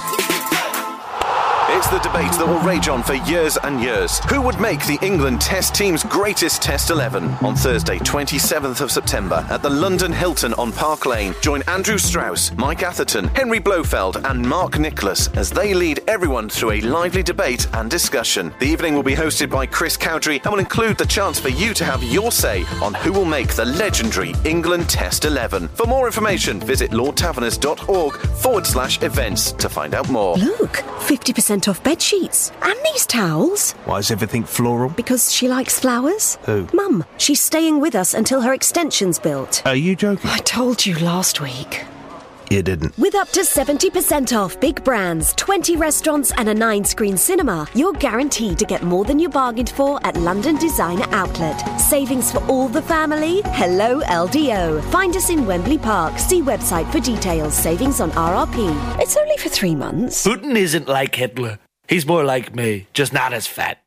Speaker 15: It's the debate that will rage on for years and years. Who would make the England Test team's greatest Test 11? On Thursday, 27th of September, at the London Hilton on Park Lane, join Andrew Strauss, Mike Atherton, Henry Blofeld, and Mark Nicholas as they lead everyone through a lively debate and discussion. The evening will be hosted by Chris Cowdrey and will include the chance for you to have your say on who will make the legendary England Test 11. For more information, visit lordtaverners.org forward slash events to find out more.
Speaker 9: Look, 50% off bed sheets. And these towels.
Speaker 12: Why is everything floral?
Speaker 9: Because she likes flowers.
Speaker 12: Who?
Speaker 9: Mum, she's staying with us until her extension's built.
Speaker 12: Are you joking?
Speaker 9: I told you last week.
Speaker 12: You didn't.
Speaker 9: With up to 70% off big brands, 20 restaurants, and a 9 screen cinema, you're guaranteed to get more than you bargained for at London Designer Outlet. Savings for all the family? Hello LDO. Find us in Wembley Park. See website for details. Savings on RRP. It's only for three months.
Speaker 5: Putin isn't like Hitler. He's more like me, just not as fat.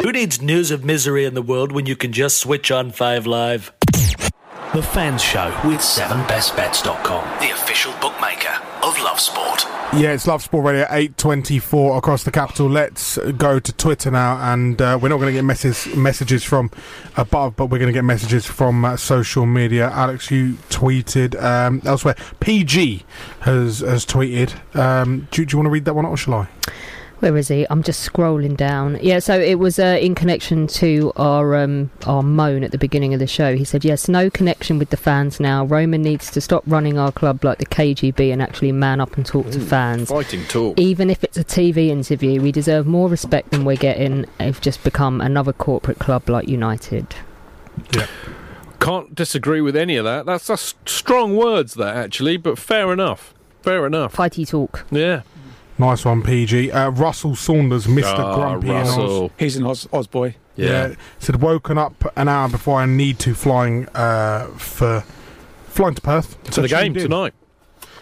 Speaker 5: Who needs news of misery in the world when you can just switch on 5 Live?
Speaker 1: The Fans Show with 7bestbets.com, the official bookmaker of Love Sport.
Speaker 2: Yeah, it's Love Sport Radio 824 across the capital. Let's go to Twitter now, and uh, we're not going to get messages messages from above, but we're going to get messages from uh, social media. Alex, you tweeted um, elsewhere. PG has has tweeted. Um, do, do you want to read that one, out or shall I?
Speaker 4: Where is he? I'm just scrolling down. Yeah, so it was uh, in connection to our um, our moan at the beginning of the show. He said, "Yes, no connection with the fans now. Roma needs to stop running our club like the KGB and actually man up and talk to fans.
Speaker 3: Fighting talk.
Speaker 4: Even if it's a TV interview, we deserve more respect than we're getting. If just become another corporate club like United."
Speaker 3: Can't disagree with any of that. That's, that's strong words, that actually, but fair enough. Fair enough.
Speaker 4: Fighty talk.
Speaker 3: Yeah.
Speaker 2: Nice one, PG. Uh, Russell Saunders, Mr.
Speaker 3: Ah,
Speaker 2: Grumpy. and
Speaker 3: Russell.
Speaker 2: Oz.
Speaker 7: He's an Oz, Oz boy.
Speaker 2: Yeah. Said woken up an hour before I need to flying uh, for flying to Perth
Speaker 3: To the
Speaker 2: Which he
Speaker 3: game
Speaker 2: did.
Speaker 3: tonight.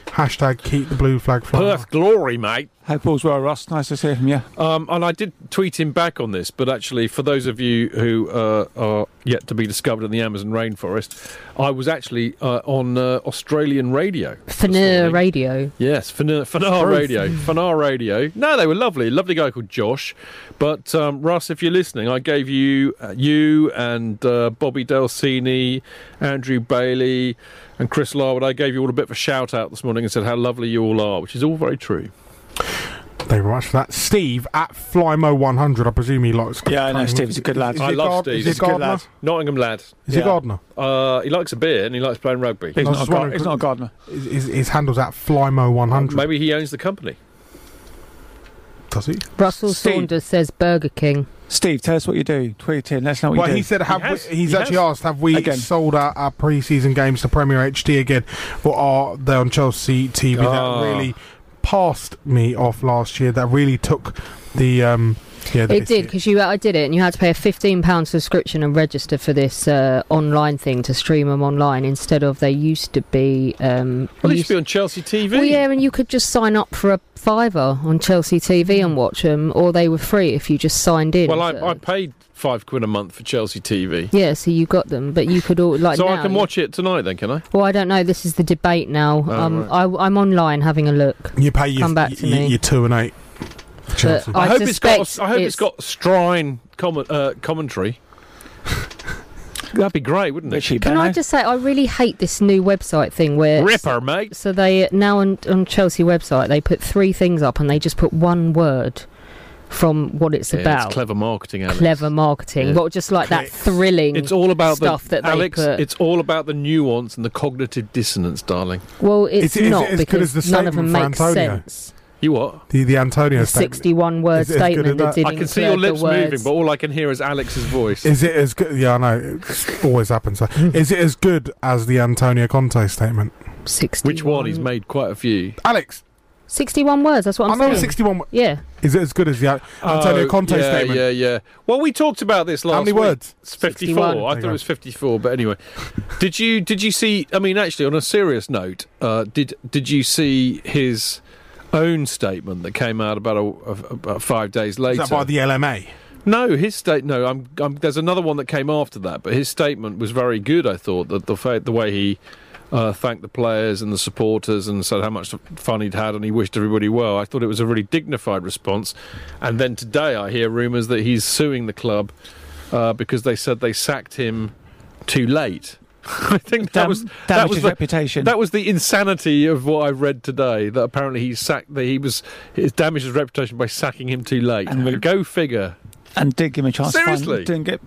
Speaker 2: Hashtag keep the blue flag flying.
Speaker 3: Perth glory, mate.
Speaker 7: Hope all's well, Russ. Nice to hear from you.
Speaker 3: Um, and I did tweet him back on this, but actually, for those of you who uh, are yet to be discovered in the Amazon rainforest, I was actually uh, on uh, Australian radio.
Speaker 9: E
Speaker 4: Fanur Radio.
Speaker 3: Yes, Fanar, Fanar
Speaker 4: Truth.
Speaker 3: Radio. Fanar Radio. No, they were lovely. Lovely guy called Josh. But um, Russ, if you're listening, I gave you uh, you and uh, Bobby Delcini, Andrew Bailey, and Chris Larwood. I gave you all a bit of a shout out this morning and said how lovely you all are, which is all very true.
Speaker 2: Thank you very much for that. Steve at Flymo100. I presume he likes.
Speaker 7: Yeah, I know Steve. He's a good lad.
Speaker 2: Is
Speaker 3: I
Speaker 2: he
Speaker 3: love
Speaker 2: Gard-
Speaker 3: Steve.
Speaker 2: Is he a gardener?
Speaker 3: Nottingham lad.
Speaker 2: Is he a gardener?
Speaker 3: Uh, he likes a beer and he likes playing rugby.
Speaker 2: I was just wondering,
Speaker 7: gardener.
Speaker 2: His, his- his handle's at Flymo100.
Speaker 3: Maybe he owns the company.
Speaker 2: Does he?
Speaker 4: Russell Saunders says Burger King.
Speaker 7: Steve, tell us what you do. Tweet in. Let us know what
Speaker 2: Well,
Speaker 7: you do.
Speaker 2: he said, have we, he's actually asked, have we
Speaker 7: Again.
Speaker 2: sold out our pre-season games to Premier HD again, or are they on Chelsea TV?
Speaker 3: Ah.
Speaker 2: That really passed me off last year. That really took the um, yeah. the-
Speaker 4: It did because you I did it, and you had to pay a fifteen pound subscription and register for this uh, online thing to stream them online instead of they used to be. Um,
Speaker 3: Well,
Speaker 4: you-
Speaker 3: he used to be on Chelsea TV.
Speaker 4: well, yeah, and you could just sign up for a fiver on Chelsea TV and watch them, or they were free if you just signed in.
Speaker 3: Hmm. Well, I,
Speaker 4: so-
Speaker 3: I paid five quid a month for Chelsea TV.
Speaker 4: yeah, so you got them, but you could all like
Speaker 3: so
Speaker 4: now
Speaker 3: I can
Speaker 4: you-
Speaker 3: watch it tonight then, can I?
Speaker 4: Well, I don't know. This is the debate now.
Speaker 3: Oh,
Speaker 4: um, I, I'm online having a look.
Speaker 2: You pay your,
Speaker 4: Come back to
Speaker 2: your,
Speaker 4: me.
Speaker 2: your two and eight. Chelsea.
Speaker 4: I
Speaker 3: I, hope it's got.
Speaker 4: suspect
Speaker 3: I hope
Speaker 4: it's-
Speaker 3: it's got Strine comment, uh, commentary. That'd be great, wouldn't it?
Speaker 4: Can I just say, I really hate this new website thing where
Speaker 3: Ripper, mate.
Speaker 4: So they now on on Chelsea website they put three things up and they just put one word from what it's
Speaker 3: Yeah,
Speaker 4: about.
Speaker 3: It's clever marketing, Alex.
Speaker 4: Clever marketing,
Speaker 3: Yeah.
Speaker 4: but just like that thrilling.
Speaker 3: It's all about
Speaker 4: stuff
Speaker 3: the,
Speaker 4: that
Speaker 3: Alex.
Speaker 4: they put.
Speaker 3: It's all about the nuance and the cognitive dissonance, darling.
Speaker 4: well, it's
Speaker 2: Is it- is it
Speaker 4: not
Speaker 2: as good
Speaker 4: because
Speaker 2: as the
Speaker 4: none of them
Speaker 2: statement
Speaker 4: makes
Speaker 2: for Antonio?
Speaker 4: sense.
Speaker 3: You what?
Speaker 2: The the Antonio
Speaker 4: The
Speaker 2: statement.
Speaker 4: sixty-one word
Speaker 2: Is it as good as
Speaker 4: statement that
Speaker 2: that?
Speaker 4: didn't
Speaker 3: I can see your
Speaker 4: include
Speaker 3: lips
Speaker 4: the words.
Speaker 3: moving, but all I can hear is Alex's voice.
Speaker 2: Is it as good? Yeah, I know. It always happens. Is it as good as the Antonio Conte statement?
Speaker 4: Sixty.
Speaker 3: Which one? He's made quite a few.
Speaker 2: Alex,
Speaker 4: Sixty-one words. That's what I'm
Speaker 2: I know
Speaker 4: saying.
Speaker 2: 61
Speaker 4: Yeah.
Speaker 2: is it as good as the An- Antonio
Speaker 3: Oh,
Speaker 2: Conte
Speaker 3: yeah,
Speaker 2: statement?
Speaker 3: Yeah, yeah. Well, we talked about this last.
Speaker 2: many
Speaker 3: week.
Speaker 2: words?
Speaker 3: It's fifty-four.
Speaker 2: 61.
Speaker 3: I thought it was fifty-four, but anyway. did you did you see? I mean, actually, on a serious note, uh, did did you see his own statement that came out about a, a- about five days
Speaker 2: Is
Speaker 3: later?
Speaker 2: that by the LMA?
Speaker 3: No, his state. No, I'm, I'm. There's another one that came after that, but his statement was very good. I thought that the fa- the way he
Speaker 24: uh, thanked the players and the supporters and said how much fun he'd had and he wished everybody well. I thought it was a really dignified response. And then today I hear rumours that he's suing the club uh, because they said they sacked him too late. I think that
Speaker 7: Dam-
Speaker 24: was
Speaker 7: damage
Speaker 24: that was
Speaker 7: his
Speaker 24: the,
Speaker 7: reputation.
Speaker 24: That was the insanity of what I've read today. That apparently he sacked that he was it damaged his reputation by sacking him too late. Go figure.
Speaker 7: and did give him a chance. to find-
Speaker 24: Seriously?
Speaker 7: didn't get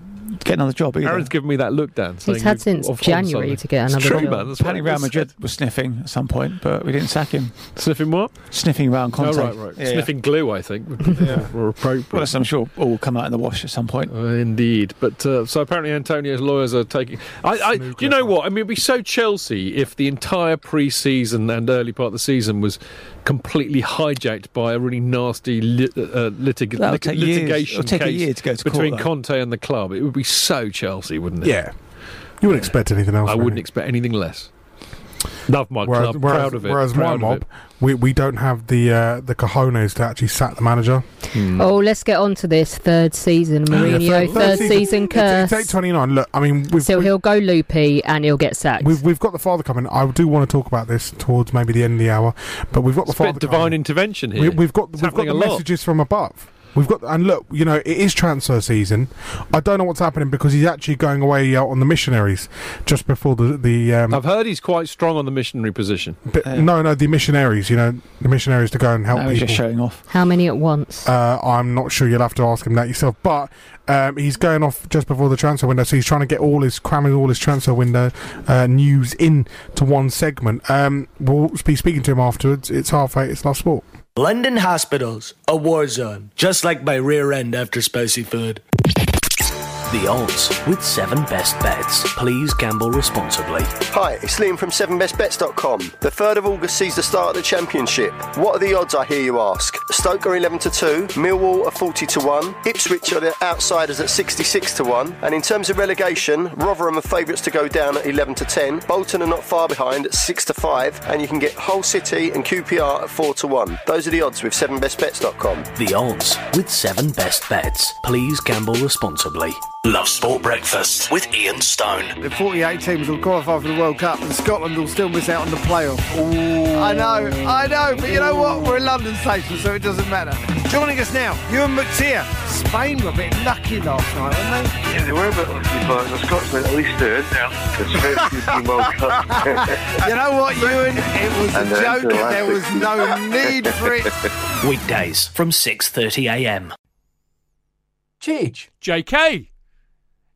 Speaker 7: get another job either.
Speaker 24: Aaron's given me that look, Dan. saying
Speaker 7: had
Speaker 24: you've
Speaker 7: since
Speaker 24: off on
Speaker 7: January
Speaker 24: something.
Speaker 7: to get
Speaker 24: It's
Speaker 7: another
Speaker 24: true,
Speaker 7: job.
Speaker 24: Man, that's
Speaker 7: Apparently
Speaker 24: what
Speaker 7: Real
Speaker 24: it
Speaker 7: Madrid
Speaker 24: said.
Speaker 7: was sniffing at some point, but we didn't sack him.
Speaker 24: Sniffing what?
Speaker 7: Sniffing around Conte.
Speaker 24: Oh, right, right.
Speaker 7: Yeah.
Speaker 24: Sniffing glue, I think, would be
Speaker 7: Yeah.
Speaker 24: more appropriate. Uh,
Speaker 7: Well, that's- I'm sure all will come out in the wash at some point.
Speaker 24: indeed. But uh, so apparently Antonio's lawyers are taking. I, I, do you know what? I mean, it'd be so Chelsea if the entire pre-season and early part of the season was completely hijacked by a really nasty lit, uh, litig-
Speaker 7: That'll
Speaker 24: lit-
Speaker 7: take years.
Speaker 24: litigation
Speaker 7: It'll take a
Speaker 24: case
Speaker 7: year to go to court,
Speaker 24: between
Speaker 7: though.
Speaker 24: Conte and the club. It would be so Chelsea, wouldn't it?
Speaker 2: Yeah. You wouldn't expect anything else.
Speaker 24: I
Speaker 2: really.
Speaker 24: wouldn't expect anything less. Love my
Speaker 2: Whereas,
Speaker 24: club,
Speaker 2: whereas-
Speaker 24: proud of it.
Speaker 2: whereas my
Speaker 24: proud of
Speaker 2: mob,
Speaker 24: it.
Speaker 2: we, we don't have the uh, the cojones to actually sack the manager.
Speaker 3: Mm.
Speaker 24: Hmm.
Speaker 4: Oh, let's get on to this third season, Mourinho. third, season curse.
Speaker 2: It's, it's eight twenty nine. Look, I mean, we've,
Speaker 4: so he'll go loopy and he'll get sacked.
Speaker 2: we've we've got the father coming. I do want to talk about this towards maybe the end of the hour, but we've got the
Speaker 24: It's a
Speaker 2: father.
Speaker 24: bit divine intervention here.
Speaker 2: We, we've got
Speaker 24: It's
Speaker 2: we've got
Speaker 24: happening
Speaker 2: the
Speaker 24: a lot.
Speaker 2: messages from above. We've got and look, you know, it is transfer season. I don't know what's happening because he's actually going away out on the missionaries just before the the. Um,
Speaker 24: I've heard he's quite strong on the missionary position.
Speaker 2: but no, no, the missionaries. You know, the missionaries to go and help
Speaker 24: No,
Speaker 2: people.
Speaker 24: he's just showing
Speaker 7: off.
Speaker 4: How many at once?
Speaker 2: Uh, I'm not sure. You'll have to ask him that yourself. But um, he's going off just before the transfer window, so he's trying to get all his cramming all his transfer window uh, news into one segment. Um, we'll be speaking to him afterwards. It's half eight. It's last sport.
Speaker 5: London hospitals, a war zone, just like my rear end after spicy food.
Speaker 1: The odds with seven best bets. Please gamble responsibly.
Speaker 10: Hi, it's Liam from 7bestbets.com. The 3rd of August sees the start of the championship. What are the odds, I hear you ask? Stoke are 11 to 2, Millwall are 40 to 1, Ipswich are the outsiders at 66 to 1, and in terms of relegation, Rotherham are favourites to go down at 11 to 10, Bolton are not far behind at 6 to 5, and you can get Hull City and QPR at 4 to 1. Those are the odds with 7bestbets.com.
Speaker 1: The odds with seven best bets. Please gamble responsibly. Love Sport Breakfast with Ian Stone.
Speaker 12: The 48 teams will qualify for the World Cup, and Scotland will still miss out on the playoff. I know, I know, but you know what? We're a London station, so it doesn't matter. Joining us now, Ewan McTeer. Spain were a bit lucky last night, weren't they?
Speaker 25: Yeah, they were a bit lucky, but the Scotsmen at least they're in there. It's very World Cup.
Speaker 12: you know what, Ewan? It was
Speaker 25: And
Speaker 12: a
Speaker 25: they're
Speaker 12: joke.
Speaker 25: into the
Speaker 12: There was no need for it.
Speaker 1: Weekdays from 6:30 a.m.
Speaker 3: Cheech. JK.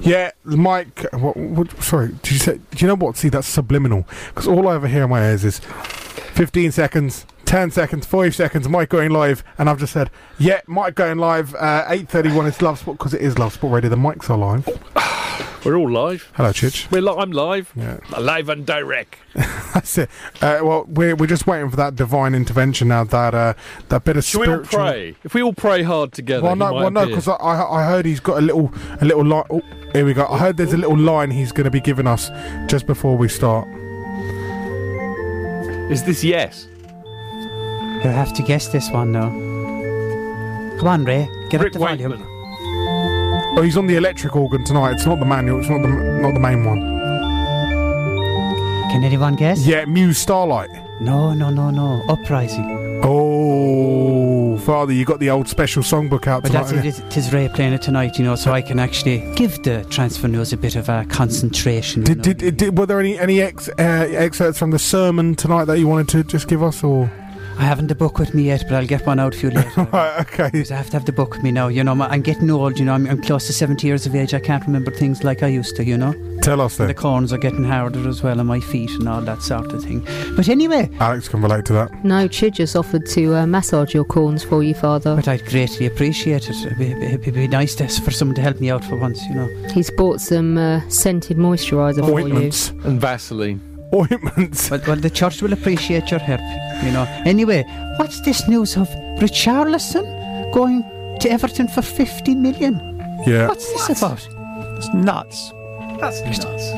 Speaker 2: Yeah, Mike. What, what, sorry, did you say? Do you know what? See, that's subliminal because all I ever hear in my ears is fifteen seconds, 10 seconds, 5 seconds, Mike going live. And I've just said, yeah, Mike going live, uh, 8.31, it's Love Sport, because it is Love Sport Radio. The mics are live.
Speaker 3: We're all live.
Speaker 2: Hello, Chich.
Speaker 3: We're li- I'm live.
Speaker 2: Yeah.
Speaker 3: Live and direct.
Speaker 2: That's it. Uh, well, we're, we're just waiting for that divine intervention now, that uh, that bit of
Speaker 3: Should we all
Speaker 2: spiritual...
Speaker 3: pray? If we all pray hard together,
Speaker 2: Well,
Speaker 3: he
Speaker 2: no,
Speaker 3: might
Speaker 2: well, no,
Speaker 3: appear.
Speaker 2: because I, I I heard he's got a little a little line. Oh, here we go. I heard there's a little line he's going to be giving us just before we start.
Speaker 3: Is this yes?
Speaker 13: You'll have to guess this one now. Come on, Ray. Get up the volume.
Speaker 2: Oh, he's on the electric organ tonight. It's not the manual. It's not the not the main one.
Speaker 13: Can anyone guess?
Speaker 2: Yeah, Muse Starlight.
Speaker 13: No, no, no, no. Uprising.
Speaker 2: Oh, father, you got the old special songbook out
Speaker 13: But
Speaker 2: tonight.
Speaker 13: that's it, it is Ray playing it tonight, you know, so I can actually give the transfer nose a bit of a concentration.
Speaker 2: Did, did, did, were there any any ex, uh, excerpts from the sermon tonight that you wanted to just give us, or
Speaker 13: I haven't the book with me yet, but I'll get one out for you later.
Speaker 2: right, okay.
Speaker 13: Because I have to have the book with me now, you know. my- I'm getting old, you know. I'm, I'm close to 70 years of age. I can't remember things like I used to, you know.
Speaker 2: Tell us
Speaker 13: And
Speaker 2: then.
Speaker 13: The corns are getting harder as well on my feet and all that sort of thing. But anyway.
Speaker 2: Alex can relate to that.
Speaker 4: No, Chidge's offered to uh, massage your corns for you, Father.
Speaker 13: But I'd greatly appreciate it. It'd be, it'd be- it'd be nice to, for someone to help me out for once, you know.
Speaker 4: He's bought some uh, scented moisturiser for you.
Speaker 3: and Vaseline.
Speaker 2: Ointments.
Speaker 13: Well, well, the church will appreciate your help, you know. Anyway, what's this news of Richarlison going to Everton for 50 million?
Speaker 2: Yeah.
Speaker 13: What's this about?
Speaker 7: It's nuts.
Speaker 13: That's nuts.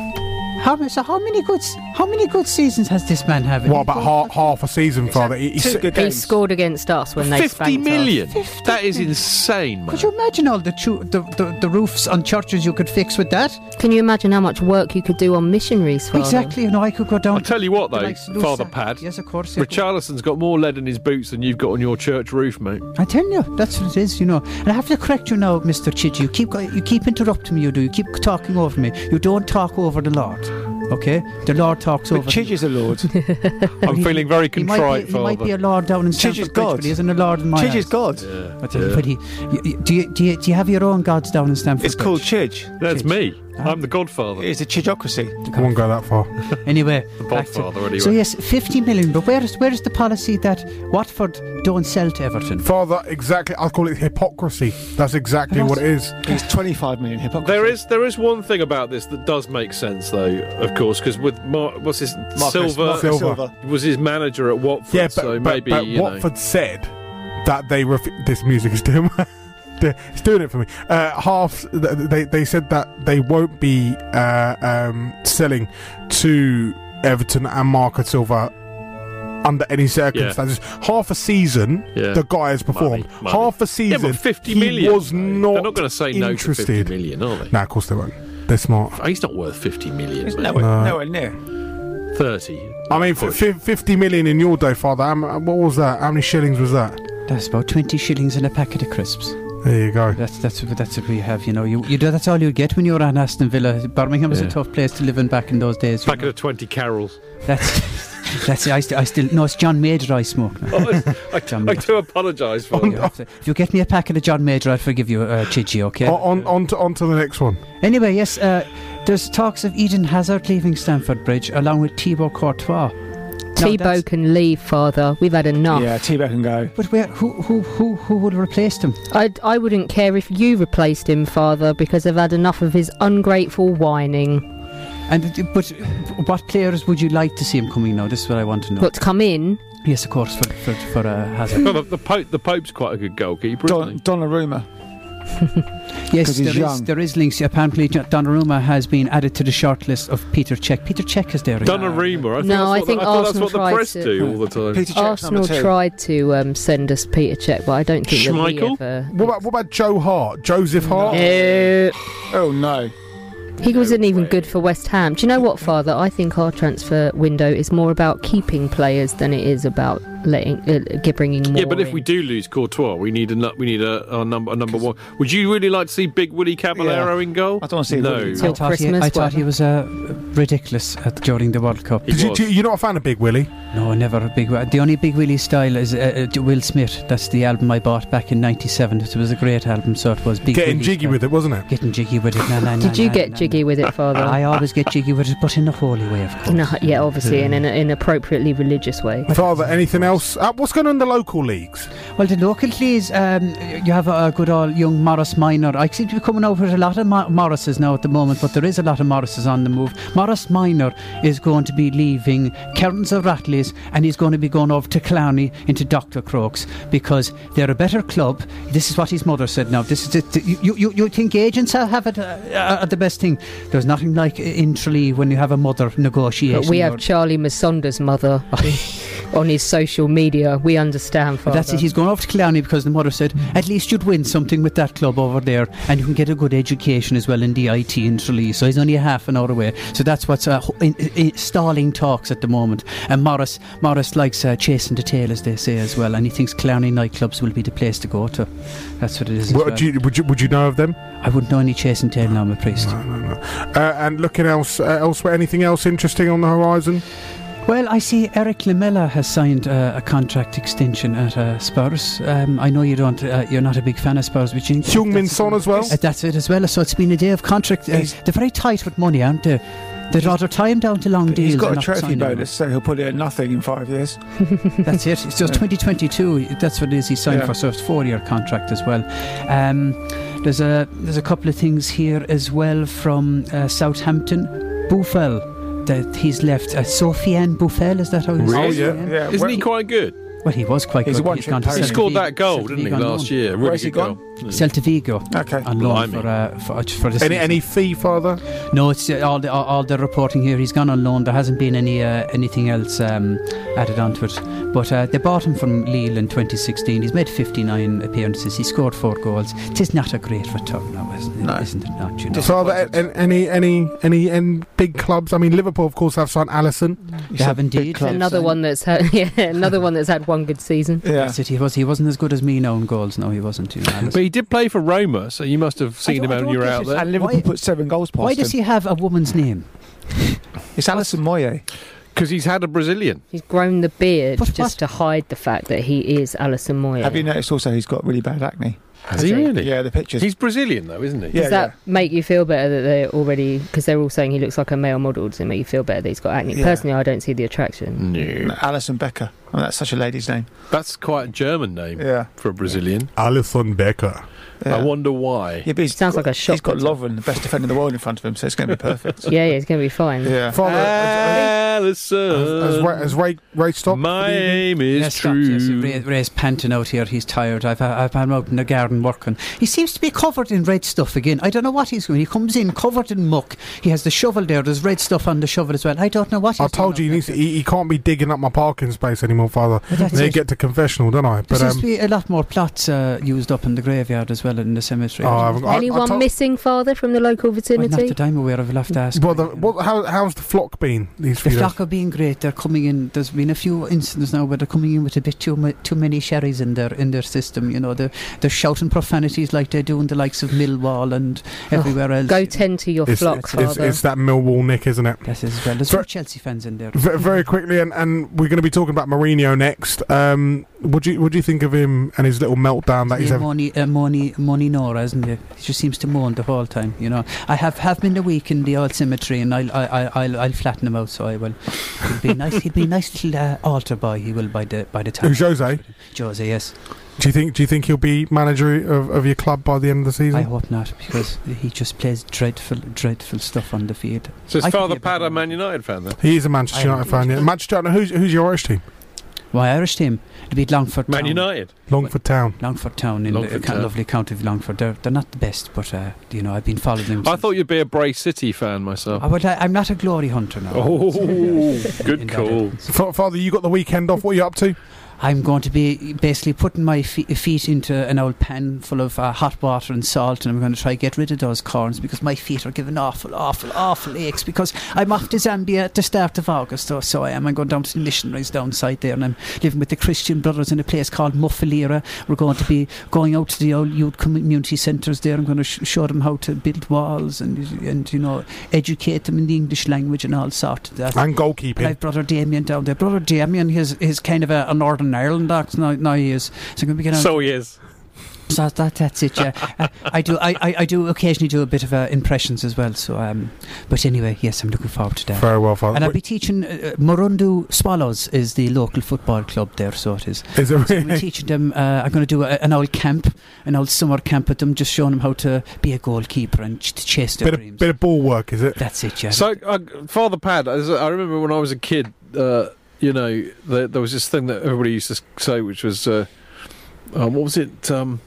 Speaker 13: How, ma- so how many good s- how many good seasons has this man had?
Speaker 2: What about half, half a season, father? He, he's-
Speaker 4: He scored against us when they
Speaker 13: Fifty
Speaker 4: spanked us.
Speaker 13: million?
Speaker 3: That is insane, man.
Speaker 13: Could you imagine all the, chu- the, the the roofs on churches you could fix with that?
Speaker 4: Can you imagine how much work you could do on missionaries, Father?
Speaker 13: Exactly, you know, I could go down.
Speaker 3: I'll tell you what, though,
Speaker 13: Like Lucy.
Speaker 3: Father Pad.
Speaker 13: Yes, of course. yeah.
Speaker 3: Richarlison's got more lead in his boots than you've got on your church roof, mate.
Speaker 13: I tell you, that's what it is, you know. And I have to correct you now, Mister Chidge. You keep go- you keep interrupting me. You do. You keep talking over me. You don't talk over the Lord. Okay, the Lord talks over. Chidge
Speaker 7: is a Lord.
Speaker 3: I'm feeling very
Speaker 13: He might,
Speaker 3: contrite,
Speaker 13: be, he might
Speaker 3: Father.
Speaker 13: be a lord down in
Speaker 7: Chidge is
Speaker 13: Stamford Bridge,
Speaker 7: God.
Speaker 13: but he isn't a lord in my
Speaker 7: Chidge is
Speaker 13: eyes.
Speaker 7: God.
Speaker 13: I tell you, But he, you- you- do, you, do, you, do you have your own gods down in Stamford
Speaker 7: It's
Speaker 13: Bridge?
Speaker 7: called Chidge.
Speaker 3: That's me. I'm the Godfather.
Speaker 7: It's a Chidgeocracy.
Speaker 2: I won't go that far.
Speaker 13: Anyway,
Speaker 3: The
Speaker 13: back to-
Speaker 3: Godfather, anyway.
Speaker 13: So yes, 50 million. But where is where is the policy that Watford don't sell to Everton?
Speaker 2: Father, exactly. I call it hypocrisy. That's exactly what it is.
Speaker 7: It's 25 million hypocrisy.
Speaker 3: There is there is one thing about this that does make sense, though, of course, because with Mar- what's his
Speaker 7: Marcus-
Speaker 3: Silver,
Speaker 7: Marcus Silver.
Speaker 3: was his manager at Watford,
Speaker 2: Yeah, but,
Speaker 3: so
Speaker 2: but,
Speaker 3: maybe
Speaker 2: but
Speaker 3: you know.
Speaker 2: Watford said that they refu- this music is doing it's doing it for me. Uh, half they they said that they won't be uh, um, selling to Everton and Marco Silva under any circumstances. Half a season,
Speaker 3: Yeah.
Speaker 2: the guy has
Speaker 3: Money,
Speaker 2: performed.
Speaker 3: money.
Speaker 2: Half a season,
Speaker 3: Yeah, but 50
Speaker 2: he
Speaker 3: million,
Speaker 2: was
Speaker 3: though.
Speaker 2: not.
Speaker 3: They're not going to say no to 50
Speaker 2: interested.
Speaker 3: million, are they?
Speaker 2: No, of course they won't. They're smart.
Speaker 3: He's not worth 50 million.
Speaker 2: He's
Speaker 3: mate.
Speaker 2: nowhere- No. nowhere
Speaker 7: near.
Speaker 3: 30.
Speaker 2: I mean, for fif- 50 million in your day, Father. How, m- uh, what was that? How many shillings was that?
Speaker 13: That's about 20 shillings and a packet of crisps.
Speaker 2: There you go.
Speaker 13: That's that's what that's what we have. You know, you, you do, that's all you get when you're on Aston Villa. Birmingham was
Speaker 3: Yeah.
Speaker 13: a tough place to live in back in those days. you
Speaker 3: Packet of 20 carols.
Speaker 13: know. That's that's I, st- I still no, it's John Major I smoke.
Speaker 3: Oh, I, I do apologise
Speaker 7: Oh,
Speaker 3: for
Speaker 13: You have to- if you get me a packet of John Major, I'll forgive you, uh, Chichi. Okay.
Speaker 2: On, on, on, to, on to the next one.
Speaker 13: Anyway, yes, uh, there's talks of Eden Hazard leaving Stamford Bridge along with Thibaut Courtois. Now,
Speaker 4: Tebow can leave, Father. We've had enough.
Speaker 7: Yeah, Tebow can go.
Speaker 13: But where, who, who, who, who would have replaced him?
Speaker 4: I, I wouldn't care if you replaced him, Father, because I've had enough of his ungrateful whining.
Speaker 13: And but what players would you like to see him coming now? This is what I want to know.
Speaker 4: But to come in,
Speaker 13: yes, of course, for for, for uh, Hazard.
Speaker 3: Well, the, the Pope, the Pope's quite a good goalkeeper,
Speaker 7: Don,
Speaker 3: isn't
Speaker 7: Donnarumma.
Speaker 13: yes,
Speaker 7: 'Cause
Speaker 13: there
Speaker 7: he's
Speaker 13: is,
Speaker 7: young.
Speaker 13: there is links. Apparently, Jo- Donnarumma has been added to the shortlist of Peter Cech. Peter Cech is there.
Speaker 3: he?
Speaker 13: again.
Speaker 3: Donnarumma. I think
Speaker 4: No,
Speaker 3: that's
Speaker 4: I
Speaker 3: what
Speaker 4: think
Speaker 3: the, I thought
Speaker 4: Arsenal
Speaker 3: that's what
Speaker 4: tried
Speaker 3: the press
Speaker 4: to-
Speaker 3: do all the time.
Speaker 4: Arsenal tried to um, send us Peter Check, but I don't think
Speaker 3: Schmeichel?
Speaker 4: that he
Speaker 2: What about, what about Joe Hart? Joseph Hart? Uh,
Speaker 4: ever.
Speaker 7: Oh no.
Speaker 4: He wasn't even good for West Ham. Do you know what, Father? I think our transfer window is more about keeping players than it is about letting uh, g- bringing more.
Speaker 3: Yeah, but if we do lose Courtois, we need a nu- we need a, a number a number one. Would you really like to see Big Willie Caballero in goal? I
Speaker 7: don't want to see
Speaker 3: no.
Speaker 7: Willy.
Speaker 13: I thought, he, I
Speaker 7: Christmas,
Speaker 13: thought he
Speaker 7: whatever.
Speaker 13: was uh, ridiculous at, during the World Cup.
Speaker 3: He Did you- was. do
Speaker 2: you're not a fan of Big Willie?
Speaker 13: No, never a Big Willie. The only Big Willie style is uh, uh, Will Smith. That's the album I bought back in '97. It was a great album, so it was Big
Speaker 2: Getting
Speaker 13: Willie
Speaker 2: jiggy
Speaker 13: style.
Speaker 2: with it, wasn't it?
Speaker 13: Getting jiggy with it. Nah, nah, nah,
Speaker 4: Did you
Speaker 13: nah,
Speaker 4: get
Speaker 13: nah,
Speaker 4: jiggy with it, Father?
Speaker 13: nah. I always get jiggy with it, but in a holy way, of course.
Speaker 4: No, yeah, obviously, in an in an appropriately religious way.
Speaker 2: Father, anything else? Uh, what's going on in the local leagues?
Speaker 13: Well, the local leagues, um, you have a good old young Morris Minor. I seem to be coming over with a lot of Mo- Morrises now at the moment, but there is a lot of Morrises on the move. Morris Minor is going to be leaving Cairns of Ratley's and he's going to be going over to Clowney into Dr. Crokes because they're a better club. This is what his mother said now. This is it. You, you, you think agents have have it uh, uh, the best thing? There's nothing like in Tralee when you have a mother negotiation.
Speaker 4: But we
Speaker 13: or-
Speaker 4: have Charlie Masonda's mother on his social media. We understand,
Speaker 13: But
Speaker 4: Father.
Speaker 13: that's it. He's gone off to Clowney because the mother said, at least you'd win something with that club over there, and you can get a good education as well in the IT in Tralee. So he's only a half an hour away. So that's what's uh, ho- in, in, stalling talks at the moment. And Morris, Morris likes uh, chasing the tail, as they say as well, and he thinks Clowney nightclubs will be the place to go to. That's what it is. as
Speaker 2: What,
Speaker 13: well.
Speaker 2: do you, would, you, would you know of them?
Speaker 13: I wouldn't know any chasing tail now, I'm a priest.
Speaker 2: Uh, and looking else uh, elsewhere, anything else interesting on the horizon?
Speaker 13: Well, I see Eric Lamella has signed uh, a contract extension at uh, Spurs. Um, I know you don't, uh, you're not a big fan of Spurs, but you
Speaker 2: Heung-min Son as well?
Speaker 13: Uh, that's it as well. So it's been a day of contract. Uh, they're very tight with money, aren't they? They'd rather tie him down to long deals.
Speaker 7: He's got
Speaker 13: than
Speaker 7: a
Speaker 13: not
Speaker 7: trophy
Speaker 13: sign him.
Speaker 7: bonus, so he'll put it at nothing in five years.
Speaker 13: That's it. So 2022. That's what it is. He signed
Speaker 7: Yeah.
Speaker 13: for so it's four-year contract as well. Um, there's a there's a couple of things here as well from uh, Southampton. Buffel. That he's left. Uh, Sofiane Buffel. Is that how? he's
Speaker 3: Oh, Isn't he quite good?
Speaker 13: Oh, Well, he was quite
Speaker 3: He's
Speaker 13: good.
Speaker 3: a
Speaker 13: He's
Speaker 3: one-trick
Speaker 13: gone to
Speaker 3: pony. He
Speaker 13: Celta
Speaker 3: scored
Speaker 13: Vigo-
Speaker 3: that goal,
Speaker 13: Celta
Speaker 3: didn't he,
Speaker 13: Vigo on
Speaker 3: last
Speaker 13: loan.
Speaker 3: year? Really Where's he good gone? goal.
Speaker 13: Celta Vigo. Okay. On loan
Speaker 3: Blimey.
Speaker 13: for, uh, for, for the
Speaker 2: Any,
Speaker 13: season.
Speaker 2: any fee, Father?
Speaker 13: No, it's uh, all the all, all the reporting here. He's gone on loan. There hasn't been any uh, anything else um, added onto it. But uh, they bought him from Lille in 2016. He's made 59 appearances. He scored four goals. It is not a great return, now, isn't it? Isn't it not? You know?
Speaker 2: Father, a- a- any, any, any, any big clubs? I mean, Liverpool, of course, have signed Allison.
Speaker 13: They have indeed.
Speaker 7: eh?
Speaker 4: another one that's had yeah, another one that's had one good season.
Speaker 13: That's it. He was. He wasn't as good as me now in goals. No, he wasn't. You know, Alisson.
Speaker 3: But he did play for Roma, so you must have seen him when you were out there.
Speaker 7: And Liverpool put seven goals past
Speaker 13: Why does he have a woman's name?
Speaker 7: It's Alison Moye.
Speaker 3: Because he's had a Brazilian.
Speaker 4: He's grown the beard just to hide the fact that he is Alison Moyer.
Speaker 7: Have you noticed also he's got really bad acne?
Speaker 3: Has he really?
Speaker 7: Yeah, the pictures.
Speaker 3: He's Brazilian, though, isn't he?
Speaker 4: Does that make you feel better that they're already because they're all saying he looks like a male model? Does it make you feel better that he's got acne?
Speaker 7: Yeah.
Speaker 4: Personally, I don't see the attraction.
Speaker 3: No.
Speaker 7: Alison Becker. Oh, that's such a lady's name.
Speaker 3: That's quite a German name
Speaker 7: Yeah.
Speaker 3: for a Brazilian.
Speaker 2: Alison Becker. Uh,
Speaker 3: I
Speaker 7: Yeah.
Speaker 3: wonder why.
Speaker 7: Yeah, but he's
Speaker 4: Sounds
Speaker 7: got,
Speaker 4: like a shot
Speaker 7: He's got
Speaker 4: put on.
Speaker 7: Lovren, the best defender in the world, in front of him, so it's going to be perfect.
Speaker 4: yeah, yeah, it's going to be fine.
Speaker 7: Mm. Yeah.
Speaker 2: Father,
Speaker 3: uh, Alison.
Speaker 2: Has, Ray, has Ray, Ray stopped?
Speaker 3: My aim is
Speaker 13: Yes, stop, Yes, Ray, Ray's panting out here. He's tired. I've, uh, I've been out in the garden working. He seems to be covered in red stuff again. I don't know what he's doing. He comes in covered in muck. He has the shovel there. There's red stuff on the shovel as well. I don't know what he's
Speaker 2: I told you he, needs to, he, he can't be digging up my parking space anymore, Father.
Speaker 13: that's
Speaker 2: They
Speaker 13: it.
Speaker 2: get to confessional, don't I?
Speaker 13: There
Speaker 2: But
Speaker 13: seems to
Speaker 2: um,
Speaker 13: be a lot more plots uh, used up in the graveyard as well in the cemetery.
Speaker 2: Oh, I haven't- I- I
Speaker 4: Anyone
Speaker 2: told-
Speaker 4: missing, Father, from the local
Speaker 13: Well, not
Speaker 4: vicinity?
Speaker 13: that I'm aware of. I'll have to ask.
Speaker 2: well, the, what, how, how's the flock been these
Speaker 13: The
Speaker 2: few days?
Speaker 13: flock are being great. They're coming in. There's been a few incidents now where they're coming in with a bit too mu- too many sherries in their in their system. You know, they're they're shouting profanities like they do in the likes of Millwall and everywhere else.
Speaker 4: Oh, Go tend to your
Speaker 2: It's,
Speaker 4: flock,
Speaker 2: it's, it's,
Speaker 4: Father.
Speaker 2: it's that Millwall nick, isn't it?
Speaker 13: Yes, as well. There's some Chelsea fans in there.
Speaker 2: Ve- very quickly, and, and we're going to be talking about Mourinho next. Um, what do you what do you think of him and his little meltdown that he's
Speaker 13: Yeah,
Speaker 2: having?
Speaker 13: Moni, uh, Moni, Moni Nora, isn't he? He just seems to moan the whole time, you know. I have, have been a week in the old cemetery, and I'll, I, I, I'll, I'll flatten him out, so I will. He'll be nice. He'll be a nice little uh, altar boy. He will by the by the time.
Speaker 2: Who's Jose?
Speaker 13: Jose, yes.
Speaker 2: Do you think do you think he'll be manager of, of your club by the end of the season?
Speaker 13: I hope not, because he just plays dreadful, dreadful stuff on the field.
Speaker 3: So is
Speaker 13: I could
Speaker 3: Father
Speaker 13: be a-
Speaker 3: Pad a Man United fan then?
Speaker 2: he is a Manchester
Speaker 13: I am
Speaker 2: United fan. Yeah. Manchester United. Who's who's your Irish team?
Speaker 13: My Irish team, it'd be Longford.
Speaker 3: Man
Speaker 13: Town.
Speaker 3: United.
Speaker 2: Longford Town.
Speaker 13: Longford Town in
Speaker 3: Longford
Speaker 13: the ca-
Speaker 3: Town.
Speaker 13: lovely county of Longford. They're, they're not the best, but uh, you know I've been following them.
Speaker 3: I thought you'd be a Bray City fan myself.
Speaker 13: I would, I, I'm not a glory hunter now.
Speaker 3: Oh, good call.
Speaker 2: Fa- Father, you got the weekend off. What are you up to?
Speaker 13: I'm going to be basically putting my fe- feet into an old pan full of uh, hot water and salt, and I'm going to try get rid of those corns because my feet are giving awful, awful, awful aches. Because I'm off to Zambia at the start of August, or so I am. I'm going down to the missionaries down side there, and I'm living with the Christian brothers in a place called Muffalira. We're going to be going out to the old youth community centres there. I'm going to sh- show them how to build walls and and you know educate them in the English language and all sort of that.
Speaker 2: And goalkeeping.
Speaker 13: And I've brother Damien down there. Brother Damien, he's he's kind of a, a Northern Ireland accent now, now he is. So I'm going to be getting on-
Speaker 3: So he is.
Speaker 13: So that, that's it. Yeah, I, I do. I, I, I do occasionally do a bit of uh, impressions as well. So, um, but anyway, yes, I'm looking forward to that.
Speaker 2: Very well, Father.
Speaker 13: And I'll be teaching uh, uh, Morundu Swallows is the local football club there, so it is.
Speaker 2: Is it
Speaker 13: So we're teaching them. Uh, I'm going to do a, an old camp, an old summer camp with them, just showing them how to be a goalkeeper and ch- to chase their
Speaker 2: bit
Speaker 13: dreams.
Speaker 2: of, bit of ball work, is it?
Speaker 13: That's it, yeah.
Speaker 3: So, uh, Father Pad, as I remember when I was a kid, uh, you know, there, there was this thing that everybody used to say, which was, uh, um, what was it? Um,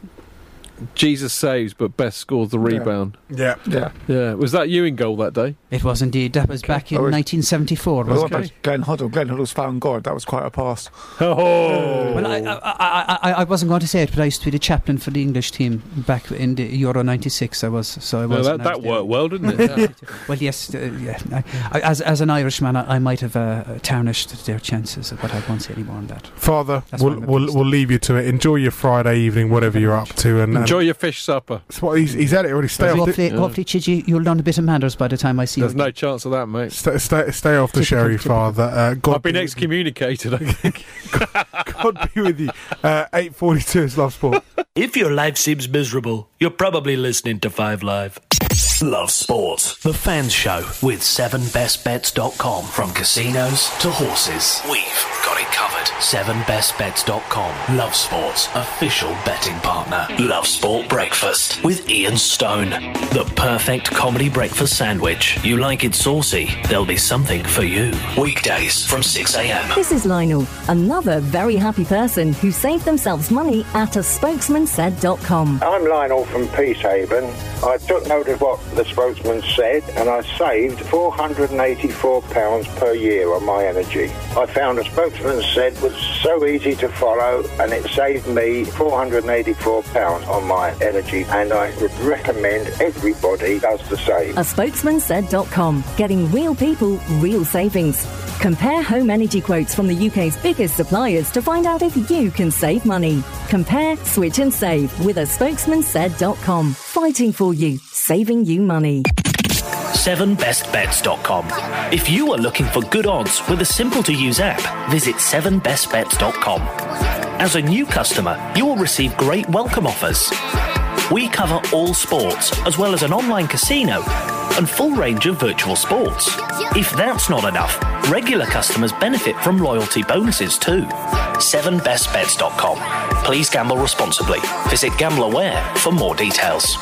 Speaker 3: Jesus saves, but best scores the rebound.
Speaker 2: Yeah.
Speaker 13: Yeah.
Speaker 3: Yeah. Was that you in goal that day?
Speaker 13: It was indeed. That was back in
Speaker 3: Oh, it's-
Speaker 13: 1974.
Speaker 3: Well,
Speaker 13: wasn't
Speaker 3: what
Speaker 13: it?
Speaker 3: about
Speaker 13: Glenn Huddle. Glenn Huddle's found God. That was quite a pass.
Speaker 3: Oh.
Speaker 13: Well, I, I, I, I, I wasn't going to say it, but I used to be the chaplain for the English team back in the Euro '96. I was, so I
Speaker 3: Well,
Speaker 13: was.
Speaker 3: that,
Speaker 13: and I
Speaker 3: that
Speaker 13: was
Speaker 3: worked well, didn't it? Yeah.
Speaker 13: there. Well, yes, uh, yeah. I, I, as as an Irishman, I, I might have uh, tarnished their chances, but I won't say any more on that.
Speaker 2: Father,
Speaker 13: That's
Speaker 2: we'll,
Speaker 13: fine,
Speaker 2: we'll, we'll leave you to it. Enjoy your Friday evening, whatever you're up to. And,
Speaker 3: Enjoy
Speaker 2: and
Speaker 3: your fish supper.
Speaker 2: Um, That's what he's, he's had it already. Stay off
Speaker 13: hopefully,
Speaker 2: the,
Speaker 13: hopefully, Chidgey, you'll learn a bit of manners by the time I see
Speaker 3: There's
Speaker 13: you.
Speaker 3: no chance of that, mate.
Speaker 2: Stay, stay, stay off the sherry, Father. Uh, God,
Speaker 3: I've been excommunicated. I think.
Speaker 2: God be with you. Uh, 842 is Love Sport.
Speaker 5: If your life seems miserable, you're probably listening to Five Live.
Speaker 1: Love Sport, the fans show with 7bestbets.com. From casinos to horses, we've got it covered. 7bestbets.com. Love Sport's official betting partner. Love Sport Breakfast with Ian Stone. The perfect comedy breakfast sandwich. You like it saucy, there'll be something for you. Weekdays from 6am.
Speaker 6: This is Lionel, another very happy person who saved themselves money at a spokesmansaid.com.
Speaker 18: I'm Lionel from Peacehaven. I took note of what the spokesman said and I saved £484 per year on my energy. I found the spokesman said was so easy to follow and it saved me £484 on my energy and I would recommend everybody does the same.
Speaker 6: A spokesmansaid.com, getting real people, real savings. Compare home energy quotes from the UK's biggest suppliers to find out if you can save money. Compare, switch and save with a spokesmansaid.com. Fighting for you, saving you money.
Speaker 1: 7bestbets.com. If you are looking for good odds with a simple to use app, visit 7bestbets.com. As a new customer, you will receive great welcome offers. We cover all sports, as well as an online casino and full range of virtual sports. If that's not enough, regular customers benefit from loyalty bonuses too. 7bestbets.com. Please gamble responsibly. Visit GambleAware for more details.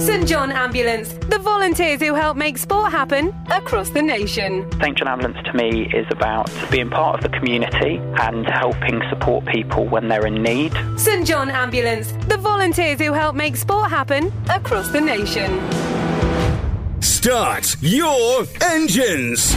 Speaker 16: St John Ambulance, the volunteers who help make sport happen across the nation.
Speaker 22: St John Ambulance to me is about being part of the community and helping support people when they're in need.
Speaker 16: St John Ambulance, the volunteers who help make sport happen across the nation.
Speaker 26: Start your engines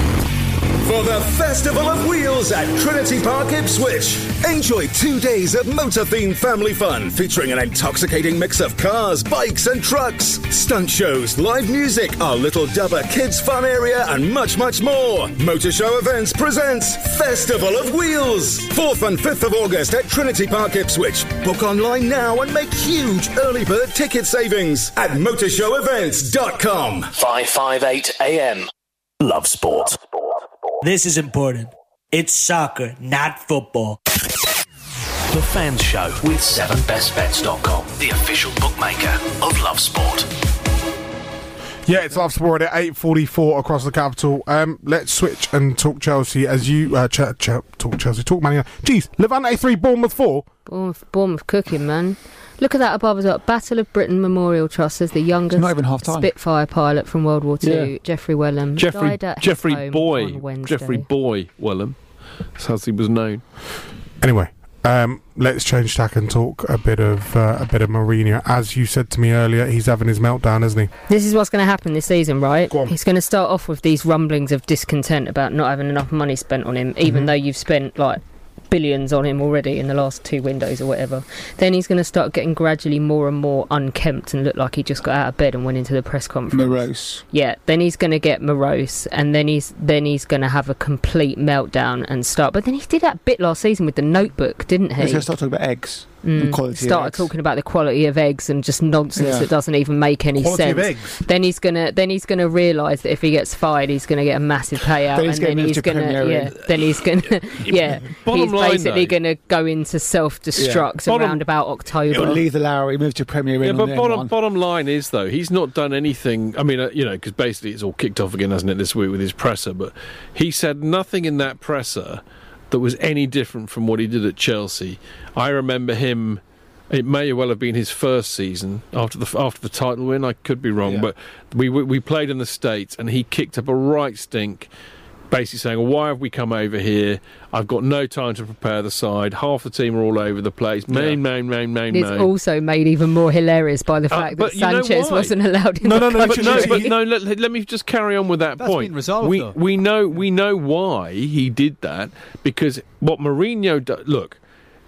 Speaker 26: for the Festival of Wheels at Trinity Park Ipswich. Enjoy two days of motor themed family fun featuring an intoxicating mix of cars, bikes, and trucks, stunt shows, live music, our little dubber kids' fun area, and much, much more. Motor Show Events presents Festival of Wheels, 4th and 5th of August at Trinity Park Ipswich. Book online now and make huge early bird ticket savings at motorshowevents.com.
Speaker 1: 558 AM. Love Sport.
Speaker 5: This is important. It's soccer, not football.
Speaker 1: The Fans Show with 7bestbets.com, the official bookmaker of Love Sport.
Speaker 2: Yeah, it's Love Sport at 8.44 across the capital. Um, let's switch and talk Chelsea as you... Uh, ch- ch- talk Chelsea, talk Man United. Jeez, Levante 3, Bournemouth 4.
Speaker 4: Bournemouth, Bournemouth cooking, man. Look at that above us up. Battle of Britain Memorial Trust says the youngest
Speaker 22: not even half-time.
Speaker 4: Spitfire pilot from World War II,
Speaker 3: Yeah.
Speaker 4: Jeffrey Wellham,
Speaker 3: Jeffrey
Speaker 4: died at his
Speaker 3: Jeffrey
Speaker 4: home
Speaker 3: Boy
Speaker 4: on Wednesday.
Speaker 3: Jeffrey Boy Willem, as he was known.
Speaker 2: Anyway, um, let's change tack and talk a bit of uh, a bit of Mourinho. As you said to me earlier, he's having his meltdown, isn't he?
Speaker 4: This is what's going to happen this season, right? He's going to start off with these rumblings of discontent about not having enough money spent on him, even
Speaker 16: Mhm.
Speaker 4: though you've spent like billions on him already in the last two windows or whatever. Then he's going to start getting gradually more and more unkempt and look like he just got out of bed and went into the press conference.
Speaker 22: Morose.
Speaker 4: Yeah, then he's going to get morose, and then he's then he's going to have a complete meltdown and start. But then he did that bit last season with the Notebook, didn't he?
Speaker 22: Let's go start talking about eggs.
Speaker 4: Mm.
Speaker 7: quality of
Speaker 4: Start
Speaker 7: eggs.
Speaker 4: talking about the quality of eggs and just nonsense
Speaker 7: Yeah.
Speaker 4: that doesn't even make any
Speaker 7: Quality
Speaker 4: sense.
Speaker 7: of eggs.
Speaker 4: Then he's gonna then he's gonna realise that if he gets fired, he's gonna get a massive payout,
Speaker 7: Then he's
Speaker 4: and
Speaker 7: gonna
Speaker 4: then
Speaker 7: move
Speaker 4: he's
Speaker 7: to Premier
Speaker 4: gonna yeah,
Speaker 7: League.
Speaker 4: then he's gonna yeah,
Speaker 7: Bottom
Speaker 4: he's
Speaker 7: line,
Speaker 4: basically
Speaker 7: though-
Speaker 4: gonna go into self destruct
Speaker 7: Yeah. Bottom-
Speaker 4: around about
Speaker 7: He'll
Speaker 4: October.
Speaker 7: leave the Lowry, move to Premier League.
Speaker 3: Yeah,
Speaker 7: on
Speaker 3: but
Speaker 7: the
Speaker 3: bottom,
Speaker 7: M1.
Speaker 3: bottom line is though he's not done anything. I mean, uh, you know, because basically it's all kicked off again, hasn't it, this week with his presser? But he said nothing in that presser that was any different from what he did at Chelsea. I remember him. It may well have been his first season after the after the title win. I could be wrong, but we we- we played in the states and he kicked up a right stink basically saying, "Why have we come over here? I've got no time to prepare the side. Half the team are all over the place. Main, main, main, main,
Speaker 4: It's
Speaker 3: main."
Speaker 4: also made even more hilarious by the fact
Speaker 3: Uh, but
Speaker 4: that
Speaker 3: you know
Speaker 4: Sanchez
Speaker 3: why?
Speaker 4: wasn't allowed in the
Speaker 3: but
Speaker 4: country.
Speaker 3: no, but no. Let, let- let me just carry on with that
Speaker 4: That's
Speaker 3: point.
Speaker 4: been resolved,
Speaker 3: we
Speaker 4: though.
Speaker 3: we know we know why he did that because what Mourinho do, look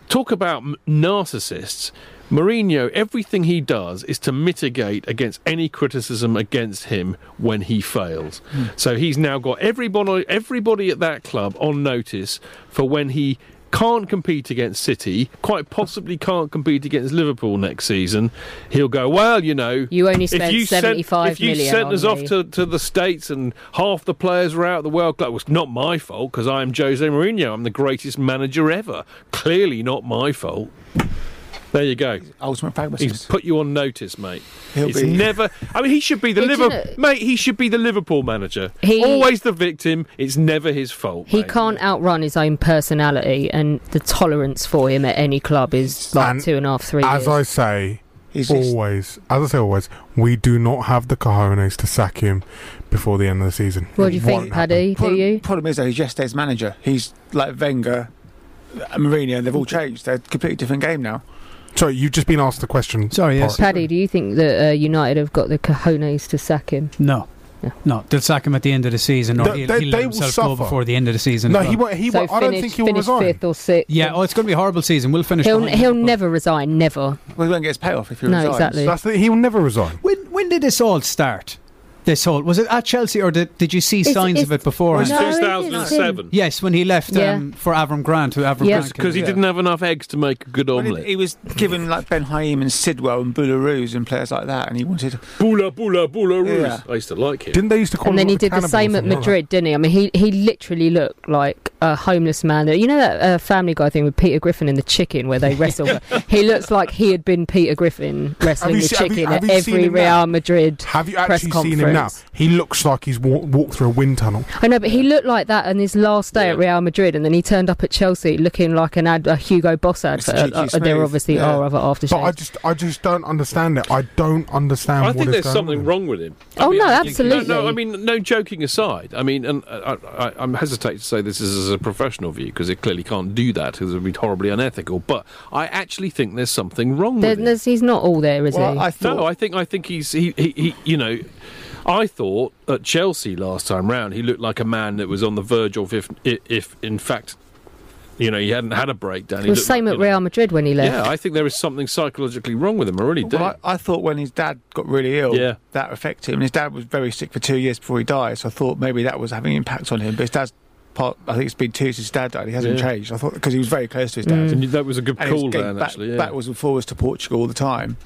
Speaker 3: talk about m- narcissists. Mourinho, everything he does is to mitigate against any criticism against him when he fails.
Speaker 4: Hmm.
Speaker 3: So he's now got everybody, everybody at that club on notice for when he can't compete against City, quite possibly can't compete against Liverpool next season. He'll go, well, you know,
Speaker 4: You only
Speaker 3: if
Speaker 4: spent
Speaker 3: you sent-
Speaker 4: 75
Speaker 3: if you
Speaker 4: million
Speaker 3: sent
Speaker 4: on
Speaker 3: us off
Speaker 4: me.
Speaker 3: to, to the states and half the players were out of the World Cup, it was not my fault because I'm Jose Mourinho. I'm the greatest manager ever. Clearly not my fault. There you go.
Speaker 7: Ultimate pragmatist.
Speaker 3: He's put you on notice, mate.
Speaker 7: He'll
Speaker 3: it's
Speaker 7: be-
Speaker 3: never. I mean, he should be the
Speaker 4: Did you
Speaker 3: Liverpool
Speaker 4: know-
Speaker 3: mate. He should be the Liverpool manager.
Speaker 4: He-
Speaker 3: Always the victim. It's never his fault.
Speaker 4: He
Speaker 3: mate.
Speaker 4: can't outrun his own personality, and the tolerance for him at any club is like two and a half, three
Speaker 2: As
Speaker 4: years.
Speaker 2: I say,
Speaker 4: He's just-
Speaker 2: always, as I say, always, we do not have the cojones to sack him before the end of the season.
Speaker 4: what do you think, Paddy? Do
Speaker 7: Problem-
Speaker 4: you?
Speaker 7: Problem is though, he's yesterday's manager. He's like Wenger, Mourinho. They've all changed. They're a completely different game now.
Speaker 2: Sorry, you've just been asked the question.
Speaker 7: Sorry, yes.
Speaker 4: Paddy, do you think that uh, United have got the cojones to sack him?
Speaker 13: No. No, they'll sack him at the end of the season, or
Speaker 4: They-
Speaker 13: he'll,
Speaker 4: they- they
Speaker 13: he'll let
Speaker 4: will
Speaker 13: himself
Speaker 4: suffer.
Speaker 13: go before the end of the season.
Speaker 2: No,
Speaker 13: as well.
Speaker 2: he won't- he
Speaker 4: So finish, finish fifth or sixth.
Speaker 13: Yeah, oh, it's going to be a horrible season. We'll finish.
Speaker 4: He'll
Speaker 13: behind.
Speaker 4: he'll never resign. Never.
Speaker 7: Well, he won't get his payoff if he
Speaker 4: No,
Speaker 7: resigns.
Speaker 4: exactly. That's
Speaker 2: the, he'll never resign.
Speaker 13: When when did this all start? This whole was it at Chelsea, or did, did you see
Speaker 4: It's-
Speaker 13: signs
Speaker 4: it's-
Speaker 13: of it before?
Speaker 3: It was No, it 2007. didn't.
Speaker 13: Yes, when he left
Speaker 3: Yeah.
Speaker 13: um, for Avram Grant, who Avram Grant
Speaker 3: because
Speaker 13: came
Speaker 3: he
Speaker 13: in.
Speaker 3: didn't have enough eggs to make a good
Speaker 7: Well,
Speaker 3: omelette.
Speaker 7: he, he was given like Ben Haim and Sidwell and Boularoos and players like that, and he wanted
Speaker 3: Bula Bula Bula Roos.
Speaker 7: Yeah.
Speaker 3: I used to like him.
Speaker 2: Didn't they used to
Speaker 4: And then he did the same at Madrid, didn't he? I mean, he, he literally looked like a homeless man. You know that uh, Family Guy thing with Peter Griffin and the chicken where they wrestle? he looks like he had been Peter Griffin wrestling
Speaker 2: you
Speaker 4: the
Speaker 2: se- have you-
Speaker 4: chicken
Speaker 2: have you
Speaker 4: at
Speaker 2: seen
Speaker 4: every
Speaker 2: him now?
Speaker 4: Real Madrid
Speaker 2: Have you
Speaker 4: press
Speaker 2: actually
Speaker 4: conference.
Speaker 2: seen him now? He looks like he's wa- walked through a wind tunnel.
Speaker 4: I know, but he looked like that on his last day at Real Madrid, and then he turned up at Chelsea looking like an ad, a Hugo Boss advert.
Speaker 2: cheeky
Speaker 4: Uh, there
Speaker 2: smooth,
Speaker 4: obviously
Speaker 2: yeah.
Speaker 4: are other aftershows.
Speaker 2: But I just, I just don't understand it. I don't understand.
Speaker 3: I
Speaker 2: what
Speaker 3: think
Speaker 2: is
Speaker 3: there's
Speaker 2: going
Speaker 3: something
Speaker 2: on.
Speaker 3: wrong with him.
Speaker 4: Oh, no,
Speaker 3: I
Speaker 4: absolutely.
Speaker 3: No, no, I mean, no joking aside. I mean, and I, I, I'm hesitant to say this is as a professional view because it clearly can't do that because it would be horribly unethical. But I actually think there's something wrong
Speaker 4: There-
Speaker 3: with him.
Speaker 4: there's- he's not all there, is he?
Speaker 3: no, I think I think he's he, he, he you know. I thought at Chelsea last time round he looked like a man that was on the verge of if if in fact you know he hadn't had a breakdown.
Speaker 4: It
Speaker 3: He
Speaker 4: was
Speaker 3: looked
Speaker 4: same
Speaker 3: like,
Speaker 4: at
Speaker 3: you know-
Speaker 4: Real Madrid when he left.
Speaker 3: Yeah, I think there is something psychologically wrong with him. I really do.
Speaker 7: Well, I, I thought when his dad got really ill,
Speaker 3: Yeah.
Speaker 7: that affected him. And his dad was very sick for two years before he died, so I thought maybe that was having an impact on him. But his dad's part, I think it's been two years since his dad died. He hasn't
Speaker 3: Yeah.
Speaker 7: changed. I thought because he was very close to his dad.
Speaker 3: Mm. And that was a good
Speaker 7: And he was
Speaker 3: call
Speaker 7: getting
Speaker 3: then,
Speaker 7: back-
Speaker 3: actually, yeah.
Speaker 7: backwards and forwards to Portugal all the time,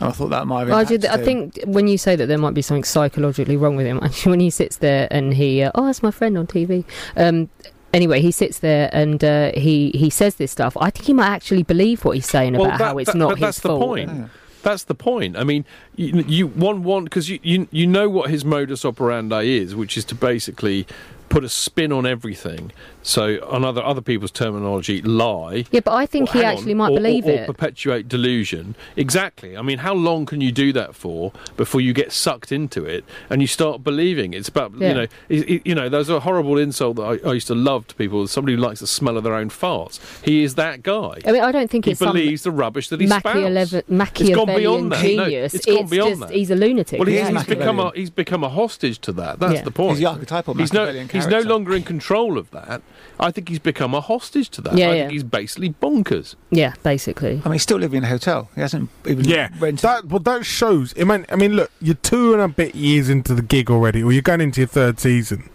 Speaker 7: and I thought that might have.
Speaker 4: I,
Speaker 7: impacted
Speaker 4: did, I
Speaker 7: him.
Speaker 4: think when you say that there might be something psychologically wrong with him, actually, when he sits there and he, uh, oh, that's my friend on TV. Um, anyway, he sits there and uh, he he says this stuff. I think he might actually believe what he's saying about
Speaker 3: that-
Speaker 4: how it's
Speaker 3: that-
Speaker 4: not
Speaker 3: but
Speaker 4: his
Speaker 3: that's
Speaker 4: fault.
Speaker 3: the point. That's the point. I mean, you, you one want because you, you you know what his modus operandi is, which is to basically put a spin on everything. So, on other other people's terminology, lie.
Speaker 4: Yeah, but I think
Speaker 3: Or
Speaker 4: he
Speaker 3: hang on,
Speaker 4: actually might
Speaker 3: or- or-
Speaker 4: believe
Speaker 3: or
Speaker 4: it.
Speaker 3: perpetuate delusion. Exactly. I mean, how long can you do that for before you get sucked into it and you start believing? It's about
Speaker 4: Yeah.
Speaker 3: you know, it, it- you know. There's a horrible insult that I, I used to love to people. Somebody who likes the smell of their own farts. He is that guy.
Speaker 4: I mean, I don't think
Speaker 3: he
Speaker 4: it's some
Speaker 3: believes the rubbish that he spouts.
Speaker 4: Machiavelli- Machiavellian
Speaker 3: that. No,
Speaker 4: genius.
Speaker 3: it's gone beyond
Speaker 4: just,
Speaker 3: that.
Speaker 4: He's a lunatic.
Speaker 3: Well, he's,
Speaker 4: isn't
Speaker 3: he's
Speaker 4: he?
Speaker 3: become a he's become a hostage to that. That's
Speaker 4: Yeah.
Speaker 3: the point.
Speaker 7: He's the archetypal
Speaker 3: He's no
Speaker 7: Machiavellian
Speaker 3: he's no longer in control of that. I think he's become a hostage to that.
Speaker 4: Yeah,
Speaker 3: I
Speaker 4: yeah.
Speaker 3: think he's basically bonkers.
Speaker 4: Yeah, basically.
Speaker 7: I mean, he's still living in a hotel. He hasn't even
Speaker 2: Yeah, that well, that shows. I mean, I mean, look, you're two and a bit years into the gig already, or you're going into your third season,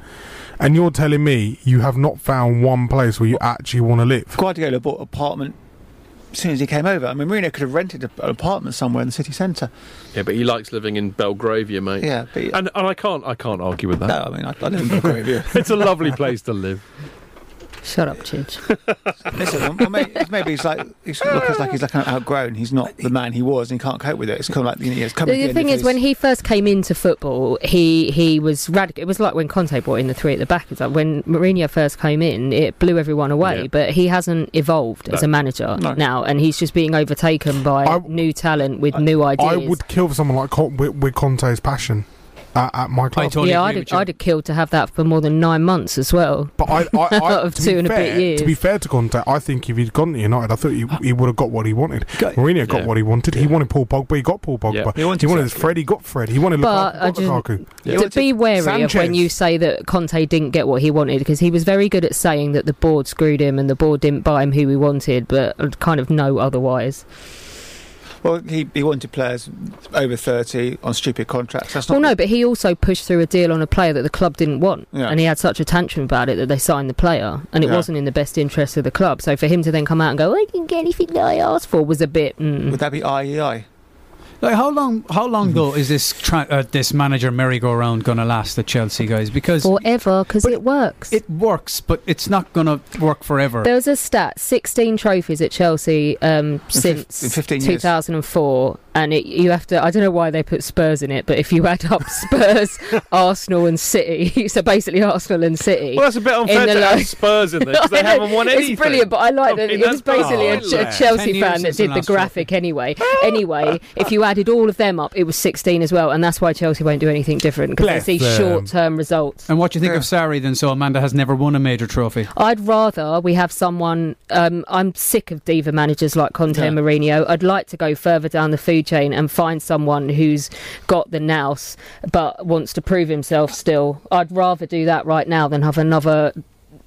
Speaker 2: and you're telling me you have not found one place where you actually want to live.
Speaker 7: Guardiola bought an apartment as soon as he came over. I mean, Mourinho could have rented a, an apartment somewhere in the city centre.
Speaker 3: Yeah, but he likes living in Belgravia, mate.
Speaker 7: Yeah, but-
Speaker 3: and and I can't I can't argue with that.
Speaker 7: No, I mean I, I live in Belgravia.
Speaker 3: it's a lovely place to live.
Speaker 4: Shut up, Chidge.
Speaker 7: Listen, well, well, may- maybe he's like he's look, it's like he's like kind of outgrown. He's not the man he was, and he can't cope with it. It's kind of like you know, it's coming.
Speaker 4: the thing is, when he first came into football, he he was radical. It was like when Conte brought in the three at the back. It's like when Mourinho first came in, it blew everyone away.
Speaker 16: Yeah.
Speaker 4: But he hasn't evolved as
Speaker 2: No.
Speaker 4: a manager
Speaker 2: No.
Speaker 4: now, and he's just being overtaken by new talent with new ideas.
Speaker 2: I would kill for someone like Con- with, with Conte's passion at, at my club.
Speaker 4: yeah, I'd have, I'd have killed to have that for more than nine months as well.
Speaker 2: But I, I, I
Speaker 4: out of
Speaker 2: to
Speaker 4: two
Speaker 2: be
Speaker 4: and
Speaker 2: fair,
Speaker 4: a bit years.
Speaker 2: To be fair to Conte, I think if he'd gone to United, I thought he, he would have got what he wanted. Mourinho got
Speaker 4: Yeah.
Speaker 2: what he wanted. He wanted Paul Pogba. He got Paul Pogba. He wanted, Fred. He got Fred. He wanted
Speaker 4: But
Speaker 2: Lukaku.
Speaker 4: I
Speaker 2: Got
Speaker 4: just-
Speaker 2: Lukaku.
Speaker 4: To be wary of when you say that Conte didn't get what he wanted, because he was very good at saying that the board screwed him and the board didn't buy him who he wanted, but kind of know otherwise.
Speaker 7: well, he, he wanted players over thirty on stupid contracts. That's not.
Speaker 4: Well, no, but he also pushed through a deal on a player that the club didn't want,
Speaker 7: Yeah.
Speaker 4: and he had such a tantrum about it that they signed the player, and it
Speaker 7: Yeah.
Speaker 4: wasn't in the best interest of the club. So for him to then come out and go, I didn't get anything that I asked for, was a bit. Mm.
Speaker 7: Would that be IEI?
Speaker 13: Like how long? How
Speaker 4: Mhm.
Speaker 13: long though is this tra- uh, this manager merry-go-round going to last at Chelsea, guys? Because
Speaker 4: forever, because it works.
Speaker 13: It works, but it's not going to work forever.
Speaker 4: There was a stat: sixteen trophies at Chelsea um, since
Speaker 13: in 15 years.
Speaker 4: 2004, and it, you have to. I don't know why they put Spurs in it, but if you add up Spurs, Arsenal, and City, so basically Arsenal and City.
Speaker 3: Well, that's a bit
Speaker 4: in
Speaker 3: unfair
Speaker 4: the
Speaker 3: to
Speaker 4: lo-
Speaker 3: add Spurs in there because they
Speaker 4: I know,
Speaker 3: haven't won anything.
Speaker 4: It's brilliant, but I like that
Speaker 3: mean,
Speaker 4: it was
Speaker 3: that's
Speaker 4: basically a,
Speaker 3: brilliant.
Speaker 4: Ch- a
Speaker 3: Ten
Speaker 4: Chelsea
Speaker 3: years
Speaker 4: fan that
Speaker 3: since the
Speaker 4: did the
Speaker 3: last
Speaker 4: graphic anyway. anyway, if you added all of them up, it was 16 as well, and that's why Chelsea won't do anything different because they
Speaker 13: Bless
Speaker 4: see
Speaker 13: them.
Speaker 4: short-term results.
Speaker 13: and what do you think of Sarri then? So Amanda has never won a major trophy.
Speaker 4: I'd rather we have someone. Um, I'm sick of diva managers like Conte and Mourinho. I'd like to go further down the food chain and find someone who's got the nous but wants to prove himself still. I'd rather do that right now than have another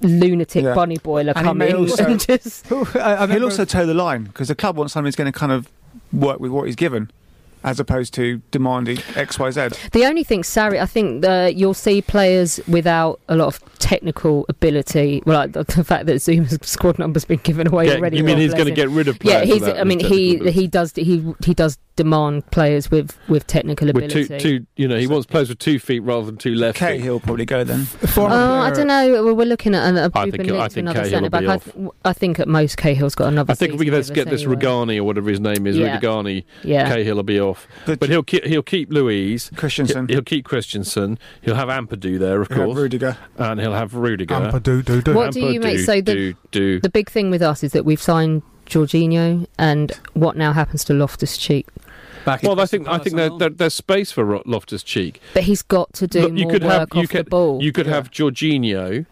Speaker 4: lunatic
Speaker 7: Yeah.
Speaker 4: bunny boiler
Speaker 7: And he
Speaker 4: come
Speaker 7: may
Speaker 4: in.
Speaker 7: also-
Speaker 4: and just
Speaker 7: He'll also toe the line because the club wants someone who's going to kind of work with what he's given, as opposed to demanding X, Y, Z.
Speaker 4: The only thing, Sarri, I think that you'll see players without a lot of technical ability. Well, like the, the fact that Zuma's squad number's been given away
Speaker 3: Yeah,
Speaker 4: already.
Speaker 3: you mean
Speaker 4: God
Speaker 3: he's
Speaker 4: bless
Speaker 3: gonna
Speaker 4: him.
Speaker 3: get rid of
Speaker 4: Yeah,
Speaker 3: players
Speaker 4: he's.
Speaker 3: without
Speaker 4: I mean,
Speaker 3: any
Speaker 4: he
Speaker 3: technical
Speaker 4: he does he he does demand players with with technical
Speaker 3: With
Speaker 4: ability.
Speaker 3: two, two, you know, he wants players with two feet rather than two left. Kate,
Speaker 7: he'll probably go then.
Speaker 4: Uh, I don't know. Well, we're looking at an, a,
Speaker 3: I
Speaker 4: we've
Speaker 3: think-
Speaker 4: been linked
Speaker 3: I
Speaker 4: to
Speaker 3: think
Speaker 4: another
Speaker 3: Cahill
Speaker 4: centre
Speaker 3: will
Speaker 4: back.
Speaker 3: be
Speaker 4: I, th- I think at most Cahill's got another.
Speaker 3: I think if we let's get this
Speaker 4: anyway.
Speaker 3: Regani or whatever his name is,
Speaker 4: Yeah.
Speaker 3: Regani,
Speaker 4: Yeah.
Speaker 3: Cahill will be off. But, he'll keep, he'll keep Louise
Speaker 7: Christensen.
Speaker 3: He'll keep Christensen. He'll have Ampadu there, of
Speaker 7: He'll have
Speaker 3: course.
Speaker 7: Rudiger.
Speaker 3: and he'll have Rudiger.
Speaker 2: Ampadu, do, do.
Speaker 4: What do you make? So the
Speaker 3: do, do.
Speaker 4: the big thing with us is that we've signed Jorginho and what now happens to Loftus Cheek.
Speaker 3: well, I think I think there, there, there's space for Ro- Loftus Cheek.
Speaker 4: But he's got to do
Speaker 3: Look,
Speaker 4: more
Speaker 3: you could
Speaker 4: work
Speaker 3: have
Speaker 4: off
Speaker 3: you could
Speaker 4: the ball.
Speaker 3: you could have Jorginho,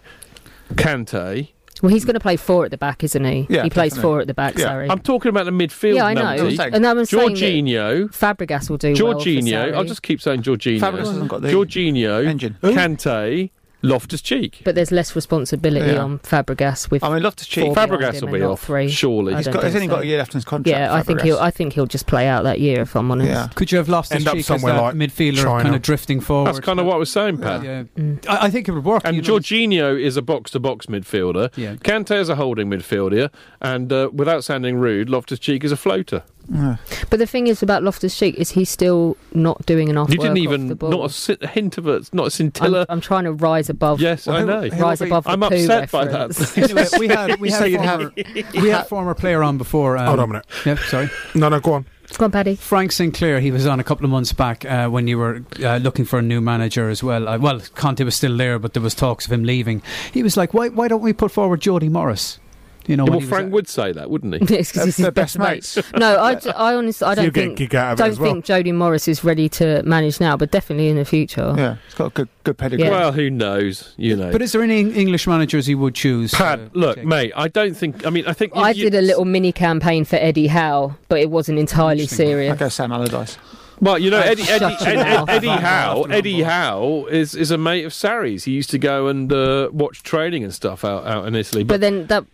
Speaker 3: Kante.
Speaker 4: Well, he's going to play four at the back, isn't he? he plays four at the back. Sorry.
Speaker 3: I'm talking about the midfield.
Speaker 4: Yeah, I know.
Speaker 3: numpty.
Speaker 4: And I'm saying that
Speaker 3: Jorginho.
Speaker 4: Fabregas will do
Speaker 3: Jorginho,
Speaker 4: well for
Speaker 3: I'll
Speaker 4: Sarri.
Speaker 3: just keep saying Jorginho.
Speaker 4: Fabregas hasn't got the
Speaker 3: Jorginho, Kante, Loftus Cheek.
Speaker 4: But there's less responsibility
Speaker 3: Yeah.
Speaker 4: on Fabregas with.
Speaker 3: I mean, Loftus-Cheek-
Speaker 4: four behind
Speaker 3: Fabregas
Speaker 4: him
Speaker 3: will
Speaker 4: and
Speaker 3: be
Speaker 4: not
Speaker 3: off,
Speaker 4: Three.
Speaker 3: surely.
Speaker 4: I
Speaker 3: He's
Speaker 4: don't
Speaker 3: got-
Speaker 4: think
Speaker 7: he's only got
Speaker 4: so.
Speaker 7: a year left on his contract,
Speaker 4: Yeah, I think
Speaker 7: Fabregas.
Speaker 4: he'll. I think he'll just play out that year if I'm honest.
Speaker 7: Yeah.
Speaker 13: Could you have lost
Speaker 7: End up
Speaker 13: Cheek as
Speaker 7: somewhere
Speaker 13: that
Speaker 7: like
Speaker 13: midfielder
Speaker 7: China.
Speaker 13: kind of drifting forward?
Speaker 3: That's kind of what I was saying, Pat.
Speaker 13: Yeah.
Speaker 4: Mm.
Speaker 13: Mm. I, I think it would work.
Speaker 3: And Jorginho is a box to box midfielder.
Speaker 13: Yeah.
Speaker 3: Kante is a holding midfielder. And uh, without sounding rude, Loftus Cheek is a floater.
Speaker 4: But the thing is about Loftus Cheek is he's still not doing enough.
Speaker 3: You didn't
Speaker 4: work
Speaker 3: even,
Speaker 4: off the ball.
Speaker 3: not a, si- a hint of it, not a scintilla.
Speaker 4: I'm, I'm trying to rise above.
Speaker 3: Yes, I know.
Speaker 4: Rise above. The
Speaker 3: I'm
Speaker 4: poo
Speaker 3: upset by
Speaker 4: reference.
Speaker 3: that.
Speaker 13: Anyway, we had we
Speaker 4: You
Speaker 13: had,
Speaker 4: say you'd
Speaker 13: former,
Speaker 4: have-
Speaker 13: we had former player on before. Um,
Speaker 2: Hold on a minute.
Speaker 13: Yeah, sorry.
Speaker 2: No, no, go on.
Speaker 4: Go on, Paddy.
Speaker 13: Frank Sinclair. He was on a couple of months back uh, when you were uh, looking for a new manager as well. Uh, well, Conte was still there, but there was talks of him leaving. He was like, "Why, why don't we put forward Jody Morris?" You know,
Speaker 3: Yeah,
Speaker 13: when
Speaker 3: well,
Speaker 13: he was
Speaker 3: Frank would say that, wouldn't he?
Speaker 4: Yes, 'cause he's his best, mate. No, I, ju- I honestly, I
Speaker 3: So
Speaker 4: don't
Speaker 3: you'll get a
Speaker 4: think
Speaker 3: kick out of it
Speaker 4: don't
Speaker 3: as well.
Speaker 4: think Jody Morris is ready to manage now, but definitely in the future.
Speaker 7: Yeah, it's got a good good pedigree.
Speaker 4: Yeah.
Speaker 3: Well, who knows? You know.
Speaker 13: But is there any English managers he would choose? Uh,
Speaker 3: Pat, look, mate, I don't think. I mean, I think.
Speaker 4: I
Speaker 3: you-
Speaker 4: did a little mini campaign for Eddie Howe, but it wasn't entirely serious.
Speaker 7: Okay, Sam Allardyce.
Speaker 3: Well, you know,
Speaker 7: Oh,
Speaker 3: Eddie,
Speaker 7: shut
Speaker 3: Eddie,
Speaker 7: your
Speaker 3: Ed- Ed-
Speaker 7: mouth.
Speaker 3: Eddie
Speaker 7: Right,
Speaker 3: Howe.
Speaker 7: right,
Speaker 3: Eddie Howe is, is a mate of Sarri's. He used to go and uh, watch training and stuff out, out in Italy.
Speaker 4: But then that.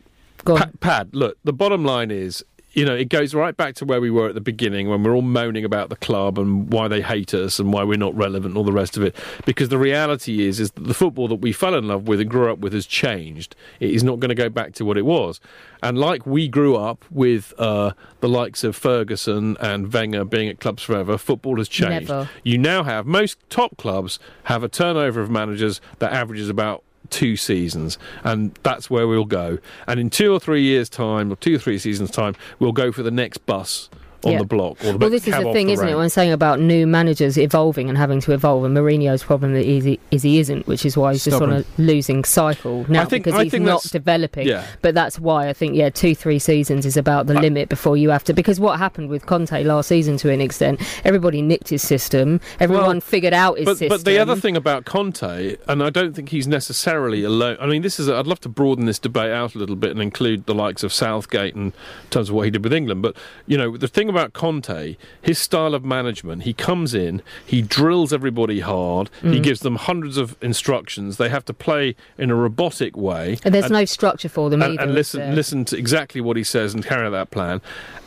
Speaker 4: Go on.
Speaker 3: Pad, look, the bottom line is you know, it goes right back to where we were at the beginning when we're all moaning about the club and why they hate us and why we're not relevant and all the rest of it. Because the reality is, is that the football that we fell in love with and grew up with has changed. It is not going to go back to what it was. And like we grew up with uh, the likes of Ferguson and Wenger being at clubs forever, football has changed.
Speaker 4: Never.
Speaker 3: You now have most top clubs have a turnover of managers that averages about two seasons, and that's where we'll go. And in two or three years' time, or two or three seasons' time, we'll go for the next bus on
Speaker 4: Yeah.
Speaker 3: the block or the
Speaker 4: well,
Speaker 3: next
Speaker 4: this is
Speaker 3: cab
Speaker 4: the
Speaker 3: off
Speaker 4: thing, isn't it?
Speaker 3: rank.
Speaker 4: When I'm saying about new managers evolving and having to evolve, and Mourinho's problem that is he, is he isn't, which is why he's
Speaker 3: Stubborn.
Speaker 4: just on a losing cycle now
Speaker 3: I think-
Speaker 4: because
Speaker 3: I
Speaker 4: he's
Speaker 3: think
Speaker 4: not
Speaker 3: that's-
Speaker 4: developing.
Speaker 3: yeah.
Speaker 4: But that's why I think yeah, two three seasons is about the limit before you have to. Because what happened with Conte last season to an extent, everybody nicked his system, everyone figured out his
Speaker 3: but,
Speaker 4: system.
Speaker 3: But the other thing about Conte, and I don't think he's necessarily alone. I mean, this is. I'd love to broaden this debate out a little bit and include the likes of Southgate in terms of what he did with England. But you know, the thing about Conte, his style of management, he comes in, he drills everybody hard, he
Speaker 4: Mm.
Speaker 3: gives them hundreds of instructions. They have to play in a robotic way.
Speaker 4: And there's
Speaker 3: And-
Speaker 4: no structure for them
Speaker 3: and,
Speaker 4: either.
Speaker 3: and
Speaker 4: is
Speaker 3: listen
Speaker 4: there?
Speaker 3: listen to exactly what he says and carry out that plan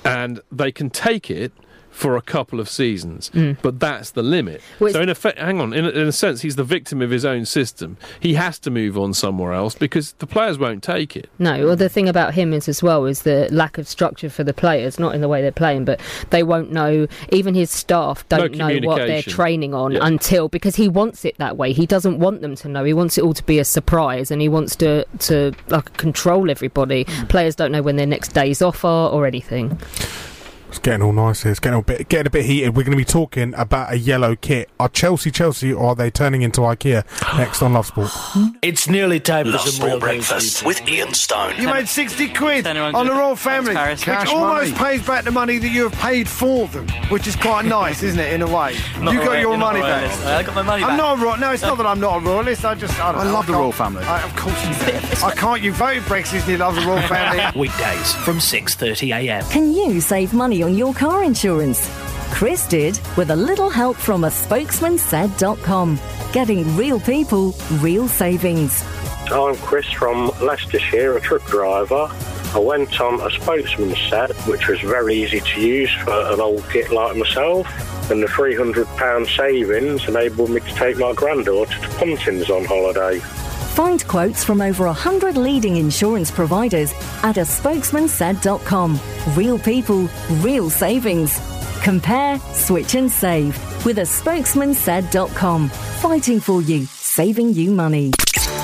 Speaker 3: and they can take it for a couple of seasons but that's the limit
Speaker 4: Well,
Speaker 3: so in effect hang on in a, in a sense he's the victim of his own system he has to move on somewhere else because the players won't take it
Speaker 4: No, well, the thing about him is as well is the lack of structure for the players, not in the way they're playing, but they won't know. Even his staff
Speaker 3: No
Speaker 4: don't know what they're
Speaker 3: communication.
Speaker 4: training on
Speaker 3: Yeah.
Speaker 4: until because he wants it that way. He doesn't want them to know. He wants it all to be a surprise, and he wants to to like control everybody.
Speaker 3: Hmm.
Speaker 4: Players don't know when their next days off are or anything.
Speaker 2: It's getting all nice here. It's getting a bit getting a bit heated. We're going to be talking about a yellow kit. Are Chelsea Chelsea or are they turning into IKEA next on Love Sport?
Speaker 5: It's nearly time for
Speaker 27: Love
Speaker 5: some
Speaker 27: Sport
Speaker 5: real
Speaker 27: Breakfast with Ian Stone.
Speaker 12: You made 60 quid on the Royal Family,
Speaker 27: Paris.
Speaker 12: which
Speaker 27: Cash
Speaker 12: almost
Speaker 27: money.
Speaker 12: pays back the money that you have paid for them, which is quite nice, isn't it, in a way?
Speaker 1: Not
Speaker 12: you
Speaker 1: a
Speaker 12: got
Speaker 1: ro-
Speaker 12: your
Speaker 1: you're not
Speaker 12: money
Speaker 1: a
Speaker 12: back.
Speaker 1: royalist. I got my money
Speaker 12: I'm
Speaker 1: back.
Speaker 12: not a royal. No, it's not that I'm not a royalist. I just. I, don't
Speaker 1: I
Speaker 12: know,
Speaker 1: love the
Speaker 12: can't-
Speaker 1: royal family.
Speaker 12: I, of course you do. I can't. You voted Brexit and you love the royal family.
Speaker 1: Weekdays from 6:30 a.m.
Speaker 6: Can you save money on your car insurance? Chris did with a little help from a spokesman said.com. Getting real people, real savings.
Speaker 14: I'm Chris from Leicestershire, a truck driver. I went on a spokesman set, which was very easy to use for an old git like myself. And the £300 savings enabled me to take my granddaughter to Pontins on holiday.
Speaker 6: Find quotes from over 100 leading insurance providers at a spokesman said.com. Real people, real savings. Compare, switch and save with a spokesman said.com. Fighting for you, saving you money.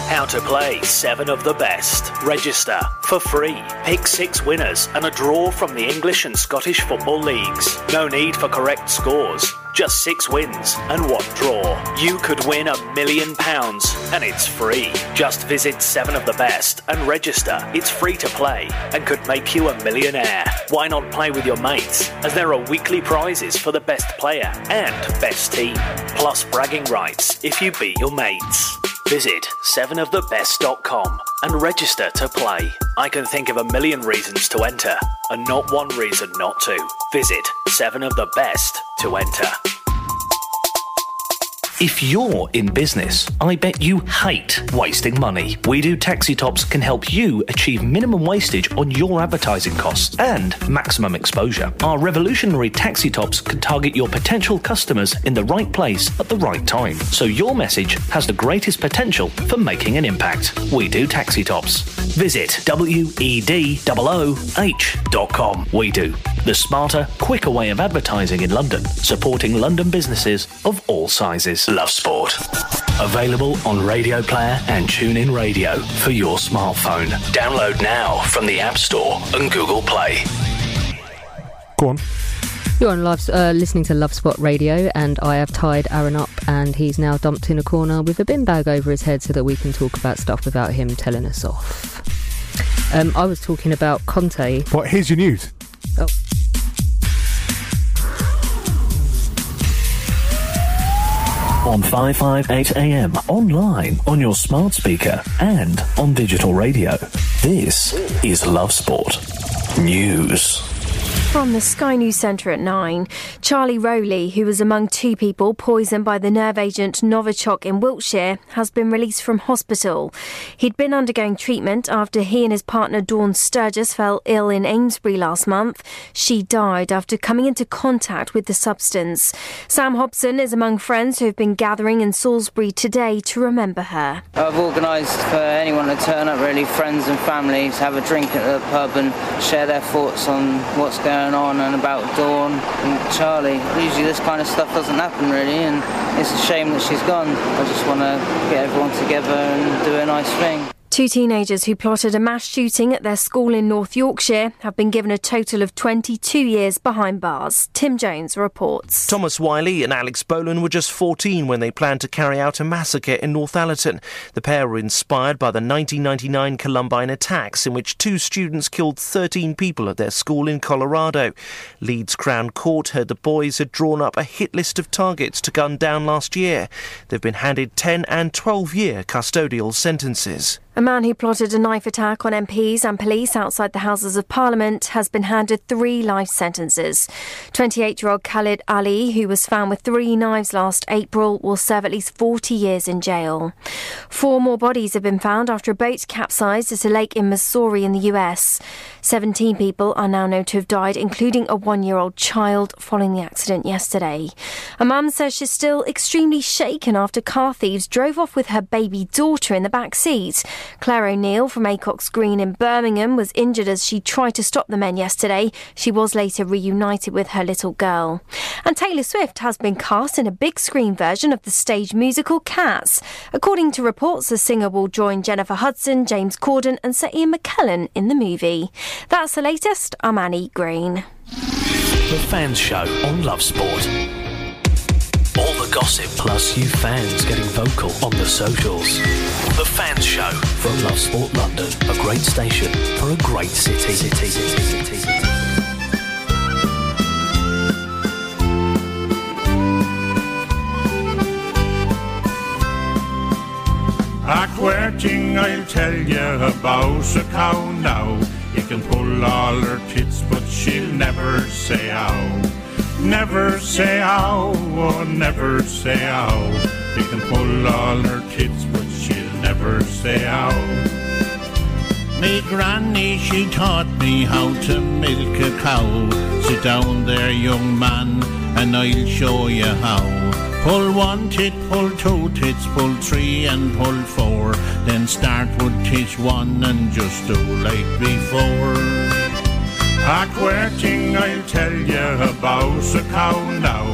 Speaker 1: How to play seven of the best. Register for free. Pick six winners and a draw from the English and Scottish football leagues. No need for correct scores. Just six wins and one draw. You could win a million pounds and it's free. Just visit seven of the best and register. It's free to play and could make you a millionaire. Why not play with your mates? As there are weekly prizes for the best player and best team, plus bragging rights if you beat your mates. Visit 7ofthebest.com and register to play. I can think of a million reasons to enter, and not one reason not to. Visit 7ofthebest to enter. If you're in business, I bet you hate wasting money. We do Taxi Tops can help you achieve minimum wastage on your advertising costs and maximum exposure. Our revolutionary Taxi Tops can target your potential customers in the right place at the right time, so your message has the greatest potential for making an impact. We do Taxi Tops. Visit E wedooh.com. We do the smarter, quicker way of advertising in London, supporting London businesses of all sizes. Love Sport. Available on Radio Player and TuneIn Radio for your smartphone. Download now from the App Store and Google Play.
Speaker 2: Go on.
Speaker 4: You're on Love, uh, listening to Love Spot Radio, and I have tied Aaron up, and he's now dumped in a corner with a bin bag over his head so that we can talk about stuff without him telling us off. Um, I was talking about Conte.
Speaker 2: But here's your news.
Speaker 4: Oh.
Speaker 1: on 558 AM, online, on your smart speaker, and on digital radio. This is Love Sport News.
Speaker 8: From the Sky News Centre at 9, Charlie Rowley, who was among two people poisoned by the nerve agent Novichok in Wiltshire, has been released from hospital. He'd been undergoing treatment after he and his partner Dawn Sturgis fell ill in Amesbury last month. She died after coming into contact with the substance. Sam Hobson is among friends who have been gathering in Salisbury today to remember her.
Speaker 28: I've organised for anyone to turn up, really, friends and family, to have a drink at the pub and share their thoughts on what's going on and about Dawn and Charlie. Usually this kind of stuff doesn't happen, really, and it's a shame that she's gone. I just want to get everyone together and do a nice thing.
Speaker 8: Two teenagers who plotted a mass shooting at their school in North Yorkshire have been given a total of 22 years behind bars. Tim Jones reports.
Speaker 29: Thomas Wiley and Alex Bolan were just 14 when they planned to carry out a massacre in Northallerton. The pair were inspired by the 1999 Columbine attacks, in which two students killed 13 people at their school in Colorado. Leeds Crown Court heard the boys had drawn up a hit list of targets to gun down last year. They've been handed 10 and 12 year custodial sentences.
Speaker 8: A man who plotted a knife attack on MPs and police outside the Houses of Parliament has been handed three life sentences. 28 year old Khalid Ali, who was found with three knives last April, will serve at least 40 years in jail. Four more bodies have been found after a boat capsized at a lake in Missouri in the US. 17 people are now known to have died, including a one year old child, following the accident yesterday. A mum says she's still extremely shaken after car thieves drove off with her baby daughter in the back seat. Claire O'Neill from Acox Green in Birmingham was injured as she tried to stop the men yesterday. She was later reunited with her little girl. And Taylor Swift has been cast in a big screen version of the stage musical Cats. According to reports, the singer will join Jennifer Hudson, James Corden, and Sir Ian McKellen in the movie. That's the latest. I'm Annie Green.
Speaker 1: The Fans Show on Love Sport. All the gossip plus you fans getting vocal on the socials. The Fans Show from Love Sport London, a great station for a great city. city, city, city, city.
Speaker 21: A quirting, I'll tell you about a cow now. You can pull all her tits, but she'll never say ow. Never say ow, oh, never say ow. You can pull all her tits, but she'll never say ow. Me granny, she taught me how to milk a cow. Sit down there, young man, and I'll show you how. Pull one tit, pull two tits, pull three and pull four. Then start with tit one and just do like before. A quirting, I'll tell you about a cow now.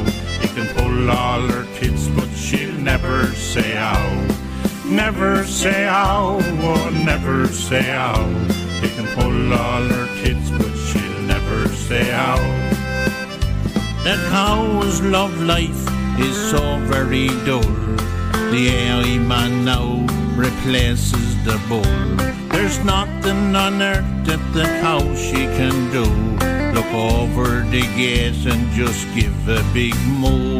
Speaker 21: You can pull all her tits, but she'll never say ow. Never say ow, oh, never say ow. You can pull all her tits, but she'll never say ow. The cow's love life is so very dull. The AI man now replaces the bull. There's nothing on earth that the cow she can do. Look over the gate and just give a big moo.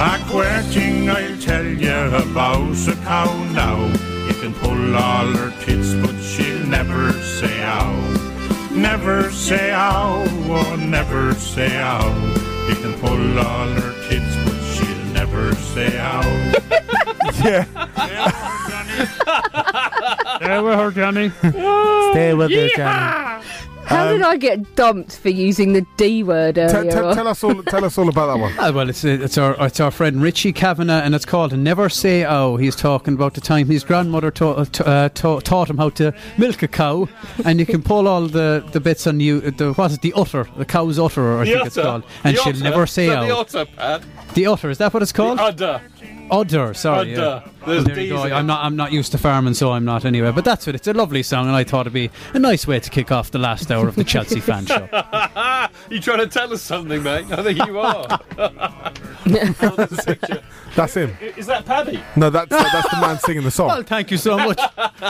Speaker 21: A quirting, I'll tell you about a cow now. You can pull all her tits, but she'll never say ow. Never say ow, oh, never say ow. You can pull all her tits, but she'll never say ow.
Speaker 2: yeah.
Speaker 17: Stay with her, Johnny.
Speaker 2: Stay with her,
Speaker 17: Johnny.
Speaker 4: How did I get dumped for using the D word earlier? on?
Speaker 2: Um, tell us all about that one.
Speaker 13: Ah, well, it's, it's, our, it's our friend Richie Kavanagh, and it's called Never Say Ow. He's talking about the time his grandmother ta- ta- uh, ta- taught him how to milk a cow, and you can pull all the, the bits on you. The, what is it? The utter. The cow's utter, I
Speaker 3: The
Speaker 13: think it's
Speaker 3: udder.
Speaker 13: called. And
Speaker 3: The
Speaker 13: she'll
Speaker 3: udder.
Speaker 13: never say
Speaker 3: Is that
Speaker 13: ow.
Speaker 3: The otter, Pat.
Speaker 13: The udder, is that what it's called?
Speaker 3: The udder.
Speaker 13: Udder, sorry. yeah.
Speaker 3: Udder. There's
Speaker 13: there you
Speaker 3: D's
Speaker 13: go.
Speaker 3: in it.
Speaker 13: I'm not. I'm not used to farming, so I'm not anyway. But that's it. It's a lovely song, and I thought it'd be a nice way to kick off the last hour of the Chelsea fan show.
Speaker 3: you trying to tell us something, mate? I think you are.
Speaker 2: That's him.
Speaker 3: Is that Paddy?
Speaker 2: No, that's uh, that's the man singing the song.
Speaker 13: Well, thank you so much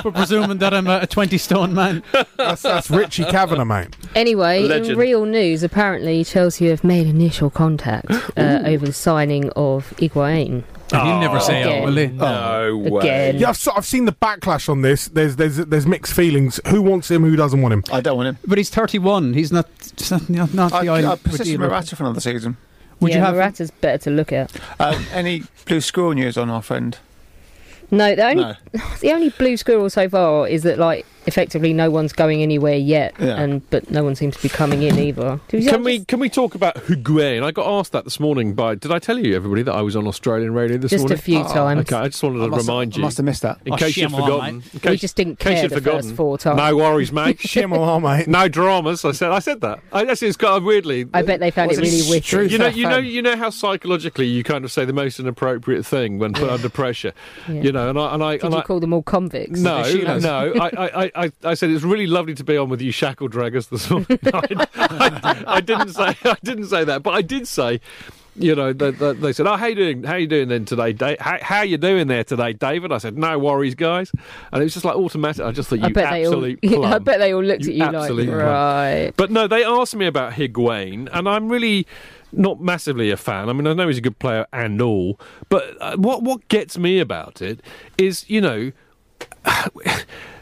Speaker 13: for presuming that I'm a 20 stone man.
Speaker 2: That's, that's Richie Kavanagh, mate.
Speaker 4: Anyway,
Speaker 13: Legend.
Speaker 4: in real news, apparently Chelsea have made initial contact uh, over the signing of Iguain.
Speaker 20: You'll never say out, will they?
Speaker 2: Oh.
Speaker 20: No way.
Speaker 2: Yeah, I've, s- I've seen the backlash on this. There's there's there's mixed feelings. Who wants him? Who doesn't want him?
Speaker 7: I don't want him.
Speaker 13: But he's 31. He's not. He's not, not, not
Speaker 7: I,
Speaker 13: the
Speaker 7: I,
Speaker 13: island.
Speaker 7: I persist with
Speaker 13: redeemer.
Speaker 7: Morata for another season.
Speaker 13: Would
Speaker 4: yeah,
Speaker 13: you have-
Speaker 4: Morata's better to look at.
Speaker 7: Um, any blue squirrel news on our friend?
Speaker 4: No, the only
Speaker 7: No.
Speaker 4: the only blue squirrel so far is that like effectively no one's going anywhere yet,
Speaker 3: Yeah.
Speaker 4: and but no one seems to be coming in either. Do you-
Speaker 3: Can we can we talk about Higuain? I got asked that this morning by. Did I tell you everybody that I was on Australian radio this
Speaker 4: Just a
Speaker 3: morning?
Speaker 4: few
Speaker 3: Ah,
Speaker 4: times.
Speaker 3: Okay, I just wanted
Speaker 7: I
Speaker 3: to
Speaker 7: must have-
Speaker 3: remind
Speaker 7: I
Speaker 3: you.
Speaker 7: must have missed that.
Speaker 3: In
Speaker 7: Oh,
Speaker 3: case you've
Speaker 7: shame on,
Speaker 3: forgotten.
Speaker 7: mate.
Speaker 3: In
Speaker 4: We
Speaker 3: case-
Speaker 4: just didn't
Speaker 3: in case
Speaker 4: care
Speaker 3: you've
Speaker 4: the
Speaker 3: forgotten.
Speaker 4: first four times.
Speaker 3: No worries, mate.
Speaker 4: Shame on,
Speaker 2: mate.
Speaker 3: No dramas. I said. I said that. I guess it's got weirdly.
Speaker 4: I bet they found it really wicked.
Speaker 3: You know, you know, you know how psychologically you kind of say the most inappropriate thing when put under pressure.
Speaker 4: Yeah.
Speaker 3: You know, and I and I.
Speaker 4: Did
Speaker 3: and
Speaker 4: you
Speaker 3: I-
Speaker 4: call them all convicts?
Speaker 3: no, no. I, I, I, I said it's really lovely to be on with you, shackle draggers, this morning. I, I, I didn't say, I didn't say that, but I did say, you know, that, that they said, "Oh, how you doing? How you doing then today, Dave? How, how you doing there today, David?" I said, "No worries, guys," and it was just like automatic. I just thought you
Speaker 4: I bet they all.
Speaker 3: absolute plum.
Speaker 4: I bet they all looked
Speaker 3: You
Speaker 4: at you
Speaker 3: absolute
Speaker 4: like
Speaker 3: plum.
Speaker 4: right.
Speaker 3: But no, they asked me about Higuain, and I'm really not massively a fan. I mean, I know he's a good player and all, but uh, what what gets me about it is, you know.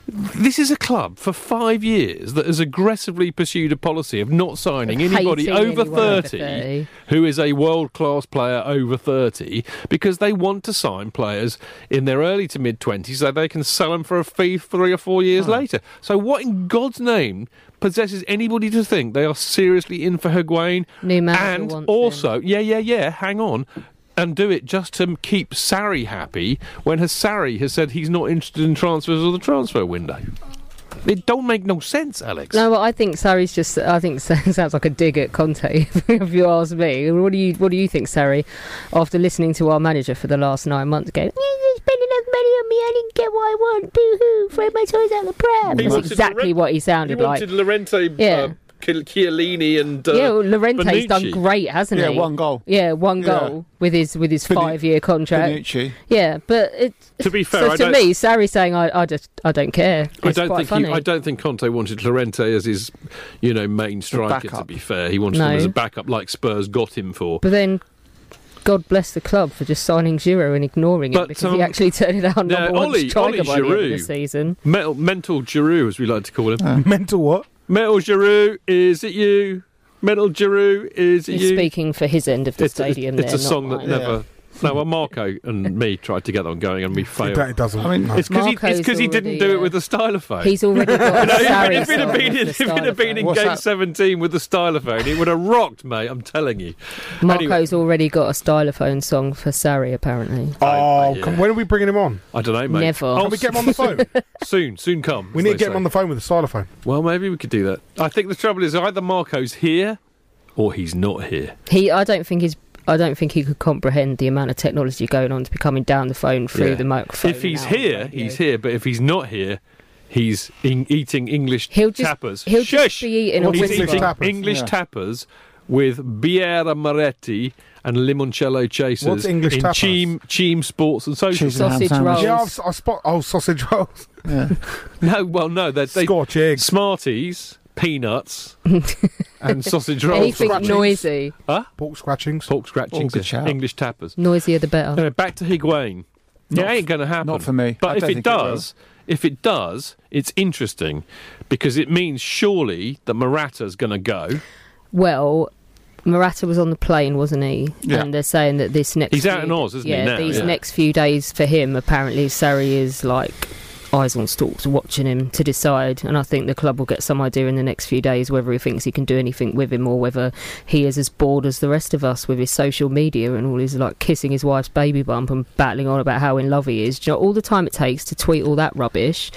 Speaker 3: This is a club for five years that has aggressively pursued a policy of not signing
Speaker 9: Of
Speaker 3: anybody
Speaker 9: hating
Speaker 3: over
Speaker 9: anyone over
Speaker 3: 30,
Speaker 9: 30.
Speaker 3: who is a world class player over 30 because they want to sign players in their early to mid 20s so they can sell them for a fee three or four years later. So, what in God's name possesses anybody to think they are seriously in for Higuain?
Speaker 4: New manager
Speaker 3: and
Speaker 4: wants
Speaker 3: also, yeah, yeah, yeah, hang on. And do it just to keep Sarri happy when Sarri has said he's not interested in transfers or the transfer window. It don't make no sense, Alex.
Speaker 4: No, well, I think Sarri's just. I think Sarri sounds like a dig at Conte. If you ask me, what do you what do you think, Sarri? After listening to our manager for the last nine months, go. You're spending enough money on me. I didn't get what I want. Boo hoo! Throw my toys out the pram.
Speaker 3: He
Speaker 4: That's
Speaker 3: wanted
Speaker 4: exactly what he sounded like.
Speaker 3: Lorente,
Speaker 4: Yeah.
Speaker 3: uh, Chiellini, and uh,
Speaker 4: yeah, well, Lorente's done great, hasn't
Speaker 7: Yeah,
Speaker 4: he?
Speaker 7: one goal.
Speaker 4: Yeah, one
Speaker 7: Yeah.
Speaker 4: goal with his with his five year contract.
Speaker 7: Benucci.
Speaker 4: Yeah, but it.
Speaker 3: To be fair,
Speaker 4: so
Speaker 3: I
Speaker 4: to
Speaker 3: don't-
Speaker 4: me, Sarri saying I, I just I don't care. It's
Speaker 3: I don't
Speaker 4: quite
Speaker 3: think
Speaker 4: funny.
Speaker 3: he, I don't think Conte wanted Lorente as his, you know, main striker. To
Speaker 4: backup.
Speaker 3: be fair, he wanted
Speaker 4: No.
Speaker 3: him as a backup, like Spurs got him for.
Speaker 4: But then, God bless the club for just signing Giroud and ignoring it
Speaker 3: But,
Speaker 4: because he
Speaker 3: um,
Speaker 4: actually turned it out
Speaker 3: yeah,
Speaker 4: number one
Speaker 3: Oli-
Speaker 4: striker
Speaker 3: Oli
Speaker 4: by the end of the
Speaker 3: Giroud.
Speaker 4: season.
Speaker 3: Metal, mental Giroud, as we like to call him.
Speaker 7: Uh,
Speaker 2: Mental what?
Speaker 3: Metal Giroud, is it you? Metal Giroud, is it
Speaker 4: He's
Speaker 3: you?
Speaker 4: speaking for his end of the stadium.
Speaker 3: It's
Speaker 4: there,
Speaker 3: a
Speaker 4: not
Speaker 3: song that
Speaker 4: mine.
Speaker 3: never. No, well, Marco and me tried to get on going, and we failed.
Speaker 2: don't- it doesn't-
Speaker 3: I mean,
Speaker 2: no.
Speaker 3: it's because he,
Speaker 4: Marco's
Speaker 3: it's 'cause he didn't
Speaker 4: already,
Speaker 3: do
Speaker 4: uh,
Speaker 3: it with a stylophone.
Speaker 4: He's already got
Speaker 3: You know, if,
Speaker 4: Sarri's
Speaker 3: it- if it had
Speaker 4: song
Speaker 3: been,
Speaker 4: with
Speaker 3: in,
Speaker 4: the
Speaker 3: if it had been in
Speaker 4: stylophone.
Speaker 3: game 17 with the stylophone, it would have rocked, mate. I'm telling you.
Speaker 4: Marco's
Speaker 3: Anyway,
Speaker 4: already got a stylophone song for Sarri, apparently.
Speaker 2: Oh, come- when are we bringing him on?
Speaker 3: I don't know, mate.
Speaker 4: Never.
Speaker 3: Oh,
Speaker 4: Can we get him on
Speaker 2: the phone?
Speaker 3: soon, soon come.
Speaker 2: We
Speaker 3: as
Speaker 2: need
Speaker 3: they
Speaker 2: to get him
Speaker 3: say.
Speaker 2: on the phone with a xylophone.
Speaker 3: Well, maybe we could do that. I think the trouble is either Marco's here or he's not here.
Speaker 4: He, I don't think he's. I don't think he could comprehend the amount of technology going on to be coming down the phone through
Speaker 3: Yeah.
Speaker 4: the microphone.
Speaker 3: If he's here, he's here. But if he's not here, he's in- eating English
Speaker 4: He'll just-
Speaker 3: tappers.
Speaker 4: he'll just be eating a
Speaker 3: He's
Speaker 4: whisper.
Speaker 3: eating
Speaker 4: Tappers,
Speaker 3: English
Speaker 4: yeah.
Speaker 3: tappers with Biera Moretti and Limoncello Chasers
Speaker 2: What's English
Speaker 3: in
Speaker 2: tapas?
Speaker 3: Cheam, Cheam Sports and Social.
Speaker 2: Yeah, I've, I spot. Oh, sausage rolls.
Speaker 3: No, well, no. They, they, Scorch eggs. Smarties, peanuts, and sausage rolls.
Speaker 4: Anything noisy.
Speaker 3: Huh?
Speaker 2: Pork scratchings.
Speaker 3: Pork
Speaker 2: All
Speaker 3: scratchings.
Speaker 2: good
Speaker 3: yeah.
Speaker 2: shout.
Speaker 3: English tappers.
Speaker 4: Noisier the better.
Speaker 3: Anyway, back to Higuain. it ain't going to happen.
Speaker 7: not for me. I
Speaker 3: But if
Speaker 7: don't
Speaker 3: it
Speaker 7: think it will.
Speaker 3: does, if it does, it's interesting because it means surely that Morata's going to go.
Speaker 4: Well, Murata was on the plane, wasn't he?
Speaker 3: Yeah.
Speaker 4: And they're saying that this next
Speaker 3: He's out
Speaker 4: few-
Speaker 3: in Oz, isn't he,
Speaker 4: yeah,
Speaker 3: now?
Speaker 4: these
Speaker 3: Yeah.
Speaker 4: next few days for him, apparently, Surrey is like eyes on stalks, watching him to decide. And I think the club will get some idea in the next few days whether he thinks he can do anything with him or whether he is as bored as the rest of us with his social media and all his like kissing his wife's baby bump and battling on about how in love he is. Do you know all the time it takes to tweet all that rubbish?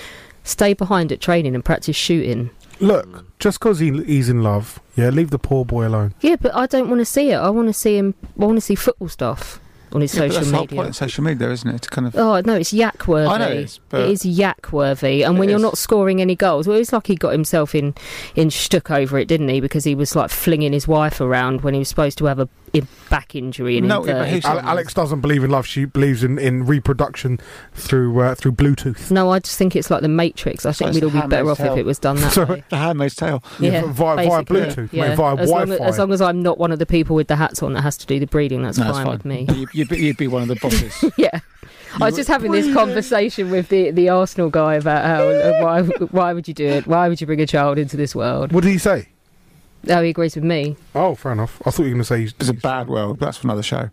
Speaker 4: Stay behind at training and practice shooting.
Speaker 2: Look, just because he, he's in love, yeah, leave the poor boy alone.
Speaker 4: Yeah, but I don't want to see it. I want to see him. I want to see football stuff on his
Speaker 7: Yeah, but
Speaker 4: social
Speaker 7: that's the whole
Speaker 4: media.
Speaker 7: point of social media, though, isn't it? To kind of
Speaker 4: Oh no, it's yak worthy.
Speaker 7: I know it is, but-
Speaker 4: it is yak worthy, and
Speaker 7: It
Speaker 4: when you're
Speaker 7: is.
Speaker 4: not scoring any goals, well, it's like he got himself in in shtuck over it, didn't he? Because he was like flinging his wife around when he was supposed to have a in back injury and in 30.
Speaker 2: Ale- Alex doesn't believe in love. She believes in, in reproduction through uh, through Bluetooth.
Speaker 4: No, I just think it's like the Matrix. I think we'd all be better off if it was done that
Speaker 2: So-
Speaker 4: way.
Speaker 7: The handmaid's tale.
Speaker 4: Yeah,
Speaker 2: via, via
Speaker 4: basically,
Speaker 2: Bluetooth,
Speaker 4: yeah.
Speaker 2: mate, via
Speaker 4: as
Speaker 2: Wi-Fi.
Speaker 4: Long as, as long as I'm not one of the people with the hats on that has to do the breeding, that's,
Speaker 7: No,
Speaker 4: fine,
Speaker 7: it's
Speaker 4: with me.
Speaker 7: But You'd, you'd, be, you'd be one of the bosses.
Speaker 4: yeah. I was just having this conversation with the, the Arsenal guy about how uh, why why would you do it? Why would you bring a child into this world?
Speaker 2: What did he say?
Speaker 4: Oh, he agrees with me.
Speaker 2: Oh, fair enough. I thought you were going to say he's,
Speaker 7: it's a bad world. That's for another show.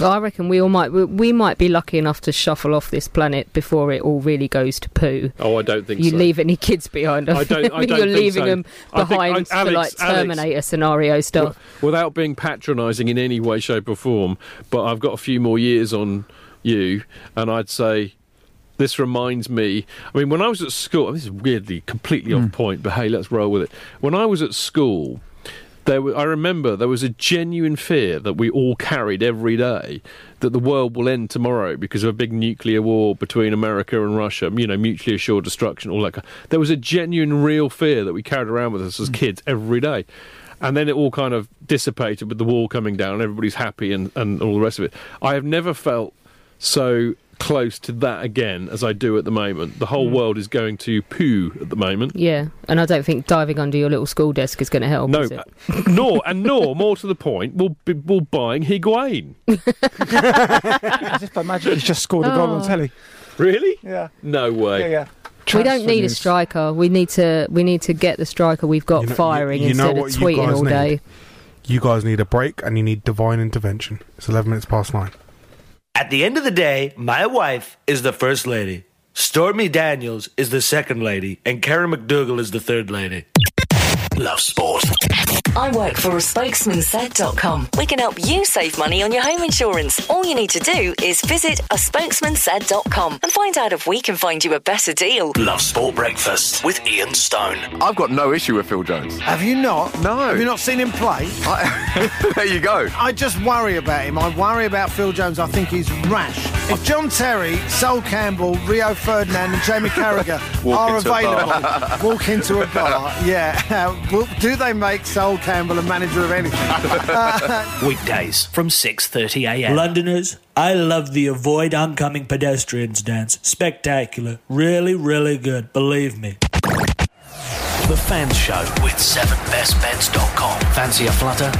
Speaker 4: Well, I reckon we all might we, we might be lucky enough to shuffle off this planet before it all really goes to poo.
Speaker 3: Oh, I don't think
Speaker 4: you
Speaker 3: so.
Speaker 4: leave any kids behind.
Speaker 3: I don't- I don't
Speaker 4: you're
Speaker 3: think
Speaker 4: leaving
Speaker 3: so.
Speaker 4: them
Speaker 3: I think-
Speaker 4: behind
Speaker 3: I-
Speaker 4: for like
Speaker 3: Alex- Alex-
Speaker 4: Terminator scenario stuff.
Speaker 3: Without being patronising in any way, shape, or form, but I've got a few more years on you, and I'd say this reminds me. I mean, when I was at school, this is weirdly completely off point, but hey, let's roll with it. When I was at school, there were, I remember there was a genuine fear that we all carried every day that the world will end tomorrow because of a big nuclear war between America and Russia, you know, mutually assured destruction, all that. Kind. There was a genuine, real fear that we carried around with us as kids every day. And then it all kind of dissipated with the wall coming down, everybody's happy and, and all the rest of it. I have never felt so close to that again as I do at the moment. The whole world is going to poo at the moment.
Speaker 4: Hmm. Yeah, and I don't think diving under your little school desk is going to help.
Speaker 3: No,
Speaker 4: is it?
Speaker 3: uh, nor and nor more to the point, we'll be we'll buying Higuain.
Speaker 7: As if I imagine he's just scored a goal on
Speaker 4: Oh.
Speaker 7: telly.
Speaker 3: Really?
Speaker 7: Yeah.
Speaker 3: No way.
Speaker 7: Yeah, yeah.
Speaker 4: we don't
Speaker 7: Transfer
Speaker 4: need a
Speaker 7: news.
Speaker 4: striker. We need to we need to get the striker we've got firing instead of tweeting all day.
Speaker 2: You guys need a break and you need divine intervention. It's 11 minutes past nine.
Speaker 5: At the end of the day, my wife is the first lady. Stormy Daniels is the second lady, and Karen McDougal is the third lady.
Speaker 1: Love sport.
Speaker 6: I work for aspokesmansaid.com. We can help you save money on your home insurance. All you need to do is visit aspokesmansaid.com and find out if we can find you a better deal.
Speaker 1: Love Sport Breakfast with Ian Stone.
Speaker 20: I've got no issue with Phil Jones.
Speaker 12: Have you not?
Speaker 20: No.
Speaker 12: Have you not seen him play?
Speaker 20: there you go.
Speaker 12: I just worry about him. I worry about Phil Jones. I think he's rash. If John Terry, Sol Campbell, Rio Ferdinand, and Jamie Carragher
Speaker 20: Walk
Speaker 12: are
Speaker 20: into a bar.
Speaker 12: available, walk into a bar. Yeah. Uh, Well, do they make Sol Campbell a manager of anything? Uh,
Speaker 19: Weekdays from 6:30 a.m.
Speaker 5: Londoners, I love the avoid oncoming pedestrians dance. Spectacular. Really, really good. Believe me.
Speaker 1: The Fan Show with 7bestbets.com. Fancy a flutter?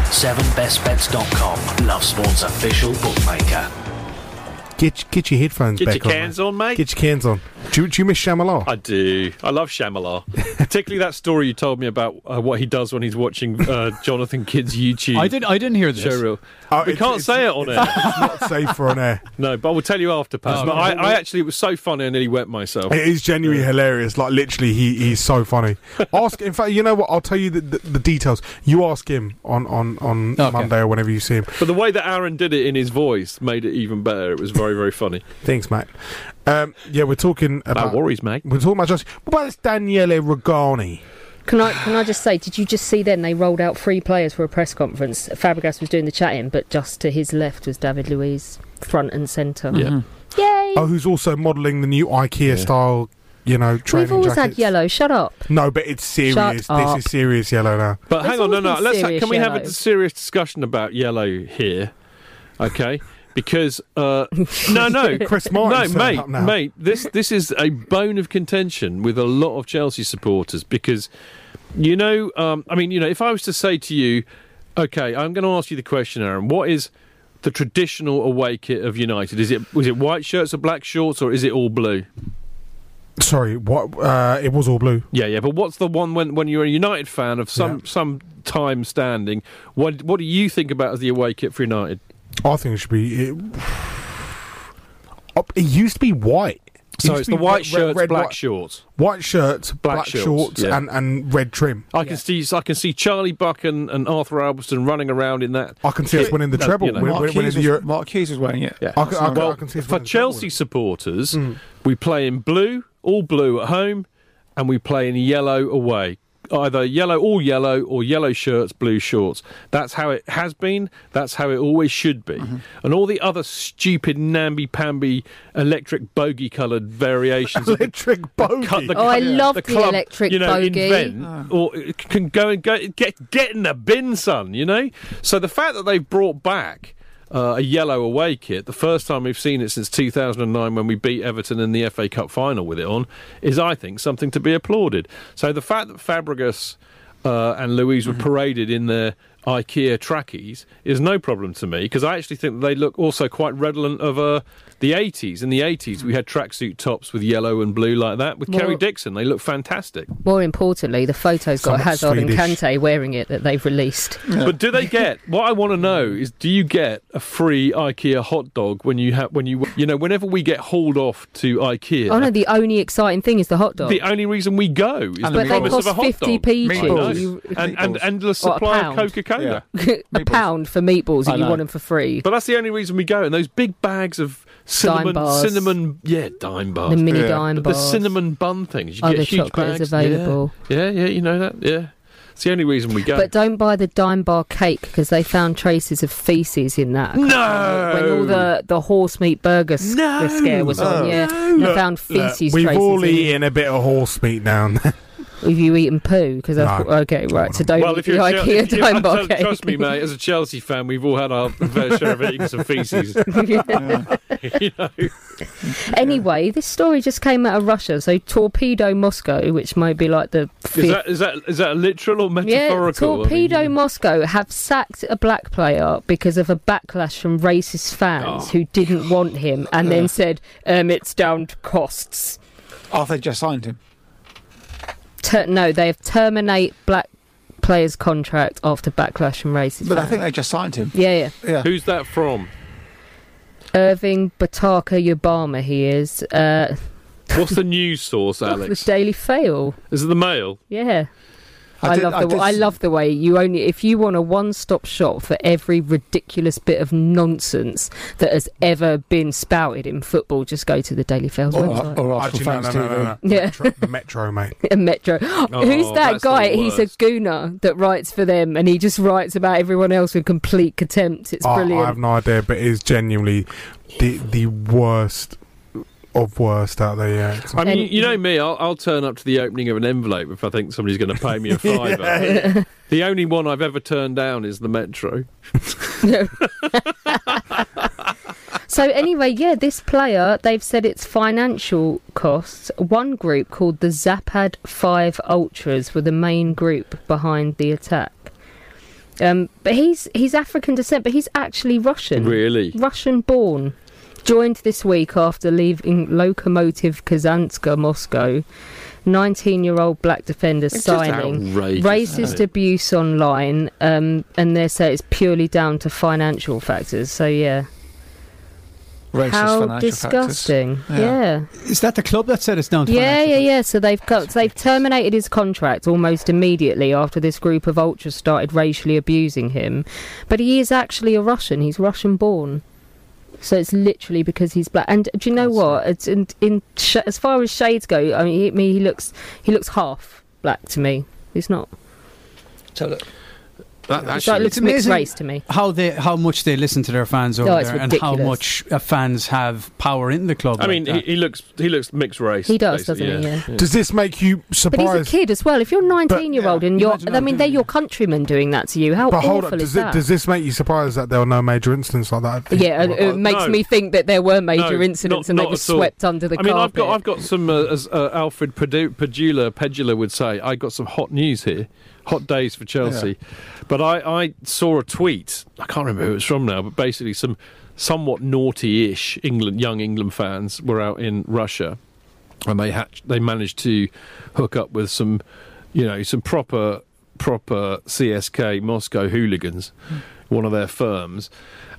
Speaker 1: 7bestbets.com. Love Sport's official bookmaker.
Speaker 2: Get, get your headphones
Speaker 3: Get
Speaker 2: back
Speaker 3: your cans on, mate.
Speaker 2: Get your cans on. Do, you- do you miss Shyamalan?
Speaker 3: I do. I love Shyamalan, particularly that story you told me about uh, what he does when he's watching uh, Jonathan Kidd's YouTube.
Speaker 2: I didn't- I didn't hear this.
Speaker 3: show reel. we can't say it on air.
Speaker 2: Oh, It's not safe for an air.
Speaker 3: No, but I will tell you after,
Speaker 2: Oh,
Speaker 3: Pat. But
Speaker 2: okay.
Speaker 3: I, I actually it was so funny, I nearly wet myself.
Speaker 2: It is genuinely hilarious. Like literally, he, he's so funny. Ask. In fact, you know what? I'll tell you the, the, the details. You ask him on on on Monday or whenever you see him.
Speaker 3: But the way that Aaron did it in his voice made it even better. It was very, very funny.
Speaker 2: Thanks, mate. Um, yeah, we're talking about
Speaker 3: worries, mate.
Speaker 2: We're talking about just what about this Daniele Regani?
Speaker 4: Can I can I just say? Did you just see? Then they rolled out three players for a press conference. Fabregas was doing the chatting, but just to his left was David Luiz, front and centre.
Speaker 2: Mm-hmm.
Speaker 4: Yay!
Speaker 2: Oh, who's also modelling the new IKEA style, you know, training
Speaker 4: We've always
Speaker 2: jackets.
Speaker 4: had yellow. Shut up.
Speaker 2: no, but it's serious.
Speaker 4: Shut
Speaker 2: this
Speaker 4: up.
Speaker 2: is serious yellow now.
Speaker 3: But hang on, no,
Speaker 4: always
Speaker 3: no.
Speaker 4: been
Speaker 3: Let's ha-
Speaker 4: serious
Speaker 3: can we have a
Speaker 4: yellow.
Speaker 3: d- serious discussion about yellow here? Okay. Because uh, no, no,
Speaker 2: Chris Martin's
Speaker 3: no,
Speaker 2: turned
Speaker 3: mate,
Speaker 2: up now.
Speaker 3: mate. This this is a bone of contention with a lot of Chelsea supporters because you know, um, I mean, you know, if I was to say to you, okay, I'm going to ask you the question, Aaron, what is the traditional away kit of United? Is it was it white shirts or black shorts or is it all blue?
Speaker 2: Sorry, what? Uh, it was all blue.
Speaker 3: Yeah, yeah, but what's the one when when you're a United fan of some some time standing? What what do you think about as the away kit for United?
Speaker 2: I think it should be. It, it used to be white. It
Speaker 3: So
Speaker 2: used
Speaker 3: it's
Speaker 2: to
Speaker 3: the
Speaker 2: be
Speaker 3: white
Speaker 2: red-
Speaker 3: shirts,
Speaker 2: red-
Speaker 3: black
Speaker 2: white-
Speaker 3: shorts.
Speaker 2: white shirts, black,
Speaker 3: shorts,
Speaker 2: shorts,
Speaker 3: yeah.
Speaker 2: and, and red trim.
Speaker 3: I can see I can see Charlie Buck and, and Arthur Alberston running around in that.
Speaker 2: I can see us winning the
Speaker 3: Uh,
Speaker 2: treble.
Speaker 3: you know.
Speaker 2: We're- we're
Speaker 7: Mark,
Speaker 2: winning
Speaker 7: Hughes
Speaker 2: the
Speaker 7: was,
Speaker 2: Euro-
Speaker 7: Mark Hughes was wearing it.
Speaker 3: Yeah.
Speaker 2: I can- I can-
Speaker 3: well,
Speaker 2: I can Hmm. see us
Speaker 3: for
Speaker 2: winning the
Speaker 3: Chelsea supporters, we play in blue, all blue at home, and we play in yellow away. either yellow, all yellow, or yellow shirts, blue shorts. That's how it has been. That's how it always should be.
Speaker 4: Mm-hmm.
Speaker 3: And all the other stupid namby-pamby electric bogey-coloured variations.
Speaker 2: electric bogey.
Speaker 4: Oh, I love the electric
Speaker 3: you know,
Speaker 4: bogey.
Speaker 3: Invent,
Speaker 4: Oh.
Speaker 3: Or it can go and go get get in the bin, son. You know. So the fact that they've brought back. Uh, a yellow away kit, the first time we've seen it since 2009 when we beat Everton in the FA Cup final with it on, is, I think, something to be applauded. So the fact that Fabregas uh, and Louise were paraded in their IKEA trackies is no problem to me because I actually think they look also quite redolent of uh, the 80s. In the 80s, we had tracksuit tops with yellow and blue like that. With
Speaker 4: More-
Speaker 3: Kerry Dixon, they look fantastic.
Speaker 4: More importantly, the photo's got
Speaker 3: Somewhat
Speaker 4: Hazard
Speaker 3: Swedish.
Speaker 4: and Kante wearing it that they've released.
Speaker 3: But do they get? What I want to know is, do you get a free IKEA hot dog when you have when you you know whenever we get hauled off to IKEA?
Speaker 4: Oh no, the only exciting thing is the hot dog.
Speaker 3: The only reason we go is
Speaker 4: And
Speaker 3: the
Speaker 4: the
Speaker 3: promise
Speaker 4: meatballs.
Speaker 3: of a hot
Speaker 4: But they cost
Speaker 3: dog.
Speaker 4: 50p
Speaker 3: I
Speaker 4: too.
Speaker 3: know.
Speaker 4: You-
Speaker 3: and, and, and the
Speaker 4: What, a
Speaker 3: supply of
Speaker 4: pound?
Speaker 3: Coca Cola.
Speaker 4: a pound for meatballs
Speaker 3: I
Speaker 4: and you
Speaker 3: know.
Speaker 4: want them for free.
Speaker 3: But that's the only reason we go. And those big bags of cinnamon,
Speaker 4: bars.
Speaker 3: cinnamon, yeah, dime bars,
Speaker 4: The mini Yeah. dime
Speaker 3: the,
Speaker 4: bars.
Speaker 3: cinnamon bun things. You
Speaker 4: Other
Speaker 3: get huge
Speaker 4: chocolate
Speaker 3: bags.
Speaker 4: is available.
Speaker 3: Yeah. yeah, yeah, you know that. Yeah, it's the only reason we go.
Speaker 4: But don't buy the dime bar cake because they found traces of feces in that.
Speaker 3: No!
Speaker 4: When all the, the horse meat burger s-
Speaker 3: No!
Speaker 4: scare was on, yeah, they
Speaker 2: Look,
Speaker 4: found
Speaker 2: look,
Speaker 4: feces
Speaker 2: We've
Speaker 4: traces.
Speaker 2: all
Speaker 4: in it.
Speaker 2: eaten a bit of horse meat down there.
Speaker 4: Have you eaten poo? Because I
Speaker 2: No.
Speaker 4: thought, okay, right, so don't
Speaker 3: well,
Speaker 4: eat
Speaker 3: if
Speaker 4: the
Speaker 3: you're a Chel-
Speaker 4: IKEA
Speaker 3: if you-
Speaker 4: dime bar
Speaker 3: trust-
Speaker 4: cake.
Speaker 3: trust me, mate. As a Chelsea fan, we've all had our fair share of eating some feces. you know,
Speaker 4: Anyway, this story just came out of Russia, so torpedo Moscow, which might be like the
Speaker 3: is
Speaker 4: fifth
Speaker 3: that is that is that literal or
Speaker 4: Yeah,
Speaker 3: metaphorical? I mean,
Speaker 4: Torpedo Moscow have sacked a black player because of a backlash from racist fans who didn't want him and
Speaker 7: Oh. Yeah.
Speaker 4: then said, um, it's down to costs.
Speaker 7: Oh, they just signed him.
Speaker 4: Ter- no, they have terminate black players' contract after backlash from racist
Speaker 7: But I
Speaker 4: fans.
Speaker 7: think they just signed him.
Speaker 4: yeah, yeah.
Speaker 3: Who's that from?
Speaker 4: Irving Bataka Yobama, he is. Uh,
Speaker 3: What's the news source,
Speaker 4: the
Speaker 3: Alex?
Speaker 4: Daily Fail.
Speaker 3: Is it the Mail?
Speaker 4: Yeah.
Speaker 3: I
Speaker 4: I,
Speaker 3: did-
Speaker 4: love
Speaker 3: I
Speaker 4: the
Speaker 3: did
Speaker 4: I
Speaker 3: s-
Speaker 4: love the way you only if you want a one-stop shop for every ridiculous bit of nonsense that has ever been spouted in football, just go to the Daily Fails website.
Speaker 2: Actually, no, no, no, no, no.
Speaker 4: Yeah,
Speaker 2: The Metro, mate.
Speaker 4: a Metro.
Speaker 2: Oh,
Speaker 4: Who's that
Speaker 2: that's the
Speaker 4: guy? He's a gooner that writes for them, and he just writes about everyone else with complete contempt.
Speaker 3: Oh,
Speaker 4: It's
Speaker 2: Oh, I- I have
Speaker 4: brilliant.
Speaker 2: no idea, but it is genuinely the the worst of worst out there. Yeah. It's-
Speaker 3: I mean, you know me. I'll, I'll turn up to the opening of an envelope if I think somebody's going to pay me a fiver.
Speaker 2: Yeah.
Speaker 3: The only one I've ever turned down is the Metro.
Speaker 4: So anyway, yeah, this player they've said it's financial costs. One group called the Zapad Five Ultras were the main group behind the attack. Um, but he's he's African descent, but he's actually Russian.
Speaker 3: Really?
Speaker 4: Russian born. Joined this week after leaving Lokomotiv Kazanska Moscow. 19 year old black defender
Speaker 18: It's just
Speaker 4: signing
Speaker 18: outrageous,
Speaker 4: racist
Speaker 18: isn't it?
Speaker 4: abuse online, um, and they say it's purely down to financial factors. So, yeah.
Speaker 7: Racist
Speaker 4: How
Speaker 7: financial factors.
Speaker 4: disgusting. Yeah.
Speaker 13: Is that the club that said it's down to
Speaker 4: Yeah, yeah, yeah. So they've got they've terminated his contract almost immediately after this group of ultras started racially abusing him. But he is actually a Russian. He's Russian born. So it's literally because he's black. And do you know what? It's in, in sh- as far as shades go, I mean, he, me, he looks he looks half black to me. He's not.
Speaker 13: So look.
Speaker 3: That,
Speaker 4: actually- looks mixed
Speaker 13: amazing
Speaker 4: race to me.
Speaker 13: How they, how much they listen to their fans over
Speaker 4: Oh, it's
Speaker 13: there, and how
Speaker 4: ridiculous.
Speaker 13: much uh, fans have power in the club.
Speaker 3: I
Speaker 13: like
Speaker 3: mean,
Speaker 13: that.
Speaker 3: he, he looks he looks mixed race.
Speaker 4: He does,
Speaker 3: basically,
Speaker 4: doesn't he? Yeah.
Speaker 2: Does this make you
Speaker 4: But he's a
Speaker 2: surprised?
Speaker 4: kid as well. If you're 19 year old and you're, I mean, they're your countrymen doing that to you. How
Speaker 2: But hold
Speaker 4: awful is
Speaker 2: up, does,
Speaker 4: that?
Speaker 2: it, does this make you surprised that there were no major incidents like that?
Speaker 4: Yeah, uh, it, it makes
Speaker 3: uh, no.
Speaker 4: me think that there were major
Speaker 3: No,
Speaker 4: incidents
Speaker 3: not-
Speaker 4: and they
Speaker 3: not
Speaker 4: were
Speaker 3: at all.
Speaker 4: swept under the
Speaker 3: I mean, I've
Speaker 4: carpet.
Speaker 3: got I've got some uh, as uh, Alfred Pedu- Pedula Pedula would say. I got some hot news here, hot days for Chelsea. But I, I saw a tweet. I can't remember who it was from now, but basically some somewhat naughty-ish England young England fans were out in Russia, and they hatch, they managed to hook up with some, you know, some proper proper CSK Moscow hooligans, one of their firms,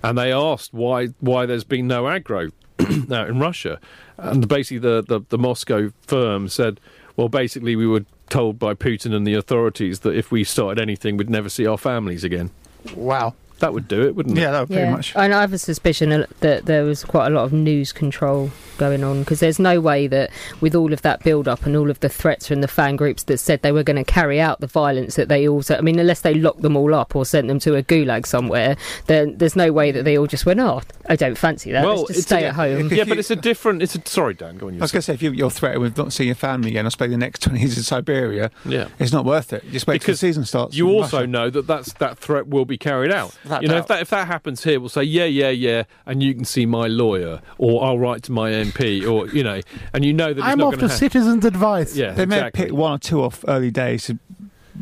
Speaker 3: and they asked why why there's been no aggro out in Russia, and basically the, the the Moscow firm said, well, basically we were told by Putin and the authorities that if we started anything, we'd never see our families again.
Speaker 7: Wow,
Speaker 3: that would do it, wouldn't it?
Speaker 7: Yeah, that
Speaker 4: yeah. And I have a suspicion that there was quite a lot of news control going on because there's no way that with all of that build up and all of the threats from the fan groups that said they were going to carry out the violence that they also I mean unless they locked them all up or sent them to a gulag somewhere then there's no way that they all just went oh I don't fancy that let's just
Speaker 3: it's
Speaker 4: stay
Speaker 3: a-
Speaker 4: at home
Speaker 3: Yeah, but it's a different. It's a sorry, Dan. Go on.
Speaker 7: I was going to say, if you- you're threatened with not seeing your family again, I suppose the next 20 years in Siberia,
Speaker 3: Yeah.
Speaker 7: it's not worth it. Just wait till the season starts.
Speaker 3: You
Speaker 7: in
Speaker 3: also
Speaker 7: Russia.
Speaker 3: know that that's, that threat will be carried out.
Speaker 7: Without
Speaker 3: you know,
Speaker 7: doubt.
Speaker 3: if that if that happens here, we'll say yeah, yeah, yeah, and you can see my lawyer, or I'll write to my MP, or you know, and you know that it's
Speaker 2: I'm
Speaker 3: not
Speaker 2: off
Speaker 3: going to
Speaker 2: to
Speaker 3: happen.
Speaker 2: citizens' advice.
Speaker 3: Yeah,
Speaker 7: They may
Speaker 3: exactly.
Speaker 7: have picked one or two off early days to,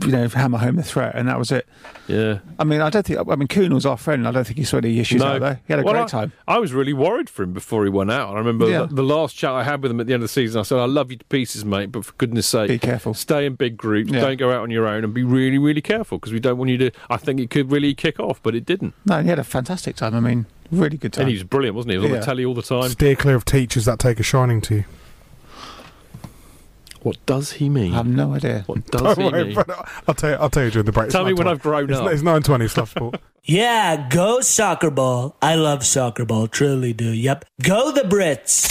Speaker 7: you know, hammer home the threat, and that was it.
Speaker 3: Yeah.
Speaker 7: I mean, I don't think. I mean, Kuhn was our friend. and I don't think he saw any issues out there. He had a
Speaker 3: Well,
Speaker 7: great
Speaker 3: I-
Speaker 7: time.
Speaker 3: I was really worried for him before he went out. I remember
Speaker 7: Yeah.
Speaker 3: the, the last chat I had with him at the end of the season. I said, "I love you to pieces, mate, but for goodness' sake, be careful. Stay in big groups.
Speaker 7: Yeah.
Speaker 3: Don't go out on your own, and be really, really careful because we don't want you to." I think it could really kick off, but it didn't.
Speaker 7: No, and he had a fantastic time. I mean, really good time.
Speaker 3: And he was brilliant, wasn't he? He was on
Speaker 7: Yeah.
Speaker 3: the telly all the time.
Speaker 2: Steer clear of teachers that take a shining to you.
Speaker 3: What does he mean? I have
Speaker 7: no idea.
Speaker 3: What does
Speaker 2: Don't
Speaker 3: he
Speaker 2: worry,
Speaker 3: mean?
Speaker 2: brother. I'll tell you. I'll tell you during the break. It's
Speaker 3: Tell me when
Speaker 2: 9:20.
Speaker 3: I've grown
Speaker 2: It's-
Speaker 3: up.
Speaker 2: It's nine twenty. Love sport.
Speaker 5: Yeah, go soccer ball. I love soccer ball, truly do. Yep. Go the Brits.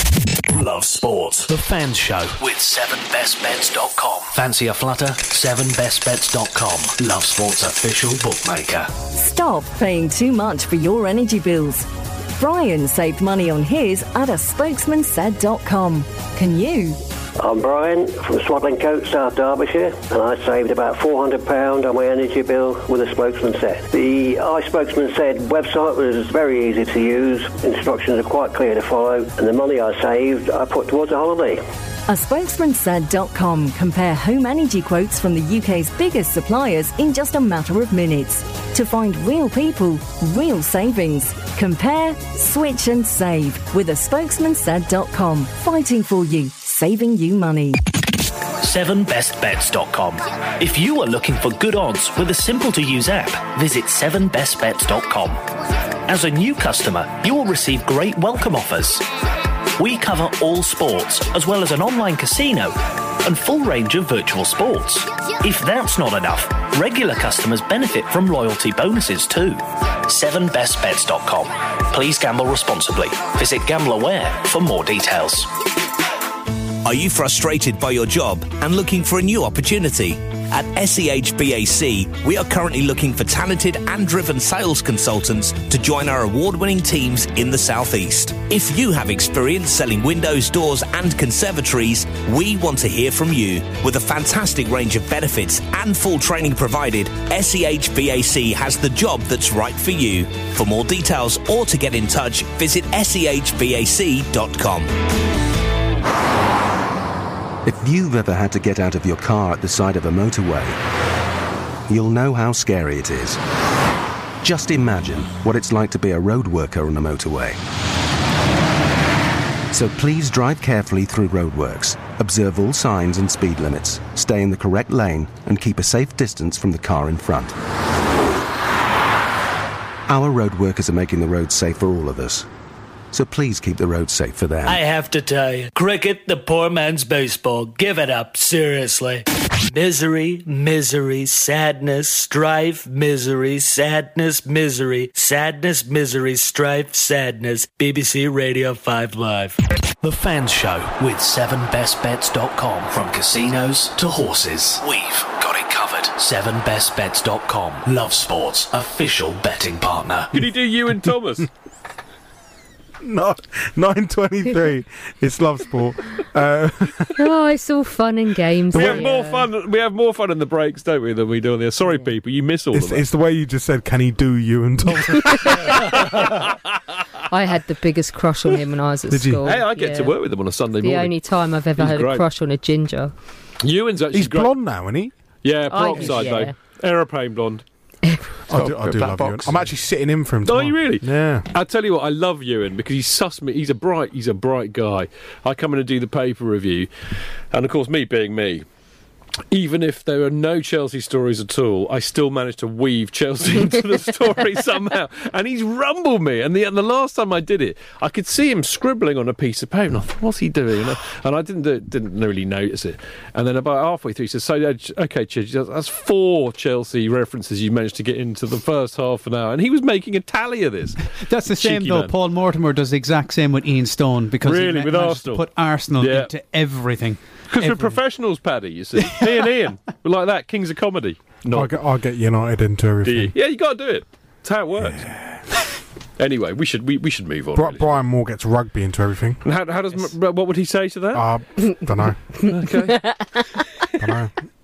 Speaker 1: Love Sport. The Fan Show with 7bestbets.com. Fancy a flutter? 7bestbets.com. Love Sport's official bookmaker.
Speaker 6: Stop paying too much for your energy bills. Brian saved money on his at a spokesmansaid.com. Can you?
Speaker 30: I'm Brian from Swaddling Coat, South Derbyshire, and I saved about £400 on my energy bill with a spokesman said. The iSpokesman said website was very easy to use, instructions are quite clear to follow, and the money I saved I put towards a holiday.
Speaker 6: A spokesman said.com compare home energy quotes from the UK's biggest suppliers in just a matter of minutes. To find real people, real savings. Compare, switch and save with a spokesman said.com. Fighting for you, saving you money.
Speaker 1: 7bestbets.com. If you are looking for good odds with a simple to use app, visit 7bestbets.com. As a new customer, you will receive great welcome offers. We cover all sports, as well as an online casino and full range of virtual sports. If that's not enough, regular customers benefit from loyalty bonuses too. 7bestbets.com. Please gamble responsibly. Visit GambleAware for more details.
Speaker 31: Are you frustrated by your job and looking for a new opportunity? At E SEHBAC, we are currently looking for talented and driven sales consultants to join our award winning teams in the Southeast. If you have experience selling windows, doors, and conservatories, we want to hear from you. With a fantastic range of benefits and full training provided, E SEHBAC has the job that's right for you. For more details or to get in touch, visit E sehbac.com.
Speaker 22: If you've ever had to get out of your car at the side of a motorway, you'll know how scary it is. Just imagine what it's like to be a road worker on a motorway. So please drive carefully through roadworks, observe all signs and speed limits, stay in the correct lane, and keep a safe distance from the car in front. Our road workers are making the roads safe for all of us. So please keep the roads safe for them.
Speaker 5: I have to tell you, cricket, the poor man's baseball. Give it up, seriously. Misery, misery, sadness, strife, misery, sadness, misery, sadness, misery, strife, sadness. BBC Radio 5 Live.
Speaker 1: The Fans Show with 7bestbets.com. From casinos to horses, we've got it covered. 7bestbets.com. Love Sports, official betting partner.
Speaker 3: Could he do you and Thomas?
Speaker 2: No, nine twenty-three. it's love sport. Uh,
Speaker 4: oh it's all fun and games
Speaker 3: We have
Speaker 4: Yeah.
Speaker 3: more fun. We have more fun in the breaks, don't we, than we do on the. Sorry, people, you miss all
Speaker 2: it's,
Speaker 3: of it.
Speaker 2: it's the way you just said. Can he do you and Tom?
Speaker 4: I had the biggest crush on him when I was at school
Speaker 3: Hey, I get to
Speaker 4: Yeah.
Speaker 3: work with them on a Sunday
Speaker 4: the
Speaker 3: morning.
Speaker 4: only time I've ever
Speaker 3: He's
Speaker 4: had a
Speaker 3: great.
Speaker 4: crush on a ginger
Speaker 3: Ewan's actually
Speaker 4: He's
Speaker 2: blonde now, isn't he?
Speaker 3: Yeah,
Speaker 4: I-
Speaker 3: peroxide
Speaker 4: Oh, yeah.
Speaker 3: though. Aeroplane blonde.
Speaker 2: I do, I do love you. I'm actually sitting in for him.
Speaker 3: Are
Speaker 2: tomorrow.
Speaker 3: you really?
Speaker 2: Yeah.
Speaker 3: I tell you what, I love Ewan because he's suss me. He's a bright, he's a bright guy. I come in and do the paper review, and of course, me being me, even if there are no Chelsea stories at all, I still managed to weave Chelsea into the story somehow. And he's rumbled me. And the, and the last time I did it, I could see him scribbling on a piece of paper. And I thought, what's he doing? And I, and I didn't do, didn't really notice it. And then about halfway through, he says, "So yeah, Ch- okay, Chidge, that's- that's four Chelsea references you managed to get into the first half an hour." And he was making a tally of this.
Speaker 13: That's the same
Speaker 3: Cheeky
Speaker 13: though.
Speaker 3: man.
Speaker 13: Paul Mortimer does the exact same with Ian Stone because he
Speaker 3: Really,
Speaker 13: ma-
Speaker 3: with
Speaker 13: managed to
Speaker 3: Arsenal?
Speaker 13: put Arsenal
Speaker 3: Yeah.
Speaker 13: into everything.
Speaker 3: Because we're
Speaker 13: Everything.
Speaker 3: professionals, Paddy. You see, me and Ian, we're like that, kings of comedy.
Speaker 2: I'll, get, I'll get United into everything.
Speaker 3: Yeah, you got to do it. That's how it works. anyway, we should we, we should move on.
Speaker 2: Bri- Brian Moore gets rugby into everything.
Speaker 3: And how, how does M- what would he say to that?
Speaker 2: Uh, don't know.
Speaker 3: okay.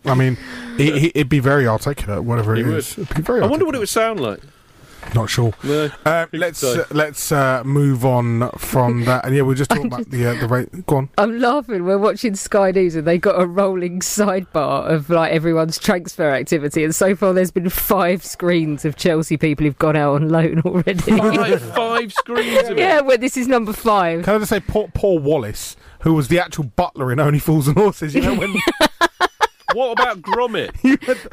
Speaker 2: I mean, he, he, it'd be very articulate, whatever
Speaker 3: He
Speaker 2: it
Speaker 3: would.
Speaker 2: is. It'd be very
Speaker 3: I wonder what it would sound like.
Speaker 2: articulate. Not sure.
Speaker 3: No,
Speaker 2: uh, let's So, let's uh, move on from that. And yeah, we were just talking about the uh, the rate. Go on.
Speaker 4: I'm laughing. We're watching Sky News and they got a rolling sidebar of like everyone's transfer activity, and so far there's been five screens of Chelsea people who've gone out on loan already.
Speaker 13: uh,
Speaker 3: five screens.
Speaker 2: of it.
Speaker 4: yeah, well, this is number five.
Speaker 2: Can I just say, poor, poor Wallace, who was the actual butler in Only Fools and Horses, you know, when
Speaker 3: what about Gromit?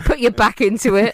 Speaker 4: Put your back into it.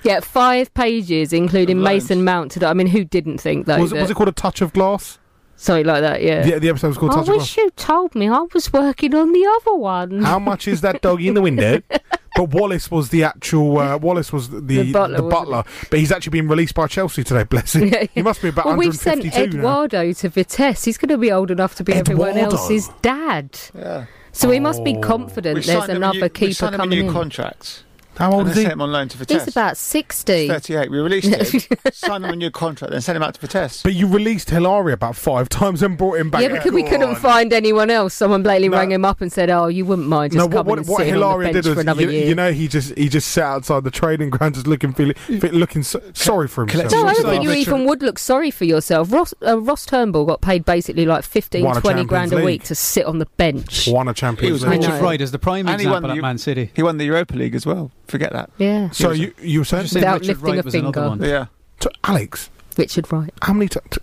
Speaker 4: yeah. five pages, including Mason Mount. To that, I mean, who didn't think that?
Speaker 2: was, it, was it called A Touch of Glass?
Speaker 4: Something like that, yeah.
Speaker 2: The, the episode was called
Speaker 4: I
Speaker 2: Touch of
Speaker 4: wish
Speaker 2: Glass.
Speaker 4: you told me. I was working on the other one.
Speaker 2: How much is that doggy in the window? But Wallace was the actual uh, Wallace was the the
Speaker 4: The butler,
Speaker 2: butler,
Speaker 4: wasn't
Speaker 2: but he's actually been released by Chelsea today. Bless him.
Speaker 4: Yeah,
Speaker 2: He must be about
Speaker 4: well, we've sent
Speaker 2: 152 now.
Speaker 4: Eduardo to Vitesse. He's going to be old enough to be everyone
Speaker 2: Eduardo? Oh.
Speaker 4: else's dad. Yeah. So he must be confident
Speaker 7: We've
Speaker 4: there's
Speaker 7: signed him a
Speaker 4: another
Speaker 7: new, we
Speaker 4: keeper
Speaker 7: signed him
Speaker 4: coming
Speaker 7: a new
Speaker 4: in.
Speaker 7: contract.
Speaker 2: How old
Speaker 7: and
Speaker 2: is
Speaker 7: they
Speaker 2: he?
Speaker 7: sent him on loan to Vitesse.
Speaker 4: He's about 60.
Speaker 7: 38. We released him, signed him a new contract, then sent him out to Vitesse.
Speaker 2: But you released Hilary about five times and brought him back.
Speaker 4: yeah, because we
Speaker 2: Go
Speaker 4: couldn't
Speaker 2: on.
Speaker 4: find anyone else. Someone blatantly rang him up and said, "Oh, you wouldn't mind just
Speaker 2: No, what
Speaker 4: coming
Speaker 2: what,
Speaker 4: and
Speaker 2: what
Speaker 4: sitting on the
Speaker 2: Hilaria
Speaker 4: bench
Speaker 2: did
Speaker 4: for
Speaker 2: was
Speaker 4: another
Speaker 2: you,
Speaker 4: year."
Speaker 2: you know he just he just sat outside the training ground just looking feeling, fe- looking so, sorry for
Speaker 4: Mm.
Speaker 2: himself.
Speaker 4: no, I don't think you even would look sorry for yourself. Ross, uh, Ross Turnbull got paid basically like 15,
Speaker 2: Won a
Speaker 4: 20
Speaker 2: Champions
Speaker 4: grand a
Speaker 2: League.
Speaker 4: week to sit on the bench.
Speaker 2: Won a Champions
Speaker 7: He was
Speaker 4: League.
Speaker 7: Richard
Speaker 4: I know.
Speaker 7: Wright as
Speaker 13: the prime
Speaker 7: And he won
Speaker 13: example
Speaker 7: the
Speaker 13: at
Speaker 7: Eu-
Speaker 13: Man City.
Speaker 7: He won the Europa League as well. Forget that.
Speaker 4: Yeah.
Speaker 2: So you you were saying
Speaker 7: Just saying Without Richard lifting Wright a was another finger. one. Yeah.
Speaker 2: To Alex.
Speaker 4: Richard Wright.
Speaker 2: How many times?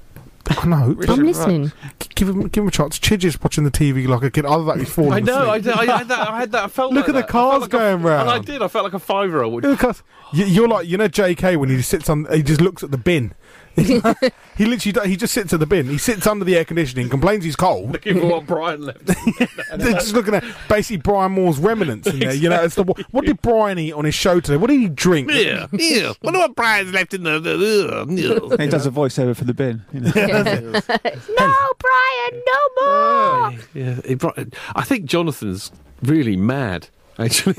Speaker 2: I know.
Speaker 7: Richard I'm listening.
Speaker 2: G- Give him, give him a chance. Chidge is watching the TV like a kid. Other than that, he's falling
Speaker 3: I know. I,
Speaker 2: asleep.
Speaker 3: I, I, had that, I had that. I felt
Speaker 2: Look
Speaker 3: like
Speaker 2: at
Speaker 3: that.
Speaker 2: the cars going round.
Speaker 3: And I did. I felt like a five-year-old.
Speaker 2: Look at- you- You're like you know J.K. when he sits on, he just looks at the bin. he literally do- he just sits at the bin. He sits under the air conditioning, complains he's cold.
Speaker 3: Looking for what Brian left.
Speaker 2: They're just looking at basically Brian Moore's remnants in there. You know, it's the what did Brian eat on his show today? What did he drink?
Speaker 3: Yeah, yeah. Wonder what Brian's left in the. uh, the, the,
Speaker 7: And he does a voiceover for the bin. You know.
Speaker 4: no, Brian, no more.
Speaker 3: Yeah, it brought, I think Jonathan's really mad. Actually,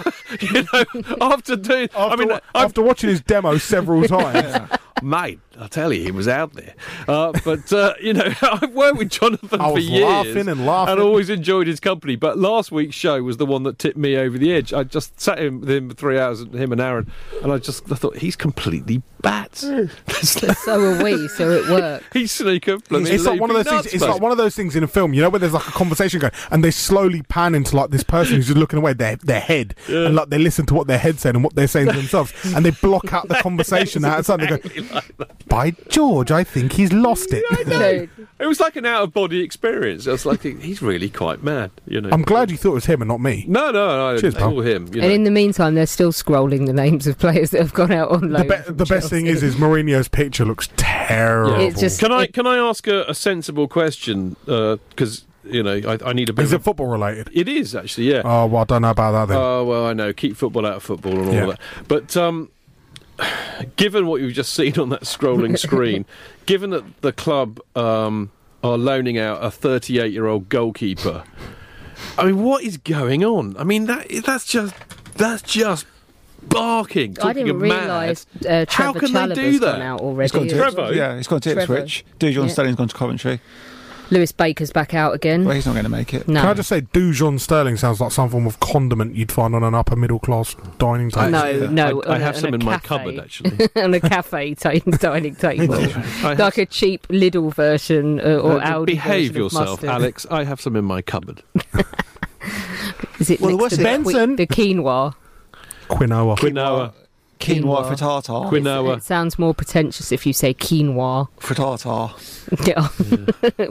Speaker 3: you know, after doing, I mean,
Speaker 2: after watching his demo several times,
Speaker 3: mate, I tell you, he was out there. Uh, but uh, you know, I've worked with Jonathan
Speaker 2: I
Speaker 3: for
Speaker 2: was
Speaker 3: years,
Speaker 2: laughing and laughing.
Speaker 3: and always enjoyed his company. But last week's show was the one that tipped me over the edge. I just sat him with him for three hours, him and Aaron, and I just I thought he's completely bats.
Speaker 4: Mm. so are we, so it worked.
Speaker 3: He's sneaker. bloody
Speaker 2: it's like one of
Speaker 3: leaping
Speaker 2: those things.
Speaker 3: nuts,
Speaker 2: It's
Speaker 3: mate.
Speaker 2: like one of those things in a film, you know, where there's like a conversation going, and they slowly pan into like this person who's just looking away, their their head, and like they listen to what their head said and what they're saying to themselves, and they block out the conversation outside. They go, "By George, I think he's lost it."
Speaker 3: No, it was like an out of body experience. I was like, he's really quite mad, you know.
Speaker 2: I'm glad you thought it was him and not me.
Speaker 3: no, no, no,
Speaker 2: Cheers,
Speaker 3: it's
Speaker 2: pal.
Speaker 3: all him. You
Speaker 4: And
Speaker 3: know.
Speaker 4: in the meantime, they're still scrolling the names of players that have gone out on loan.
Speaker 2: Be- the best thing is, is Mourinho's picture looks terrible.
Speaker 4: It's just-
Speaker 3: can I can I ask a, a sensible question? Because you know, I, I need a bit.
Speaker 2: Is
Speaker 3: of
Speaker 2: it football related?
Speaker 3: It is actually, yeah.
Speaker 2: Oh well, I don't know about that then.
Speaker 3: Oh well, I know. Keep football out of football and all
Speaker 2: Yeah.
Speaker 3: that. But um, given what you've just seen on that scrolling screen, given that the club um, are loaning out a 38-year-old goalkeeper, I mean, what is going on? I mean, that that's just that's just barking.
Speaker 4: I
Speaker 3: Talking
Speaker 4: didn't
Speaker 3: of mad.
Speaker 4: realise uh, Trevor
Speaker 3: How can
Speaker 4: Chalobah's
Speaker 3: they do that?
Speaker 4: gone out
Speaker 7: He's
Speaker 4: already.
Speaker 7: gone to Ipswich. Yeah, he's gone to
Speaker 4: Trevor.
Speaker 7: Ipswich. Dijon
Speaker 4: Yeah.
Speaker 7: Sterling's gone to Coventry.
Speaker 4: Lewis Baker's back out again.
Speaker 7: Well, he's not going to make it.
Speaker 4: No.
Speaker 2: Can I just say, Dujon Sterling sounds like some form of condiment you'd find on an upper middle class dining table.
Speaker 4: no, no.
Speaker 3: I- I
Speaker 4: on a-
Speaker 3: have
Speaker 4: on
Speaker 3: some
Speaker 4: a
Speaker 3: in my
Speaker 4: cafe.
Speaker 3: cupboard, actually.
Speaker 4: on a cafe t- dining table,
Speaker 3: I have
Speaker 4: like a cheap Lidl version uh, or
Speaker 3: Uh,
Speaker 4: Aldi
Speaker 3: behave
Speaker 4: version of
Speaker 3: yourself,
Speaker 4: mustard.
Speaker 3: Alex. I have some in my cupboard.
Speaker 4: Is it
Speaker 3: Well,
Speaker 4: next
Speaker 3: what's
Speaker 4: to
Speaker 3: it-
Speaker 4: the, qui- the quinoa?
Speaker 2: Quinoa.
Speaker 3: Quinoa.
Speaker 7: quinoa, frittata.
Speaker 4: It sounds more pretentious if you say quinoa.
Speaker 7: Frittata.
Speaker 4: Yeah.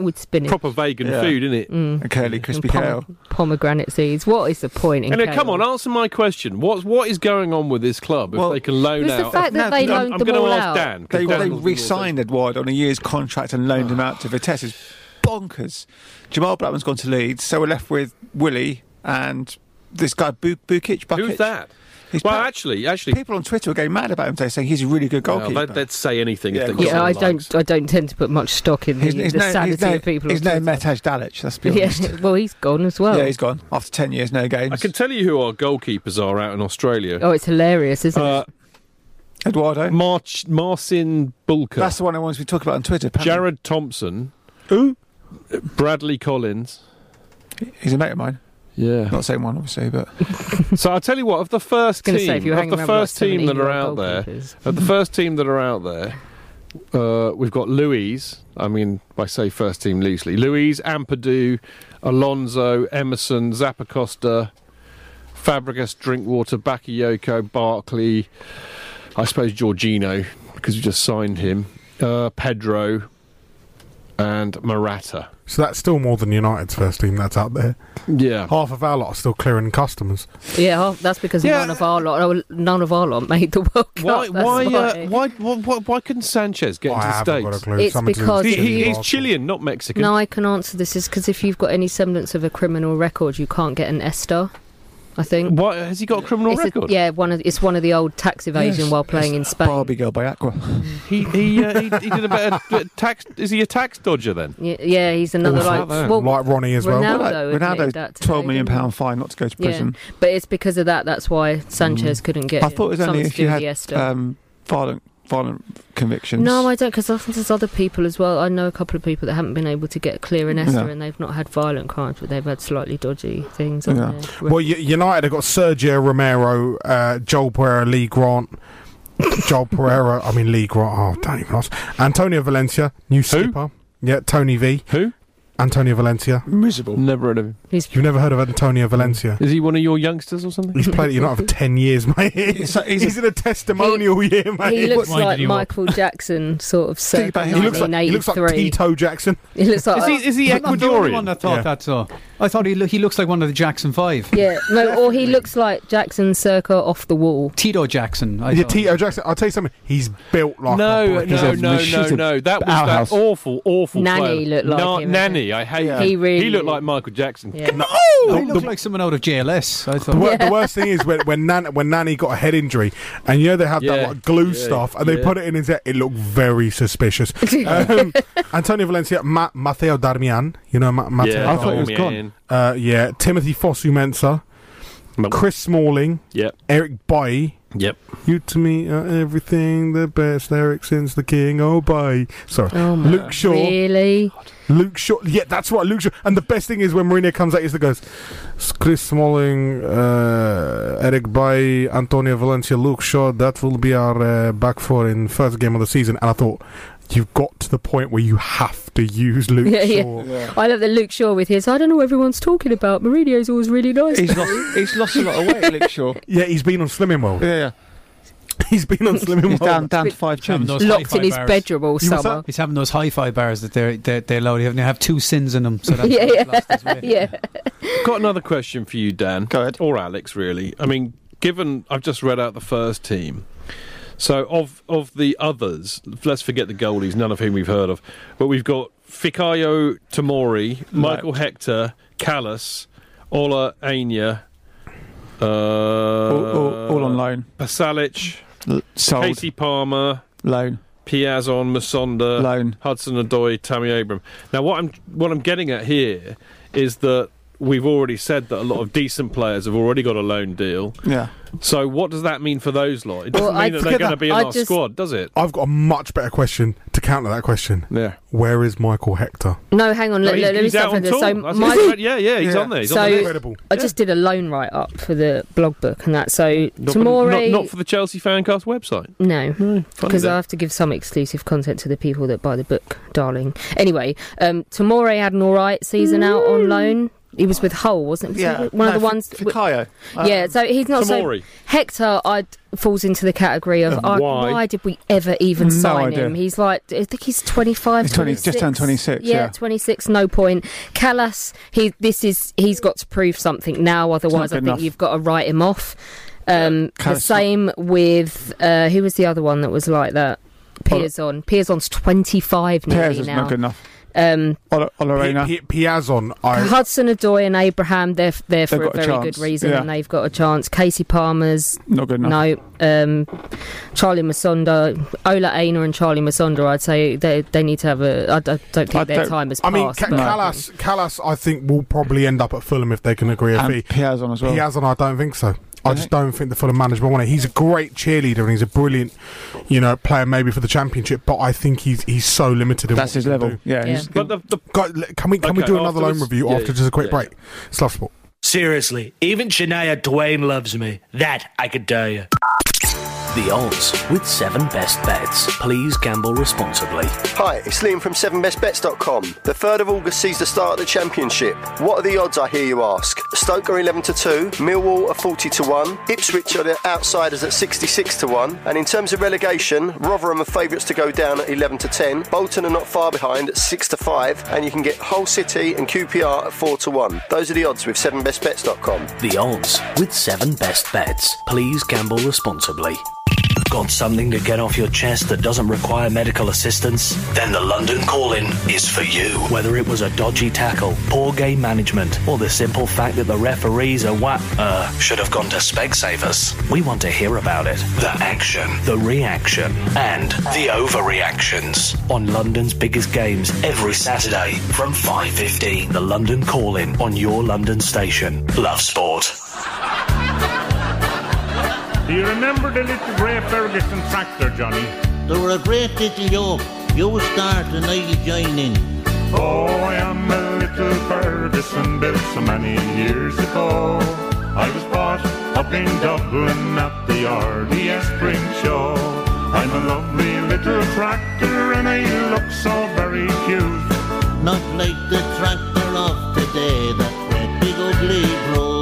Speaker 4: With spinach.
Speaker 3: Proper vegan
Speaker 7: Yeah.
Speaker 3: food, isn't it?
Speaker 4: Mm.
Speaker 7: And curly crispy
Speaker 4: Pome-
Speaker 7: kale.
Speaker 4: Pomegranate seeds. What is the point in
Speaker 3: And
Speaker 4: kale?
Speaker 3: come on, answer my question. What's what is going on with this club if they can loan
Speaker 4: It's the
Speaker 3: out?
Speaker 4: fact that they
Speaker 3: I'm,
Speaker 4: loaned
Speaker 3: I'm
Speaker 4: them
Speaker 3: gonna
Speaker 4: all
Speaker 3: ask
Speaker 4: out.
Speaker 3: Dan. 'cause
Speaker 7: They,
Speaker 3: Dan
Speaker 7: they
Speaker 3: wasn't
Speaker 7: re-signed Edward on a year's contract and loaned him out to Vitesse. It's bonkers. Jamal Blackman's gone to Leeds, so we're left with Willie and this guy Bu- Bukic. Bukic.
Speaker 3: Who's that?
Speaker 7: He's
Speaker 3: well,
Speaker 7: back.
Speaker 3: actually, actually,
Speaker 7: People on Twitter are going mad about him today, saying he's a really good
Speaker 3: well,
Speaker 7: goalkeeper.
Speaker 3: let, let's say anything. if they've got
Speaker 4: Yeah, I
Speaker 3: someone
Speaker 4: don't. I don't tend to put much stock in the, the sanity of people.
Speaker 7: He's
Speaker 4: on
Speaker 7: no
Speaker 4: Twitter.
Speaker 7: Metaj Dalic, let's be honest.
Speaker 4: Yeah, well, he's gone as well.
Speaker 7: Yeah, he's gone after 10 years, no games.
Speaker 3: I can tell you who our goalkeepers are out in Australia.
Speaker 4: Oh, it's hilarious, isn't
Speaker 3: Uh,
Speaker 7: Eduardo.
Speaker 3: March, Marcin Bulka.
Speaker 7: That's the one I wanted to talk about on Twitter. apparently.
Speaker 3: Jared Thompson.
Speaker 7: Who?
Speaker 3: Bradley Collins.
Speaker 7: He's a mate of mine.
Speaker 3: Yeah.
Speaker 7: Not the same one, obviously, but.
Speaker 3: so I'll tell you what, of the first
Speaker 7: I was gonna
Speaker 3: team,
Speaker 7: say, if you
Speaker 3: of
Speaker 7: were hanging
Speaker 3: the
Speaker 7: around with, like,
Speaker 3: first team that are
Speaker 7: 17-year-old
Speaker 3: out there,
Speaker 7: goalkeepers.
Speaker 3: of the first team that are out there, uh, we've got Louise. I mean, I say first team loosely. Louise, Ampadu, Alonso, Emerson, Zappacosta, Fabregas, Drinkwater, Bakayoko, Barkley. I suppose Jorginho because we just signed him. Uh, Pedro and Morata.
Speaker 2: So that's still more than United's first team that's out there.
Speaker 3: Yeah.
Speaker 2: Half of our lot are still clearing customers.
Speaker 4: Yeah, half- that's because none of our lot, oh, none of our lot made the World Cup.
Speaker 3: Why?
Speaker 4: that's
Speaker 3: Why, uh, why? Why? Why? Why couldn't Sanchez get into the
Speaker 2: haven't
Speaker 3: states?
Speaker 2: got a clue. It's Someone to do
Speaker 4: because
Speaker 3: he, he-
Speaker 4: you-
Speaker 3: he's Chilean, not Mexican.
Speaker 4: No, I can answer this. Is because if you've got any semblance of a criminal record, you can't get an S star. I think.
Speaker 3: What has he got a criminal
Speaker 4: It's a-
Speaker 3: record?
Speaker 4: yeah, one of it's one of the old tax evasion
Speaker 3: Yes,
Speaker 4: while playing in Spain.
Speaker 7: Barbie girl by Aqua.
Speaker 3: He he, uh, he he did a bit of tax. Is he a tax dodger then?
Speaker 4: Yeah, yeah, he's another like well, Ronaldo admitted that
Speaker 7: Ronaldo's
Speaker 4: today,
Speaker 7: twelve million
Speaker 4: didn't he?
Speaker 7: pound fine not to go to
Speaker 4: Yeah,
Speaker 7: prison. Mm.
Speaker 4: but it's because of that. That's why Sanchez couldn't get.
Speaker 7: I thought it was only
Speaker 4: something
Speaker 7: if
Speaker 4: to do
Speaker 7: you
Speaker 4: with
Speaker 7: had
Speaker 4: the S star.
Speaker 7: um, violent violent convictions.
Speaker 4: No, I don't, because I think there's other people as well. I know a couple of people that haven't been able to get clear in Esther
Speaker 2: Yeah.
Speaker 4: and they've not had violent crimes, but they've had slightly dodgy things on there.
Speaker 2: Well, U- United have got Sergio Romero, uh, Joel Pereira, Lee Grant. Joel Pereira, I mean Lee Grant. Oh, don't even ask. Antonio Valencia, new skipper. Yeah, Tony V.
Speaker 3: Who?
Speaker 2: Antonio Valencia.
Speaker 7: Miserable.
Speaker 3: Never heard of him.
Speaker 2: You've never heard of Antonio Valencia?
Speaker 3: Is he one of your youngsters or something?
Speaker 2: He's played at United for ten years, mate. He's, in a testimonial year, mate.
Speaker 4: He looks like Michael Jackson, sort of circa
Speaker 2: he looks like he looks like
Speaker 4: 1983.
Speaker 2: Tito Jackson.
Speaker 4: He looks like- Is he- is he
Speaker 13: I'm not the only
Speaker 4: Ecuadorian?
Speaker 13: one that thought
Speaker 4: Yeah.
Speaker 13: that, so. I thought he, loo- he looks like one of the Jackson Five.
Speaker 4: yeah, no, or he looks like Jackson circa off the wall.
Speaker 13: Tito Jackson. I
Speaker 2: yeah,
Speaker 13: thought.
Speaker 2: Tito Jackson. I'll tell you something. He's built like a
Speaker 3: No,
Speaker 2: brick. He's
Speaker 3: no,
Speaker 2: a
Speaker 3: no, no,
Speaker 2: machine.
Speaker 3: no. That was
Speaker 2: Outhouse.
Speaker 3: that awful, awful.
Speaker 4: Nanny
Speaker 3: player.
Speaker 4: looked like him, I
Speaker 3: Nanny, I hate.
Speaker 4: Yeah.
Speaker 3: him.
Speaker 4: He really-
Speaker 3: He looked like Michael Jackson.
Speaker 4: Yeah.
Speaker 3: No,
Speaker 13: he looked like someone out of JLS. I thought.
Speaker 2: The, wor- the worst thing is when when, Nan- when Nanny got a head injury, and you know they have that
Speaker 13: Yeah,
Speaker 2: like glue
Speaker 13: yeah,
Speaker 2: stuff, and they
Speaker 13: yeah.
Speaker 2: put it in his head. It looked very suspicious. um, Antonio Valencia, Ma- Mateo Darmian, you know Ma- Mateo.
Speaker 3: Yeah, I thought he was Darmian.
Speaker 2: Uh, yeah, Timothy Fosu Mensah, Chris Smalling,
Speaker 3: Yep.
Speaker 2: Eric Bai.
Speaker 3: Yep.
Speaker 2: You to me are everything, the best Eric since the king. Oh, bye. Sorry.
Speaker 4: Oh, my-
Speaker 2: Luke Shaw.
Speaker 4: Really?
Speaker 2: Luke Shaw. Yeah, that's right, Luke Shaw. And the best thing is when Mourinho comes out, he still goes, "S- Chris Smalling, uh, Eric Bay, Antonio Valencia, Luke Shaw. That will be our uh, back four in first game of the season. And I thought, you've got to the point where you have to use Luke
Speaker 4: Yeah,
Speaker 2: Shaw.
Speaker 4: yeah. I love the Luke Shaw with his. I don't know what everyone's talking about. Mourinho's always really nice.
Speaker 7: He's lost. He's lost a lot of weight, Luke Shaw.
Speaker 2: Yeah, he's been on Slimming World.
Speaker 7: Yeah, yeah.
Speaker 2: He's been on Slimming
Speaker 7: He's
Speaker 2: World.
Speaker 7: down, down to five chins.
Speaker 4: Locked in his bedroom all
Speaker 13: He was
Speaker 4: summer.
Speaker 13: up- He's having those hi-fi bars that they're, they're, they allowed. You have two sins in them. So that's
Speaker 4: yeah, yeah, yeah.
Speaker 3: Got another question for you, Dan. Go ahead. Or Alex, really. I mean, given I've just read out the first team. So of of the others, let's forget the goalies, none of whom we've heard of. But we've got Fikayo Tamori, Michael Hector, Callas, Ola Aina, uh, all,
Speaker 7: all- all on loan.
Speaker 3: Pasalic,
Speaker 7: sold.
Speaker 3: Uh, Casey Palmer,
Speaker 7: Loan.
Speaker 3: Piaz on Masonda,
Speaker 7: Loan.
Speaker 3: Hudson Odoi, Tammy Abram. Now, what I'm what I'm getting at here is that we've already said that a lot of decent players have already got a loan deal.
Speaker 7: Yeah.
Speaker 3: So, what does that mean for those lot? It doesn't
Speaker 4: Well, I-
Speaker 3: mean that they're
Speaker 4: Forget
Speaker 3: going to
Speaker 4: that.
Speaker 3: be in
Speaker 4: I
Speaker 3: our
Speaker 4: just-
Speaker 3: squad, does it?
Speaker 2: I've got a much better question to counter that question.
Speaker 3: Yeah.
Speaker 2: Where is Michael Hector?
Speaker 4: No, hang on.
Speaker 3: No,
Speaker 4: Let,
Speaker 3: he's-
Speaker 4: let, let me
Speaker 3: he's out
Speaker 4: start from
Speaker 3: on
Speaker 4: this.
Speaker 3: tour.
Speaker 4: So
Speaker 3: That's-
Speaker 4: my-
Speaker 3: he's- yeah, yeah, he's Yeah. on there, he's on
Speaker 4: so
Speaker 3: the list. Incredible.
Speaker 4: I just did a loan write up for the blog book and that. So
Speaker 3: Not,
Speaker 4: Tamori,
Speaker 3: not, not for the Chelsea Fancast website.
Speaker 4: no,
Speaker 3: funny
Speaker 4: because
Speaker 3: that.
Speaker 4: I have to give some exclusive content to the
Speaker 3: Mm.
Speaker 4: people that buy the book, darling. Anyway, um, Tamore had an all right season out on loan. He was with Hull, wasn't he? Was he
Speaker 7: Yeah.
Speaker 4: one of
Speaker 7: No,
Speaker 4: the
Speaker 7: Fi-
Speaker 4: ones. wi-
Speaker 7: Fikayo.
Speaker 4: yeah,
Speaker 7: Um,
Speaker 4: so he's not
Speaker 7: Tomori.
Speaker 4: so. Hector, I falls into the category of
Speaker 7: Of
Speaker 4: I,
Speaker 7: why?
Speaker 4: why? did we ever even
Speaker 7: No
Speaker 4: sign
Speaker 7: idea.
Speaker 4: him? He's like, I think he's 25,
Speaker 7: He's 20 just
Speaker 4: 26.
Speaker 7: turned 26, yeah.
Speaker 4: 26, no point. Callas, he this is he's got to prove something now, otherwise I
Speaker 7: good
Speaker 4: think
Speaker 7: enough.
Speaker 4: you've got to write him off. Um, the
Speaker 7: Callas-
Speaker 4: same with uh, who was the other one that was like that? Piazon. Piazon's 25 nearly
Speaker 7: Piazon's
Speaker 4: now.
Speaker 7: not good enough.
Speaker 4: Um,
Speaker 2: Pi- Pi- Piazon, I.
Speaker 4: Hudson Odoi and Abraham, they're f- there for a
Speaker 2: got a
Speaker 4: very
Speaker 2: chance,
Speaker 4: good reason,
Speaker 2: yeah.
Speaker 4: and they've got a chance. Casey Palmer's
Speaker 7: Not good enough.
Speaker 4: No, um, Charlie Masonda, Ola Aina, and Charlie Masonda. I'd say they they need to have a. I, d- I don't think their time has
Speaker 2: I
Speaker 4: passed.
Speaker 2: mean, Ca-
Speaker 4: but-
Speaker 2: Callas, Callas, I think will probably end up at Fulham if they can agree a
Speaker 7: And
Speaker 2: fee.
Speaker 7: Piazon as well.
Speaker 2: Piazon, I don't think so. I just don't think the Fulham management want it. He's a great cheerleader and he's a brilliant, you know, player maybe for the championship. But I think he's he's so limited. In
Speaker 7: That's
Speaker 2: what
Speaker 7: his
Speaker 2: he can
Speaker 7: level.
Speaker 2: do.
Speaker 7: Yeah, Yeah. he's-
Speaker 2: But the, can we can we
Speaker 7: Okay,
Speaker 2: do another loan
Speaker 7: afterwards?
Speaker 2: review
Speaker 7: Yeah,
Speaker 2: after just a quick break? It's Love Sport.
Speaker 5: Seriously, even Shania Twain loves me. That I could tell you.
Speaker 1: The odds with seven best bets. Please gamble responsibly.
Speaker 11: Hi, it's Liam from 7bestbets.com. The 3rd of August sees the start of the Championship. What are the odds, I hear you ask? Stoke are 11 to 2, Millwall are 40 to 1, Ipswich are the outsiders at 66 to 1, and in terms of relegation, Rotherham are favourites to go down at 11 to 10, Bolton are not far behind at 6 to 5, and you can get Hull City and QPR at 4 to 1. Those are the odds with 7bestbets.com.
Speaker 1: The odds with seven best bets. Please gamble responsibly.
Speaker 14: Got something to get off your chest that doesn't require medical assistance? Then the London Calling is for you.
Speaker 1: Whether it was a dodgy tackle, poor game management, or the simple fact that the referees are whack, uh,
Speaker 14: Should have gone to Specsavers. We want to hear about it. The action, the reaction, and the overreactions.
Speaker 1: on London's biggest games
Speaker 14: Every Saturday from 5.15.
Speaker 1: The London Calling on your London station.
Speaker 14: Love Sport.
Speaker 21: Do you remember the little grey Ferguson tractor, Johnny?
Speaker 32: They were a great little job. You start and I join in.
Speaker 21: Oh, I am a little Ferguson built so many years ago. I was brought up in Dublin at the RDS Spring Show. I'm a lovely little tractor and I look so very cute.
Speaker 32: Not like the tractor of today, that great big ugly rose.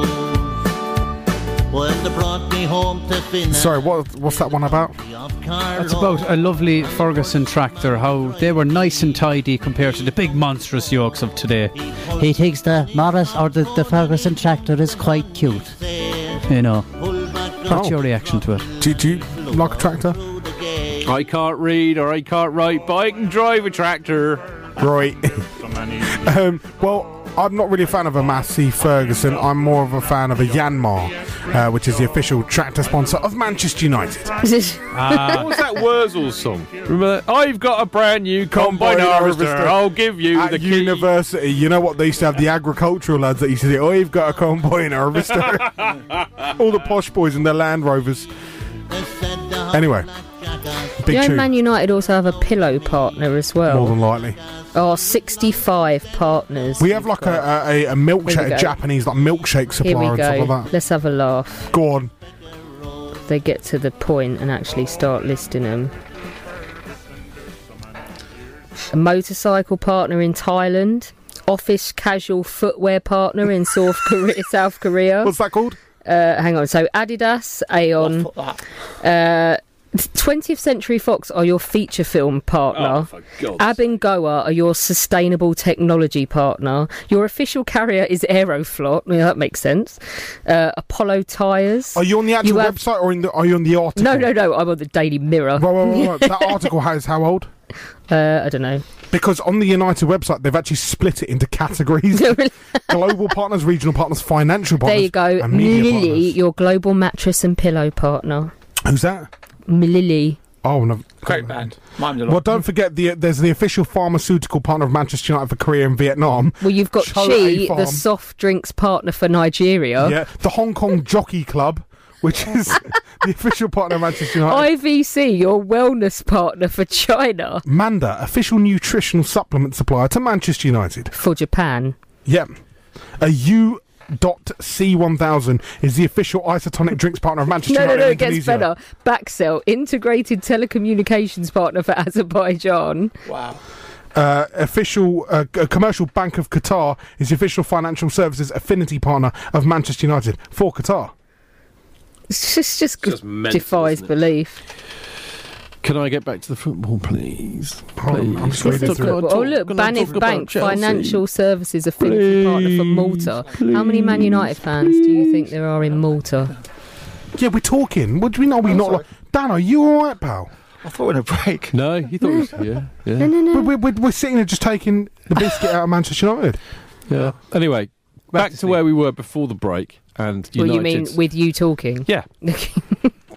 Speaker 32: Well, they brought me home to Finland.
Speaker 2: Sorry, what what's that one about?
Speaker 13: That's about a lovely Ferguson tractor, how they were nice and tidy compared to the big monstrous yokes of today.
Speaker 16: He thinks the Morris or the, the Ferguson tractor is quite cute.
Speaker 13: You know. What's your reaction to it?
Speaker 2: Do, you like a tractor?
Speaker 3: I can't read or I can't write, but I can drive a tractor.
Speaker 2: Right. um, well, I'm not really a fan of a Massey Ferguson. I'm more of a fan of a Yanmar, uh, which is the official tractor sponsor of Manchester United.
Speaker 3: what was that Wurzel song? Ah. Remember that? I've got a brand new combine
Speaker 2: Combine
Speaker 3: harvester. Oh,
Speaker 2: harvester.
Speaker 3: I'll give you
Speaker 2: At
Speaker 3: the key.
Speaker 2: university, you know what they used to have the agricultural lads that used to say, "Oh, you've got a combine harvester." All the posh boys and their Land Rovers. Anyway, big
Speaker 4: Don't
Speaker 2: tune.
Speaker 4: Man United also have a pillow partner as well.
Speaker 2: More than likely.
Speaker 4: Oh, 65 partners.
Speaker 2: we have like a, a, a
Speaker 4: Here we
Speaker 2: milkshake,
Speaker 4: go.
Speaker 2: a Japanese like milkshake
Speaker 4: Here we
Speaker 2: supplier and
Speaker 4: go.
Speaker 2: stuff like that.
Speaker 4: Let's have a laugh.
Speaker 2: Go on.
Speaker 4: They get to the point and actually start listing them. A motorcycle partner in Thailand. Office casual footwear partner in South Korea. South Korea. What's
Speaker 2: that called?
Speaker 4: Uh, hang on. So Adidas, Aeon. Uh, 20th Century Fox are your feature film partner.
Speaker 22: Oh, for God's
Speaker 4: Abengoa are your sustainable technology partner. Your official carrier is Aeroflot. Yeah, that makes sense. Uh, Apollo Tyres.
Speaker 2: Are you on the actual
Speaker 4: You have-
Speaker 2: website or in the, are you on the article?
Speaker 4: No, no, no. I'm on the Daily Mirror.
Speaker 2: Wait, wait, that article has how old?
Speaker 4: Uh, I don't know.
Speaker 2: Because on the United website, they've actually split it into categories: global partners, regional partners, financial
Speaker 4: there you
Speaker 2: partners.
Speaker 4: go.
Speaker 2: And media partners.
Speaker 4: Lily, your global mattress and pillow partner.
Speaker 2: Who's that?
Speaker 4: Lily.
Speaker 2: Oh, no.
Speaker 7: Great band. Mimed a lot.
Speaker 2: well, don't forget the there's the official pharmaceutical partner of Manchester United for Korea and Vietnam.
Speaker 4: Well, you've got
Speaker 2: Choa
Speaker 4: she,
Speaker 2: A Farm.
Speaker 4: the soft drinks partner for Nigeria.
Speaker 2: yeah, the Hong Kong Jockey Club, which is the official partner of Manchester United.
Speaker 4: IVC, your wellness partner for China.
Speaker 2: Manda, official nutritional supplement supplier to Manchester United.
Speaker 4: For Japan.
Speaker 2: Yep. A U. Dot C one thousand is the official isotonic drinks partner of Manchester
Speaker 4: No, no,
Speaker 2: United.
Speaker 4: no,
Speaker 2: in
Speaker 4: it gets
Speaker 2: Indonesia.
Speaker 4: better. Baxel, integrated telecommunications partner for Azerbaijan.
Speaker 7: Wow.
Speaker 2: Uh, official uh, c- commercial bank of Qatar is the official financial services affinity partner of Manchester United for Qatar.
Speaker 4: It's just, just,
Speaker 3: just mental,
Speaker 4: defies
Speaker 3: isn't it?
Speaker 4: belief.
Speaker 3: Can I get back to the football, please?
Speaker 2: Please.
Speaker 3: I'm
Speaker 4: Let's talk about- oh look, Banif Bank Financial Services affinity partner for Malta. How many Man United fans do you think there are in Malta?
Speaker 2: Yeah, we're talking. What do we know? We not like Dan. Are you all right, pal? I thought we had a break.
Speaker 3: No, you thought it was, yeah, yeah.
Speaker 2: No, no, no. We're, we're, we're sitting there just taking the biscuit out of Manchester United.
Speaker 3: Yeah. Anyway, back, to, where we were before the break, and
Speaker 4: Well, you mean
Speaker 3: United's-
Speaker 4: with you talking?
Speaker 3: Yeah.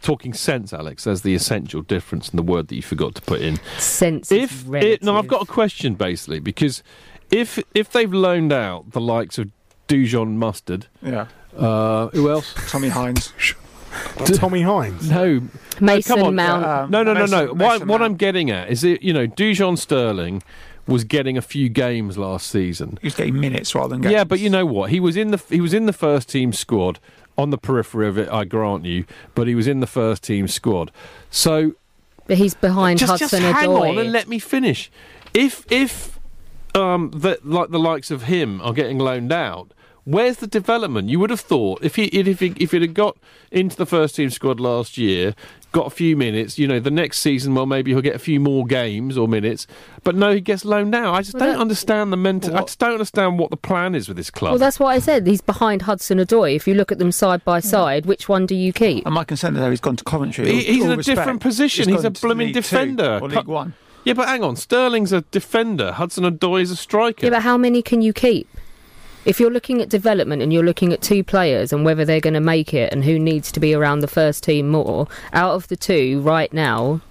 Speaker 3: talking sense, Alex. There's the essential difference in the word that you forgot to put in.
Speaker 4: Sense. If
Speaker 3: It- no, I've got a question basically because if if they've loaned out the likes of Dujon Mustard,
Speaker 7: Yeah.
Speaker 3: uh, who else?
Speaker 7: Tommy Hines.
Speaker 2: Tommy Hines.
Speaker 3: No,
Speaker 4: Mason
Speaker 3: no, come on.
Speaker 4: Mount. Um,
Speaker 3: no, no, no, no.
Speaker 4: Mason-
Speaker 3: What, what I'm getting at is that you know Dujon Sterling was getting a few games last season.
Speaker 7: He was getting minutes rather than games.
Speaker 3: Yeah, but you know what? He was in the he was in the first team squad on the periphery of it. I grant you, but he was in the first team squad. So
Speaker 4: But he's behind
Speaker 3: just, just
Speaker 4: Hudson
Speaker 3: hang
Speaker 4: Odoi.
Speaker 3: on and let me finish. If if um, the, like the likes of him are getting loaned out, where's the development? You would have thought if he if he, if he'd have got into the first team squad last year, got a few minutes. You know, the next season, well, maybe he'll get a few more games or minutes. But no, he gets loaned out. I just
Speaker 4: Well,
Speaker 3: don't
Speaker 4: that-
Speaker 3: understand the mental. I just don't understand what the plan is with this club.
Speaker 4: Well, that's what I said. He's behind Hudson Odoi. If you look at them side by side, which one do you keep?
Speaker 7: And my concern there, he's gone to Coventry.
Speaker 3: Hmm. He-
Speaker 7: All-
Speaker 3: he's in
Speaker 7: all
Speaker 3: a
Speaker 7: respect,
Speaker 3: different position.
Speaker 7: he's
Speaker 3: He's a
Speaker 7: gone to
Speaker 3: blooming
Speaker 7: League Two
Speaker 3: defender.
Speaker 7: or
Speaker 3: Cu-
Speaker 7: League One.
Speaker 3: Yeah, but hang on. Sterling's a defender. Hudson Odoi is a striker.
Speaker 4: Yeah, but how many can you keep? If you're looking at development and you're looking at two players and whether they're going to make it and who needs to be around the first team more, out of the two right now,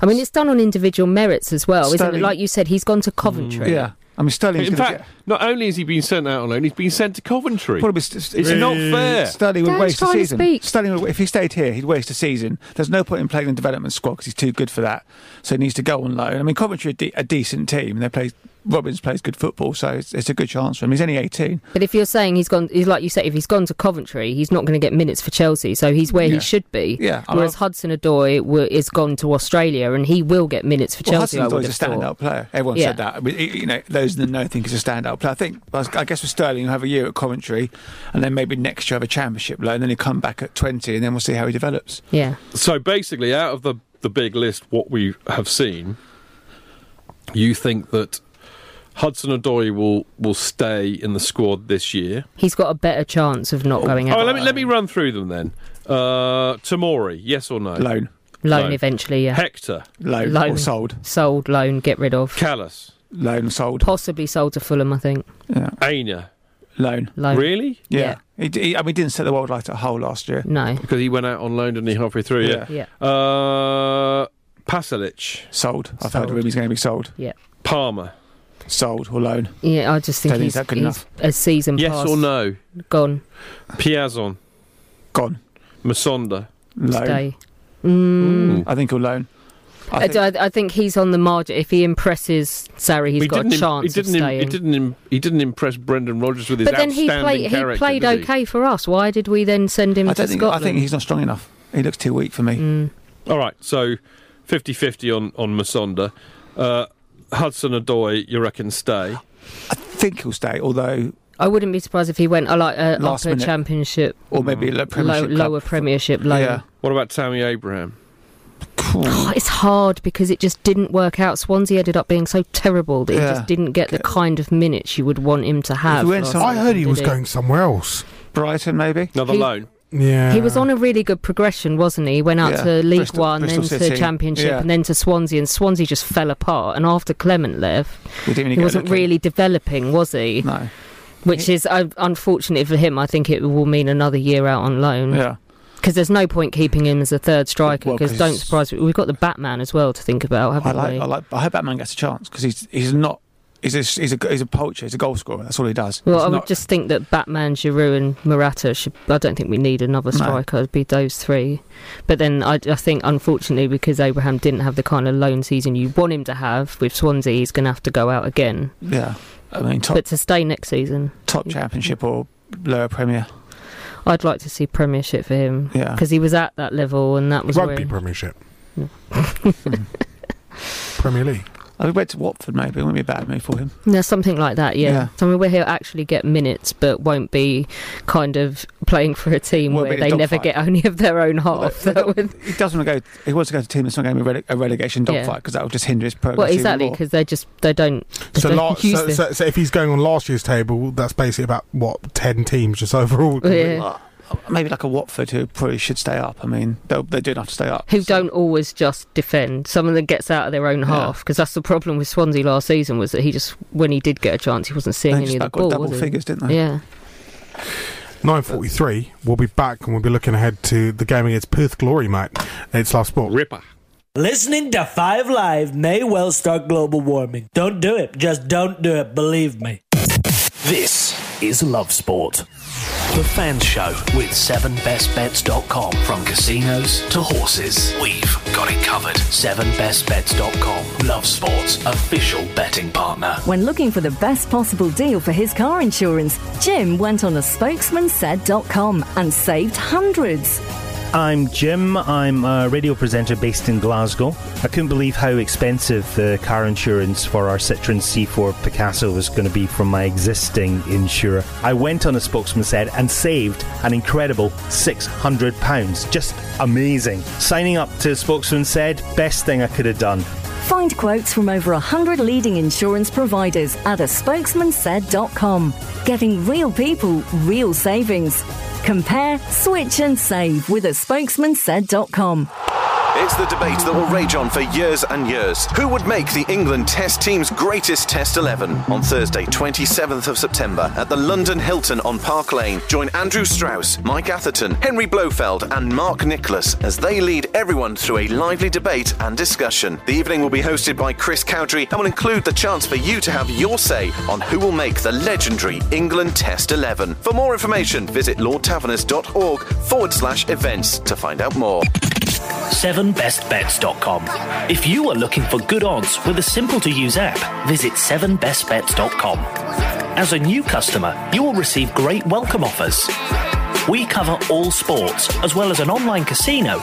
Speaker 4: I mean, it's done on individual merits as well, isn't
Speaker 3: Sterling-
Speaker 4: it? Like you said, he's gone to Coventry.
Speaker 7: Mm, I mean, Sterling's
Speaker 3: In
Speaker 7: gonna
Speaker 3: fact, not only has he been sent out on loan, he's been sent to Coventry.
Speaker 7: Well, it was- it's
Speaker 3: it's not fair.
Speaker 7: Sterling would
Speaker 3: Dan's
Speaker 7: waste a
Speaker 3: trying to
Speaker 7: season. Sterling, would, if he stayed here, he'd waste a season. There's no point in playing in the development squad because he's too good for that. So he needs to go on loan. I mean, Coventry are de- a decent team. They play. Robbins plays good football, so it's, it's a good chance for him. He's only 18.
Speaker 4: But if you're saying he's gone, he's like you said, if he's gone to Coventry, he's not going to get minutes for Chelsea, so he's where
Speaker 7: Yeah.
Speaker 4: he should be.
Speaker 7: Yeah, I
Speaker 4: Whereas
Speaker 7: love-
Speaker 4: Hudson Odoi w- is gone to Australia and he will get minutes for
Speaker 7: well,
Speaker 4: Chelsea.
Speaker 7: Hudson's
Speaker 4: I would
Speaker 7: always a
Speaker 4: have
Speaker 7: standout
Speaker 4: thought.
Speaker 7: player. Everyone
Speaker 4: Yeah.
Speaker 7: said that. I mean, he- you know, those that know think he's a standout player. I think, I guess, with Sterling, he'll have a year at Coventry, and then maybe next year have a championship loan. Then he'll come back at 20, and then we'll see how he develops.
Speaker 4: Yeah.
Speaker 3: So basically, out of the, the big list, what we have seen, you think that Hudson Odoi will will stay in the squad this year?
Speaker 4: He's got a better chance of not going out.
Speaker 3: Oh, let me let me run through them then. Uh, Tamori, yes or no?
Speaker 7: Loan.
Speaker 4: Loan eventually, yeah.
Speaker 3: Hector.
Speaker 4: Sold, loan, get rid of.
Speaker 3: Callus.
Speaker 7: Loan, sold.
Speaker 4: Possibly sold to Fulham, I think.
Speaker 7: Yeah.
Speaker 3: Aina.
Speaker 7: Loan.
Speaker 4: Loan.
Speaker 3: Really?
Speaker 7: Yeah. He, d- he, I mean, he didn't set the world light at whole last year.
Speaker 4: No.
Speaker 3: Because he went out on loan, didn't he, halfway through? Yeah.
Speaker 7: Yeah.
Speaker 3: Uh, Pasalic.
Speaker 7: Sold. I've heard of him. He's going to be sold.
Speaker 4: Yeah.
Speaker 3: Palmer.
Speaker 7: Sold or loan.
Speaker 4: Yeah, I just think
Speaker 7: Don't think
Speaker 4: he's,
Speaker 7: that good
Speaker 4: he's
Speaker 7: enough.
Speaker 4: a season
Speaker 3: Yes
Speaker 4: pass.
Speaker 3: or no?
Speaker 4: Gone.
Speaker 3: Piazon.
Speaker 7: Gone.
Speaker 3: Masonda.
Speaker 7: Loan.
Speaker 4: Stay. Mm.
Speaker 7: I think he'll loan.
Speaker 4: I, d- I I think he's on the margin. If he impresses Sarri, he's
Speaker 3: He
Speaker 4: got a
Speaker 3: didn't im-
Speaker 4: chance
Speaker 3: he
Speaker 4: of
Speaker 3: didn't im-
Speaker 4: staying.
Speaker 3: he didn't im- he didn't impress Brendan Rodgers with his
Speaker 4: but then he
Speaker 3: outstanding
Speaker 4: played. He
Speaker 3: character,
Speaker 4: played
Speaker 3: did he?
Speaker 4: okay for us. Why did we then send him
Speaker 7: I,
Speaker 4: to
Speaker 7: don't think, I
Speaker 4: Scotland? Mm.
Speaker 7: think he's not strong enough. He looks too weak for me.
Speaker 3: All right, so 50-50 on on Masonda. Uh, Hudson Odoi, you reckon stay?
Speaker 7: I think he'll stay, although
Speaker 4: I wouldn't be surprised if he went uh, like uh,
Speaker 3: Last
Speaker 4: upper
Speaker 3: minute.
Speaker 4: championship
Speaker 7: Or maybe a low Premiership
Speaker 4: low,
Speaker 7: club.
Speaker 4: lower Premiership loan.
Speaker 3: What about Tammy Abraham?
Speaker 4: Oh, it's hard because it just didn't work out. Swansea ended up being so terrible that he
Speaker 7: Yeah.
Speaker 4: just didn't get the kind of minutes you would want him to have. last
Speaker 2: I heard he
Speaker 4: season,
Speaker 2: was
Speaker 4: did
Speaker 2: going somewhere else.
Speaker 7: Brighton, maybe.
Speaker 3: Another
Speaker 4: He-
Speaker 3: loan.
Speaker 2: Yeah.
Speaker 4: He was on a really good progression, wasn't he? Went out
Speaker 2: Yeah.
Speaker 4: to League
Speaker 2: Bristol-
Speaker 4: One,
Speaker 2: Bristol
Speaker 4: then
Speaker 2: City.
Speaker 4: to Championship,
Speaker 2: Yeah.
Speaker 4: and then to Swansea, and Swansea just fell apart. And after Clement left,
Speaker 7: We didn't really
Speaker 4: he
Speaker 7: get a
Speaker 4: wasn't
Speaker 7: look at
Speaker 4: really developing, was he?
Speaker 7: No.
Speaker 4: Which is uh, unfortunate for him. I think it will mean another year out on loan.
Speaker 7: Yeah.
Speaker 4: Because there's no point keeping him as a third striker.
Speaker 7: Well,
Speaker 4: Because
Speaker 7: 'cause
Speaker 4: don't
Speaker 7: he's-
Speaker 4: surprise me, we've got the Batman as well to think about, haven't
Speaker 7: I like,
Speaker 4: we?
Speaker 7: I like. I hope Batman gets a chance because he's he's not. He's a, he's a he's a poacher. He's a goal scorer. That's all he does.
Speaker 4: Well,
Speaker 7: He's
Speaker 4: I would
Speaker 7: not-
Speaker 4: just think that Batman, Giroud, and Murata should. I don't think we need another
Speaker 7: No.
Speaker 4: striker. It'd be those three. But then I, I think, unfortunately, because Abraham didn't have the kind of loan season you want him to have with Swansea, he's going to have to go out again.
Speaker 7: yeah. I mean, top
Speaker 4: But to stay next season,
Speaker 7: top championship or lower premier.
Speaker 4: I'd like to see Premiership for him.
Speaker 7: Yeah.
Speaker 4: Because he was at that level and that was
Speaker 2: Rugby
Speaker 4: where-
Speaker 2: Premiership. Premier League.
Speaker 7: I went to Watford, maybe. It wouldn't be a bad move for him.
Speaker 4: No, something like that, yeah.
Speaker 7: Yeah.
Speaker 4: So I mean, where he'll actually get minutes, but won't be kind of playing for a team
Speaker 7: Well,
Speaker 4: where
Speaker 7: but a
Speaker 4: they never
Speaker 7: dogfight.
Speaker 4: get only of their own half. That would-
Speaker 7: He doesn't want to go. He wants to go to a team that's not going to be rele- a relegation
Speaker 4: Yeah.
Speaker 7: dogfight because that will just hinder his progress.
Speaker 4: well,
Speaker 7: even
Speaker 4: exactly,
Speaker 7: more.
Speaker 4: because they just they don't. They
Speaker 2: So,
Speaker 4: don't
Speaker 2: la-
Speaker 4: use
Speaker 2: so,
Speaker 4: them.
Speaker 2: so, so if he's going on last year's table, that's basically about what ten teams just overall.
Speaker 4: Yeah.
Speaker 7: Maybe like a Watford who probably should stay up. I mean, they'll- they do have to stay up.
Speaker 4: who don't always just defend. Someone that gets out of their own half. 'Cause half because that's the problem with Swansea last season was that he just when he did get a chance he wasn't seeing
Speaker 7: They
Speaker 4: any
Speaker 7: just
Speaker 4: of the
Speaker 7: about got
Speaker 4: ball.
Speaker 7: double
Speaker 4: was he?
Speaker 7: figures, didn't they?
Speaker 4: Yeah.
Speaker 2: Nine forty-three. We'll be back and we'll be looking ahead to the game against Perth Glory, mate. It's Love Sport. Ripper.
Speaker 5: Listening to Five Live may well start global warming. Don't do it. Just don't do it. Believe me.
Speaker 33: This is Love Sport. The Fans Show with 7bestbets.com. From casinos to horses, we've got it covered. 7bestbets.com. Love Sport's official betting partner.
Speaker 6: When looking for the best possible deal for his car insurance, Jim went on a spokesmansaid.com and saved hundreds.
Speaker 34: I'm Jim. I'm a radio presenter based in Glasgow. I couldn't believe how expensive the car insurance for our Citroen C4 Picasso was going to be from my existing insurer. I went on a spokesman said and saved an incredible £600. Just amazing. Signing up to spokesman said, best thing I could have done.
Speaker 6: Find quotes from over 100 leading insurance providers at a spokesmansaid.com. Getting real people, real savings. Compare, switch and save with a spokesmansaid.com.
Speaker 15: It's the debate that will rage on for years and years. Who would make the England Test team's greatest Test 11? On Thursday, 27th of September, at the London Hilton on Park Lane, join Andrew Strauss, Mike Atherton, Henry Blofeld, and Mark Nicholas as they lead everyone through a lively debate and discussion. The evening will be hosted by Chris Cowdrey and will include the chance for you to have your say on who will make the legendary England Test 11. For more information, visit lordtaverners.org forward slash events to find out more.
Speaker 1: 7bestbets.com. If you are looking for good odds with a simple to use app, visit 7bestbets.com. As a new customer, you will receive great welcome offers. We cover all sports, as well as an online casino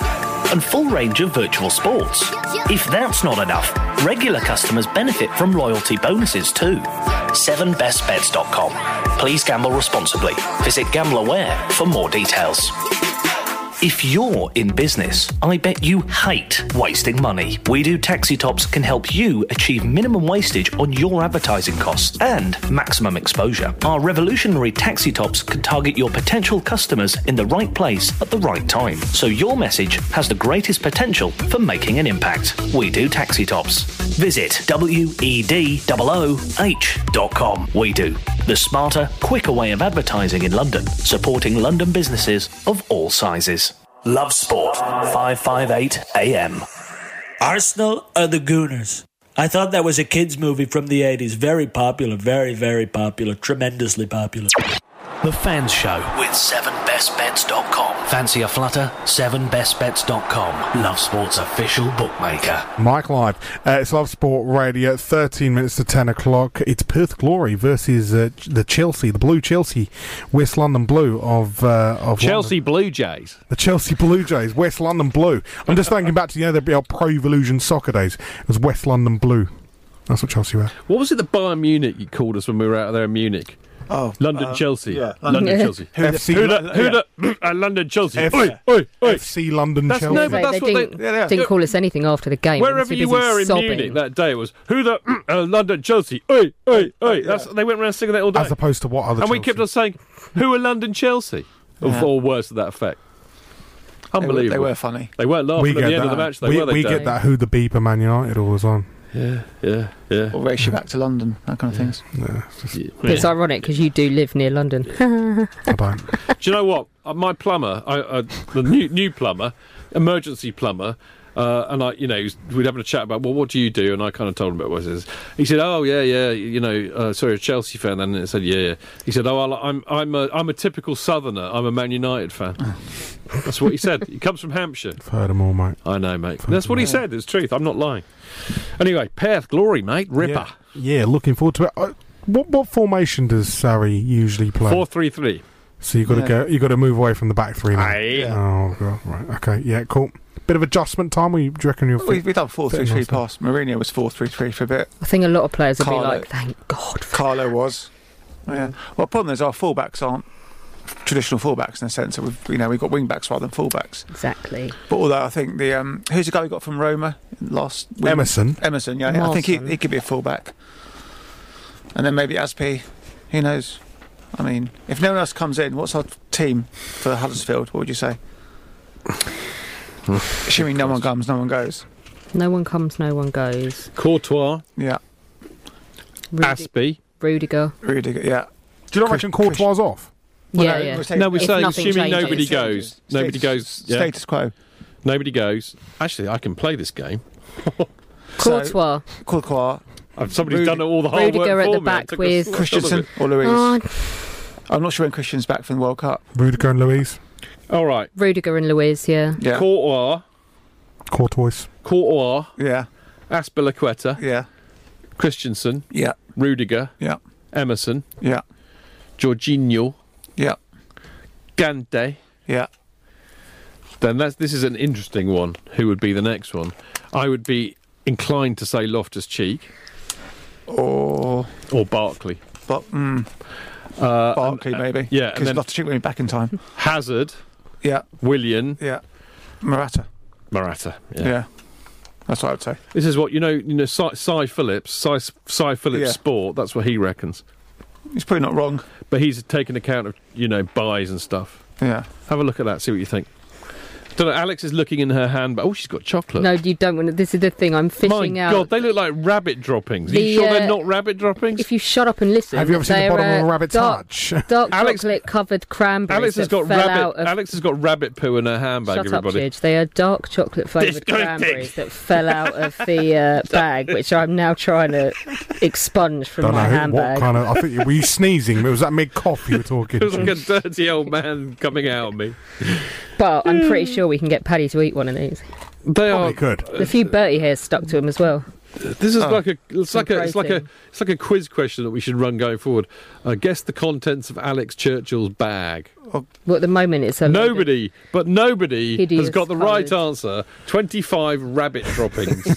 Speaker 1: and full range of virtual sports. If that's not enough, regular customers benefit from loyalty bonuses too. 7bestbets.com. Please gamble responsibly. Visit GambleAware for more details. If you're in business, I bet you hate wasting money. We do Taxi Tops can help you achieve minimum wastage on your advertising costs and maximum exposure. Our revolutionary Taxi Tops can target your potential customers in the right place at the right time, so your message has the greatest potential for making an impact. We do Taxi Tops. Visit E wedooh.com. We do the smarter, quicker way of advertising in London, supporting London businesses of all sizes. Love Sport, 558 AM.
Speaker 5: Arsenal are the Gooners. I thought that was a kids' movie from the 80s. Very popular, very, very popular, tremendously popular.
Speaker 33: The Fans Show with 7bestbets.com. Fancy a flutter? 7bestbets.com. Love Sport's official bookmaker.
Speaker 2: Mike live. Uh, it's Love Sport Radio. Thirteen minutes to ten o'clock. It's Perth Glory versus uh, Ch- the Chelsea, the Blue Chelsea, West London Blue of uh, of
Speaker 3: Chelsea
Speaker 2: London.
Speaker 3: Blue Jays.
Speaker 2: The Chelsea Blue Jays, West London Blue. I'm just thinking back to you know the old Pro Evolution Soccer days. It was West London Blue. That's what Chelsea were.
Speaker 3: What was it that Bayern Munich you called us when we were out there in Munich?
Speaker 2: Oh,
Speaker 3: London
Speaker 2: uh,
Speaker 3: Chelsea.
Speaker 2: yeah,
Speaker 3: London
Speaker 2: London-
Speaker 3: Chelsea.
Speaker 2: Who the- FC
Speaker 3: who the, who the- uh, London Chelsea. Oi, oi, oi.
Speaker 2: FC London
Speaker 3: That's-
Speaker 4: Chelsea.
Speaker 3: No, but that's
Speaker 4: they
Speaker 3: what
Speaker 4: didn't,
Speaker 3: they- yeah, they-
Speaker 4: didn't call us anything after the game. They
Speaker 3: Wherever
Speaker 4: too
Speaker 3: you
Speaker 4: busy
Speaker 3: were in
Speaker 4: sobbing.
Speaker 3: Munich that day was who the uh, London Chelsea. Oi, oi, oi. That's, they went around singing that all day.
Speaker 2: Oh, As opposed to what other?
Speaker 3: and we kept on saying, "Who are London Chelsea?" Or
Speaker 2: Yeah.
Speaker 3: Or words to that effect.
Speaker 7: were-
Speaker 3: Unbelievable.
Speaker 7: they were funny.
Speaker 3: They weren't laughing
Speaker 2: we
Speaker 3: at the
Speaker 2: get
Speaker 3: end of
Speaker 2: that.
Speaker 3: the match. They
Speaker 2: we
Speaker 3: were. They
Speaker 2: we get
Speaker 3: don't.
Speaker 2: that. Who the beeper Man United all the time.
Speaker 3: Yeah, yeah, yeah.
Speaker 7: Or race you back to London, that kind of things.
Speaker 4: But it's ironic because you do live near London.
Speaker 3: Do you know what? Uh, My plumber, I, I, the new new plumber, emergency plumber, uh, and I, you know, we'd having a chat about, well, what do you do? And I kind of told him about what it is. He said, oh yeah, yeah, you know, uh, sorry, a Chelsea fan. Then and I said, yeah, yeah. He said, oh, I'll, I'm I'm a, I'm a typical Southerner. I'm a Man United fan. That's what he said. He comes from Hampshire.
Speaker 2: I've heard them all, mate.
Speaker 3: I know, mate. That's what he said. It's truth. I'm not lying. Anyway, Perth, glory, mate. Ripper.
Speaker 2: Yeah, looking forward to it. Uh, what what formation does Sarri usually play?
Speaker 3: Four three three.
Speaker 2: So you got to
Speaker 3: Yeah.
Speaker 2: go. You got to move away from the back three. now.
Speaker 3: Aye.
Speaker 2: Oh god. Right. Okay. Yeah. Cool. bit of adjustment time? Or you, do you reckon you're
Speaker 7: We've, we've done 4 3 3
Speaker 2: fitting
Speaker 7: pass. Mourinho was 4 3 3 for a bit.
Speaker 4: I think a lot of players would be
Speaker 7: Carlo-
Speaker 4: like, thank God.
Speaker 7: Carlo was. Yeah. Well, the problem is our fullbacks aren't traditional fullbacks in the sense that we've you know we've got wingbacks rather than fullbacks.
Speaker 4: Exactly.
Speaker 7: But although I think the um, who's the guy we got from Roma last win-
Speaker 2: Emerson.
Speaker 7: Emerson, yeah, I think he,
Speaker 2: Emerson.
Speaker 7: he could be a fullback. And then maybe Aspi, who knows? I mean, if no one else comes in, what's our team for Huddersfield? What would you say? Assuming no one comes, no one goes.
Speaker 4: No one comes, no one goes.
Speaker 3: Courtois.
Speaker 7: Yeah.
Speaker 3: Aspie.
Speaker 4: Rudiger.
Speaker 7: Rudiger, yeah.
Speaker 2: Do you not reckon Courtois off?
Speaker 4: Yeah, yeah.
Speaker 3: No, we're
Speaker 4: If
Speaker 3: saying
Speaker 4: nothing
Speaker 3: assuming
Speaker 4: changes.
Speaker 3: nobody goes. Nobody goes. yeah.
Speaker 7: status quo.
Speaker 3: Nobody goes. Actually, I can play this game.
Speaker 4: Courtois.
Speaker 7: Courtois.
Speaker 3: I've, somebody's done all the hard
Speaker 4: Rudiger
Speaker 3: work
Speaker 4: at
Speaker 3: for
Speaker 4: the
Speaker 3: me.
Speaker 4: back
Speaker 3: I took a
Speaker 4: with-
Speaker 3: shot of
Speaker 7: Christensen
Speaker 3: it.
Speaker 7: or Louise?
Speaker 4: Oh.
Speaker 7: I'm not sure when Christian's back from the World Cup.
Speaker 2: Rudiger and Louise.
Speaker 3: All right.
Speaker 4: Rudiger and Luiz, yeah.
Speaker 3: Courtois.
Speaker 2: Courtois.
Speaker 3: Courtois.
Speaker 7: Yeah.
Speaker 3: Aspilaqueta.
Speaker 7: Yeah.
Speaker 3: Christensen.
Speaker 7: Yeah.
Speaker 3: Rudiger.
Speaker 7: Yeah.
Speaker 3: Emerson.
Speaker 7: Yeah.
Speaker 3: Jorginho.
Speaker 7: Yeah.
Speaker 3: Gante.
Speaker 7: Yeah.
Speaker 3: Then that's this is an interesting one. Who would be the next one? I would be inclined to say Loftus Cheek.
Speaker 7: Or
Speaker 3: or Barkley.
Speaker 7: But mm,
Speaker 3: uh,
Speaker 7: Barkley maybe.
Speaker 3: Yeah, and
Speaker 7: because
Speaker 3: then
Speaker 7: Loftus Cheek will be back in time.
Speaker 3: Hazard.
Speaker 7: Yeah.
Speaker 3: Willian.
Speaker 7: Yeah. Morata.
Speaker 3: Morata. Yeah.
Speaker 7: Yeah. That's what I would say.
Speaker 3: This is what you know. You know, Cy, Cy Phillips, Cy, Cy Phillips
Speaker 7: Yeah.
Speaker 3: Sport. That's what he reckons.
Speaker 7: He's probably not wrong.
Speaker 3: But he's taken account of you know buys and stuff.
Speaker 7: Yeah.
Speaker 3: Have a look at that. See what you think. Don't know. Alex is looking in her handbag. Oh, she's got chocolate.
Speaker 4: No, you don't want to. This is the thing. I'm
Speaker 3: My
Speaker 4: fishing out.
Speaker 3: God, they look like rabbit droppings. Are
Speaker 4: The,
Speaker 3: you sure
Speaker 4: uh,
Speaker 3: they're not rabbit droppings?
Speaker 4: If you shut up and listen,
Speaker 3: Have you ever seen the
Speaker 4: they're,
Speaker 3: bottom of a
Speaker 4: uh,
Speaker 3: rabbit's
Speaker 4: dark,
Speaker 3: hutch?
Speaker 4: Dark chocolate covered cranberries.
Speaker 3: Alex has
Speaker 4: that
Speaker 3: got
Speaker 4: fell
Speaker 3: rabbit.
Speaker 4: out of
Speaker 3: Alex has got rabbit poo in her handbag.
Speaker 4: Shut up,
Speaker 3: everybody.
Speaker 4: Jidge. They are dark chocolate flavoured
Speaker 3: Disgusting.
Speaker 4: cranberries that fell out of the uh, bag, which I'm now trying to expunge from
Speaker 2: Don't
Speaker 4: my
Speaker 2: know who,
Speaker 4: handbag.
Speaker 2: what kind of. I think you- were you sneezing? It was that mid cough you were talking.
Speaker 3: It was like a dirty old man coming out at me.
Speaker 4: But I'm pretty sure we can get Paddy to eat one of these.
Speaker 3: They are
Speaker 4: The few Bertie hairs stuck to him as well.
Speaker 3: This is
Speaker 4: Oh.
Speaker 3: like a it's like a it's like a
Speaker 4: Protein.
Speaker 3: it's like a quiz question that we should run going forward. Uh, guess the contents of Alex Churchill's bag.
Speaker 2: Oh.
Speaker 4: Well, at the moment, uh, it's a load of-
Speaker 3: Nobody, but nobody has
Speaker 4: Hideous
Speaker 3: got the right
Speaker 4: coloured.
Speaker 3: answer. Twenty-five rabbit droppings.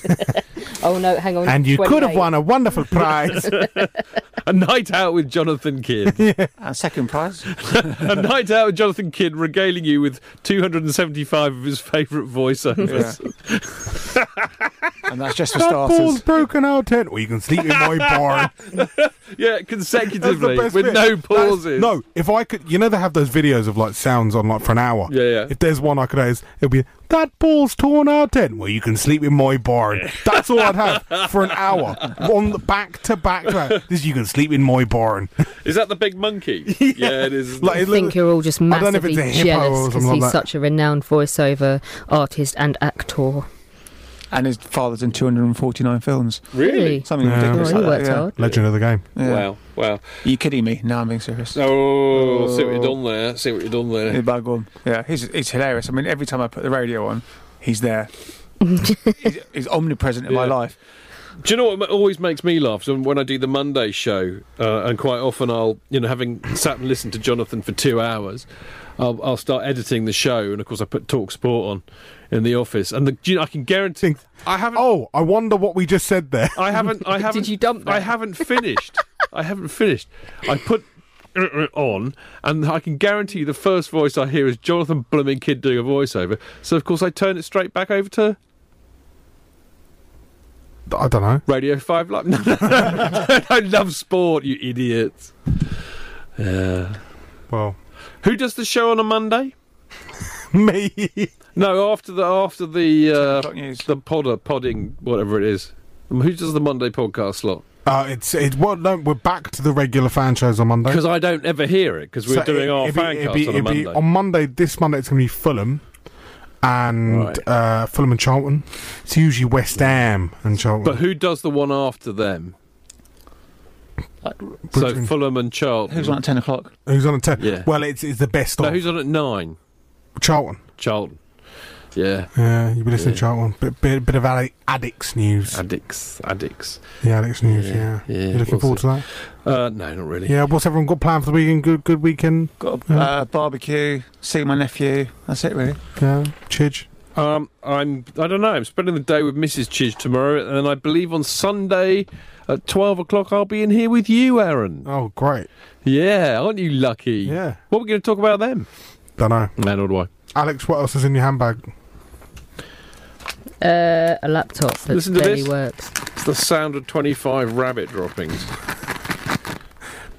Speaker 4: Oh no, hang on.
Speaker 3: And you could have won
Speaker 2: a wonderful prize.
Speaker 3: a night out with Jonathan Kidd.
Speaker 7: And second prize.
Speaker 3: a night out with Jonathan Kidd regaling you with 275 of his favourite voiceovers.
Speaker 7: and that's just
Speaker 2: that ball's broken out ten. Well, you can sleep in my barn.
Speaker 3: yeah,
Speaker 2: That's the
Speaker 3: consecutively
Speaker 2: best
Speaker 3: with
Speaker 2: bit.
Speaker 3: no
Speaker 2: That's-
Speaker 3: pauses.
Speaker 2: no, if I could, you know, they have those videos of like sounds on like for an hour.
Speaker 3: Yeah, yeah.
Speaker 2: If there's one I could have, it'll be that ball's torn out. Then, well, you can sleep in my barn. That's all I'd have for an hour on the back to back. to back. This you can sleep in my barn.
Speaker 3: Is that the big monkey? yeah. it is.
Speaker 4: I think you're all just
Speaker 2: I don't know if
Speaker 4: massively
Speaker 2: it's a hippo or
Speaker 4: jealous because
Speaker 7: something like
Speaker 4: he's
Speaker 7: that.
Speaker 4: such a renowned voiceover artist and actor.
Speaker 7: And his father's in 249 films.
Speaker 4: Really?
Speaker 7: Something
Speaker 2: Yeah.
Speaker 7: ridiculous.
Speaker 2: Oh, he
Speaker 7: like
Speaker 2: worked
Speaker 7: that, yeah.
Speaker 2: hard. Legend of the game.
Speaker 3: Wow, wow.
Speaker 7: Are you kidding me? No, I'm being serious.
Speaker 3: Oh, see what you've done there. See what you've done there.
Speaker 7: The bug one. Yeah, he's, he's hilarious. I mean, every time I put the radio on, he's there. he's, he's omnipresent in my
Speaker 3: Yeah.
Speaker 7: life.
Speaker 3: Do you know what ma- always makes me laugh? So when I do the Monday show, uh, and quite often I'll, you know, having sat and listened to Jonathan for two hours, I'll, I'll start editing the show, and of course I put Talk Sport on in the office, and the, do you know, I can guarantee I haven't.
Speaker 2: Oh, I wonder what we just said there.
Speaker 3: I haven't. I haven't. Did you dump? I haven't finished. I haven't finished. I put uh, on, and I can guarantee you the first voice I hear is Jonathan Blooming Kid doing a voiceover. So of course I turn it straight back over to
Speaker 2: I don't know.
Speaker 3: Radio Five Live. No, no, no. I love sport, you idiots. Yeah.
Speaker 2: Well,
Speaker 3: who does the show on a Monday?
Speaker 2: Me.
Speaker 3: No, after the after the uh, the podder podding whatever it is. Um, Who does the Monday podcast slot?
Speaker 2: Uh, it's it's well. No, we're back to the regular fan shows on Monday
Speaker 3: Because I don't ever hear it because we're
Speaker 2: So
Speaker 3: doing
Speaker 2: it-
Speaker 3: our
Speaker 2: it'd be-
Speaker 3: fan
Speaker 2: it'd
Speaker 3: cast
Speaker 2: be-
Speaker 3: on a
Speaker 2: it'd be-
Speaker 3: Monday.
Speaker 2: on Monday, this Monday, it's going to be Fulham and uh, Fulham and Charlton. It's usually West Ham and Charlton.
Speaker 3: But who does the one after them? So Fulham and Charlton.
Speaker 7: Who's on at 10 o'clock?
Speaker 2: Who's on at ten?
Speaker 3: Yeah.
Speaker 2: Well, it's it's the best
Speaker 3: No,
Speaker 2: of
Speaker 3: who's on at nine?
Speaker 2: Charlton.
Speaker 3: Charlton. Yeah.
Speaker 2: Yeah, you've been listening to
Speaker 3: Yeah.
Speaker 2: Charlton. Bit bit, bit of addic- addicts news.
Speaker 3: Addicts. Addicts.
Speaker 2: The addicts news. Yeah.
Speaker 3: Yeah, yeah,
Speaker 2: you looking
Speaker 3: we'll
Speaker 2: forward
Speaker 3: see.
Speaker 2: to
Speaker 3: Uh, no, not
Speaker 2: that?
Speaker 3: really.
Speaker 2: Yeah. What's everyone got planned for the weekend? Good good weekend.
Speaker 7: Got a uh, barbecue, see my nephew. That's it, really.
Speaker 2: Yeah. Chidge.
Speaker 3: Um, I'm. I don't know. I'm spending the day with Mrs. Chidge tomorrow, and then I believe on Sunday at twelve o'clock I'll be in here with you, Aaron.
Speaker 2: Oh, great!
Speaker 3: Yeah, aren't you lucky? Yeah. What are we going to talk about then?
Speaker 2: Don't know.
Speaker 3: No, nor do I.
Speaker 2: Alex, what else is in your handbag?
Speaker 4: Uh, a laptop that
Speaker 3: Listen to
Speaker 4: barely
Speaker 3: this.
Speaker 4: works.
Speaker 3: It's the sound of twenty-five rabbit droppings.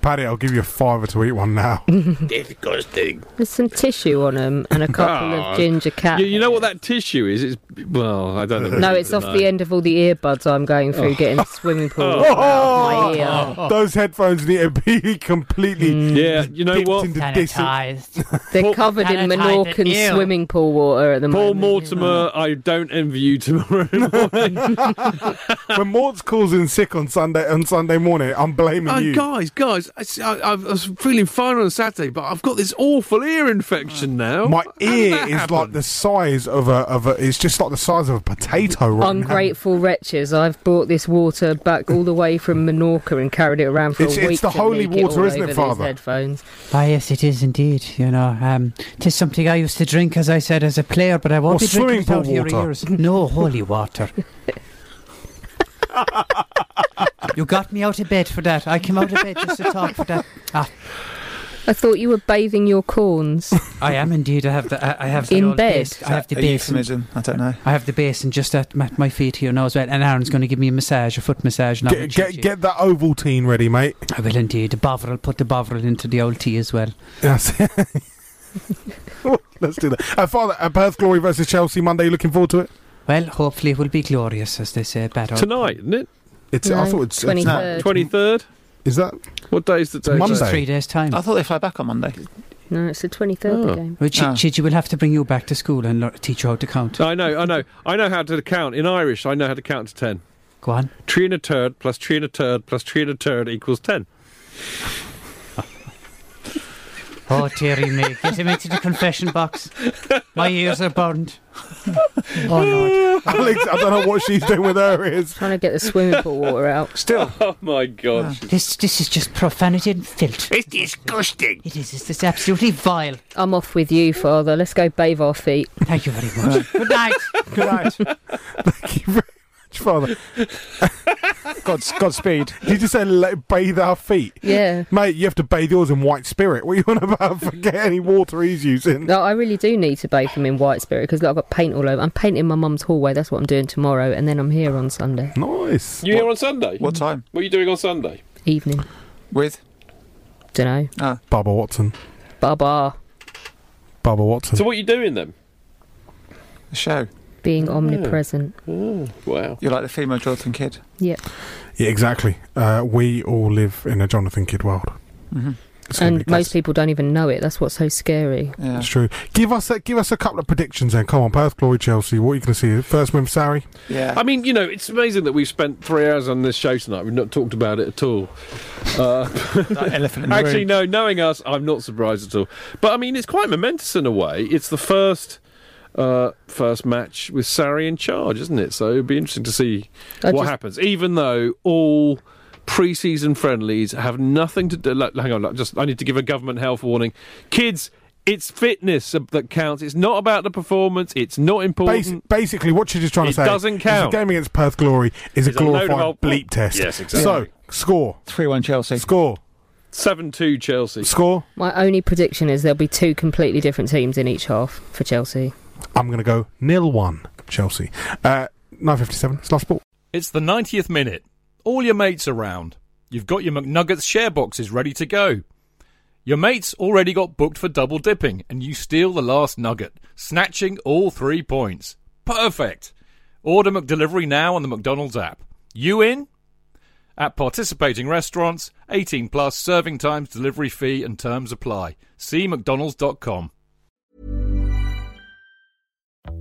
Speaker 2: Paddy, I'll give you a fiver to eat one now.
Speaker 3: Disgusting.
Speaker 4: There's some tissue on them and a couple
Speaker 2: Ah.
Speaker 4: of ginger cat.
Speaker 3: You, you know what that tissue is? It's well, I don't know.
Speaker 4: No, it's off the end of all the earbuds I'm going through,
Speaker 3: Oh.
Speaker 4: getting swimming pool
Speaker 3: Oh.
Speaker 4: water out of my ear.
Speaker 2: Oh, Those headphones need to be completely
Speaker 3: Yeah, you know
Speaker 2: dipped
Speaker 3: what?
Speaker 2: into dis- Oh.
Speaker 4: They're covered in
Speaker 3: Sanitise it,
Speaker 4: Menorcan
Speaker 3: ew.
Speaker 4: swimming pool water at the
Speaker 3: Paul
Speaker 4: moment.
Speaker 3: Mortimer, I don't envy you tomorrow morning.
Speaker 2: when Mort's calls in sick on Sunday on Sunday morning, I'm blaming
Speaker 3: Oh,
Speaker 2: you.
Speaker 3: guys, guys, I, s- I- I was feeling fine on Saturday, but I've got this awful ear
Speaker 2: Mm.
Speaker 3: infection now.
Speaker 2: My
Speaker 3: How did
Speaker 2: ear
Speaker 3: that
Speaker 2: is
Speaker 3: happen?
Speaker 2: like the size of a of a. It's just like the size of a potato. Right
Speaker 4: Ungrateful wretches, I've brought this water back all the way from Menorca and carried it around for
Speaker 2: It's-
Speaker 4: a
Speaker 2: it's
Speaker 4: week.
Speaker 2: the
Speaker 4: to
Speaker 2: holy
Speaker 4: make it
Speaker 2: water,
Speaker 4: all
Speaker 2: isn't it,
Speaker 4: over these
Speaker 2: Father?
Speaker 4: Headphones.
Speaker 13: Ah, yes, it is indeed. You know, um, 'tis something I used to drink, as I said, as a player, but I won't
Speaker 4: Or
Speaker 13: be
Speaker 4: Oh,
Speaker 13: drinking
Speaker 4: swimming
Speaker 13: it
Speaker 4: pool
Speaker 13: out here
Speaker 4: water.
Speaker 13: years. No, holy water. you got me out of bed for that. I came out of bed just to talk for that. Ah,
Speaker 4: I thought you were bathing your corns.
Speaker 13: I am indeed. I have the. I, I have the
Speaker 4: In
Speaker 13: old
Speaker 4: bed?
Speaker 13: Base.
Speaker 4: Is
Speaker 13: I have the
Speaker 7: a
Speaker 13: basin.
Speaker 7: euphemism? I don't know.
Speaker 13: I have the basin just at my, my feet here now as well. And Aaron's going to give me a massage, a foot massage. Now
Speaker 2: Get, get, get that Ovaltine ready, mate.
Speaker 13: I will indeed. The Bovril, put the Bovril into the old tea as well.
Speaker 2: Yes. Let's do that. Uh, Father, uh, Perth Glory versus Chelsea Monday. Looking forward to it.
Speaker 13: Well, hopefully it will be glorious, as they say. Better
Speaker 3: Tonight, isn't it?
Speaker 2: It's. I thought it's it's not-
Speaker 3: twenty third.
Speaker 2: Is that
Speaker 3: what day is the day?
Speaker 13: Monday. Just three days' time. I thought
Speaker 7: they fly back on Monday.
Speaker 4: No, it's the 23rd
Speaker 3: Oh.
Speaker 4: game.
Speaker 13: Well, Ch-
Speaker 3: Ah.
Speaker 13: Chidge, we'll have to bring you back to school and lear- teach you how to count.
Speaker 3: I know, I know, I know how to count in Irish. I know how to count to ten.
Speaker 13: Go on.
Speaker 3: Three and a third plus three and a third plus three and a third equals ten.
Speaker 13: Oh, dearie me. Get him into the confession box. My ears are burned.
Speaker 2: Oh, Lord. Alex, I don't know what she's doing with her ears.
Speaker 4: Trying to get the swimming pool water out.
Speaker 2: Still.
Speaker 3: Oh my
Speaker 4: Ah.
Speaker 3: gosh.
Speaker 13: This this is just profanity and filth.
Speaker 4: It's disgusting.
Speaker 13: It is. It's, it's absolutely vile.
Speaker 4: I'm off with you, Father. Let's go bathe our feet.
Speaker 13: Thank you very much. Good night.
Speaker 2: Good night. Father. God, Godspeed. Did you say let, bathe our feet?
Speaker 4: Yeah.
Speaker 2: Mate, you have to bathe yours in white spirit. What are you on about? Forget any water he's using.
Speaker 4: No, I really do need to bathe them in white spirit because I've got paint all over. I'm painting my mum's hallway. That's what I'm doing tomorrow, and then I'm here on Sunday
Speaker 2: Nice.
Speaker 3: You here on Sunday?
Speaker 7: What time?
Speaker 3: What are you doing on Sunday?
Speaker 4: evening.
Speaker 7: With?
Speaker 4: Dunno.
Speaker 7: Ah.
Speaker 2: Bubba Watson.
Speaker 4: Baba
Speaker 2: Bubba Watson.
Speaker 3: So what are you doing then? Oh.
Speaker 7: The show.
Speaker 4: being omnipresent.
Speaker 3: Wow.
Speaker 7: You're like the female Jonathan Kidd.
Speaker 4: Yep.
Speaker 2: Yeah, exactly. Uh, we all live in a Jonathan Kidd world.
Speaker 4: And most people don't even know it. That's what's so scary.
Speaker 2: It's true. Give us a, give us a couple of predictions then. Come on, Perth Glory, Chelsea. What are you going to see? First win for Sarri?
Speaker 7: Yeah.
Speaker 3: I mean, you know, it's amazing that we've spent three hours on this show tonight. We've not talked about it at all. Uh,
Speaker 7: elephant
Speaker 2: in the
Speaker 3: actually,
Speaker 2: room.
Speaker 3: no. Knowing us, I'm not surprised at all. But I mean, it's quite momentous in a way. It's the first. Uh, first match with Sarri in charge, isn't it? So it'd be interesting to see
Speaker 4: I
Speaker 3: what
Speaker 4: just-
Speaker 3: happens. Even though all pre-season friendlies have nothing to do. Look, hang on, look, just I need to give a government health warning. Kids, it's fitness that counts. It's not about the performance. It's not important.
Speaker 2: Basi- basically, what you're just trying
Speaker 3: It
Speaker 2: to say
Speaker 3: doesn't
Speaker 2: is
Speaker 3: count.
Speaker 2: the game against Perth Glory is
Speaker 3: It's a
Speaker 2: a
Speaker 3: load of
Speaker 2: glorified
Speaker 3: old-
Speaker 2: bleep test.
Speaker 3: Yes, exactly.
Speaker 2: So, score.
Speaker 7: 3 1 Chelsea.
Speaker 2: Score.
Speaker 3: 7 2 Chelsea.
Speaker 2: Score.
Speaker 4: My only prediction is there'll be two completely different teams in each half for Chelsea.
Speaker 2: I'm going to go nil one Chelsea. Uh, 9.57, it's Love Sport.
Speaker 20: It's the 90th minute. All your mates around. You've got your McNuggets share boxes ready to go. Your mates already got booked for double dipping, and you steal the last nugget, snatching all three points. Perfect! Order McDelivery now on the McDonald's app. You in? At participating restaurants, 18 plus serving times, delivery fee, and terms apply. See McDonald's.com.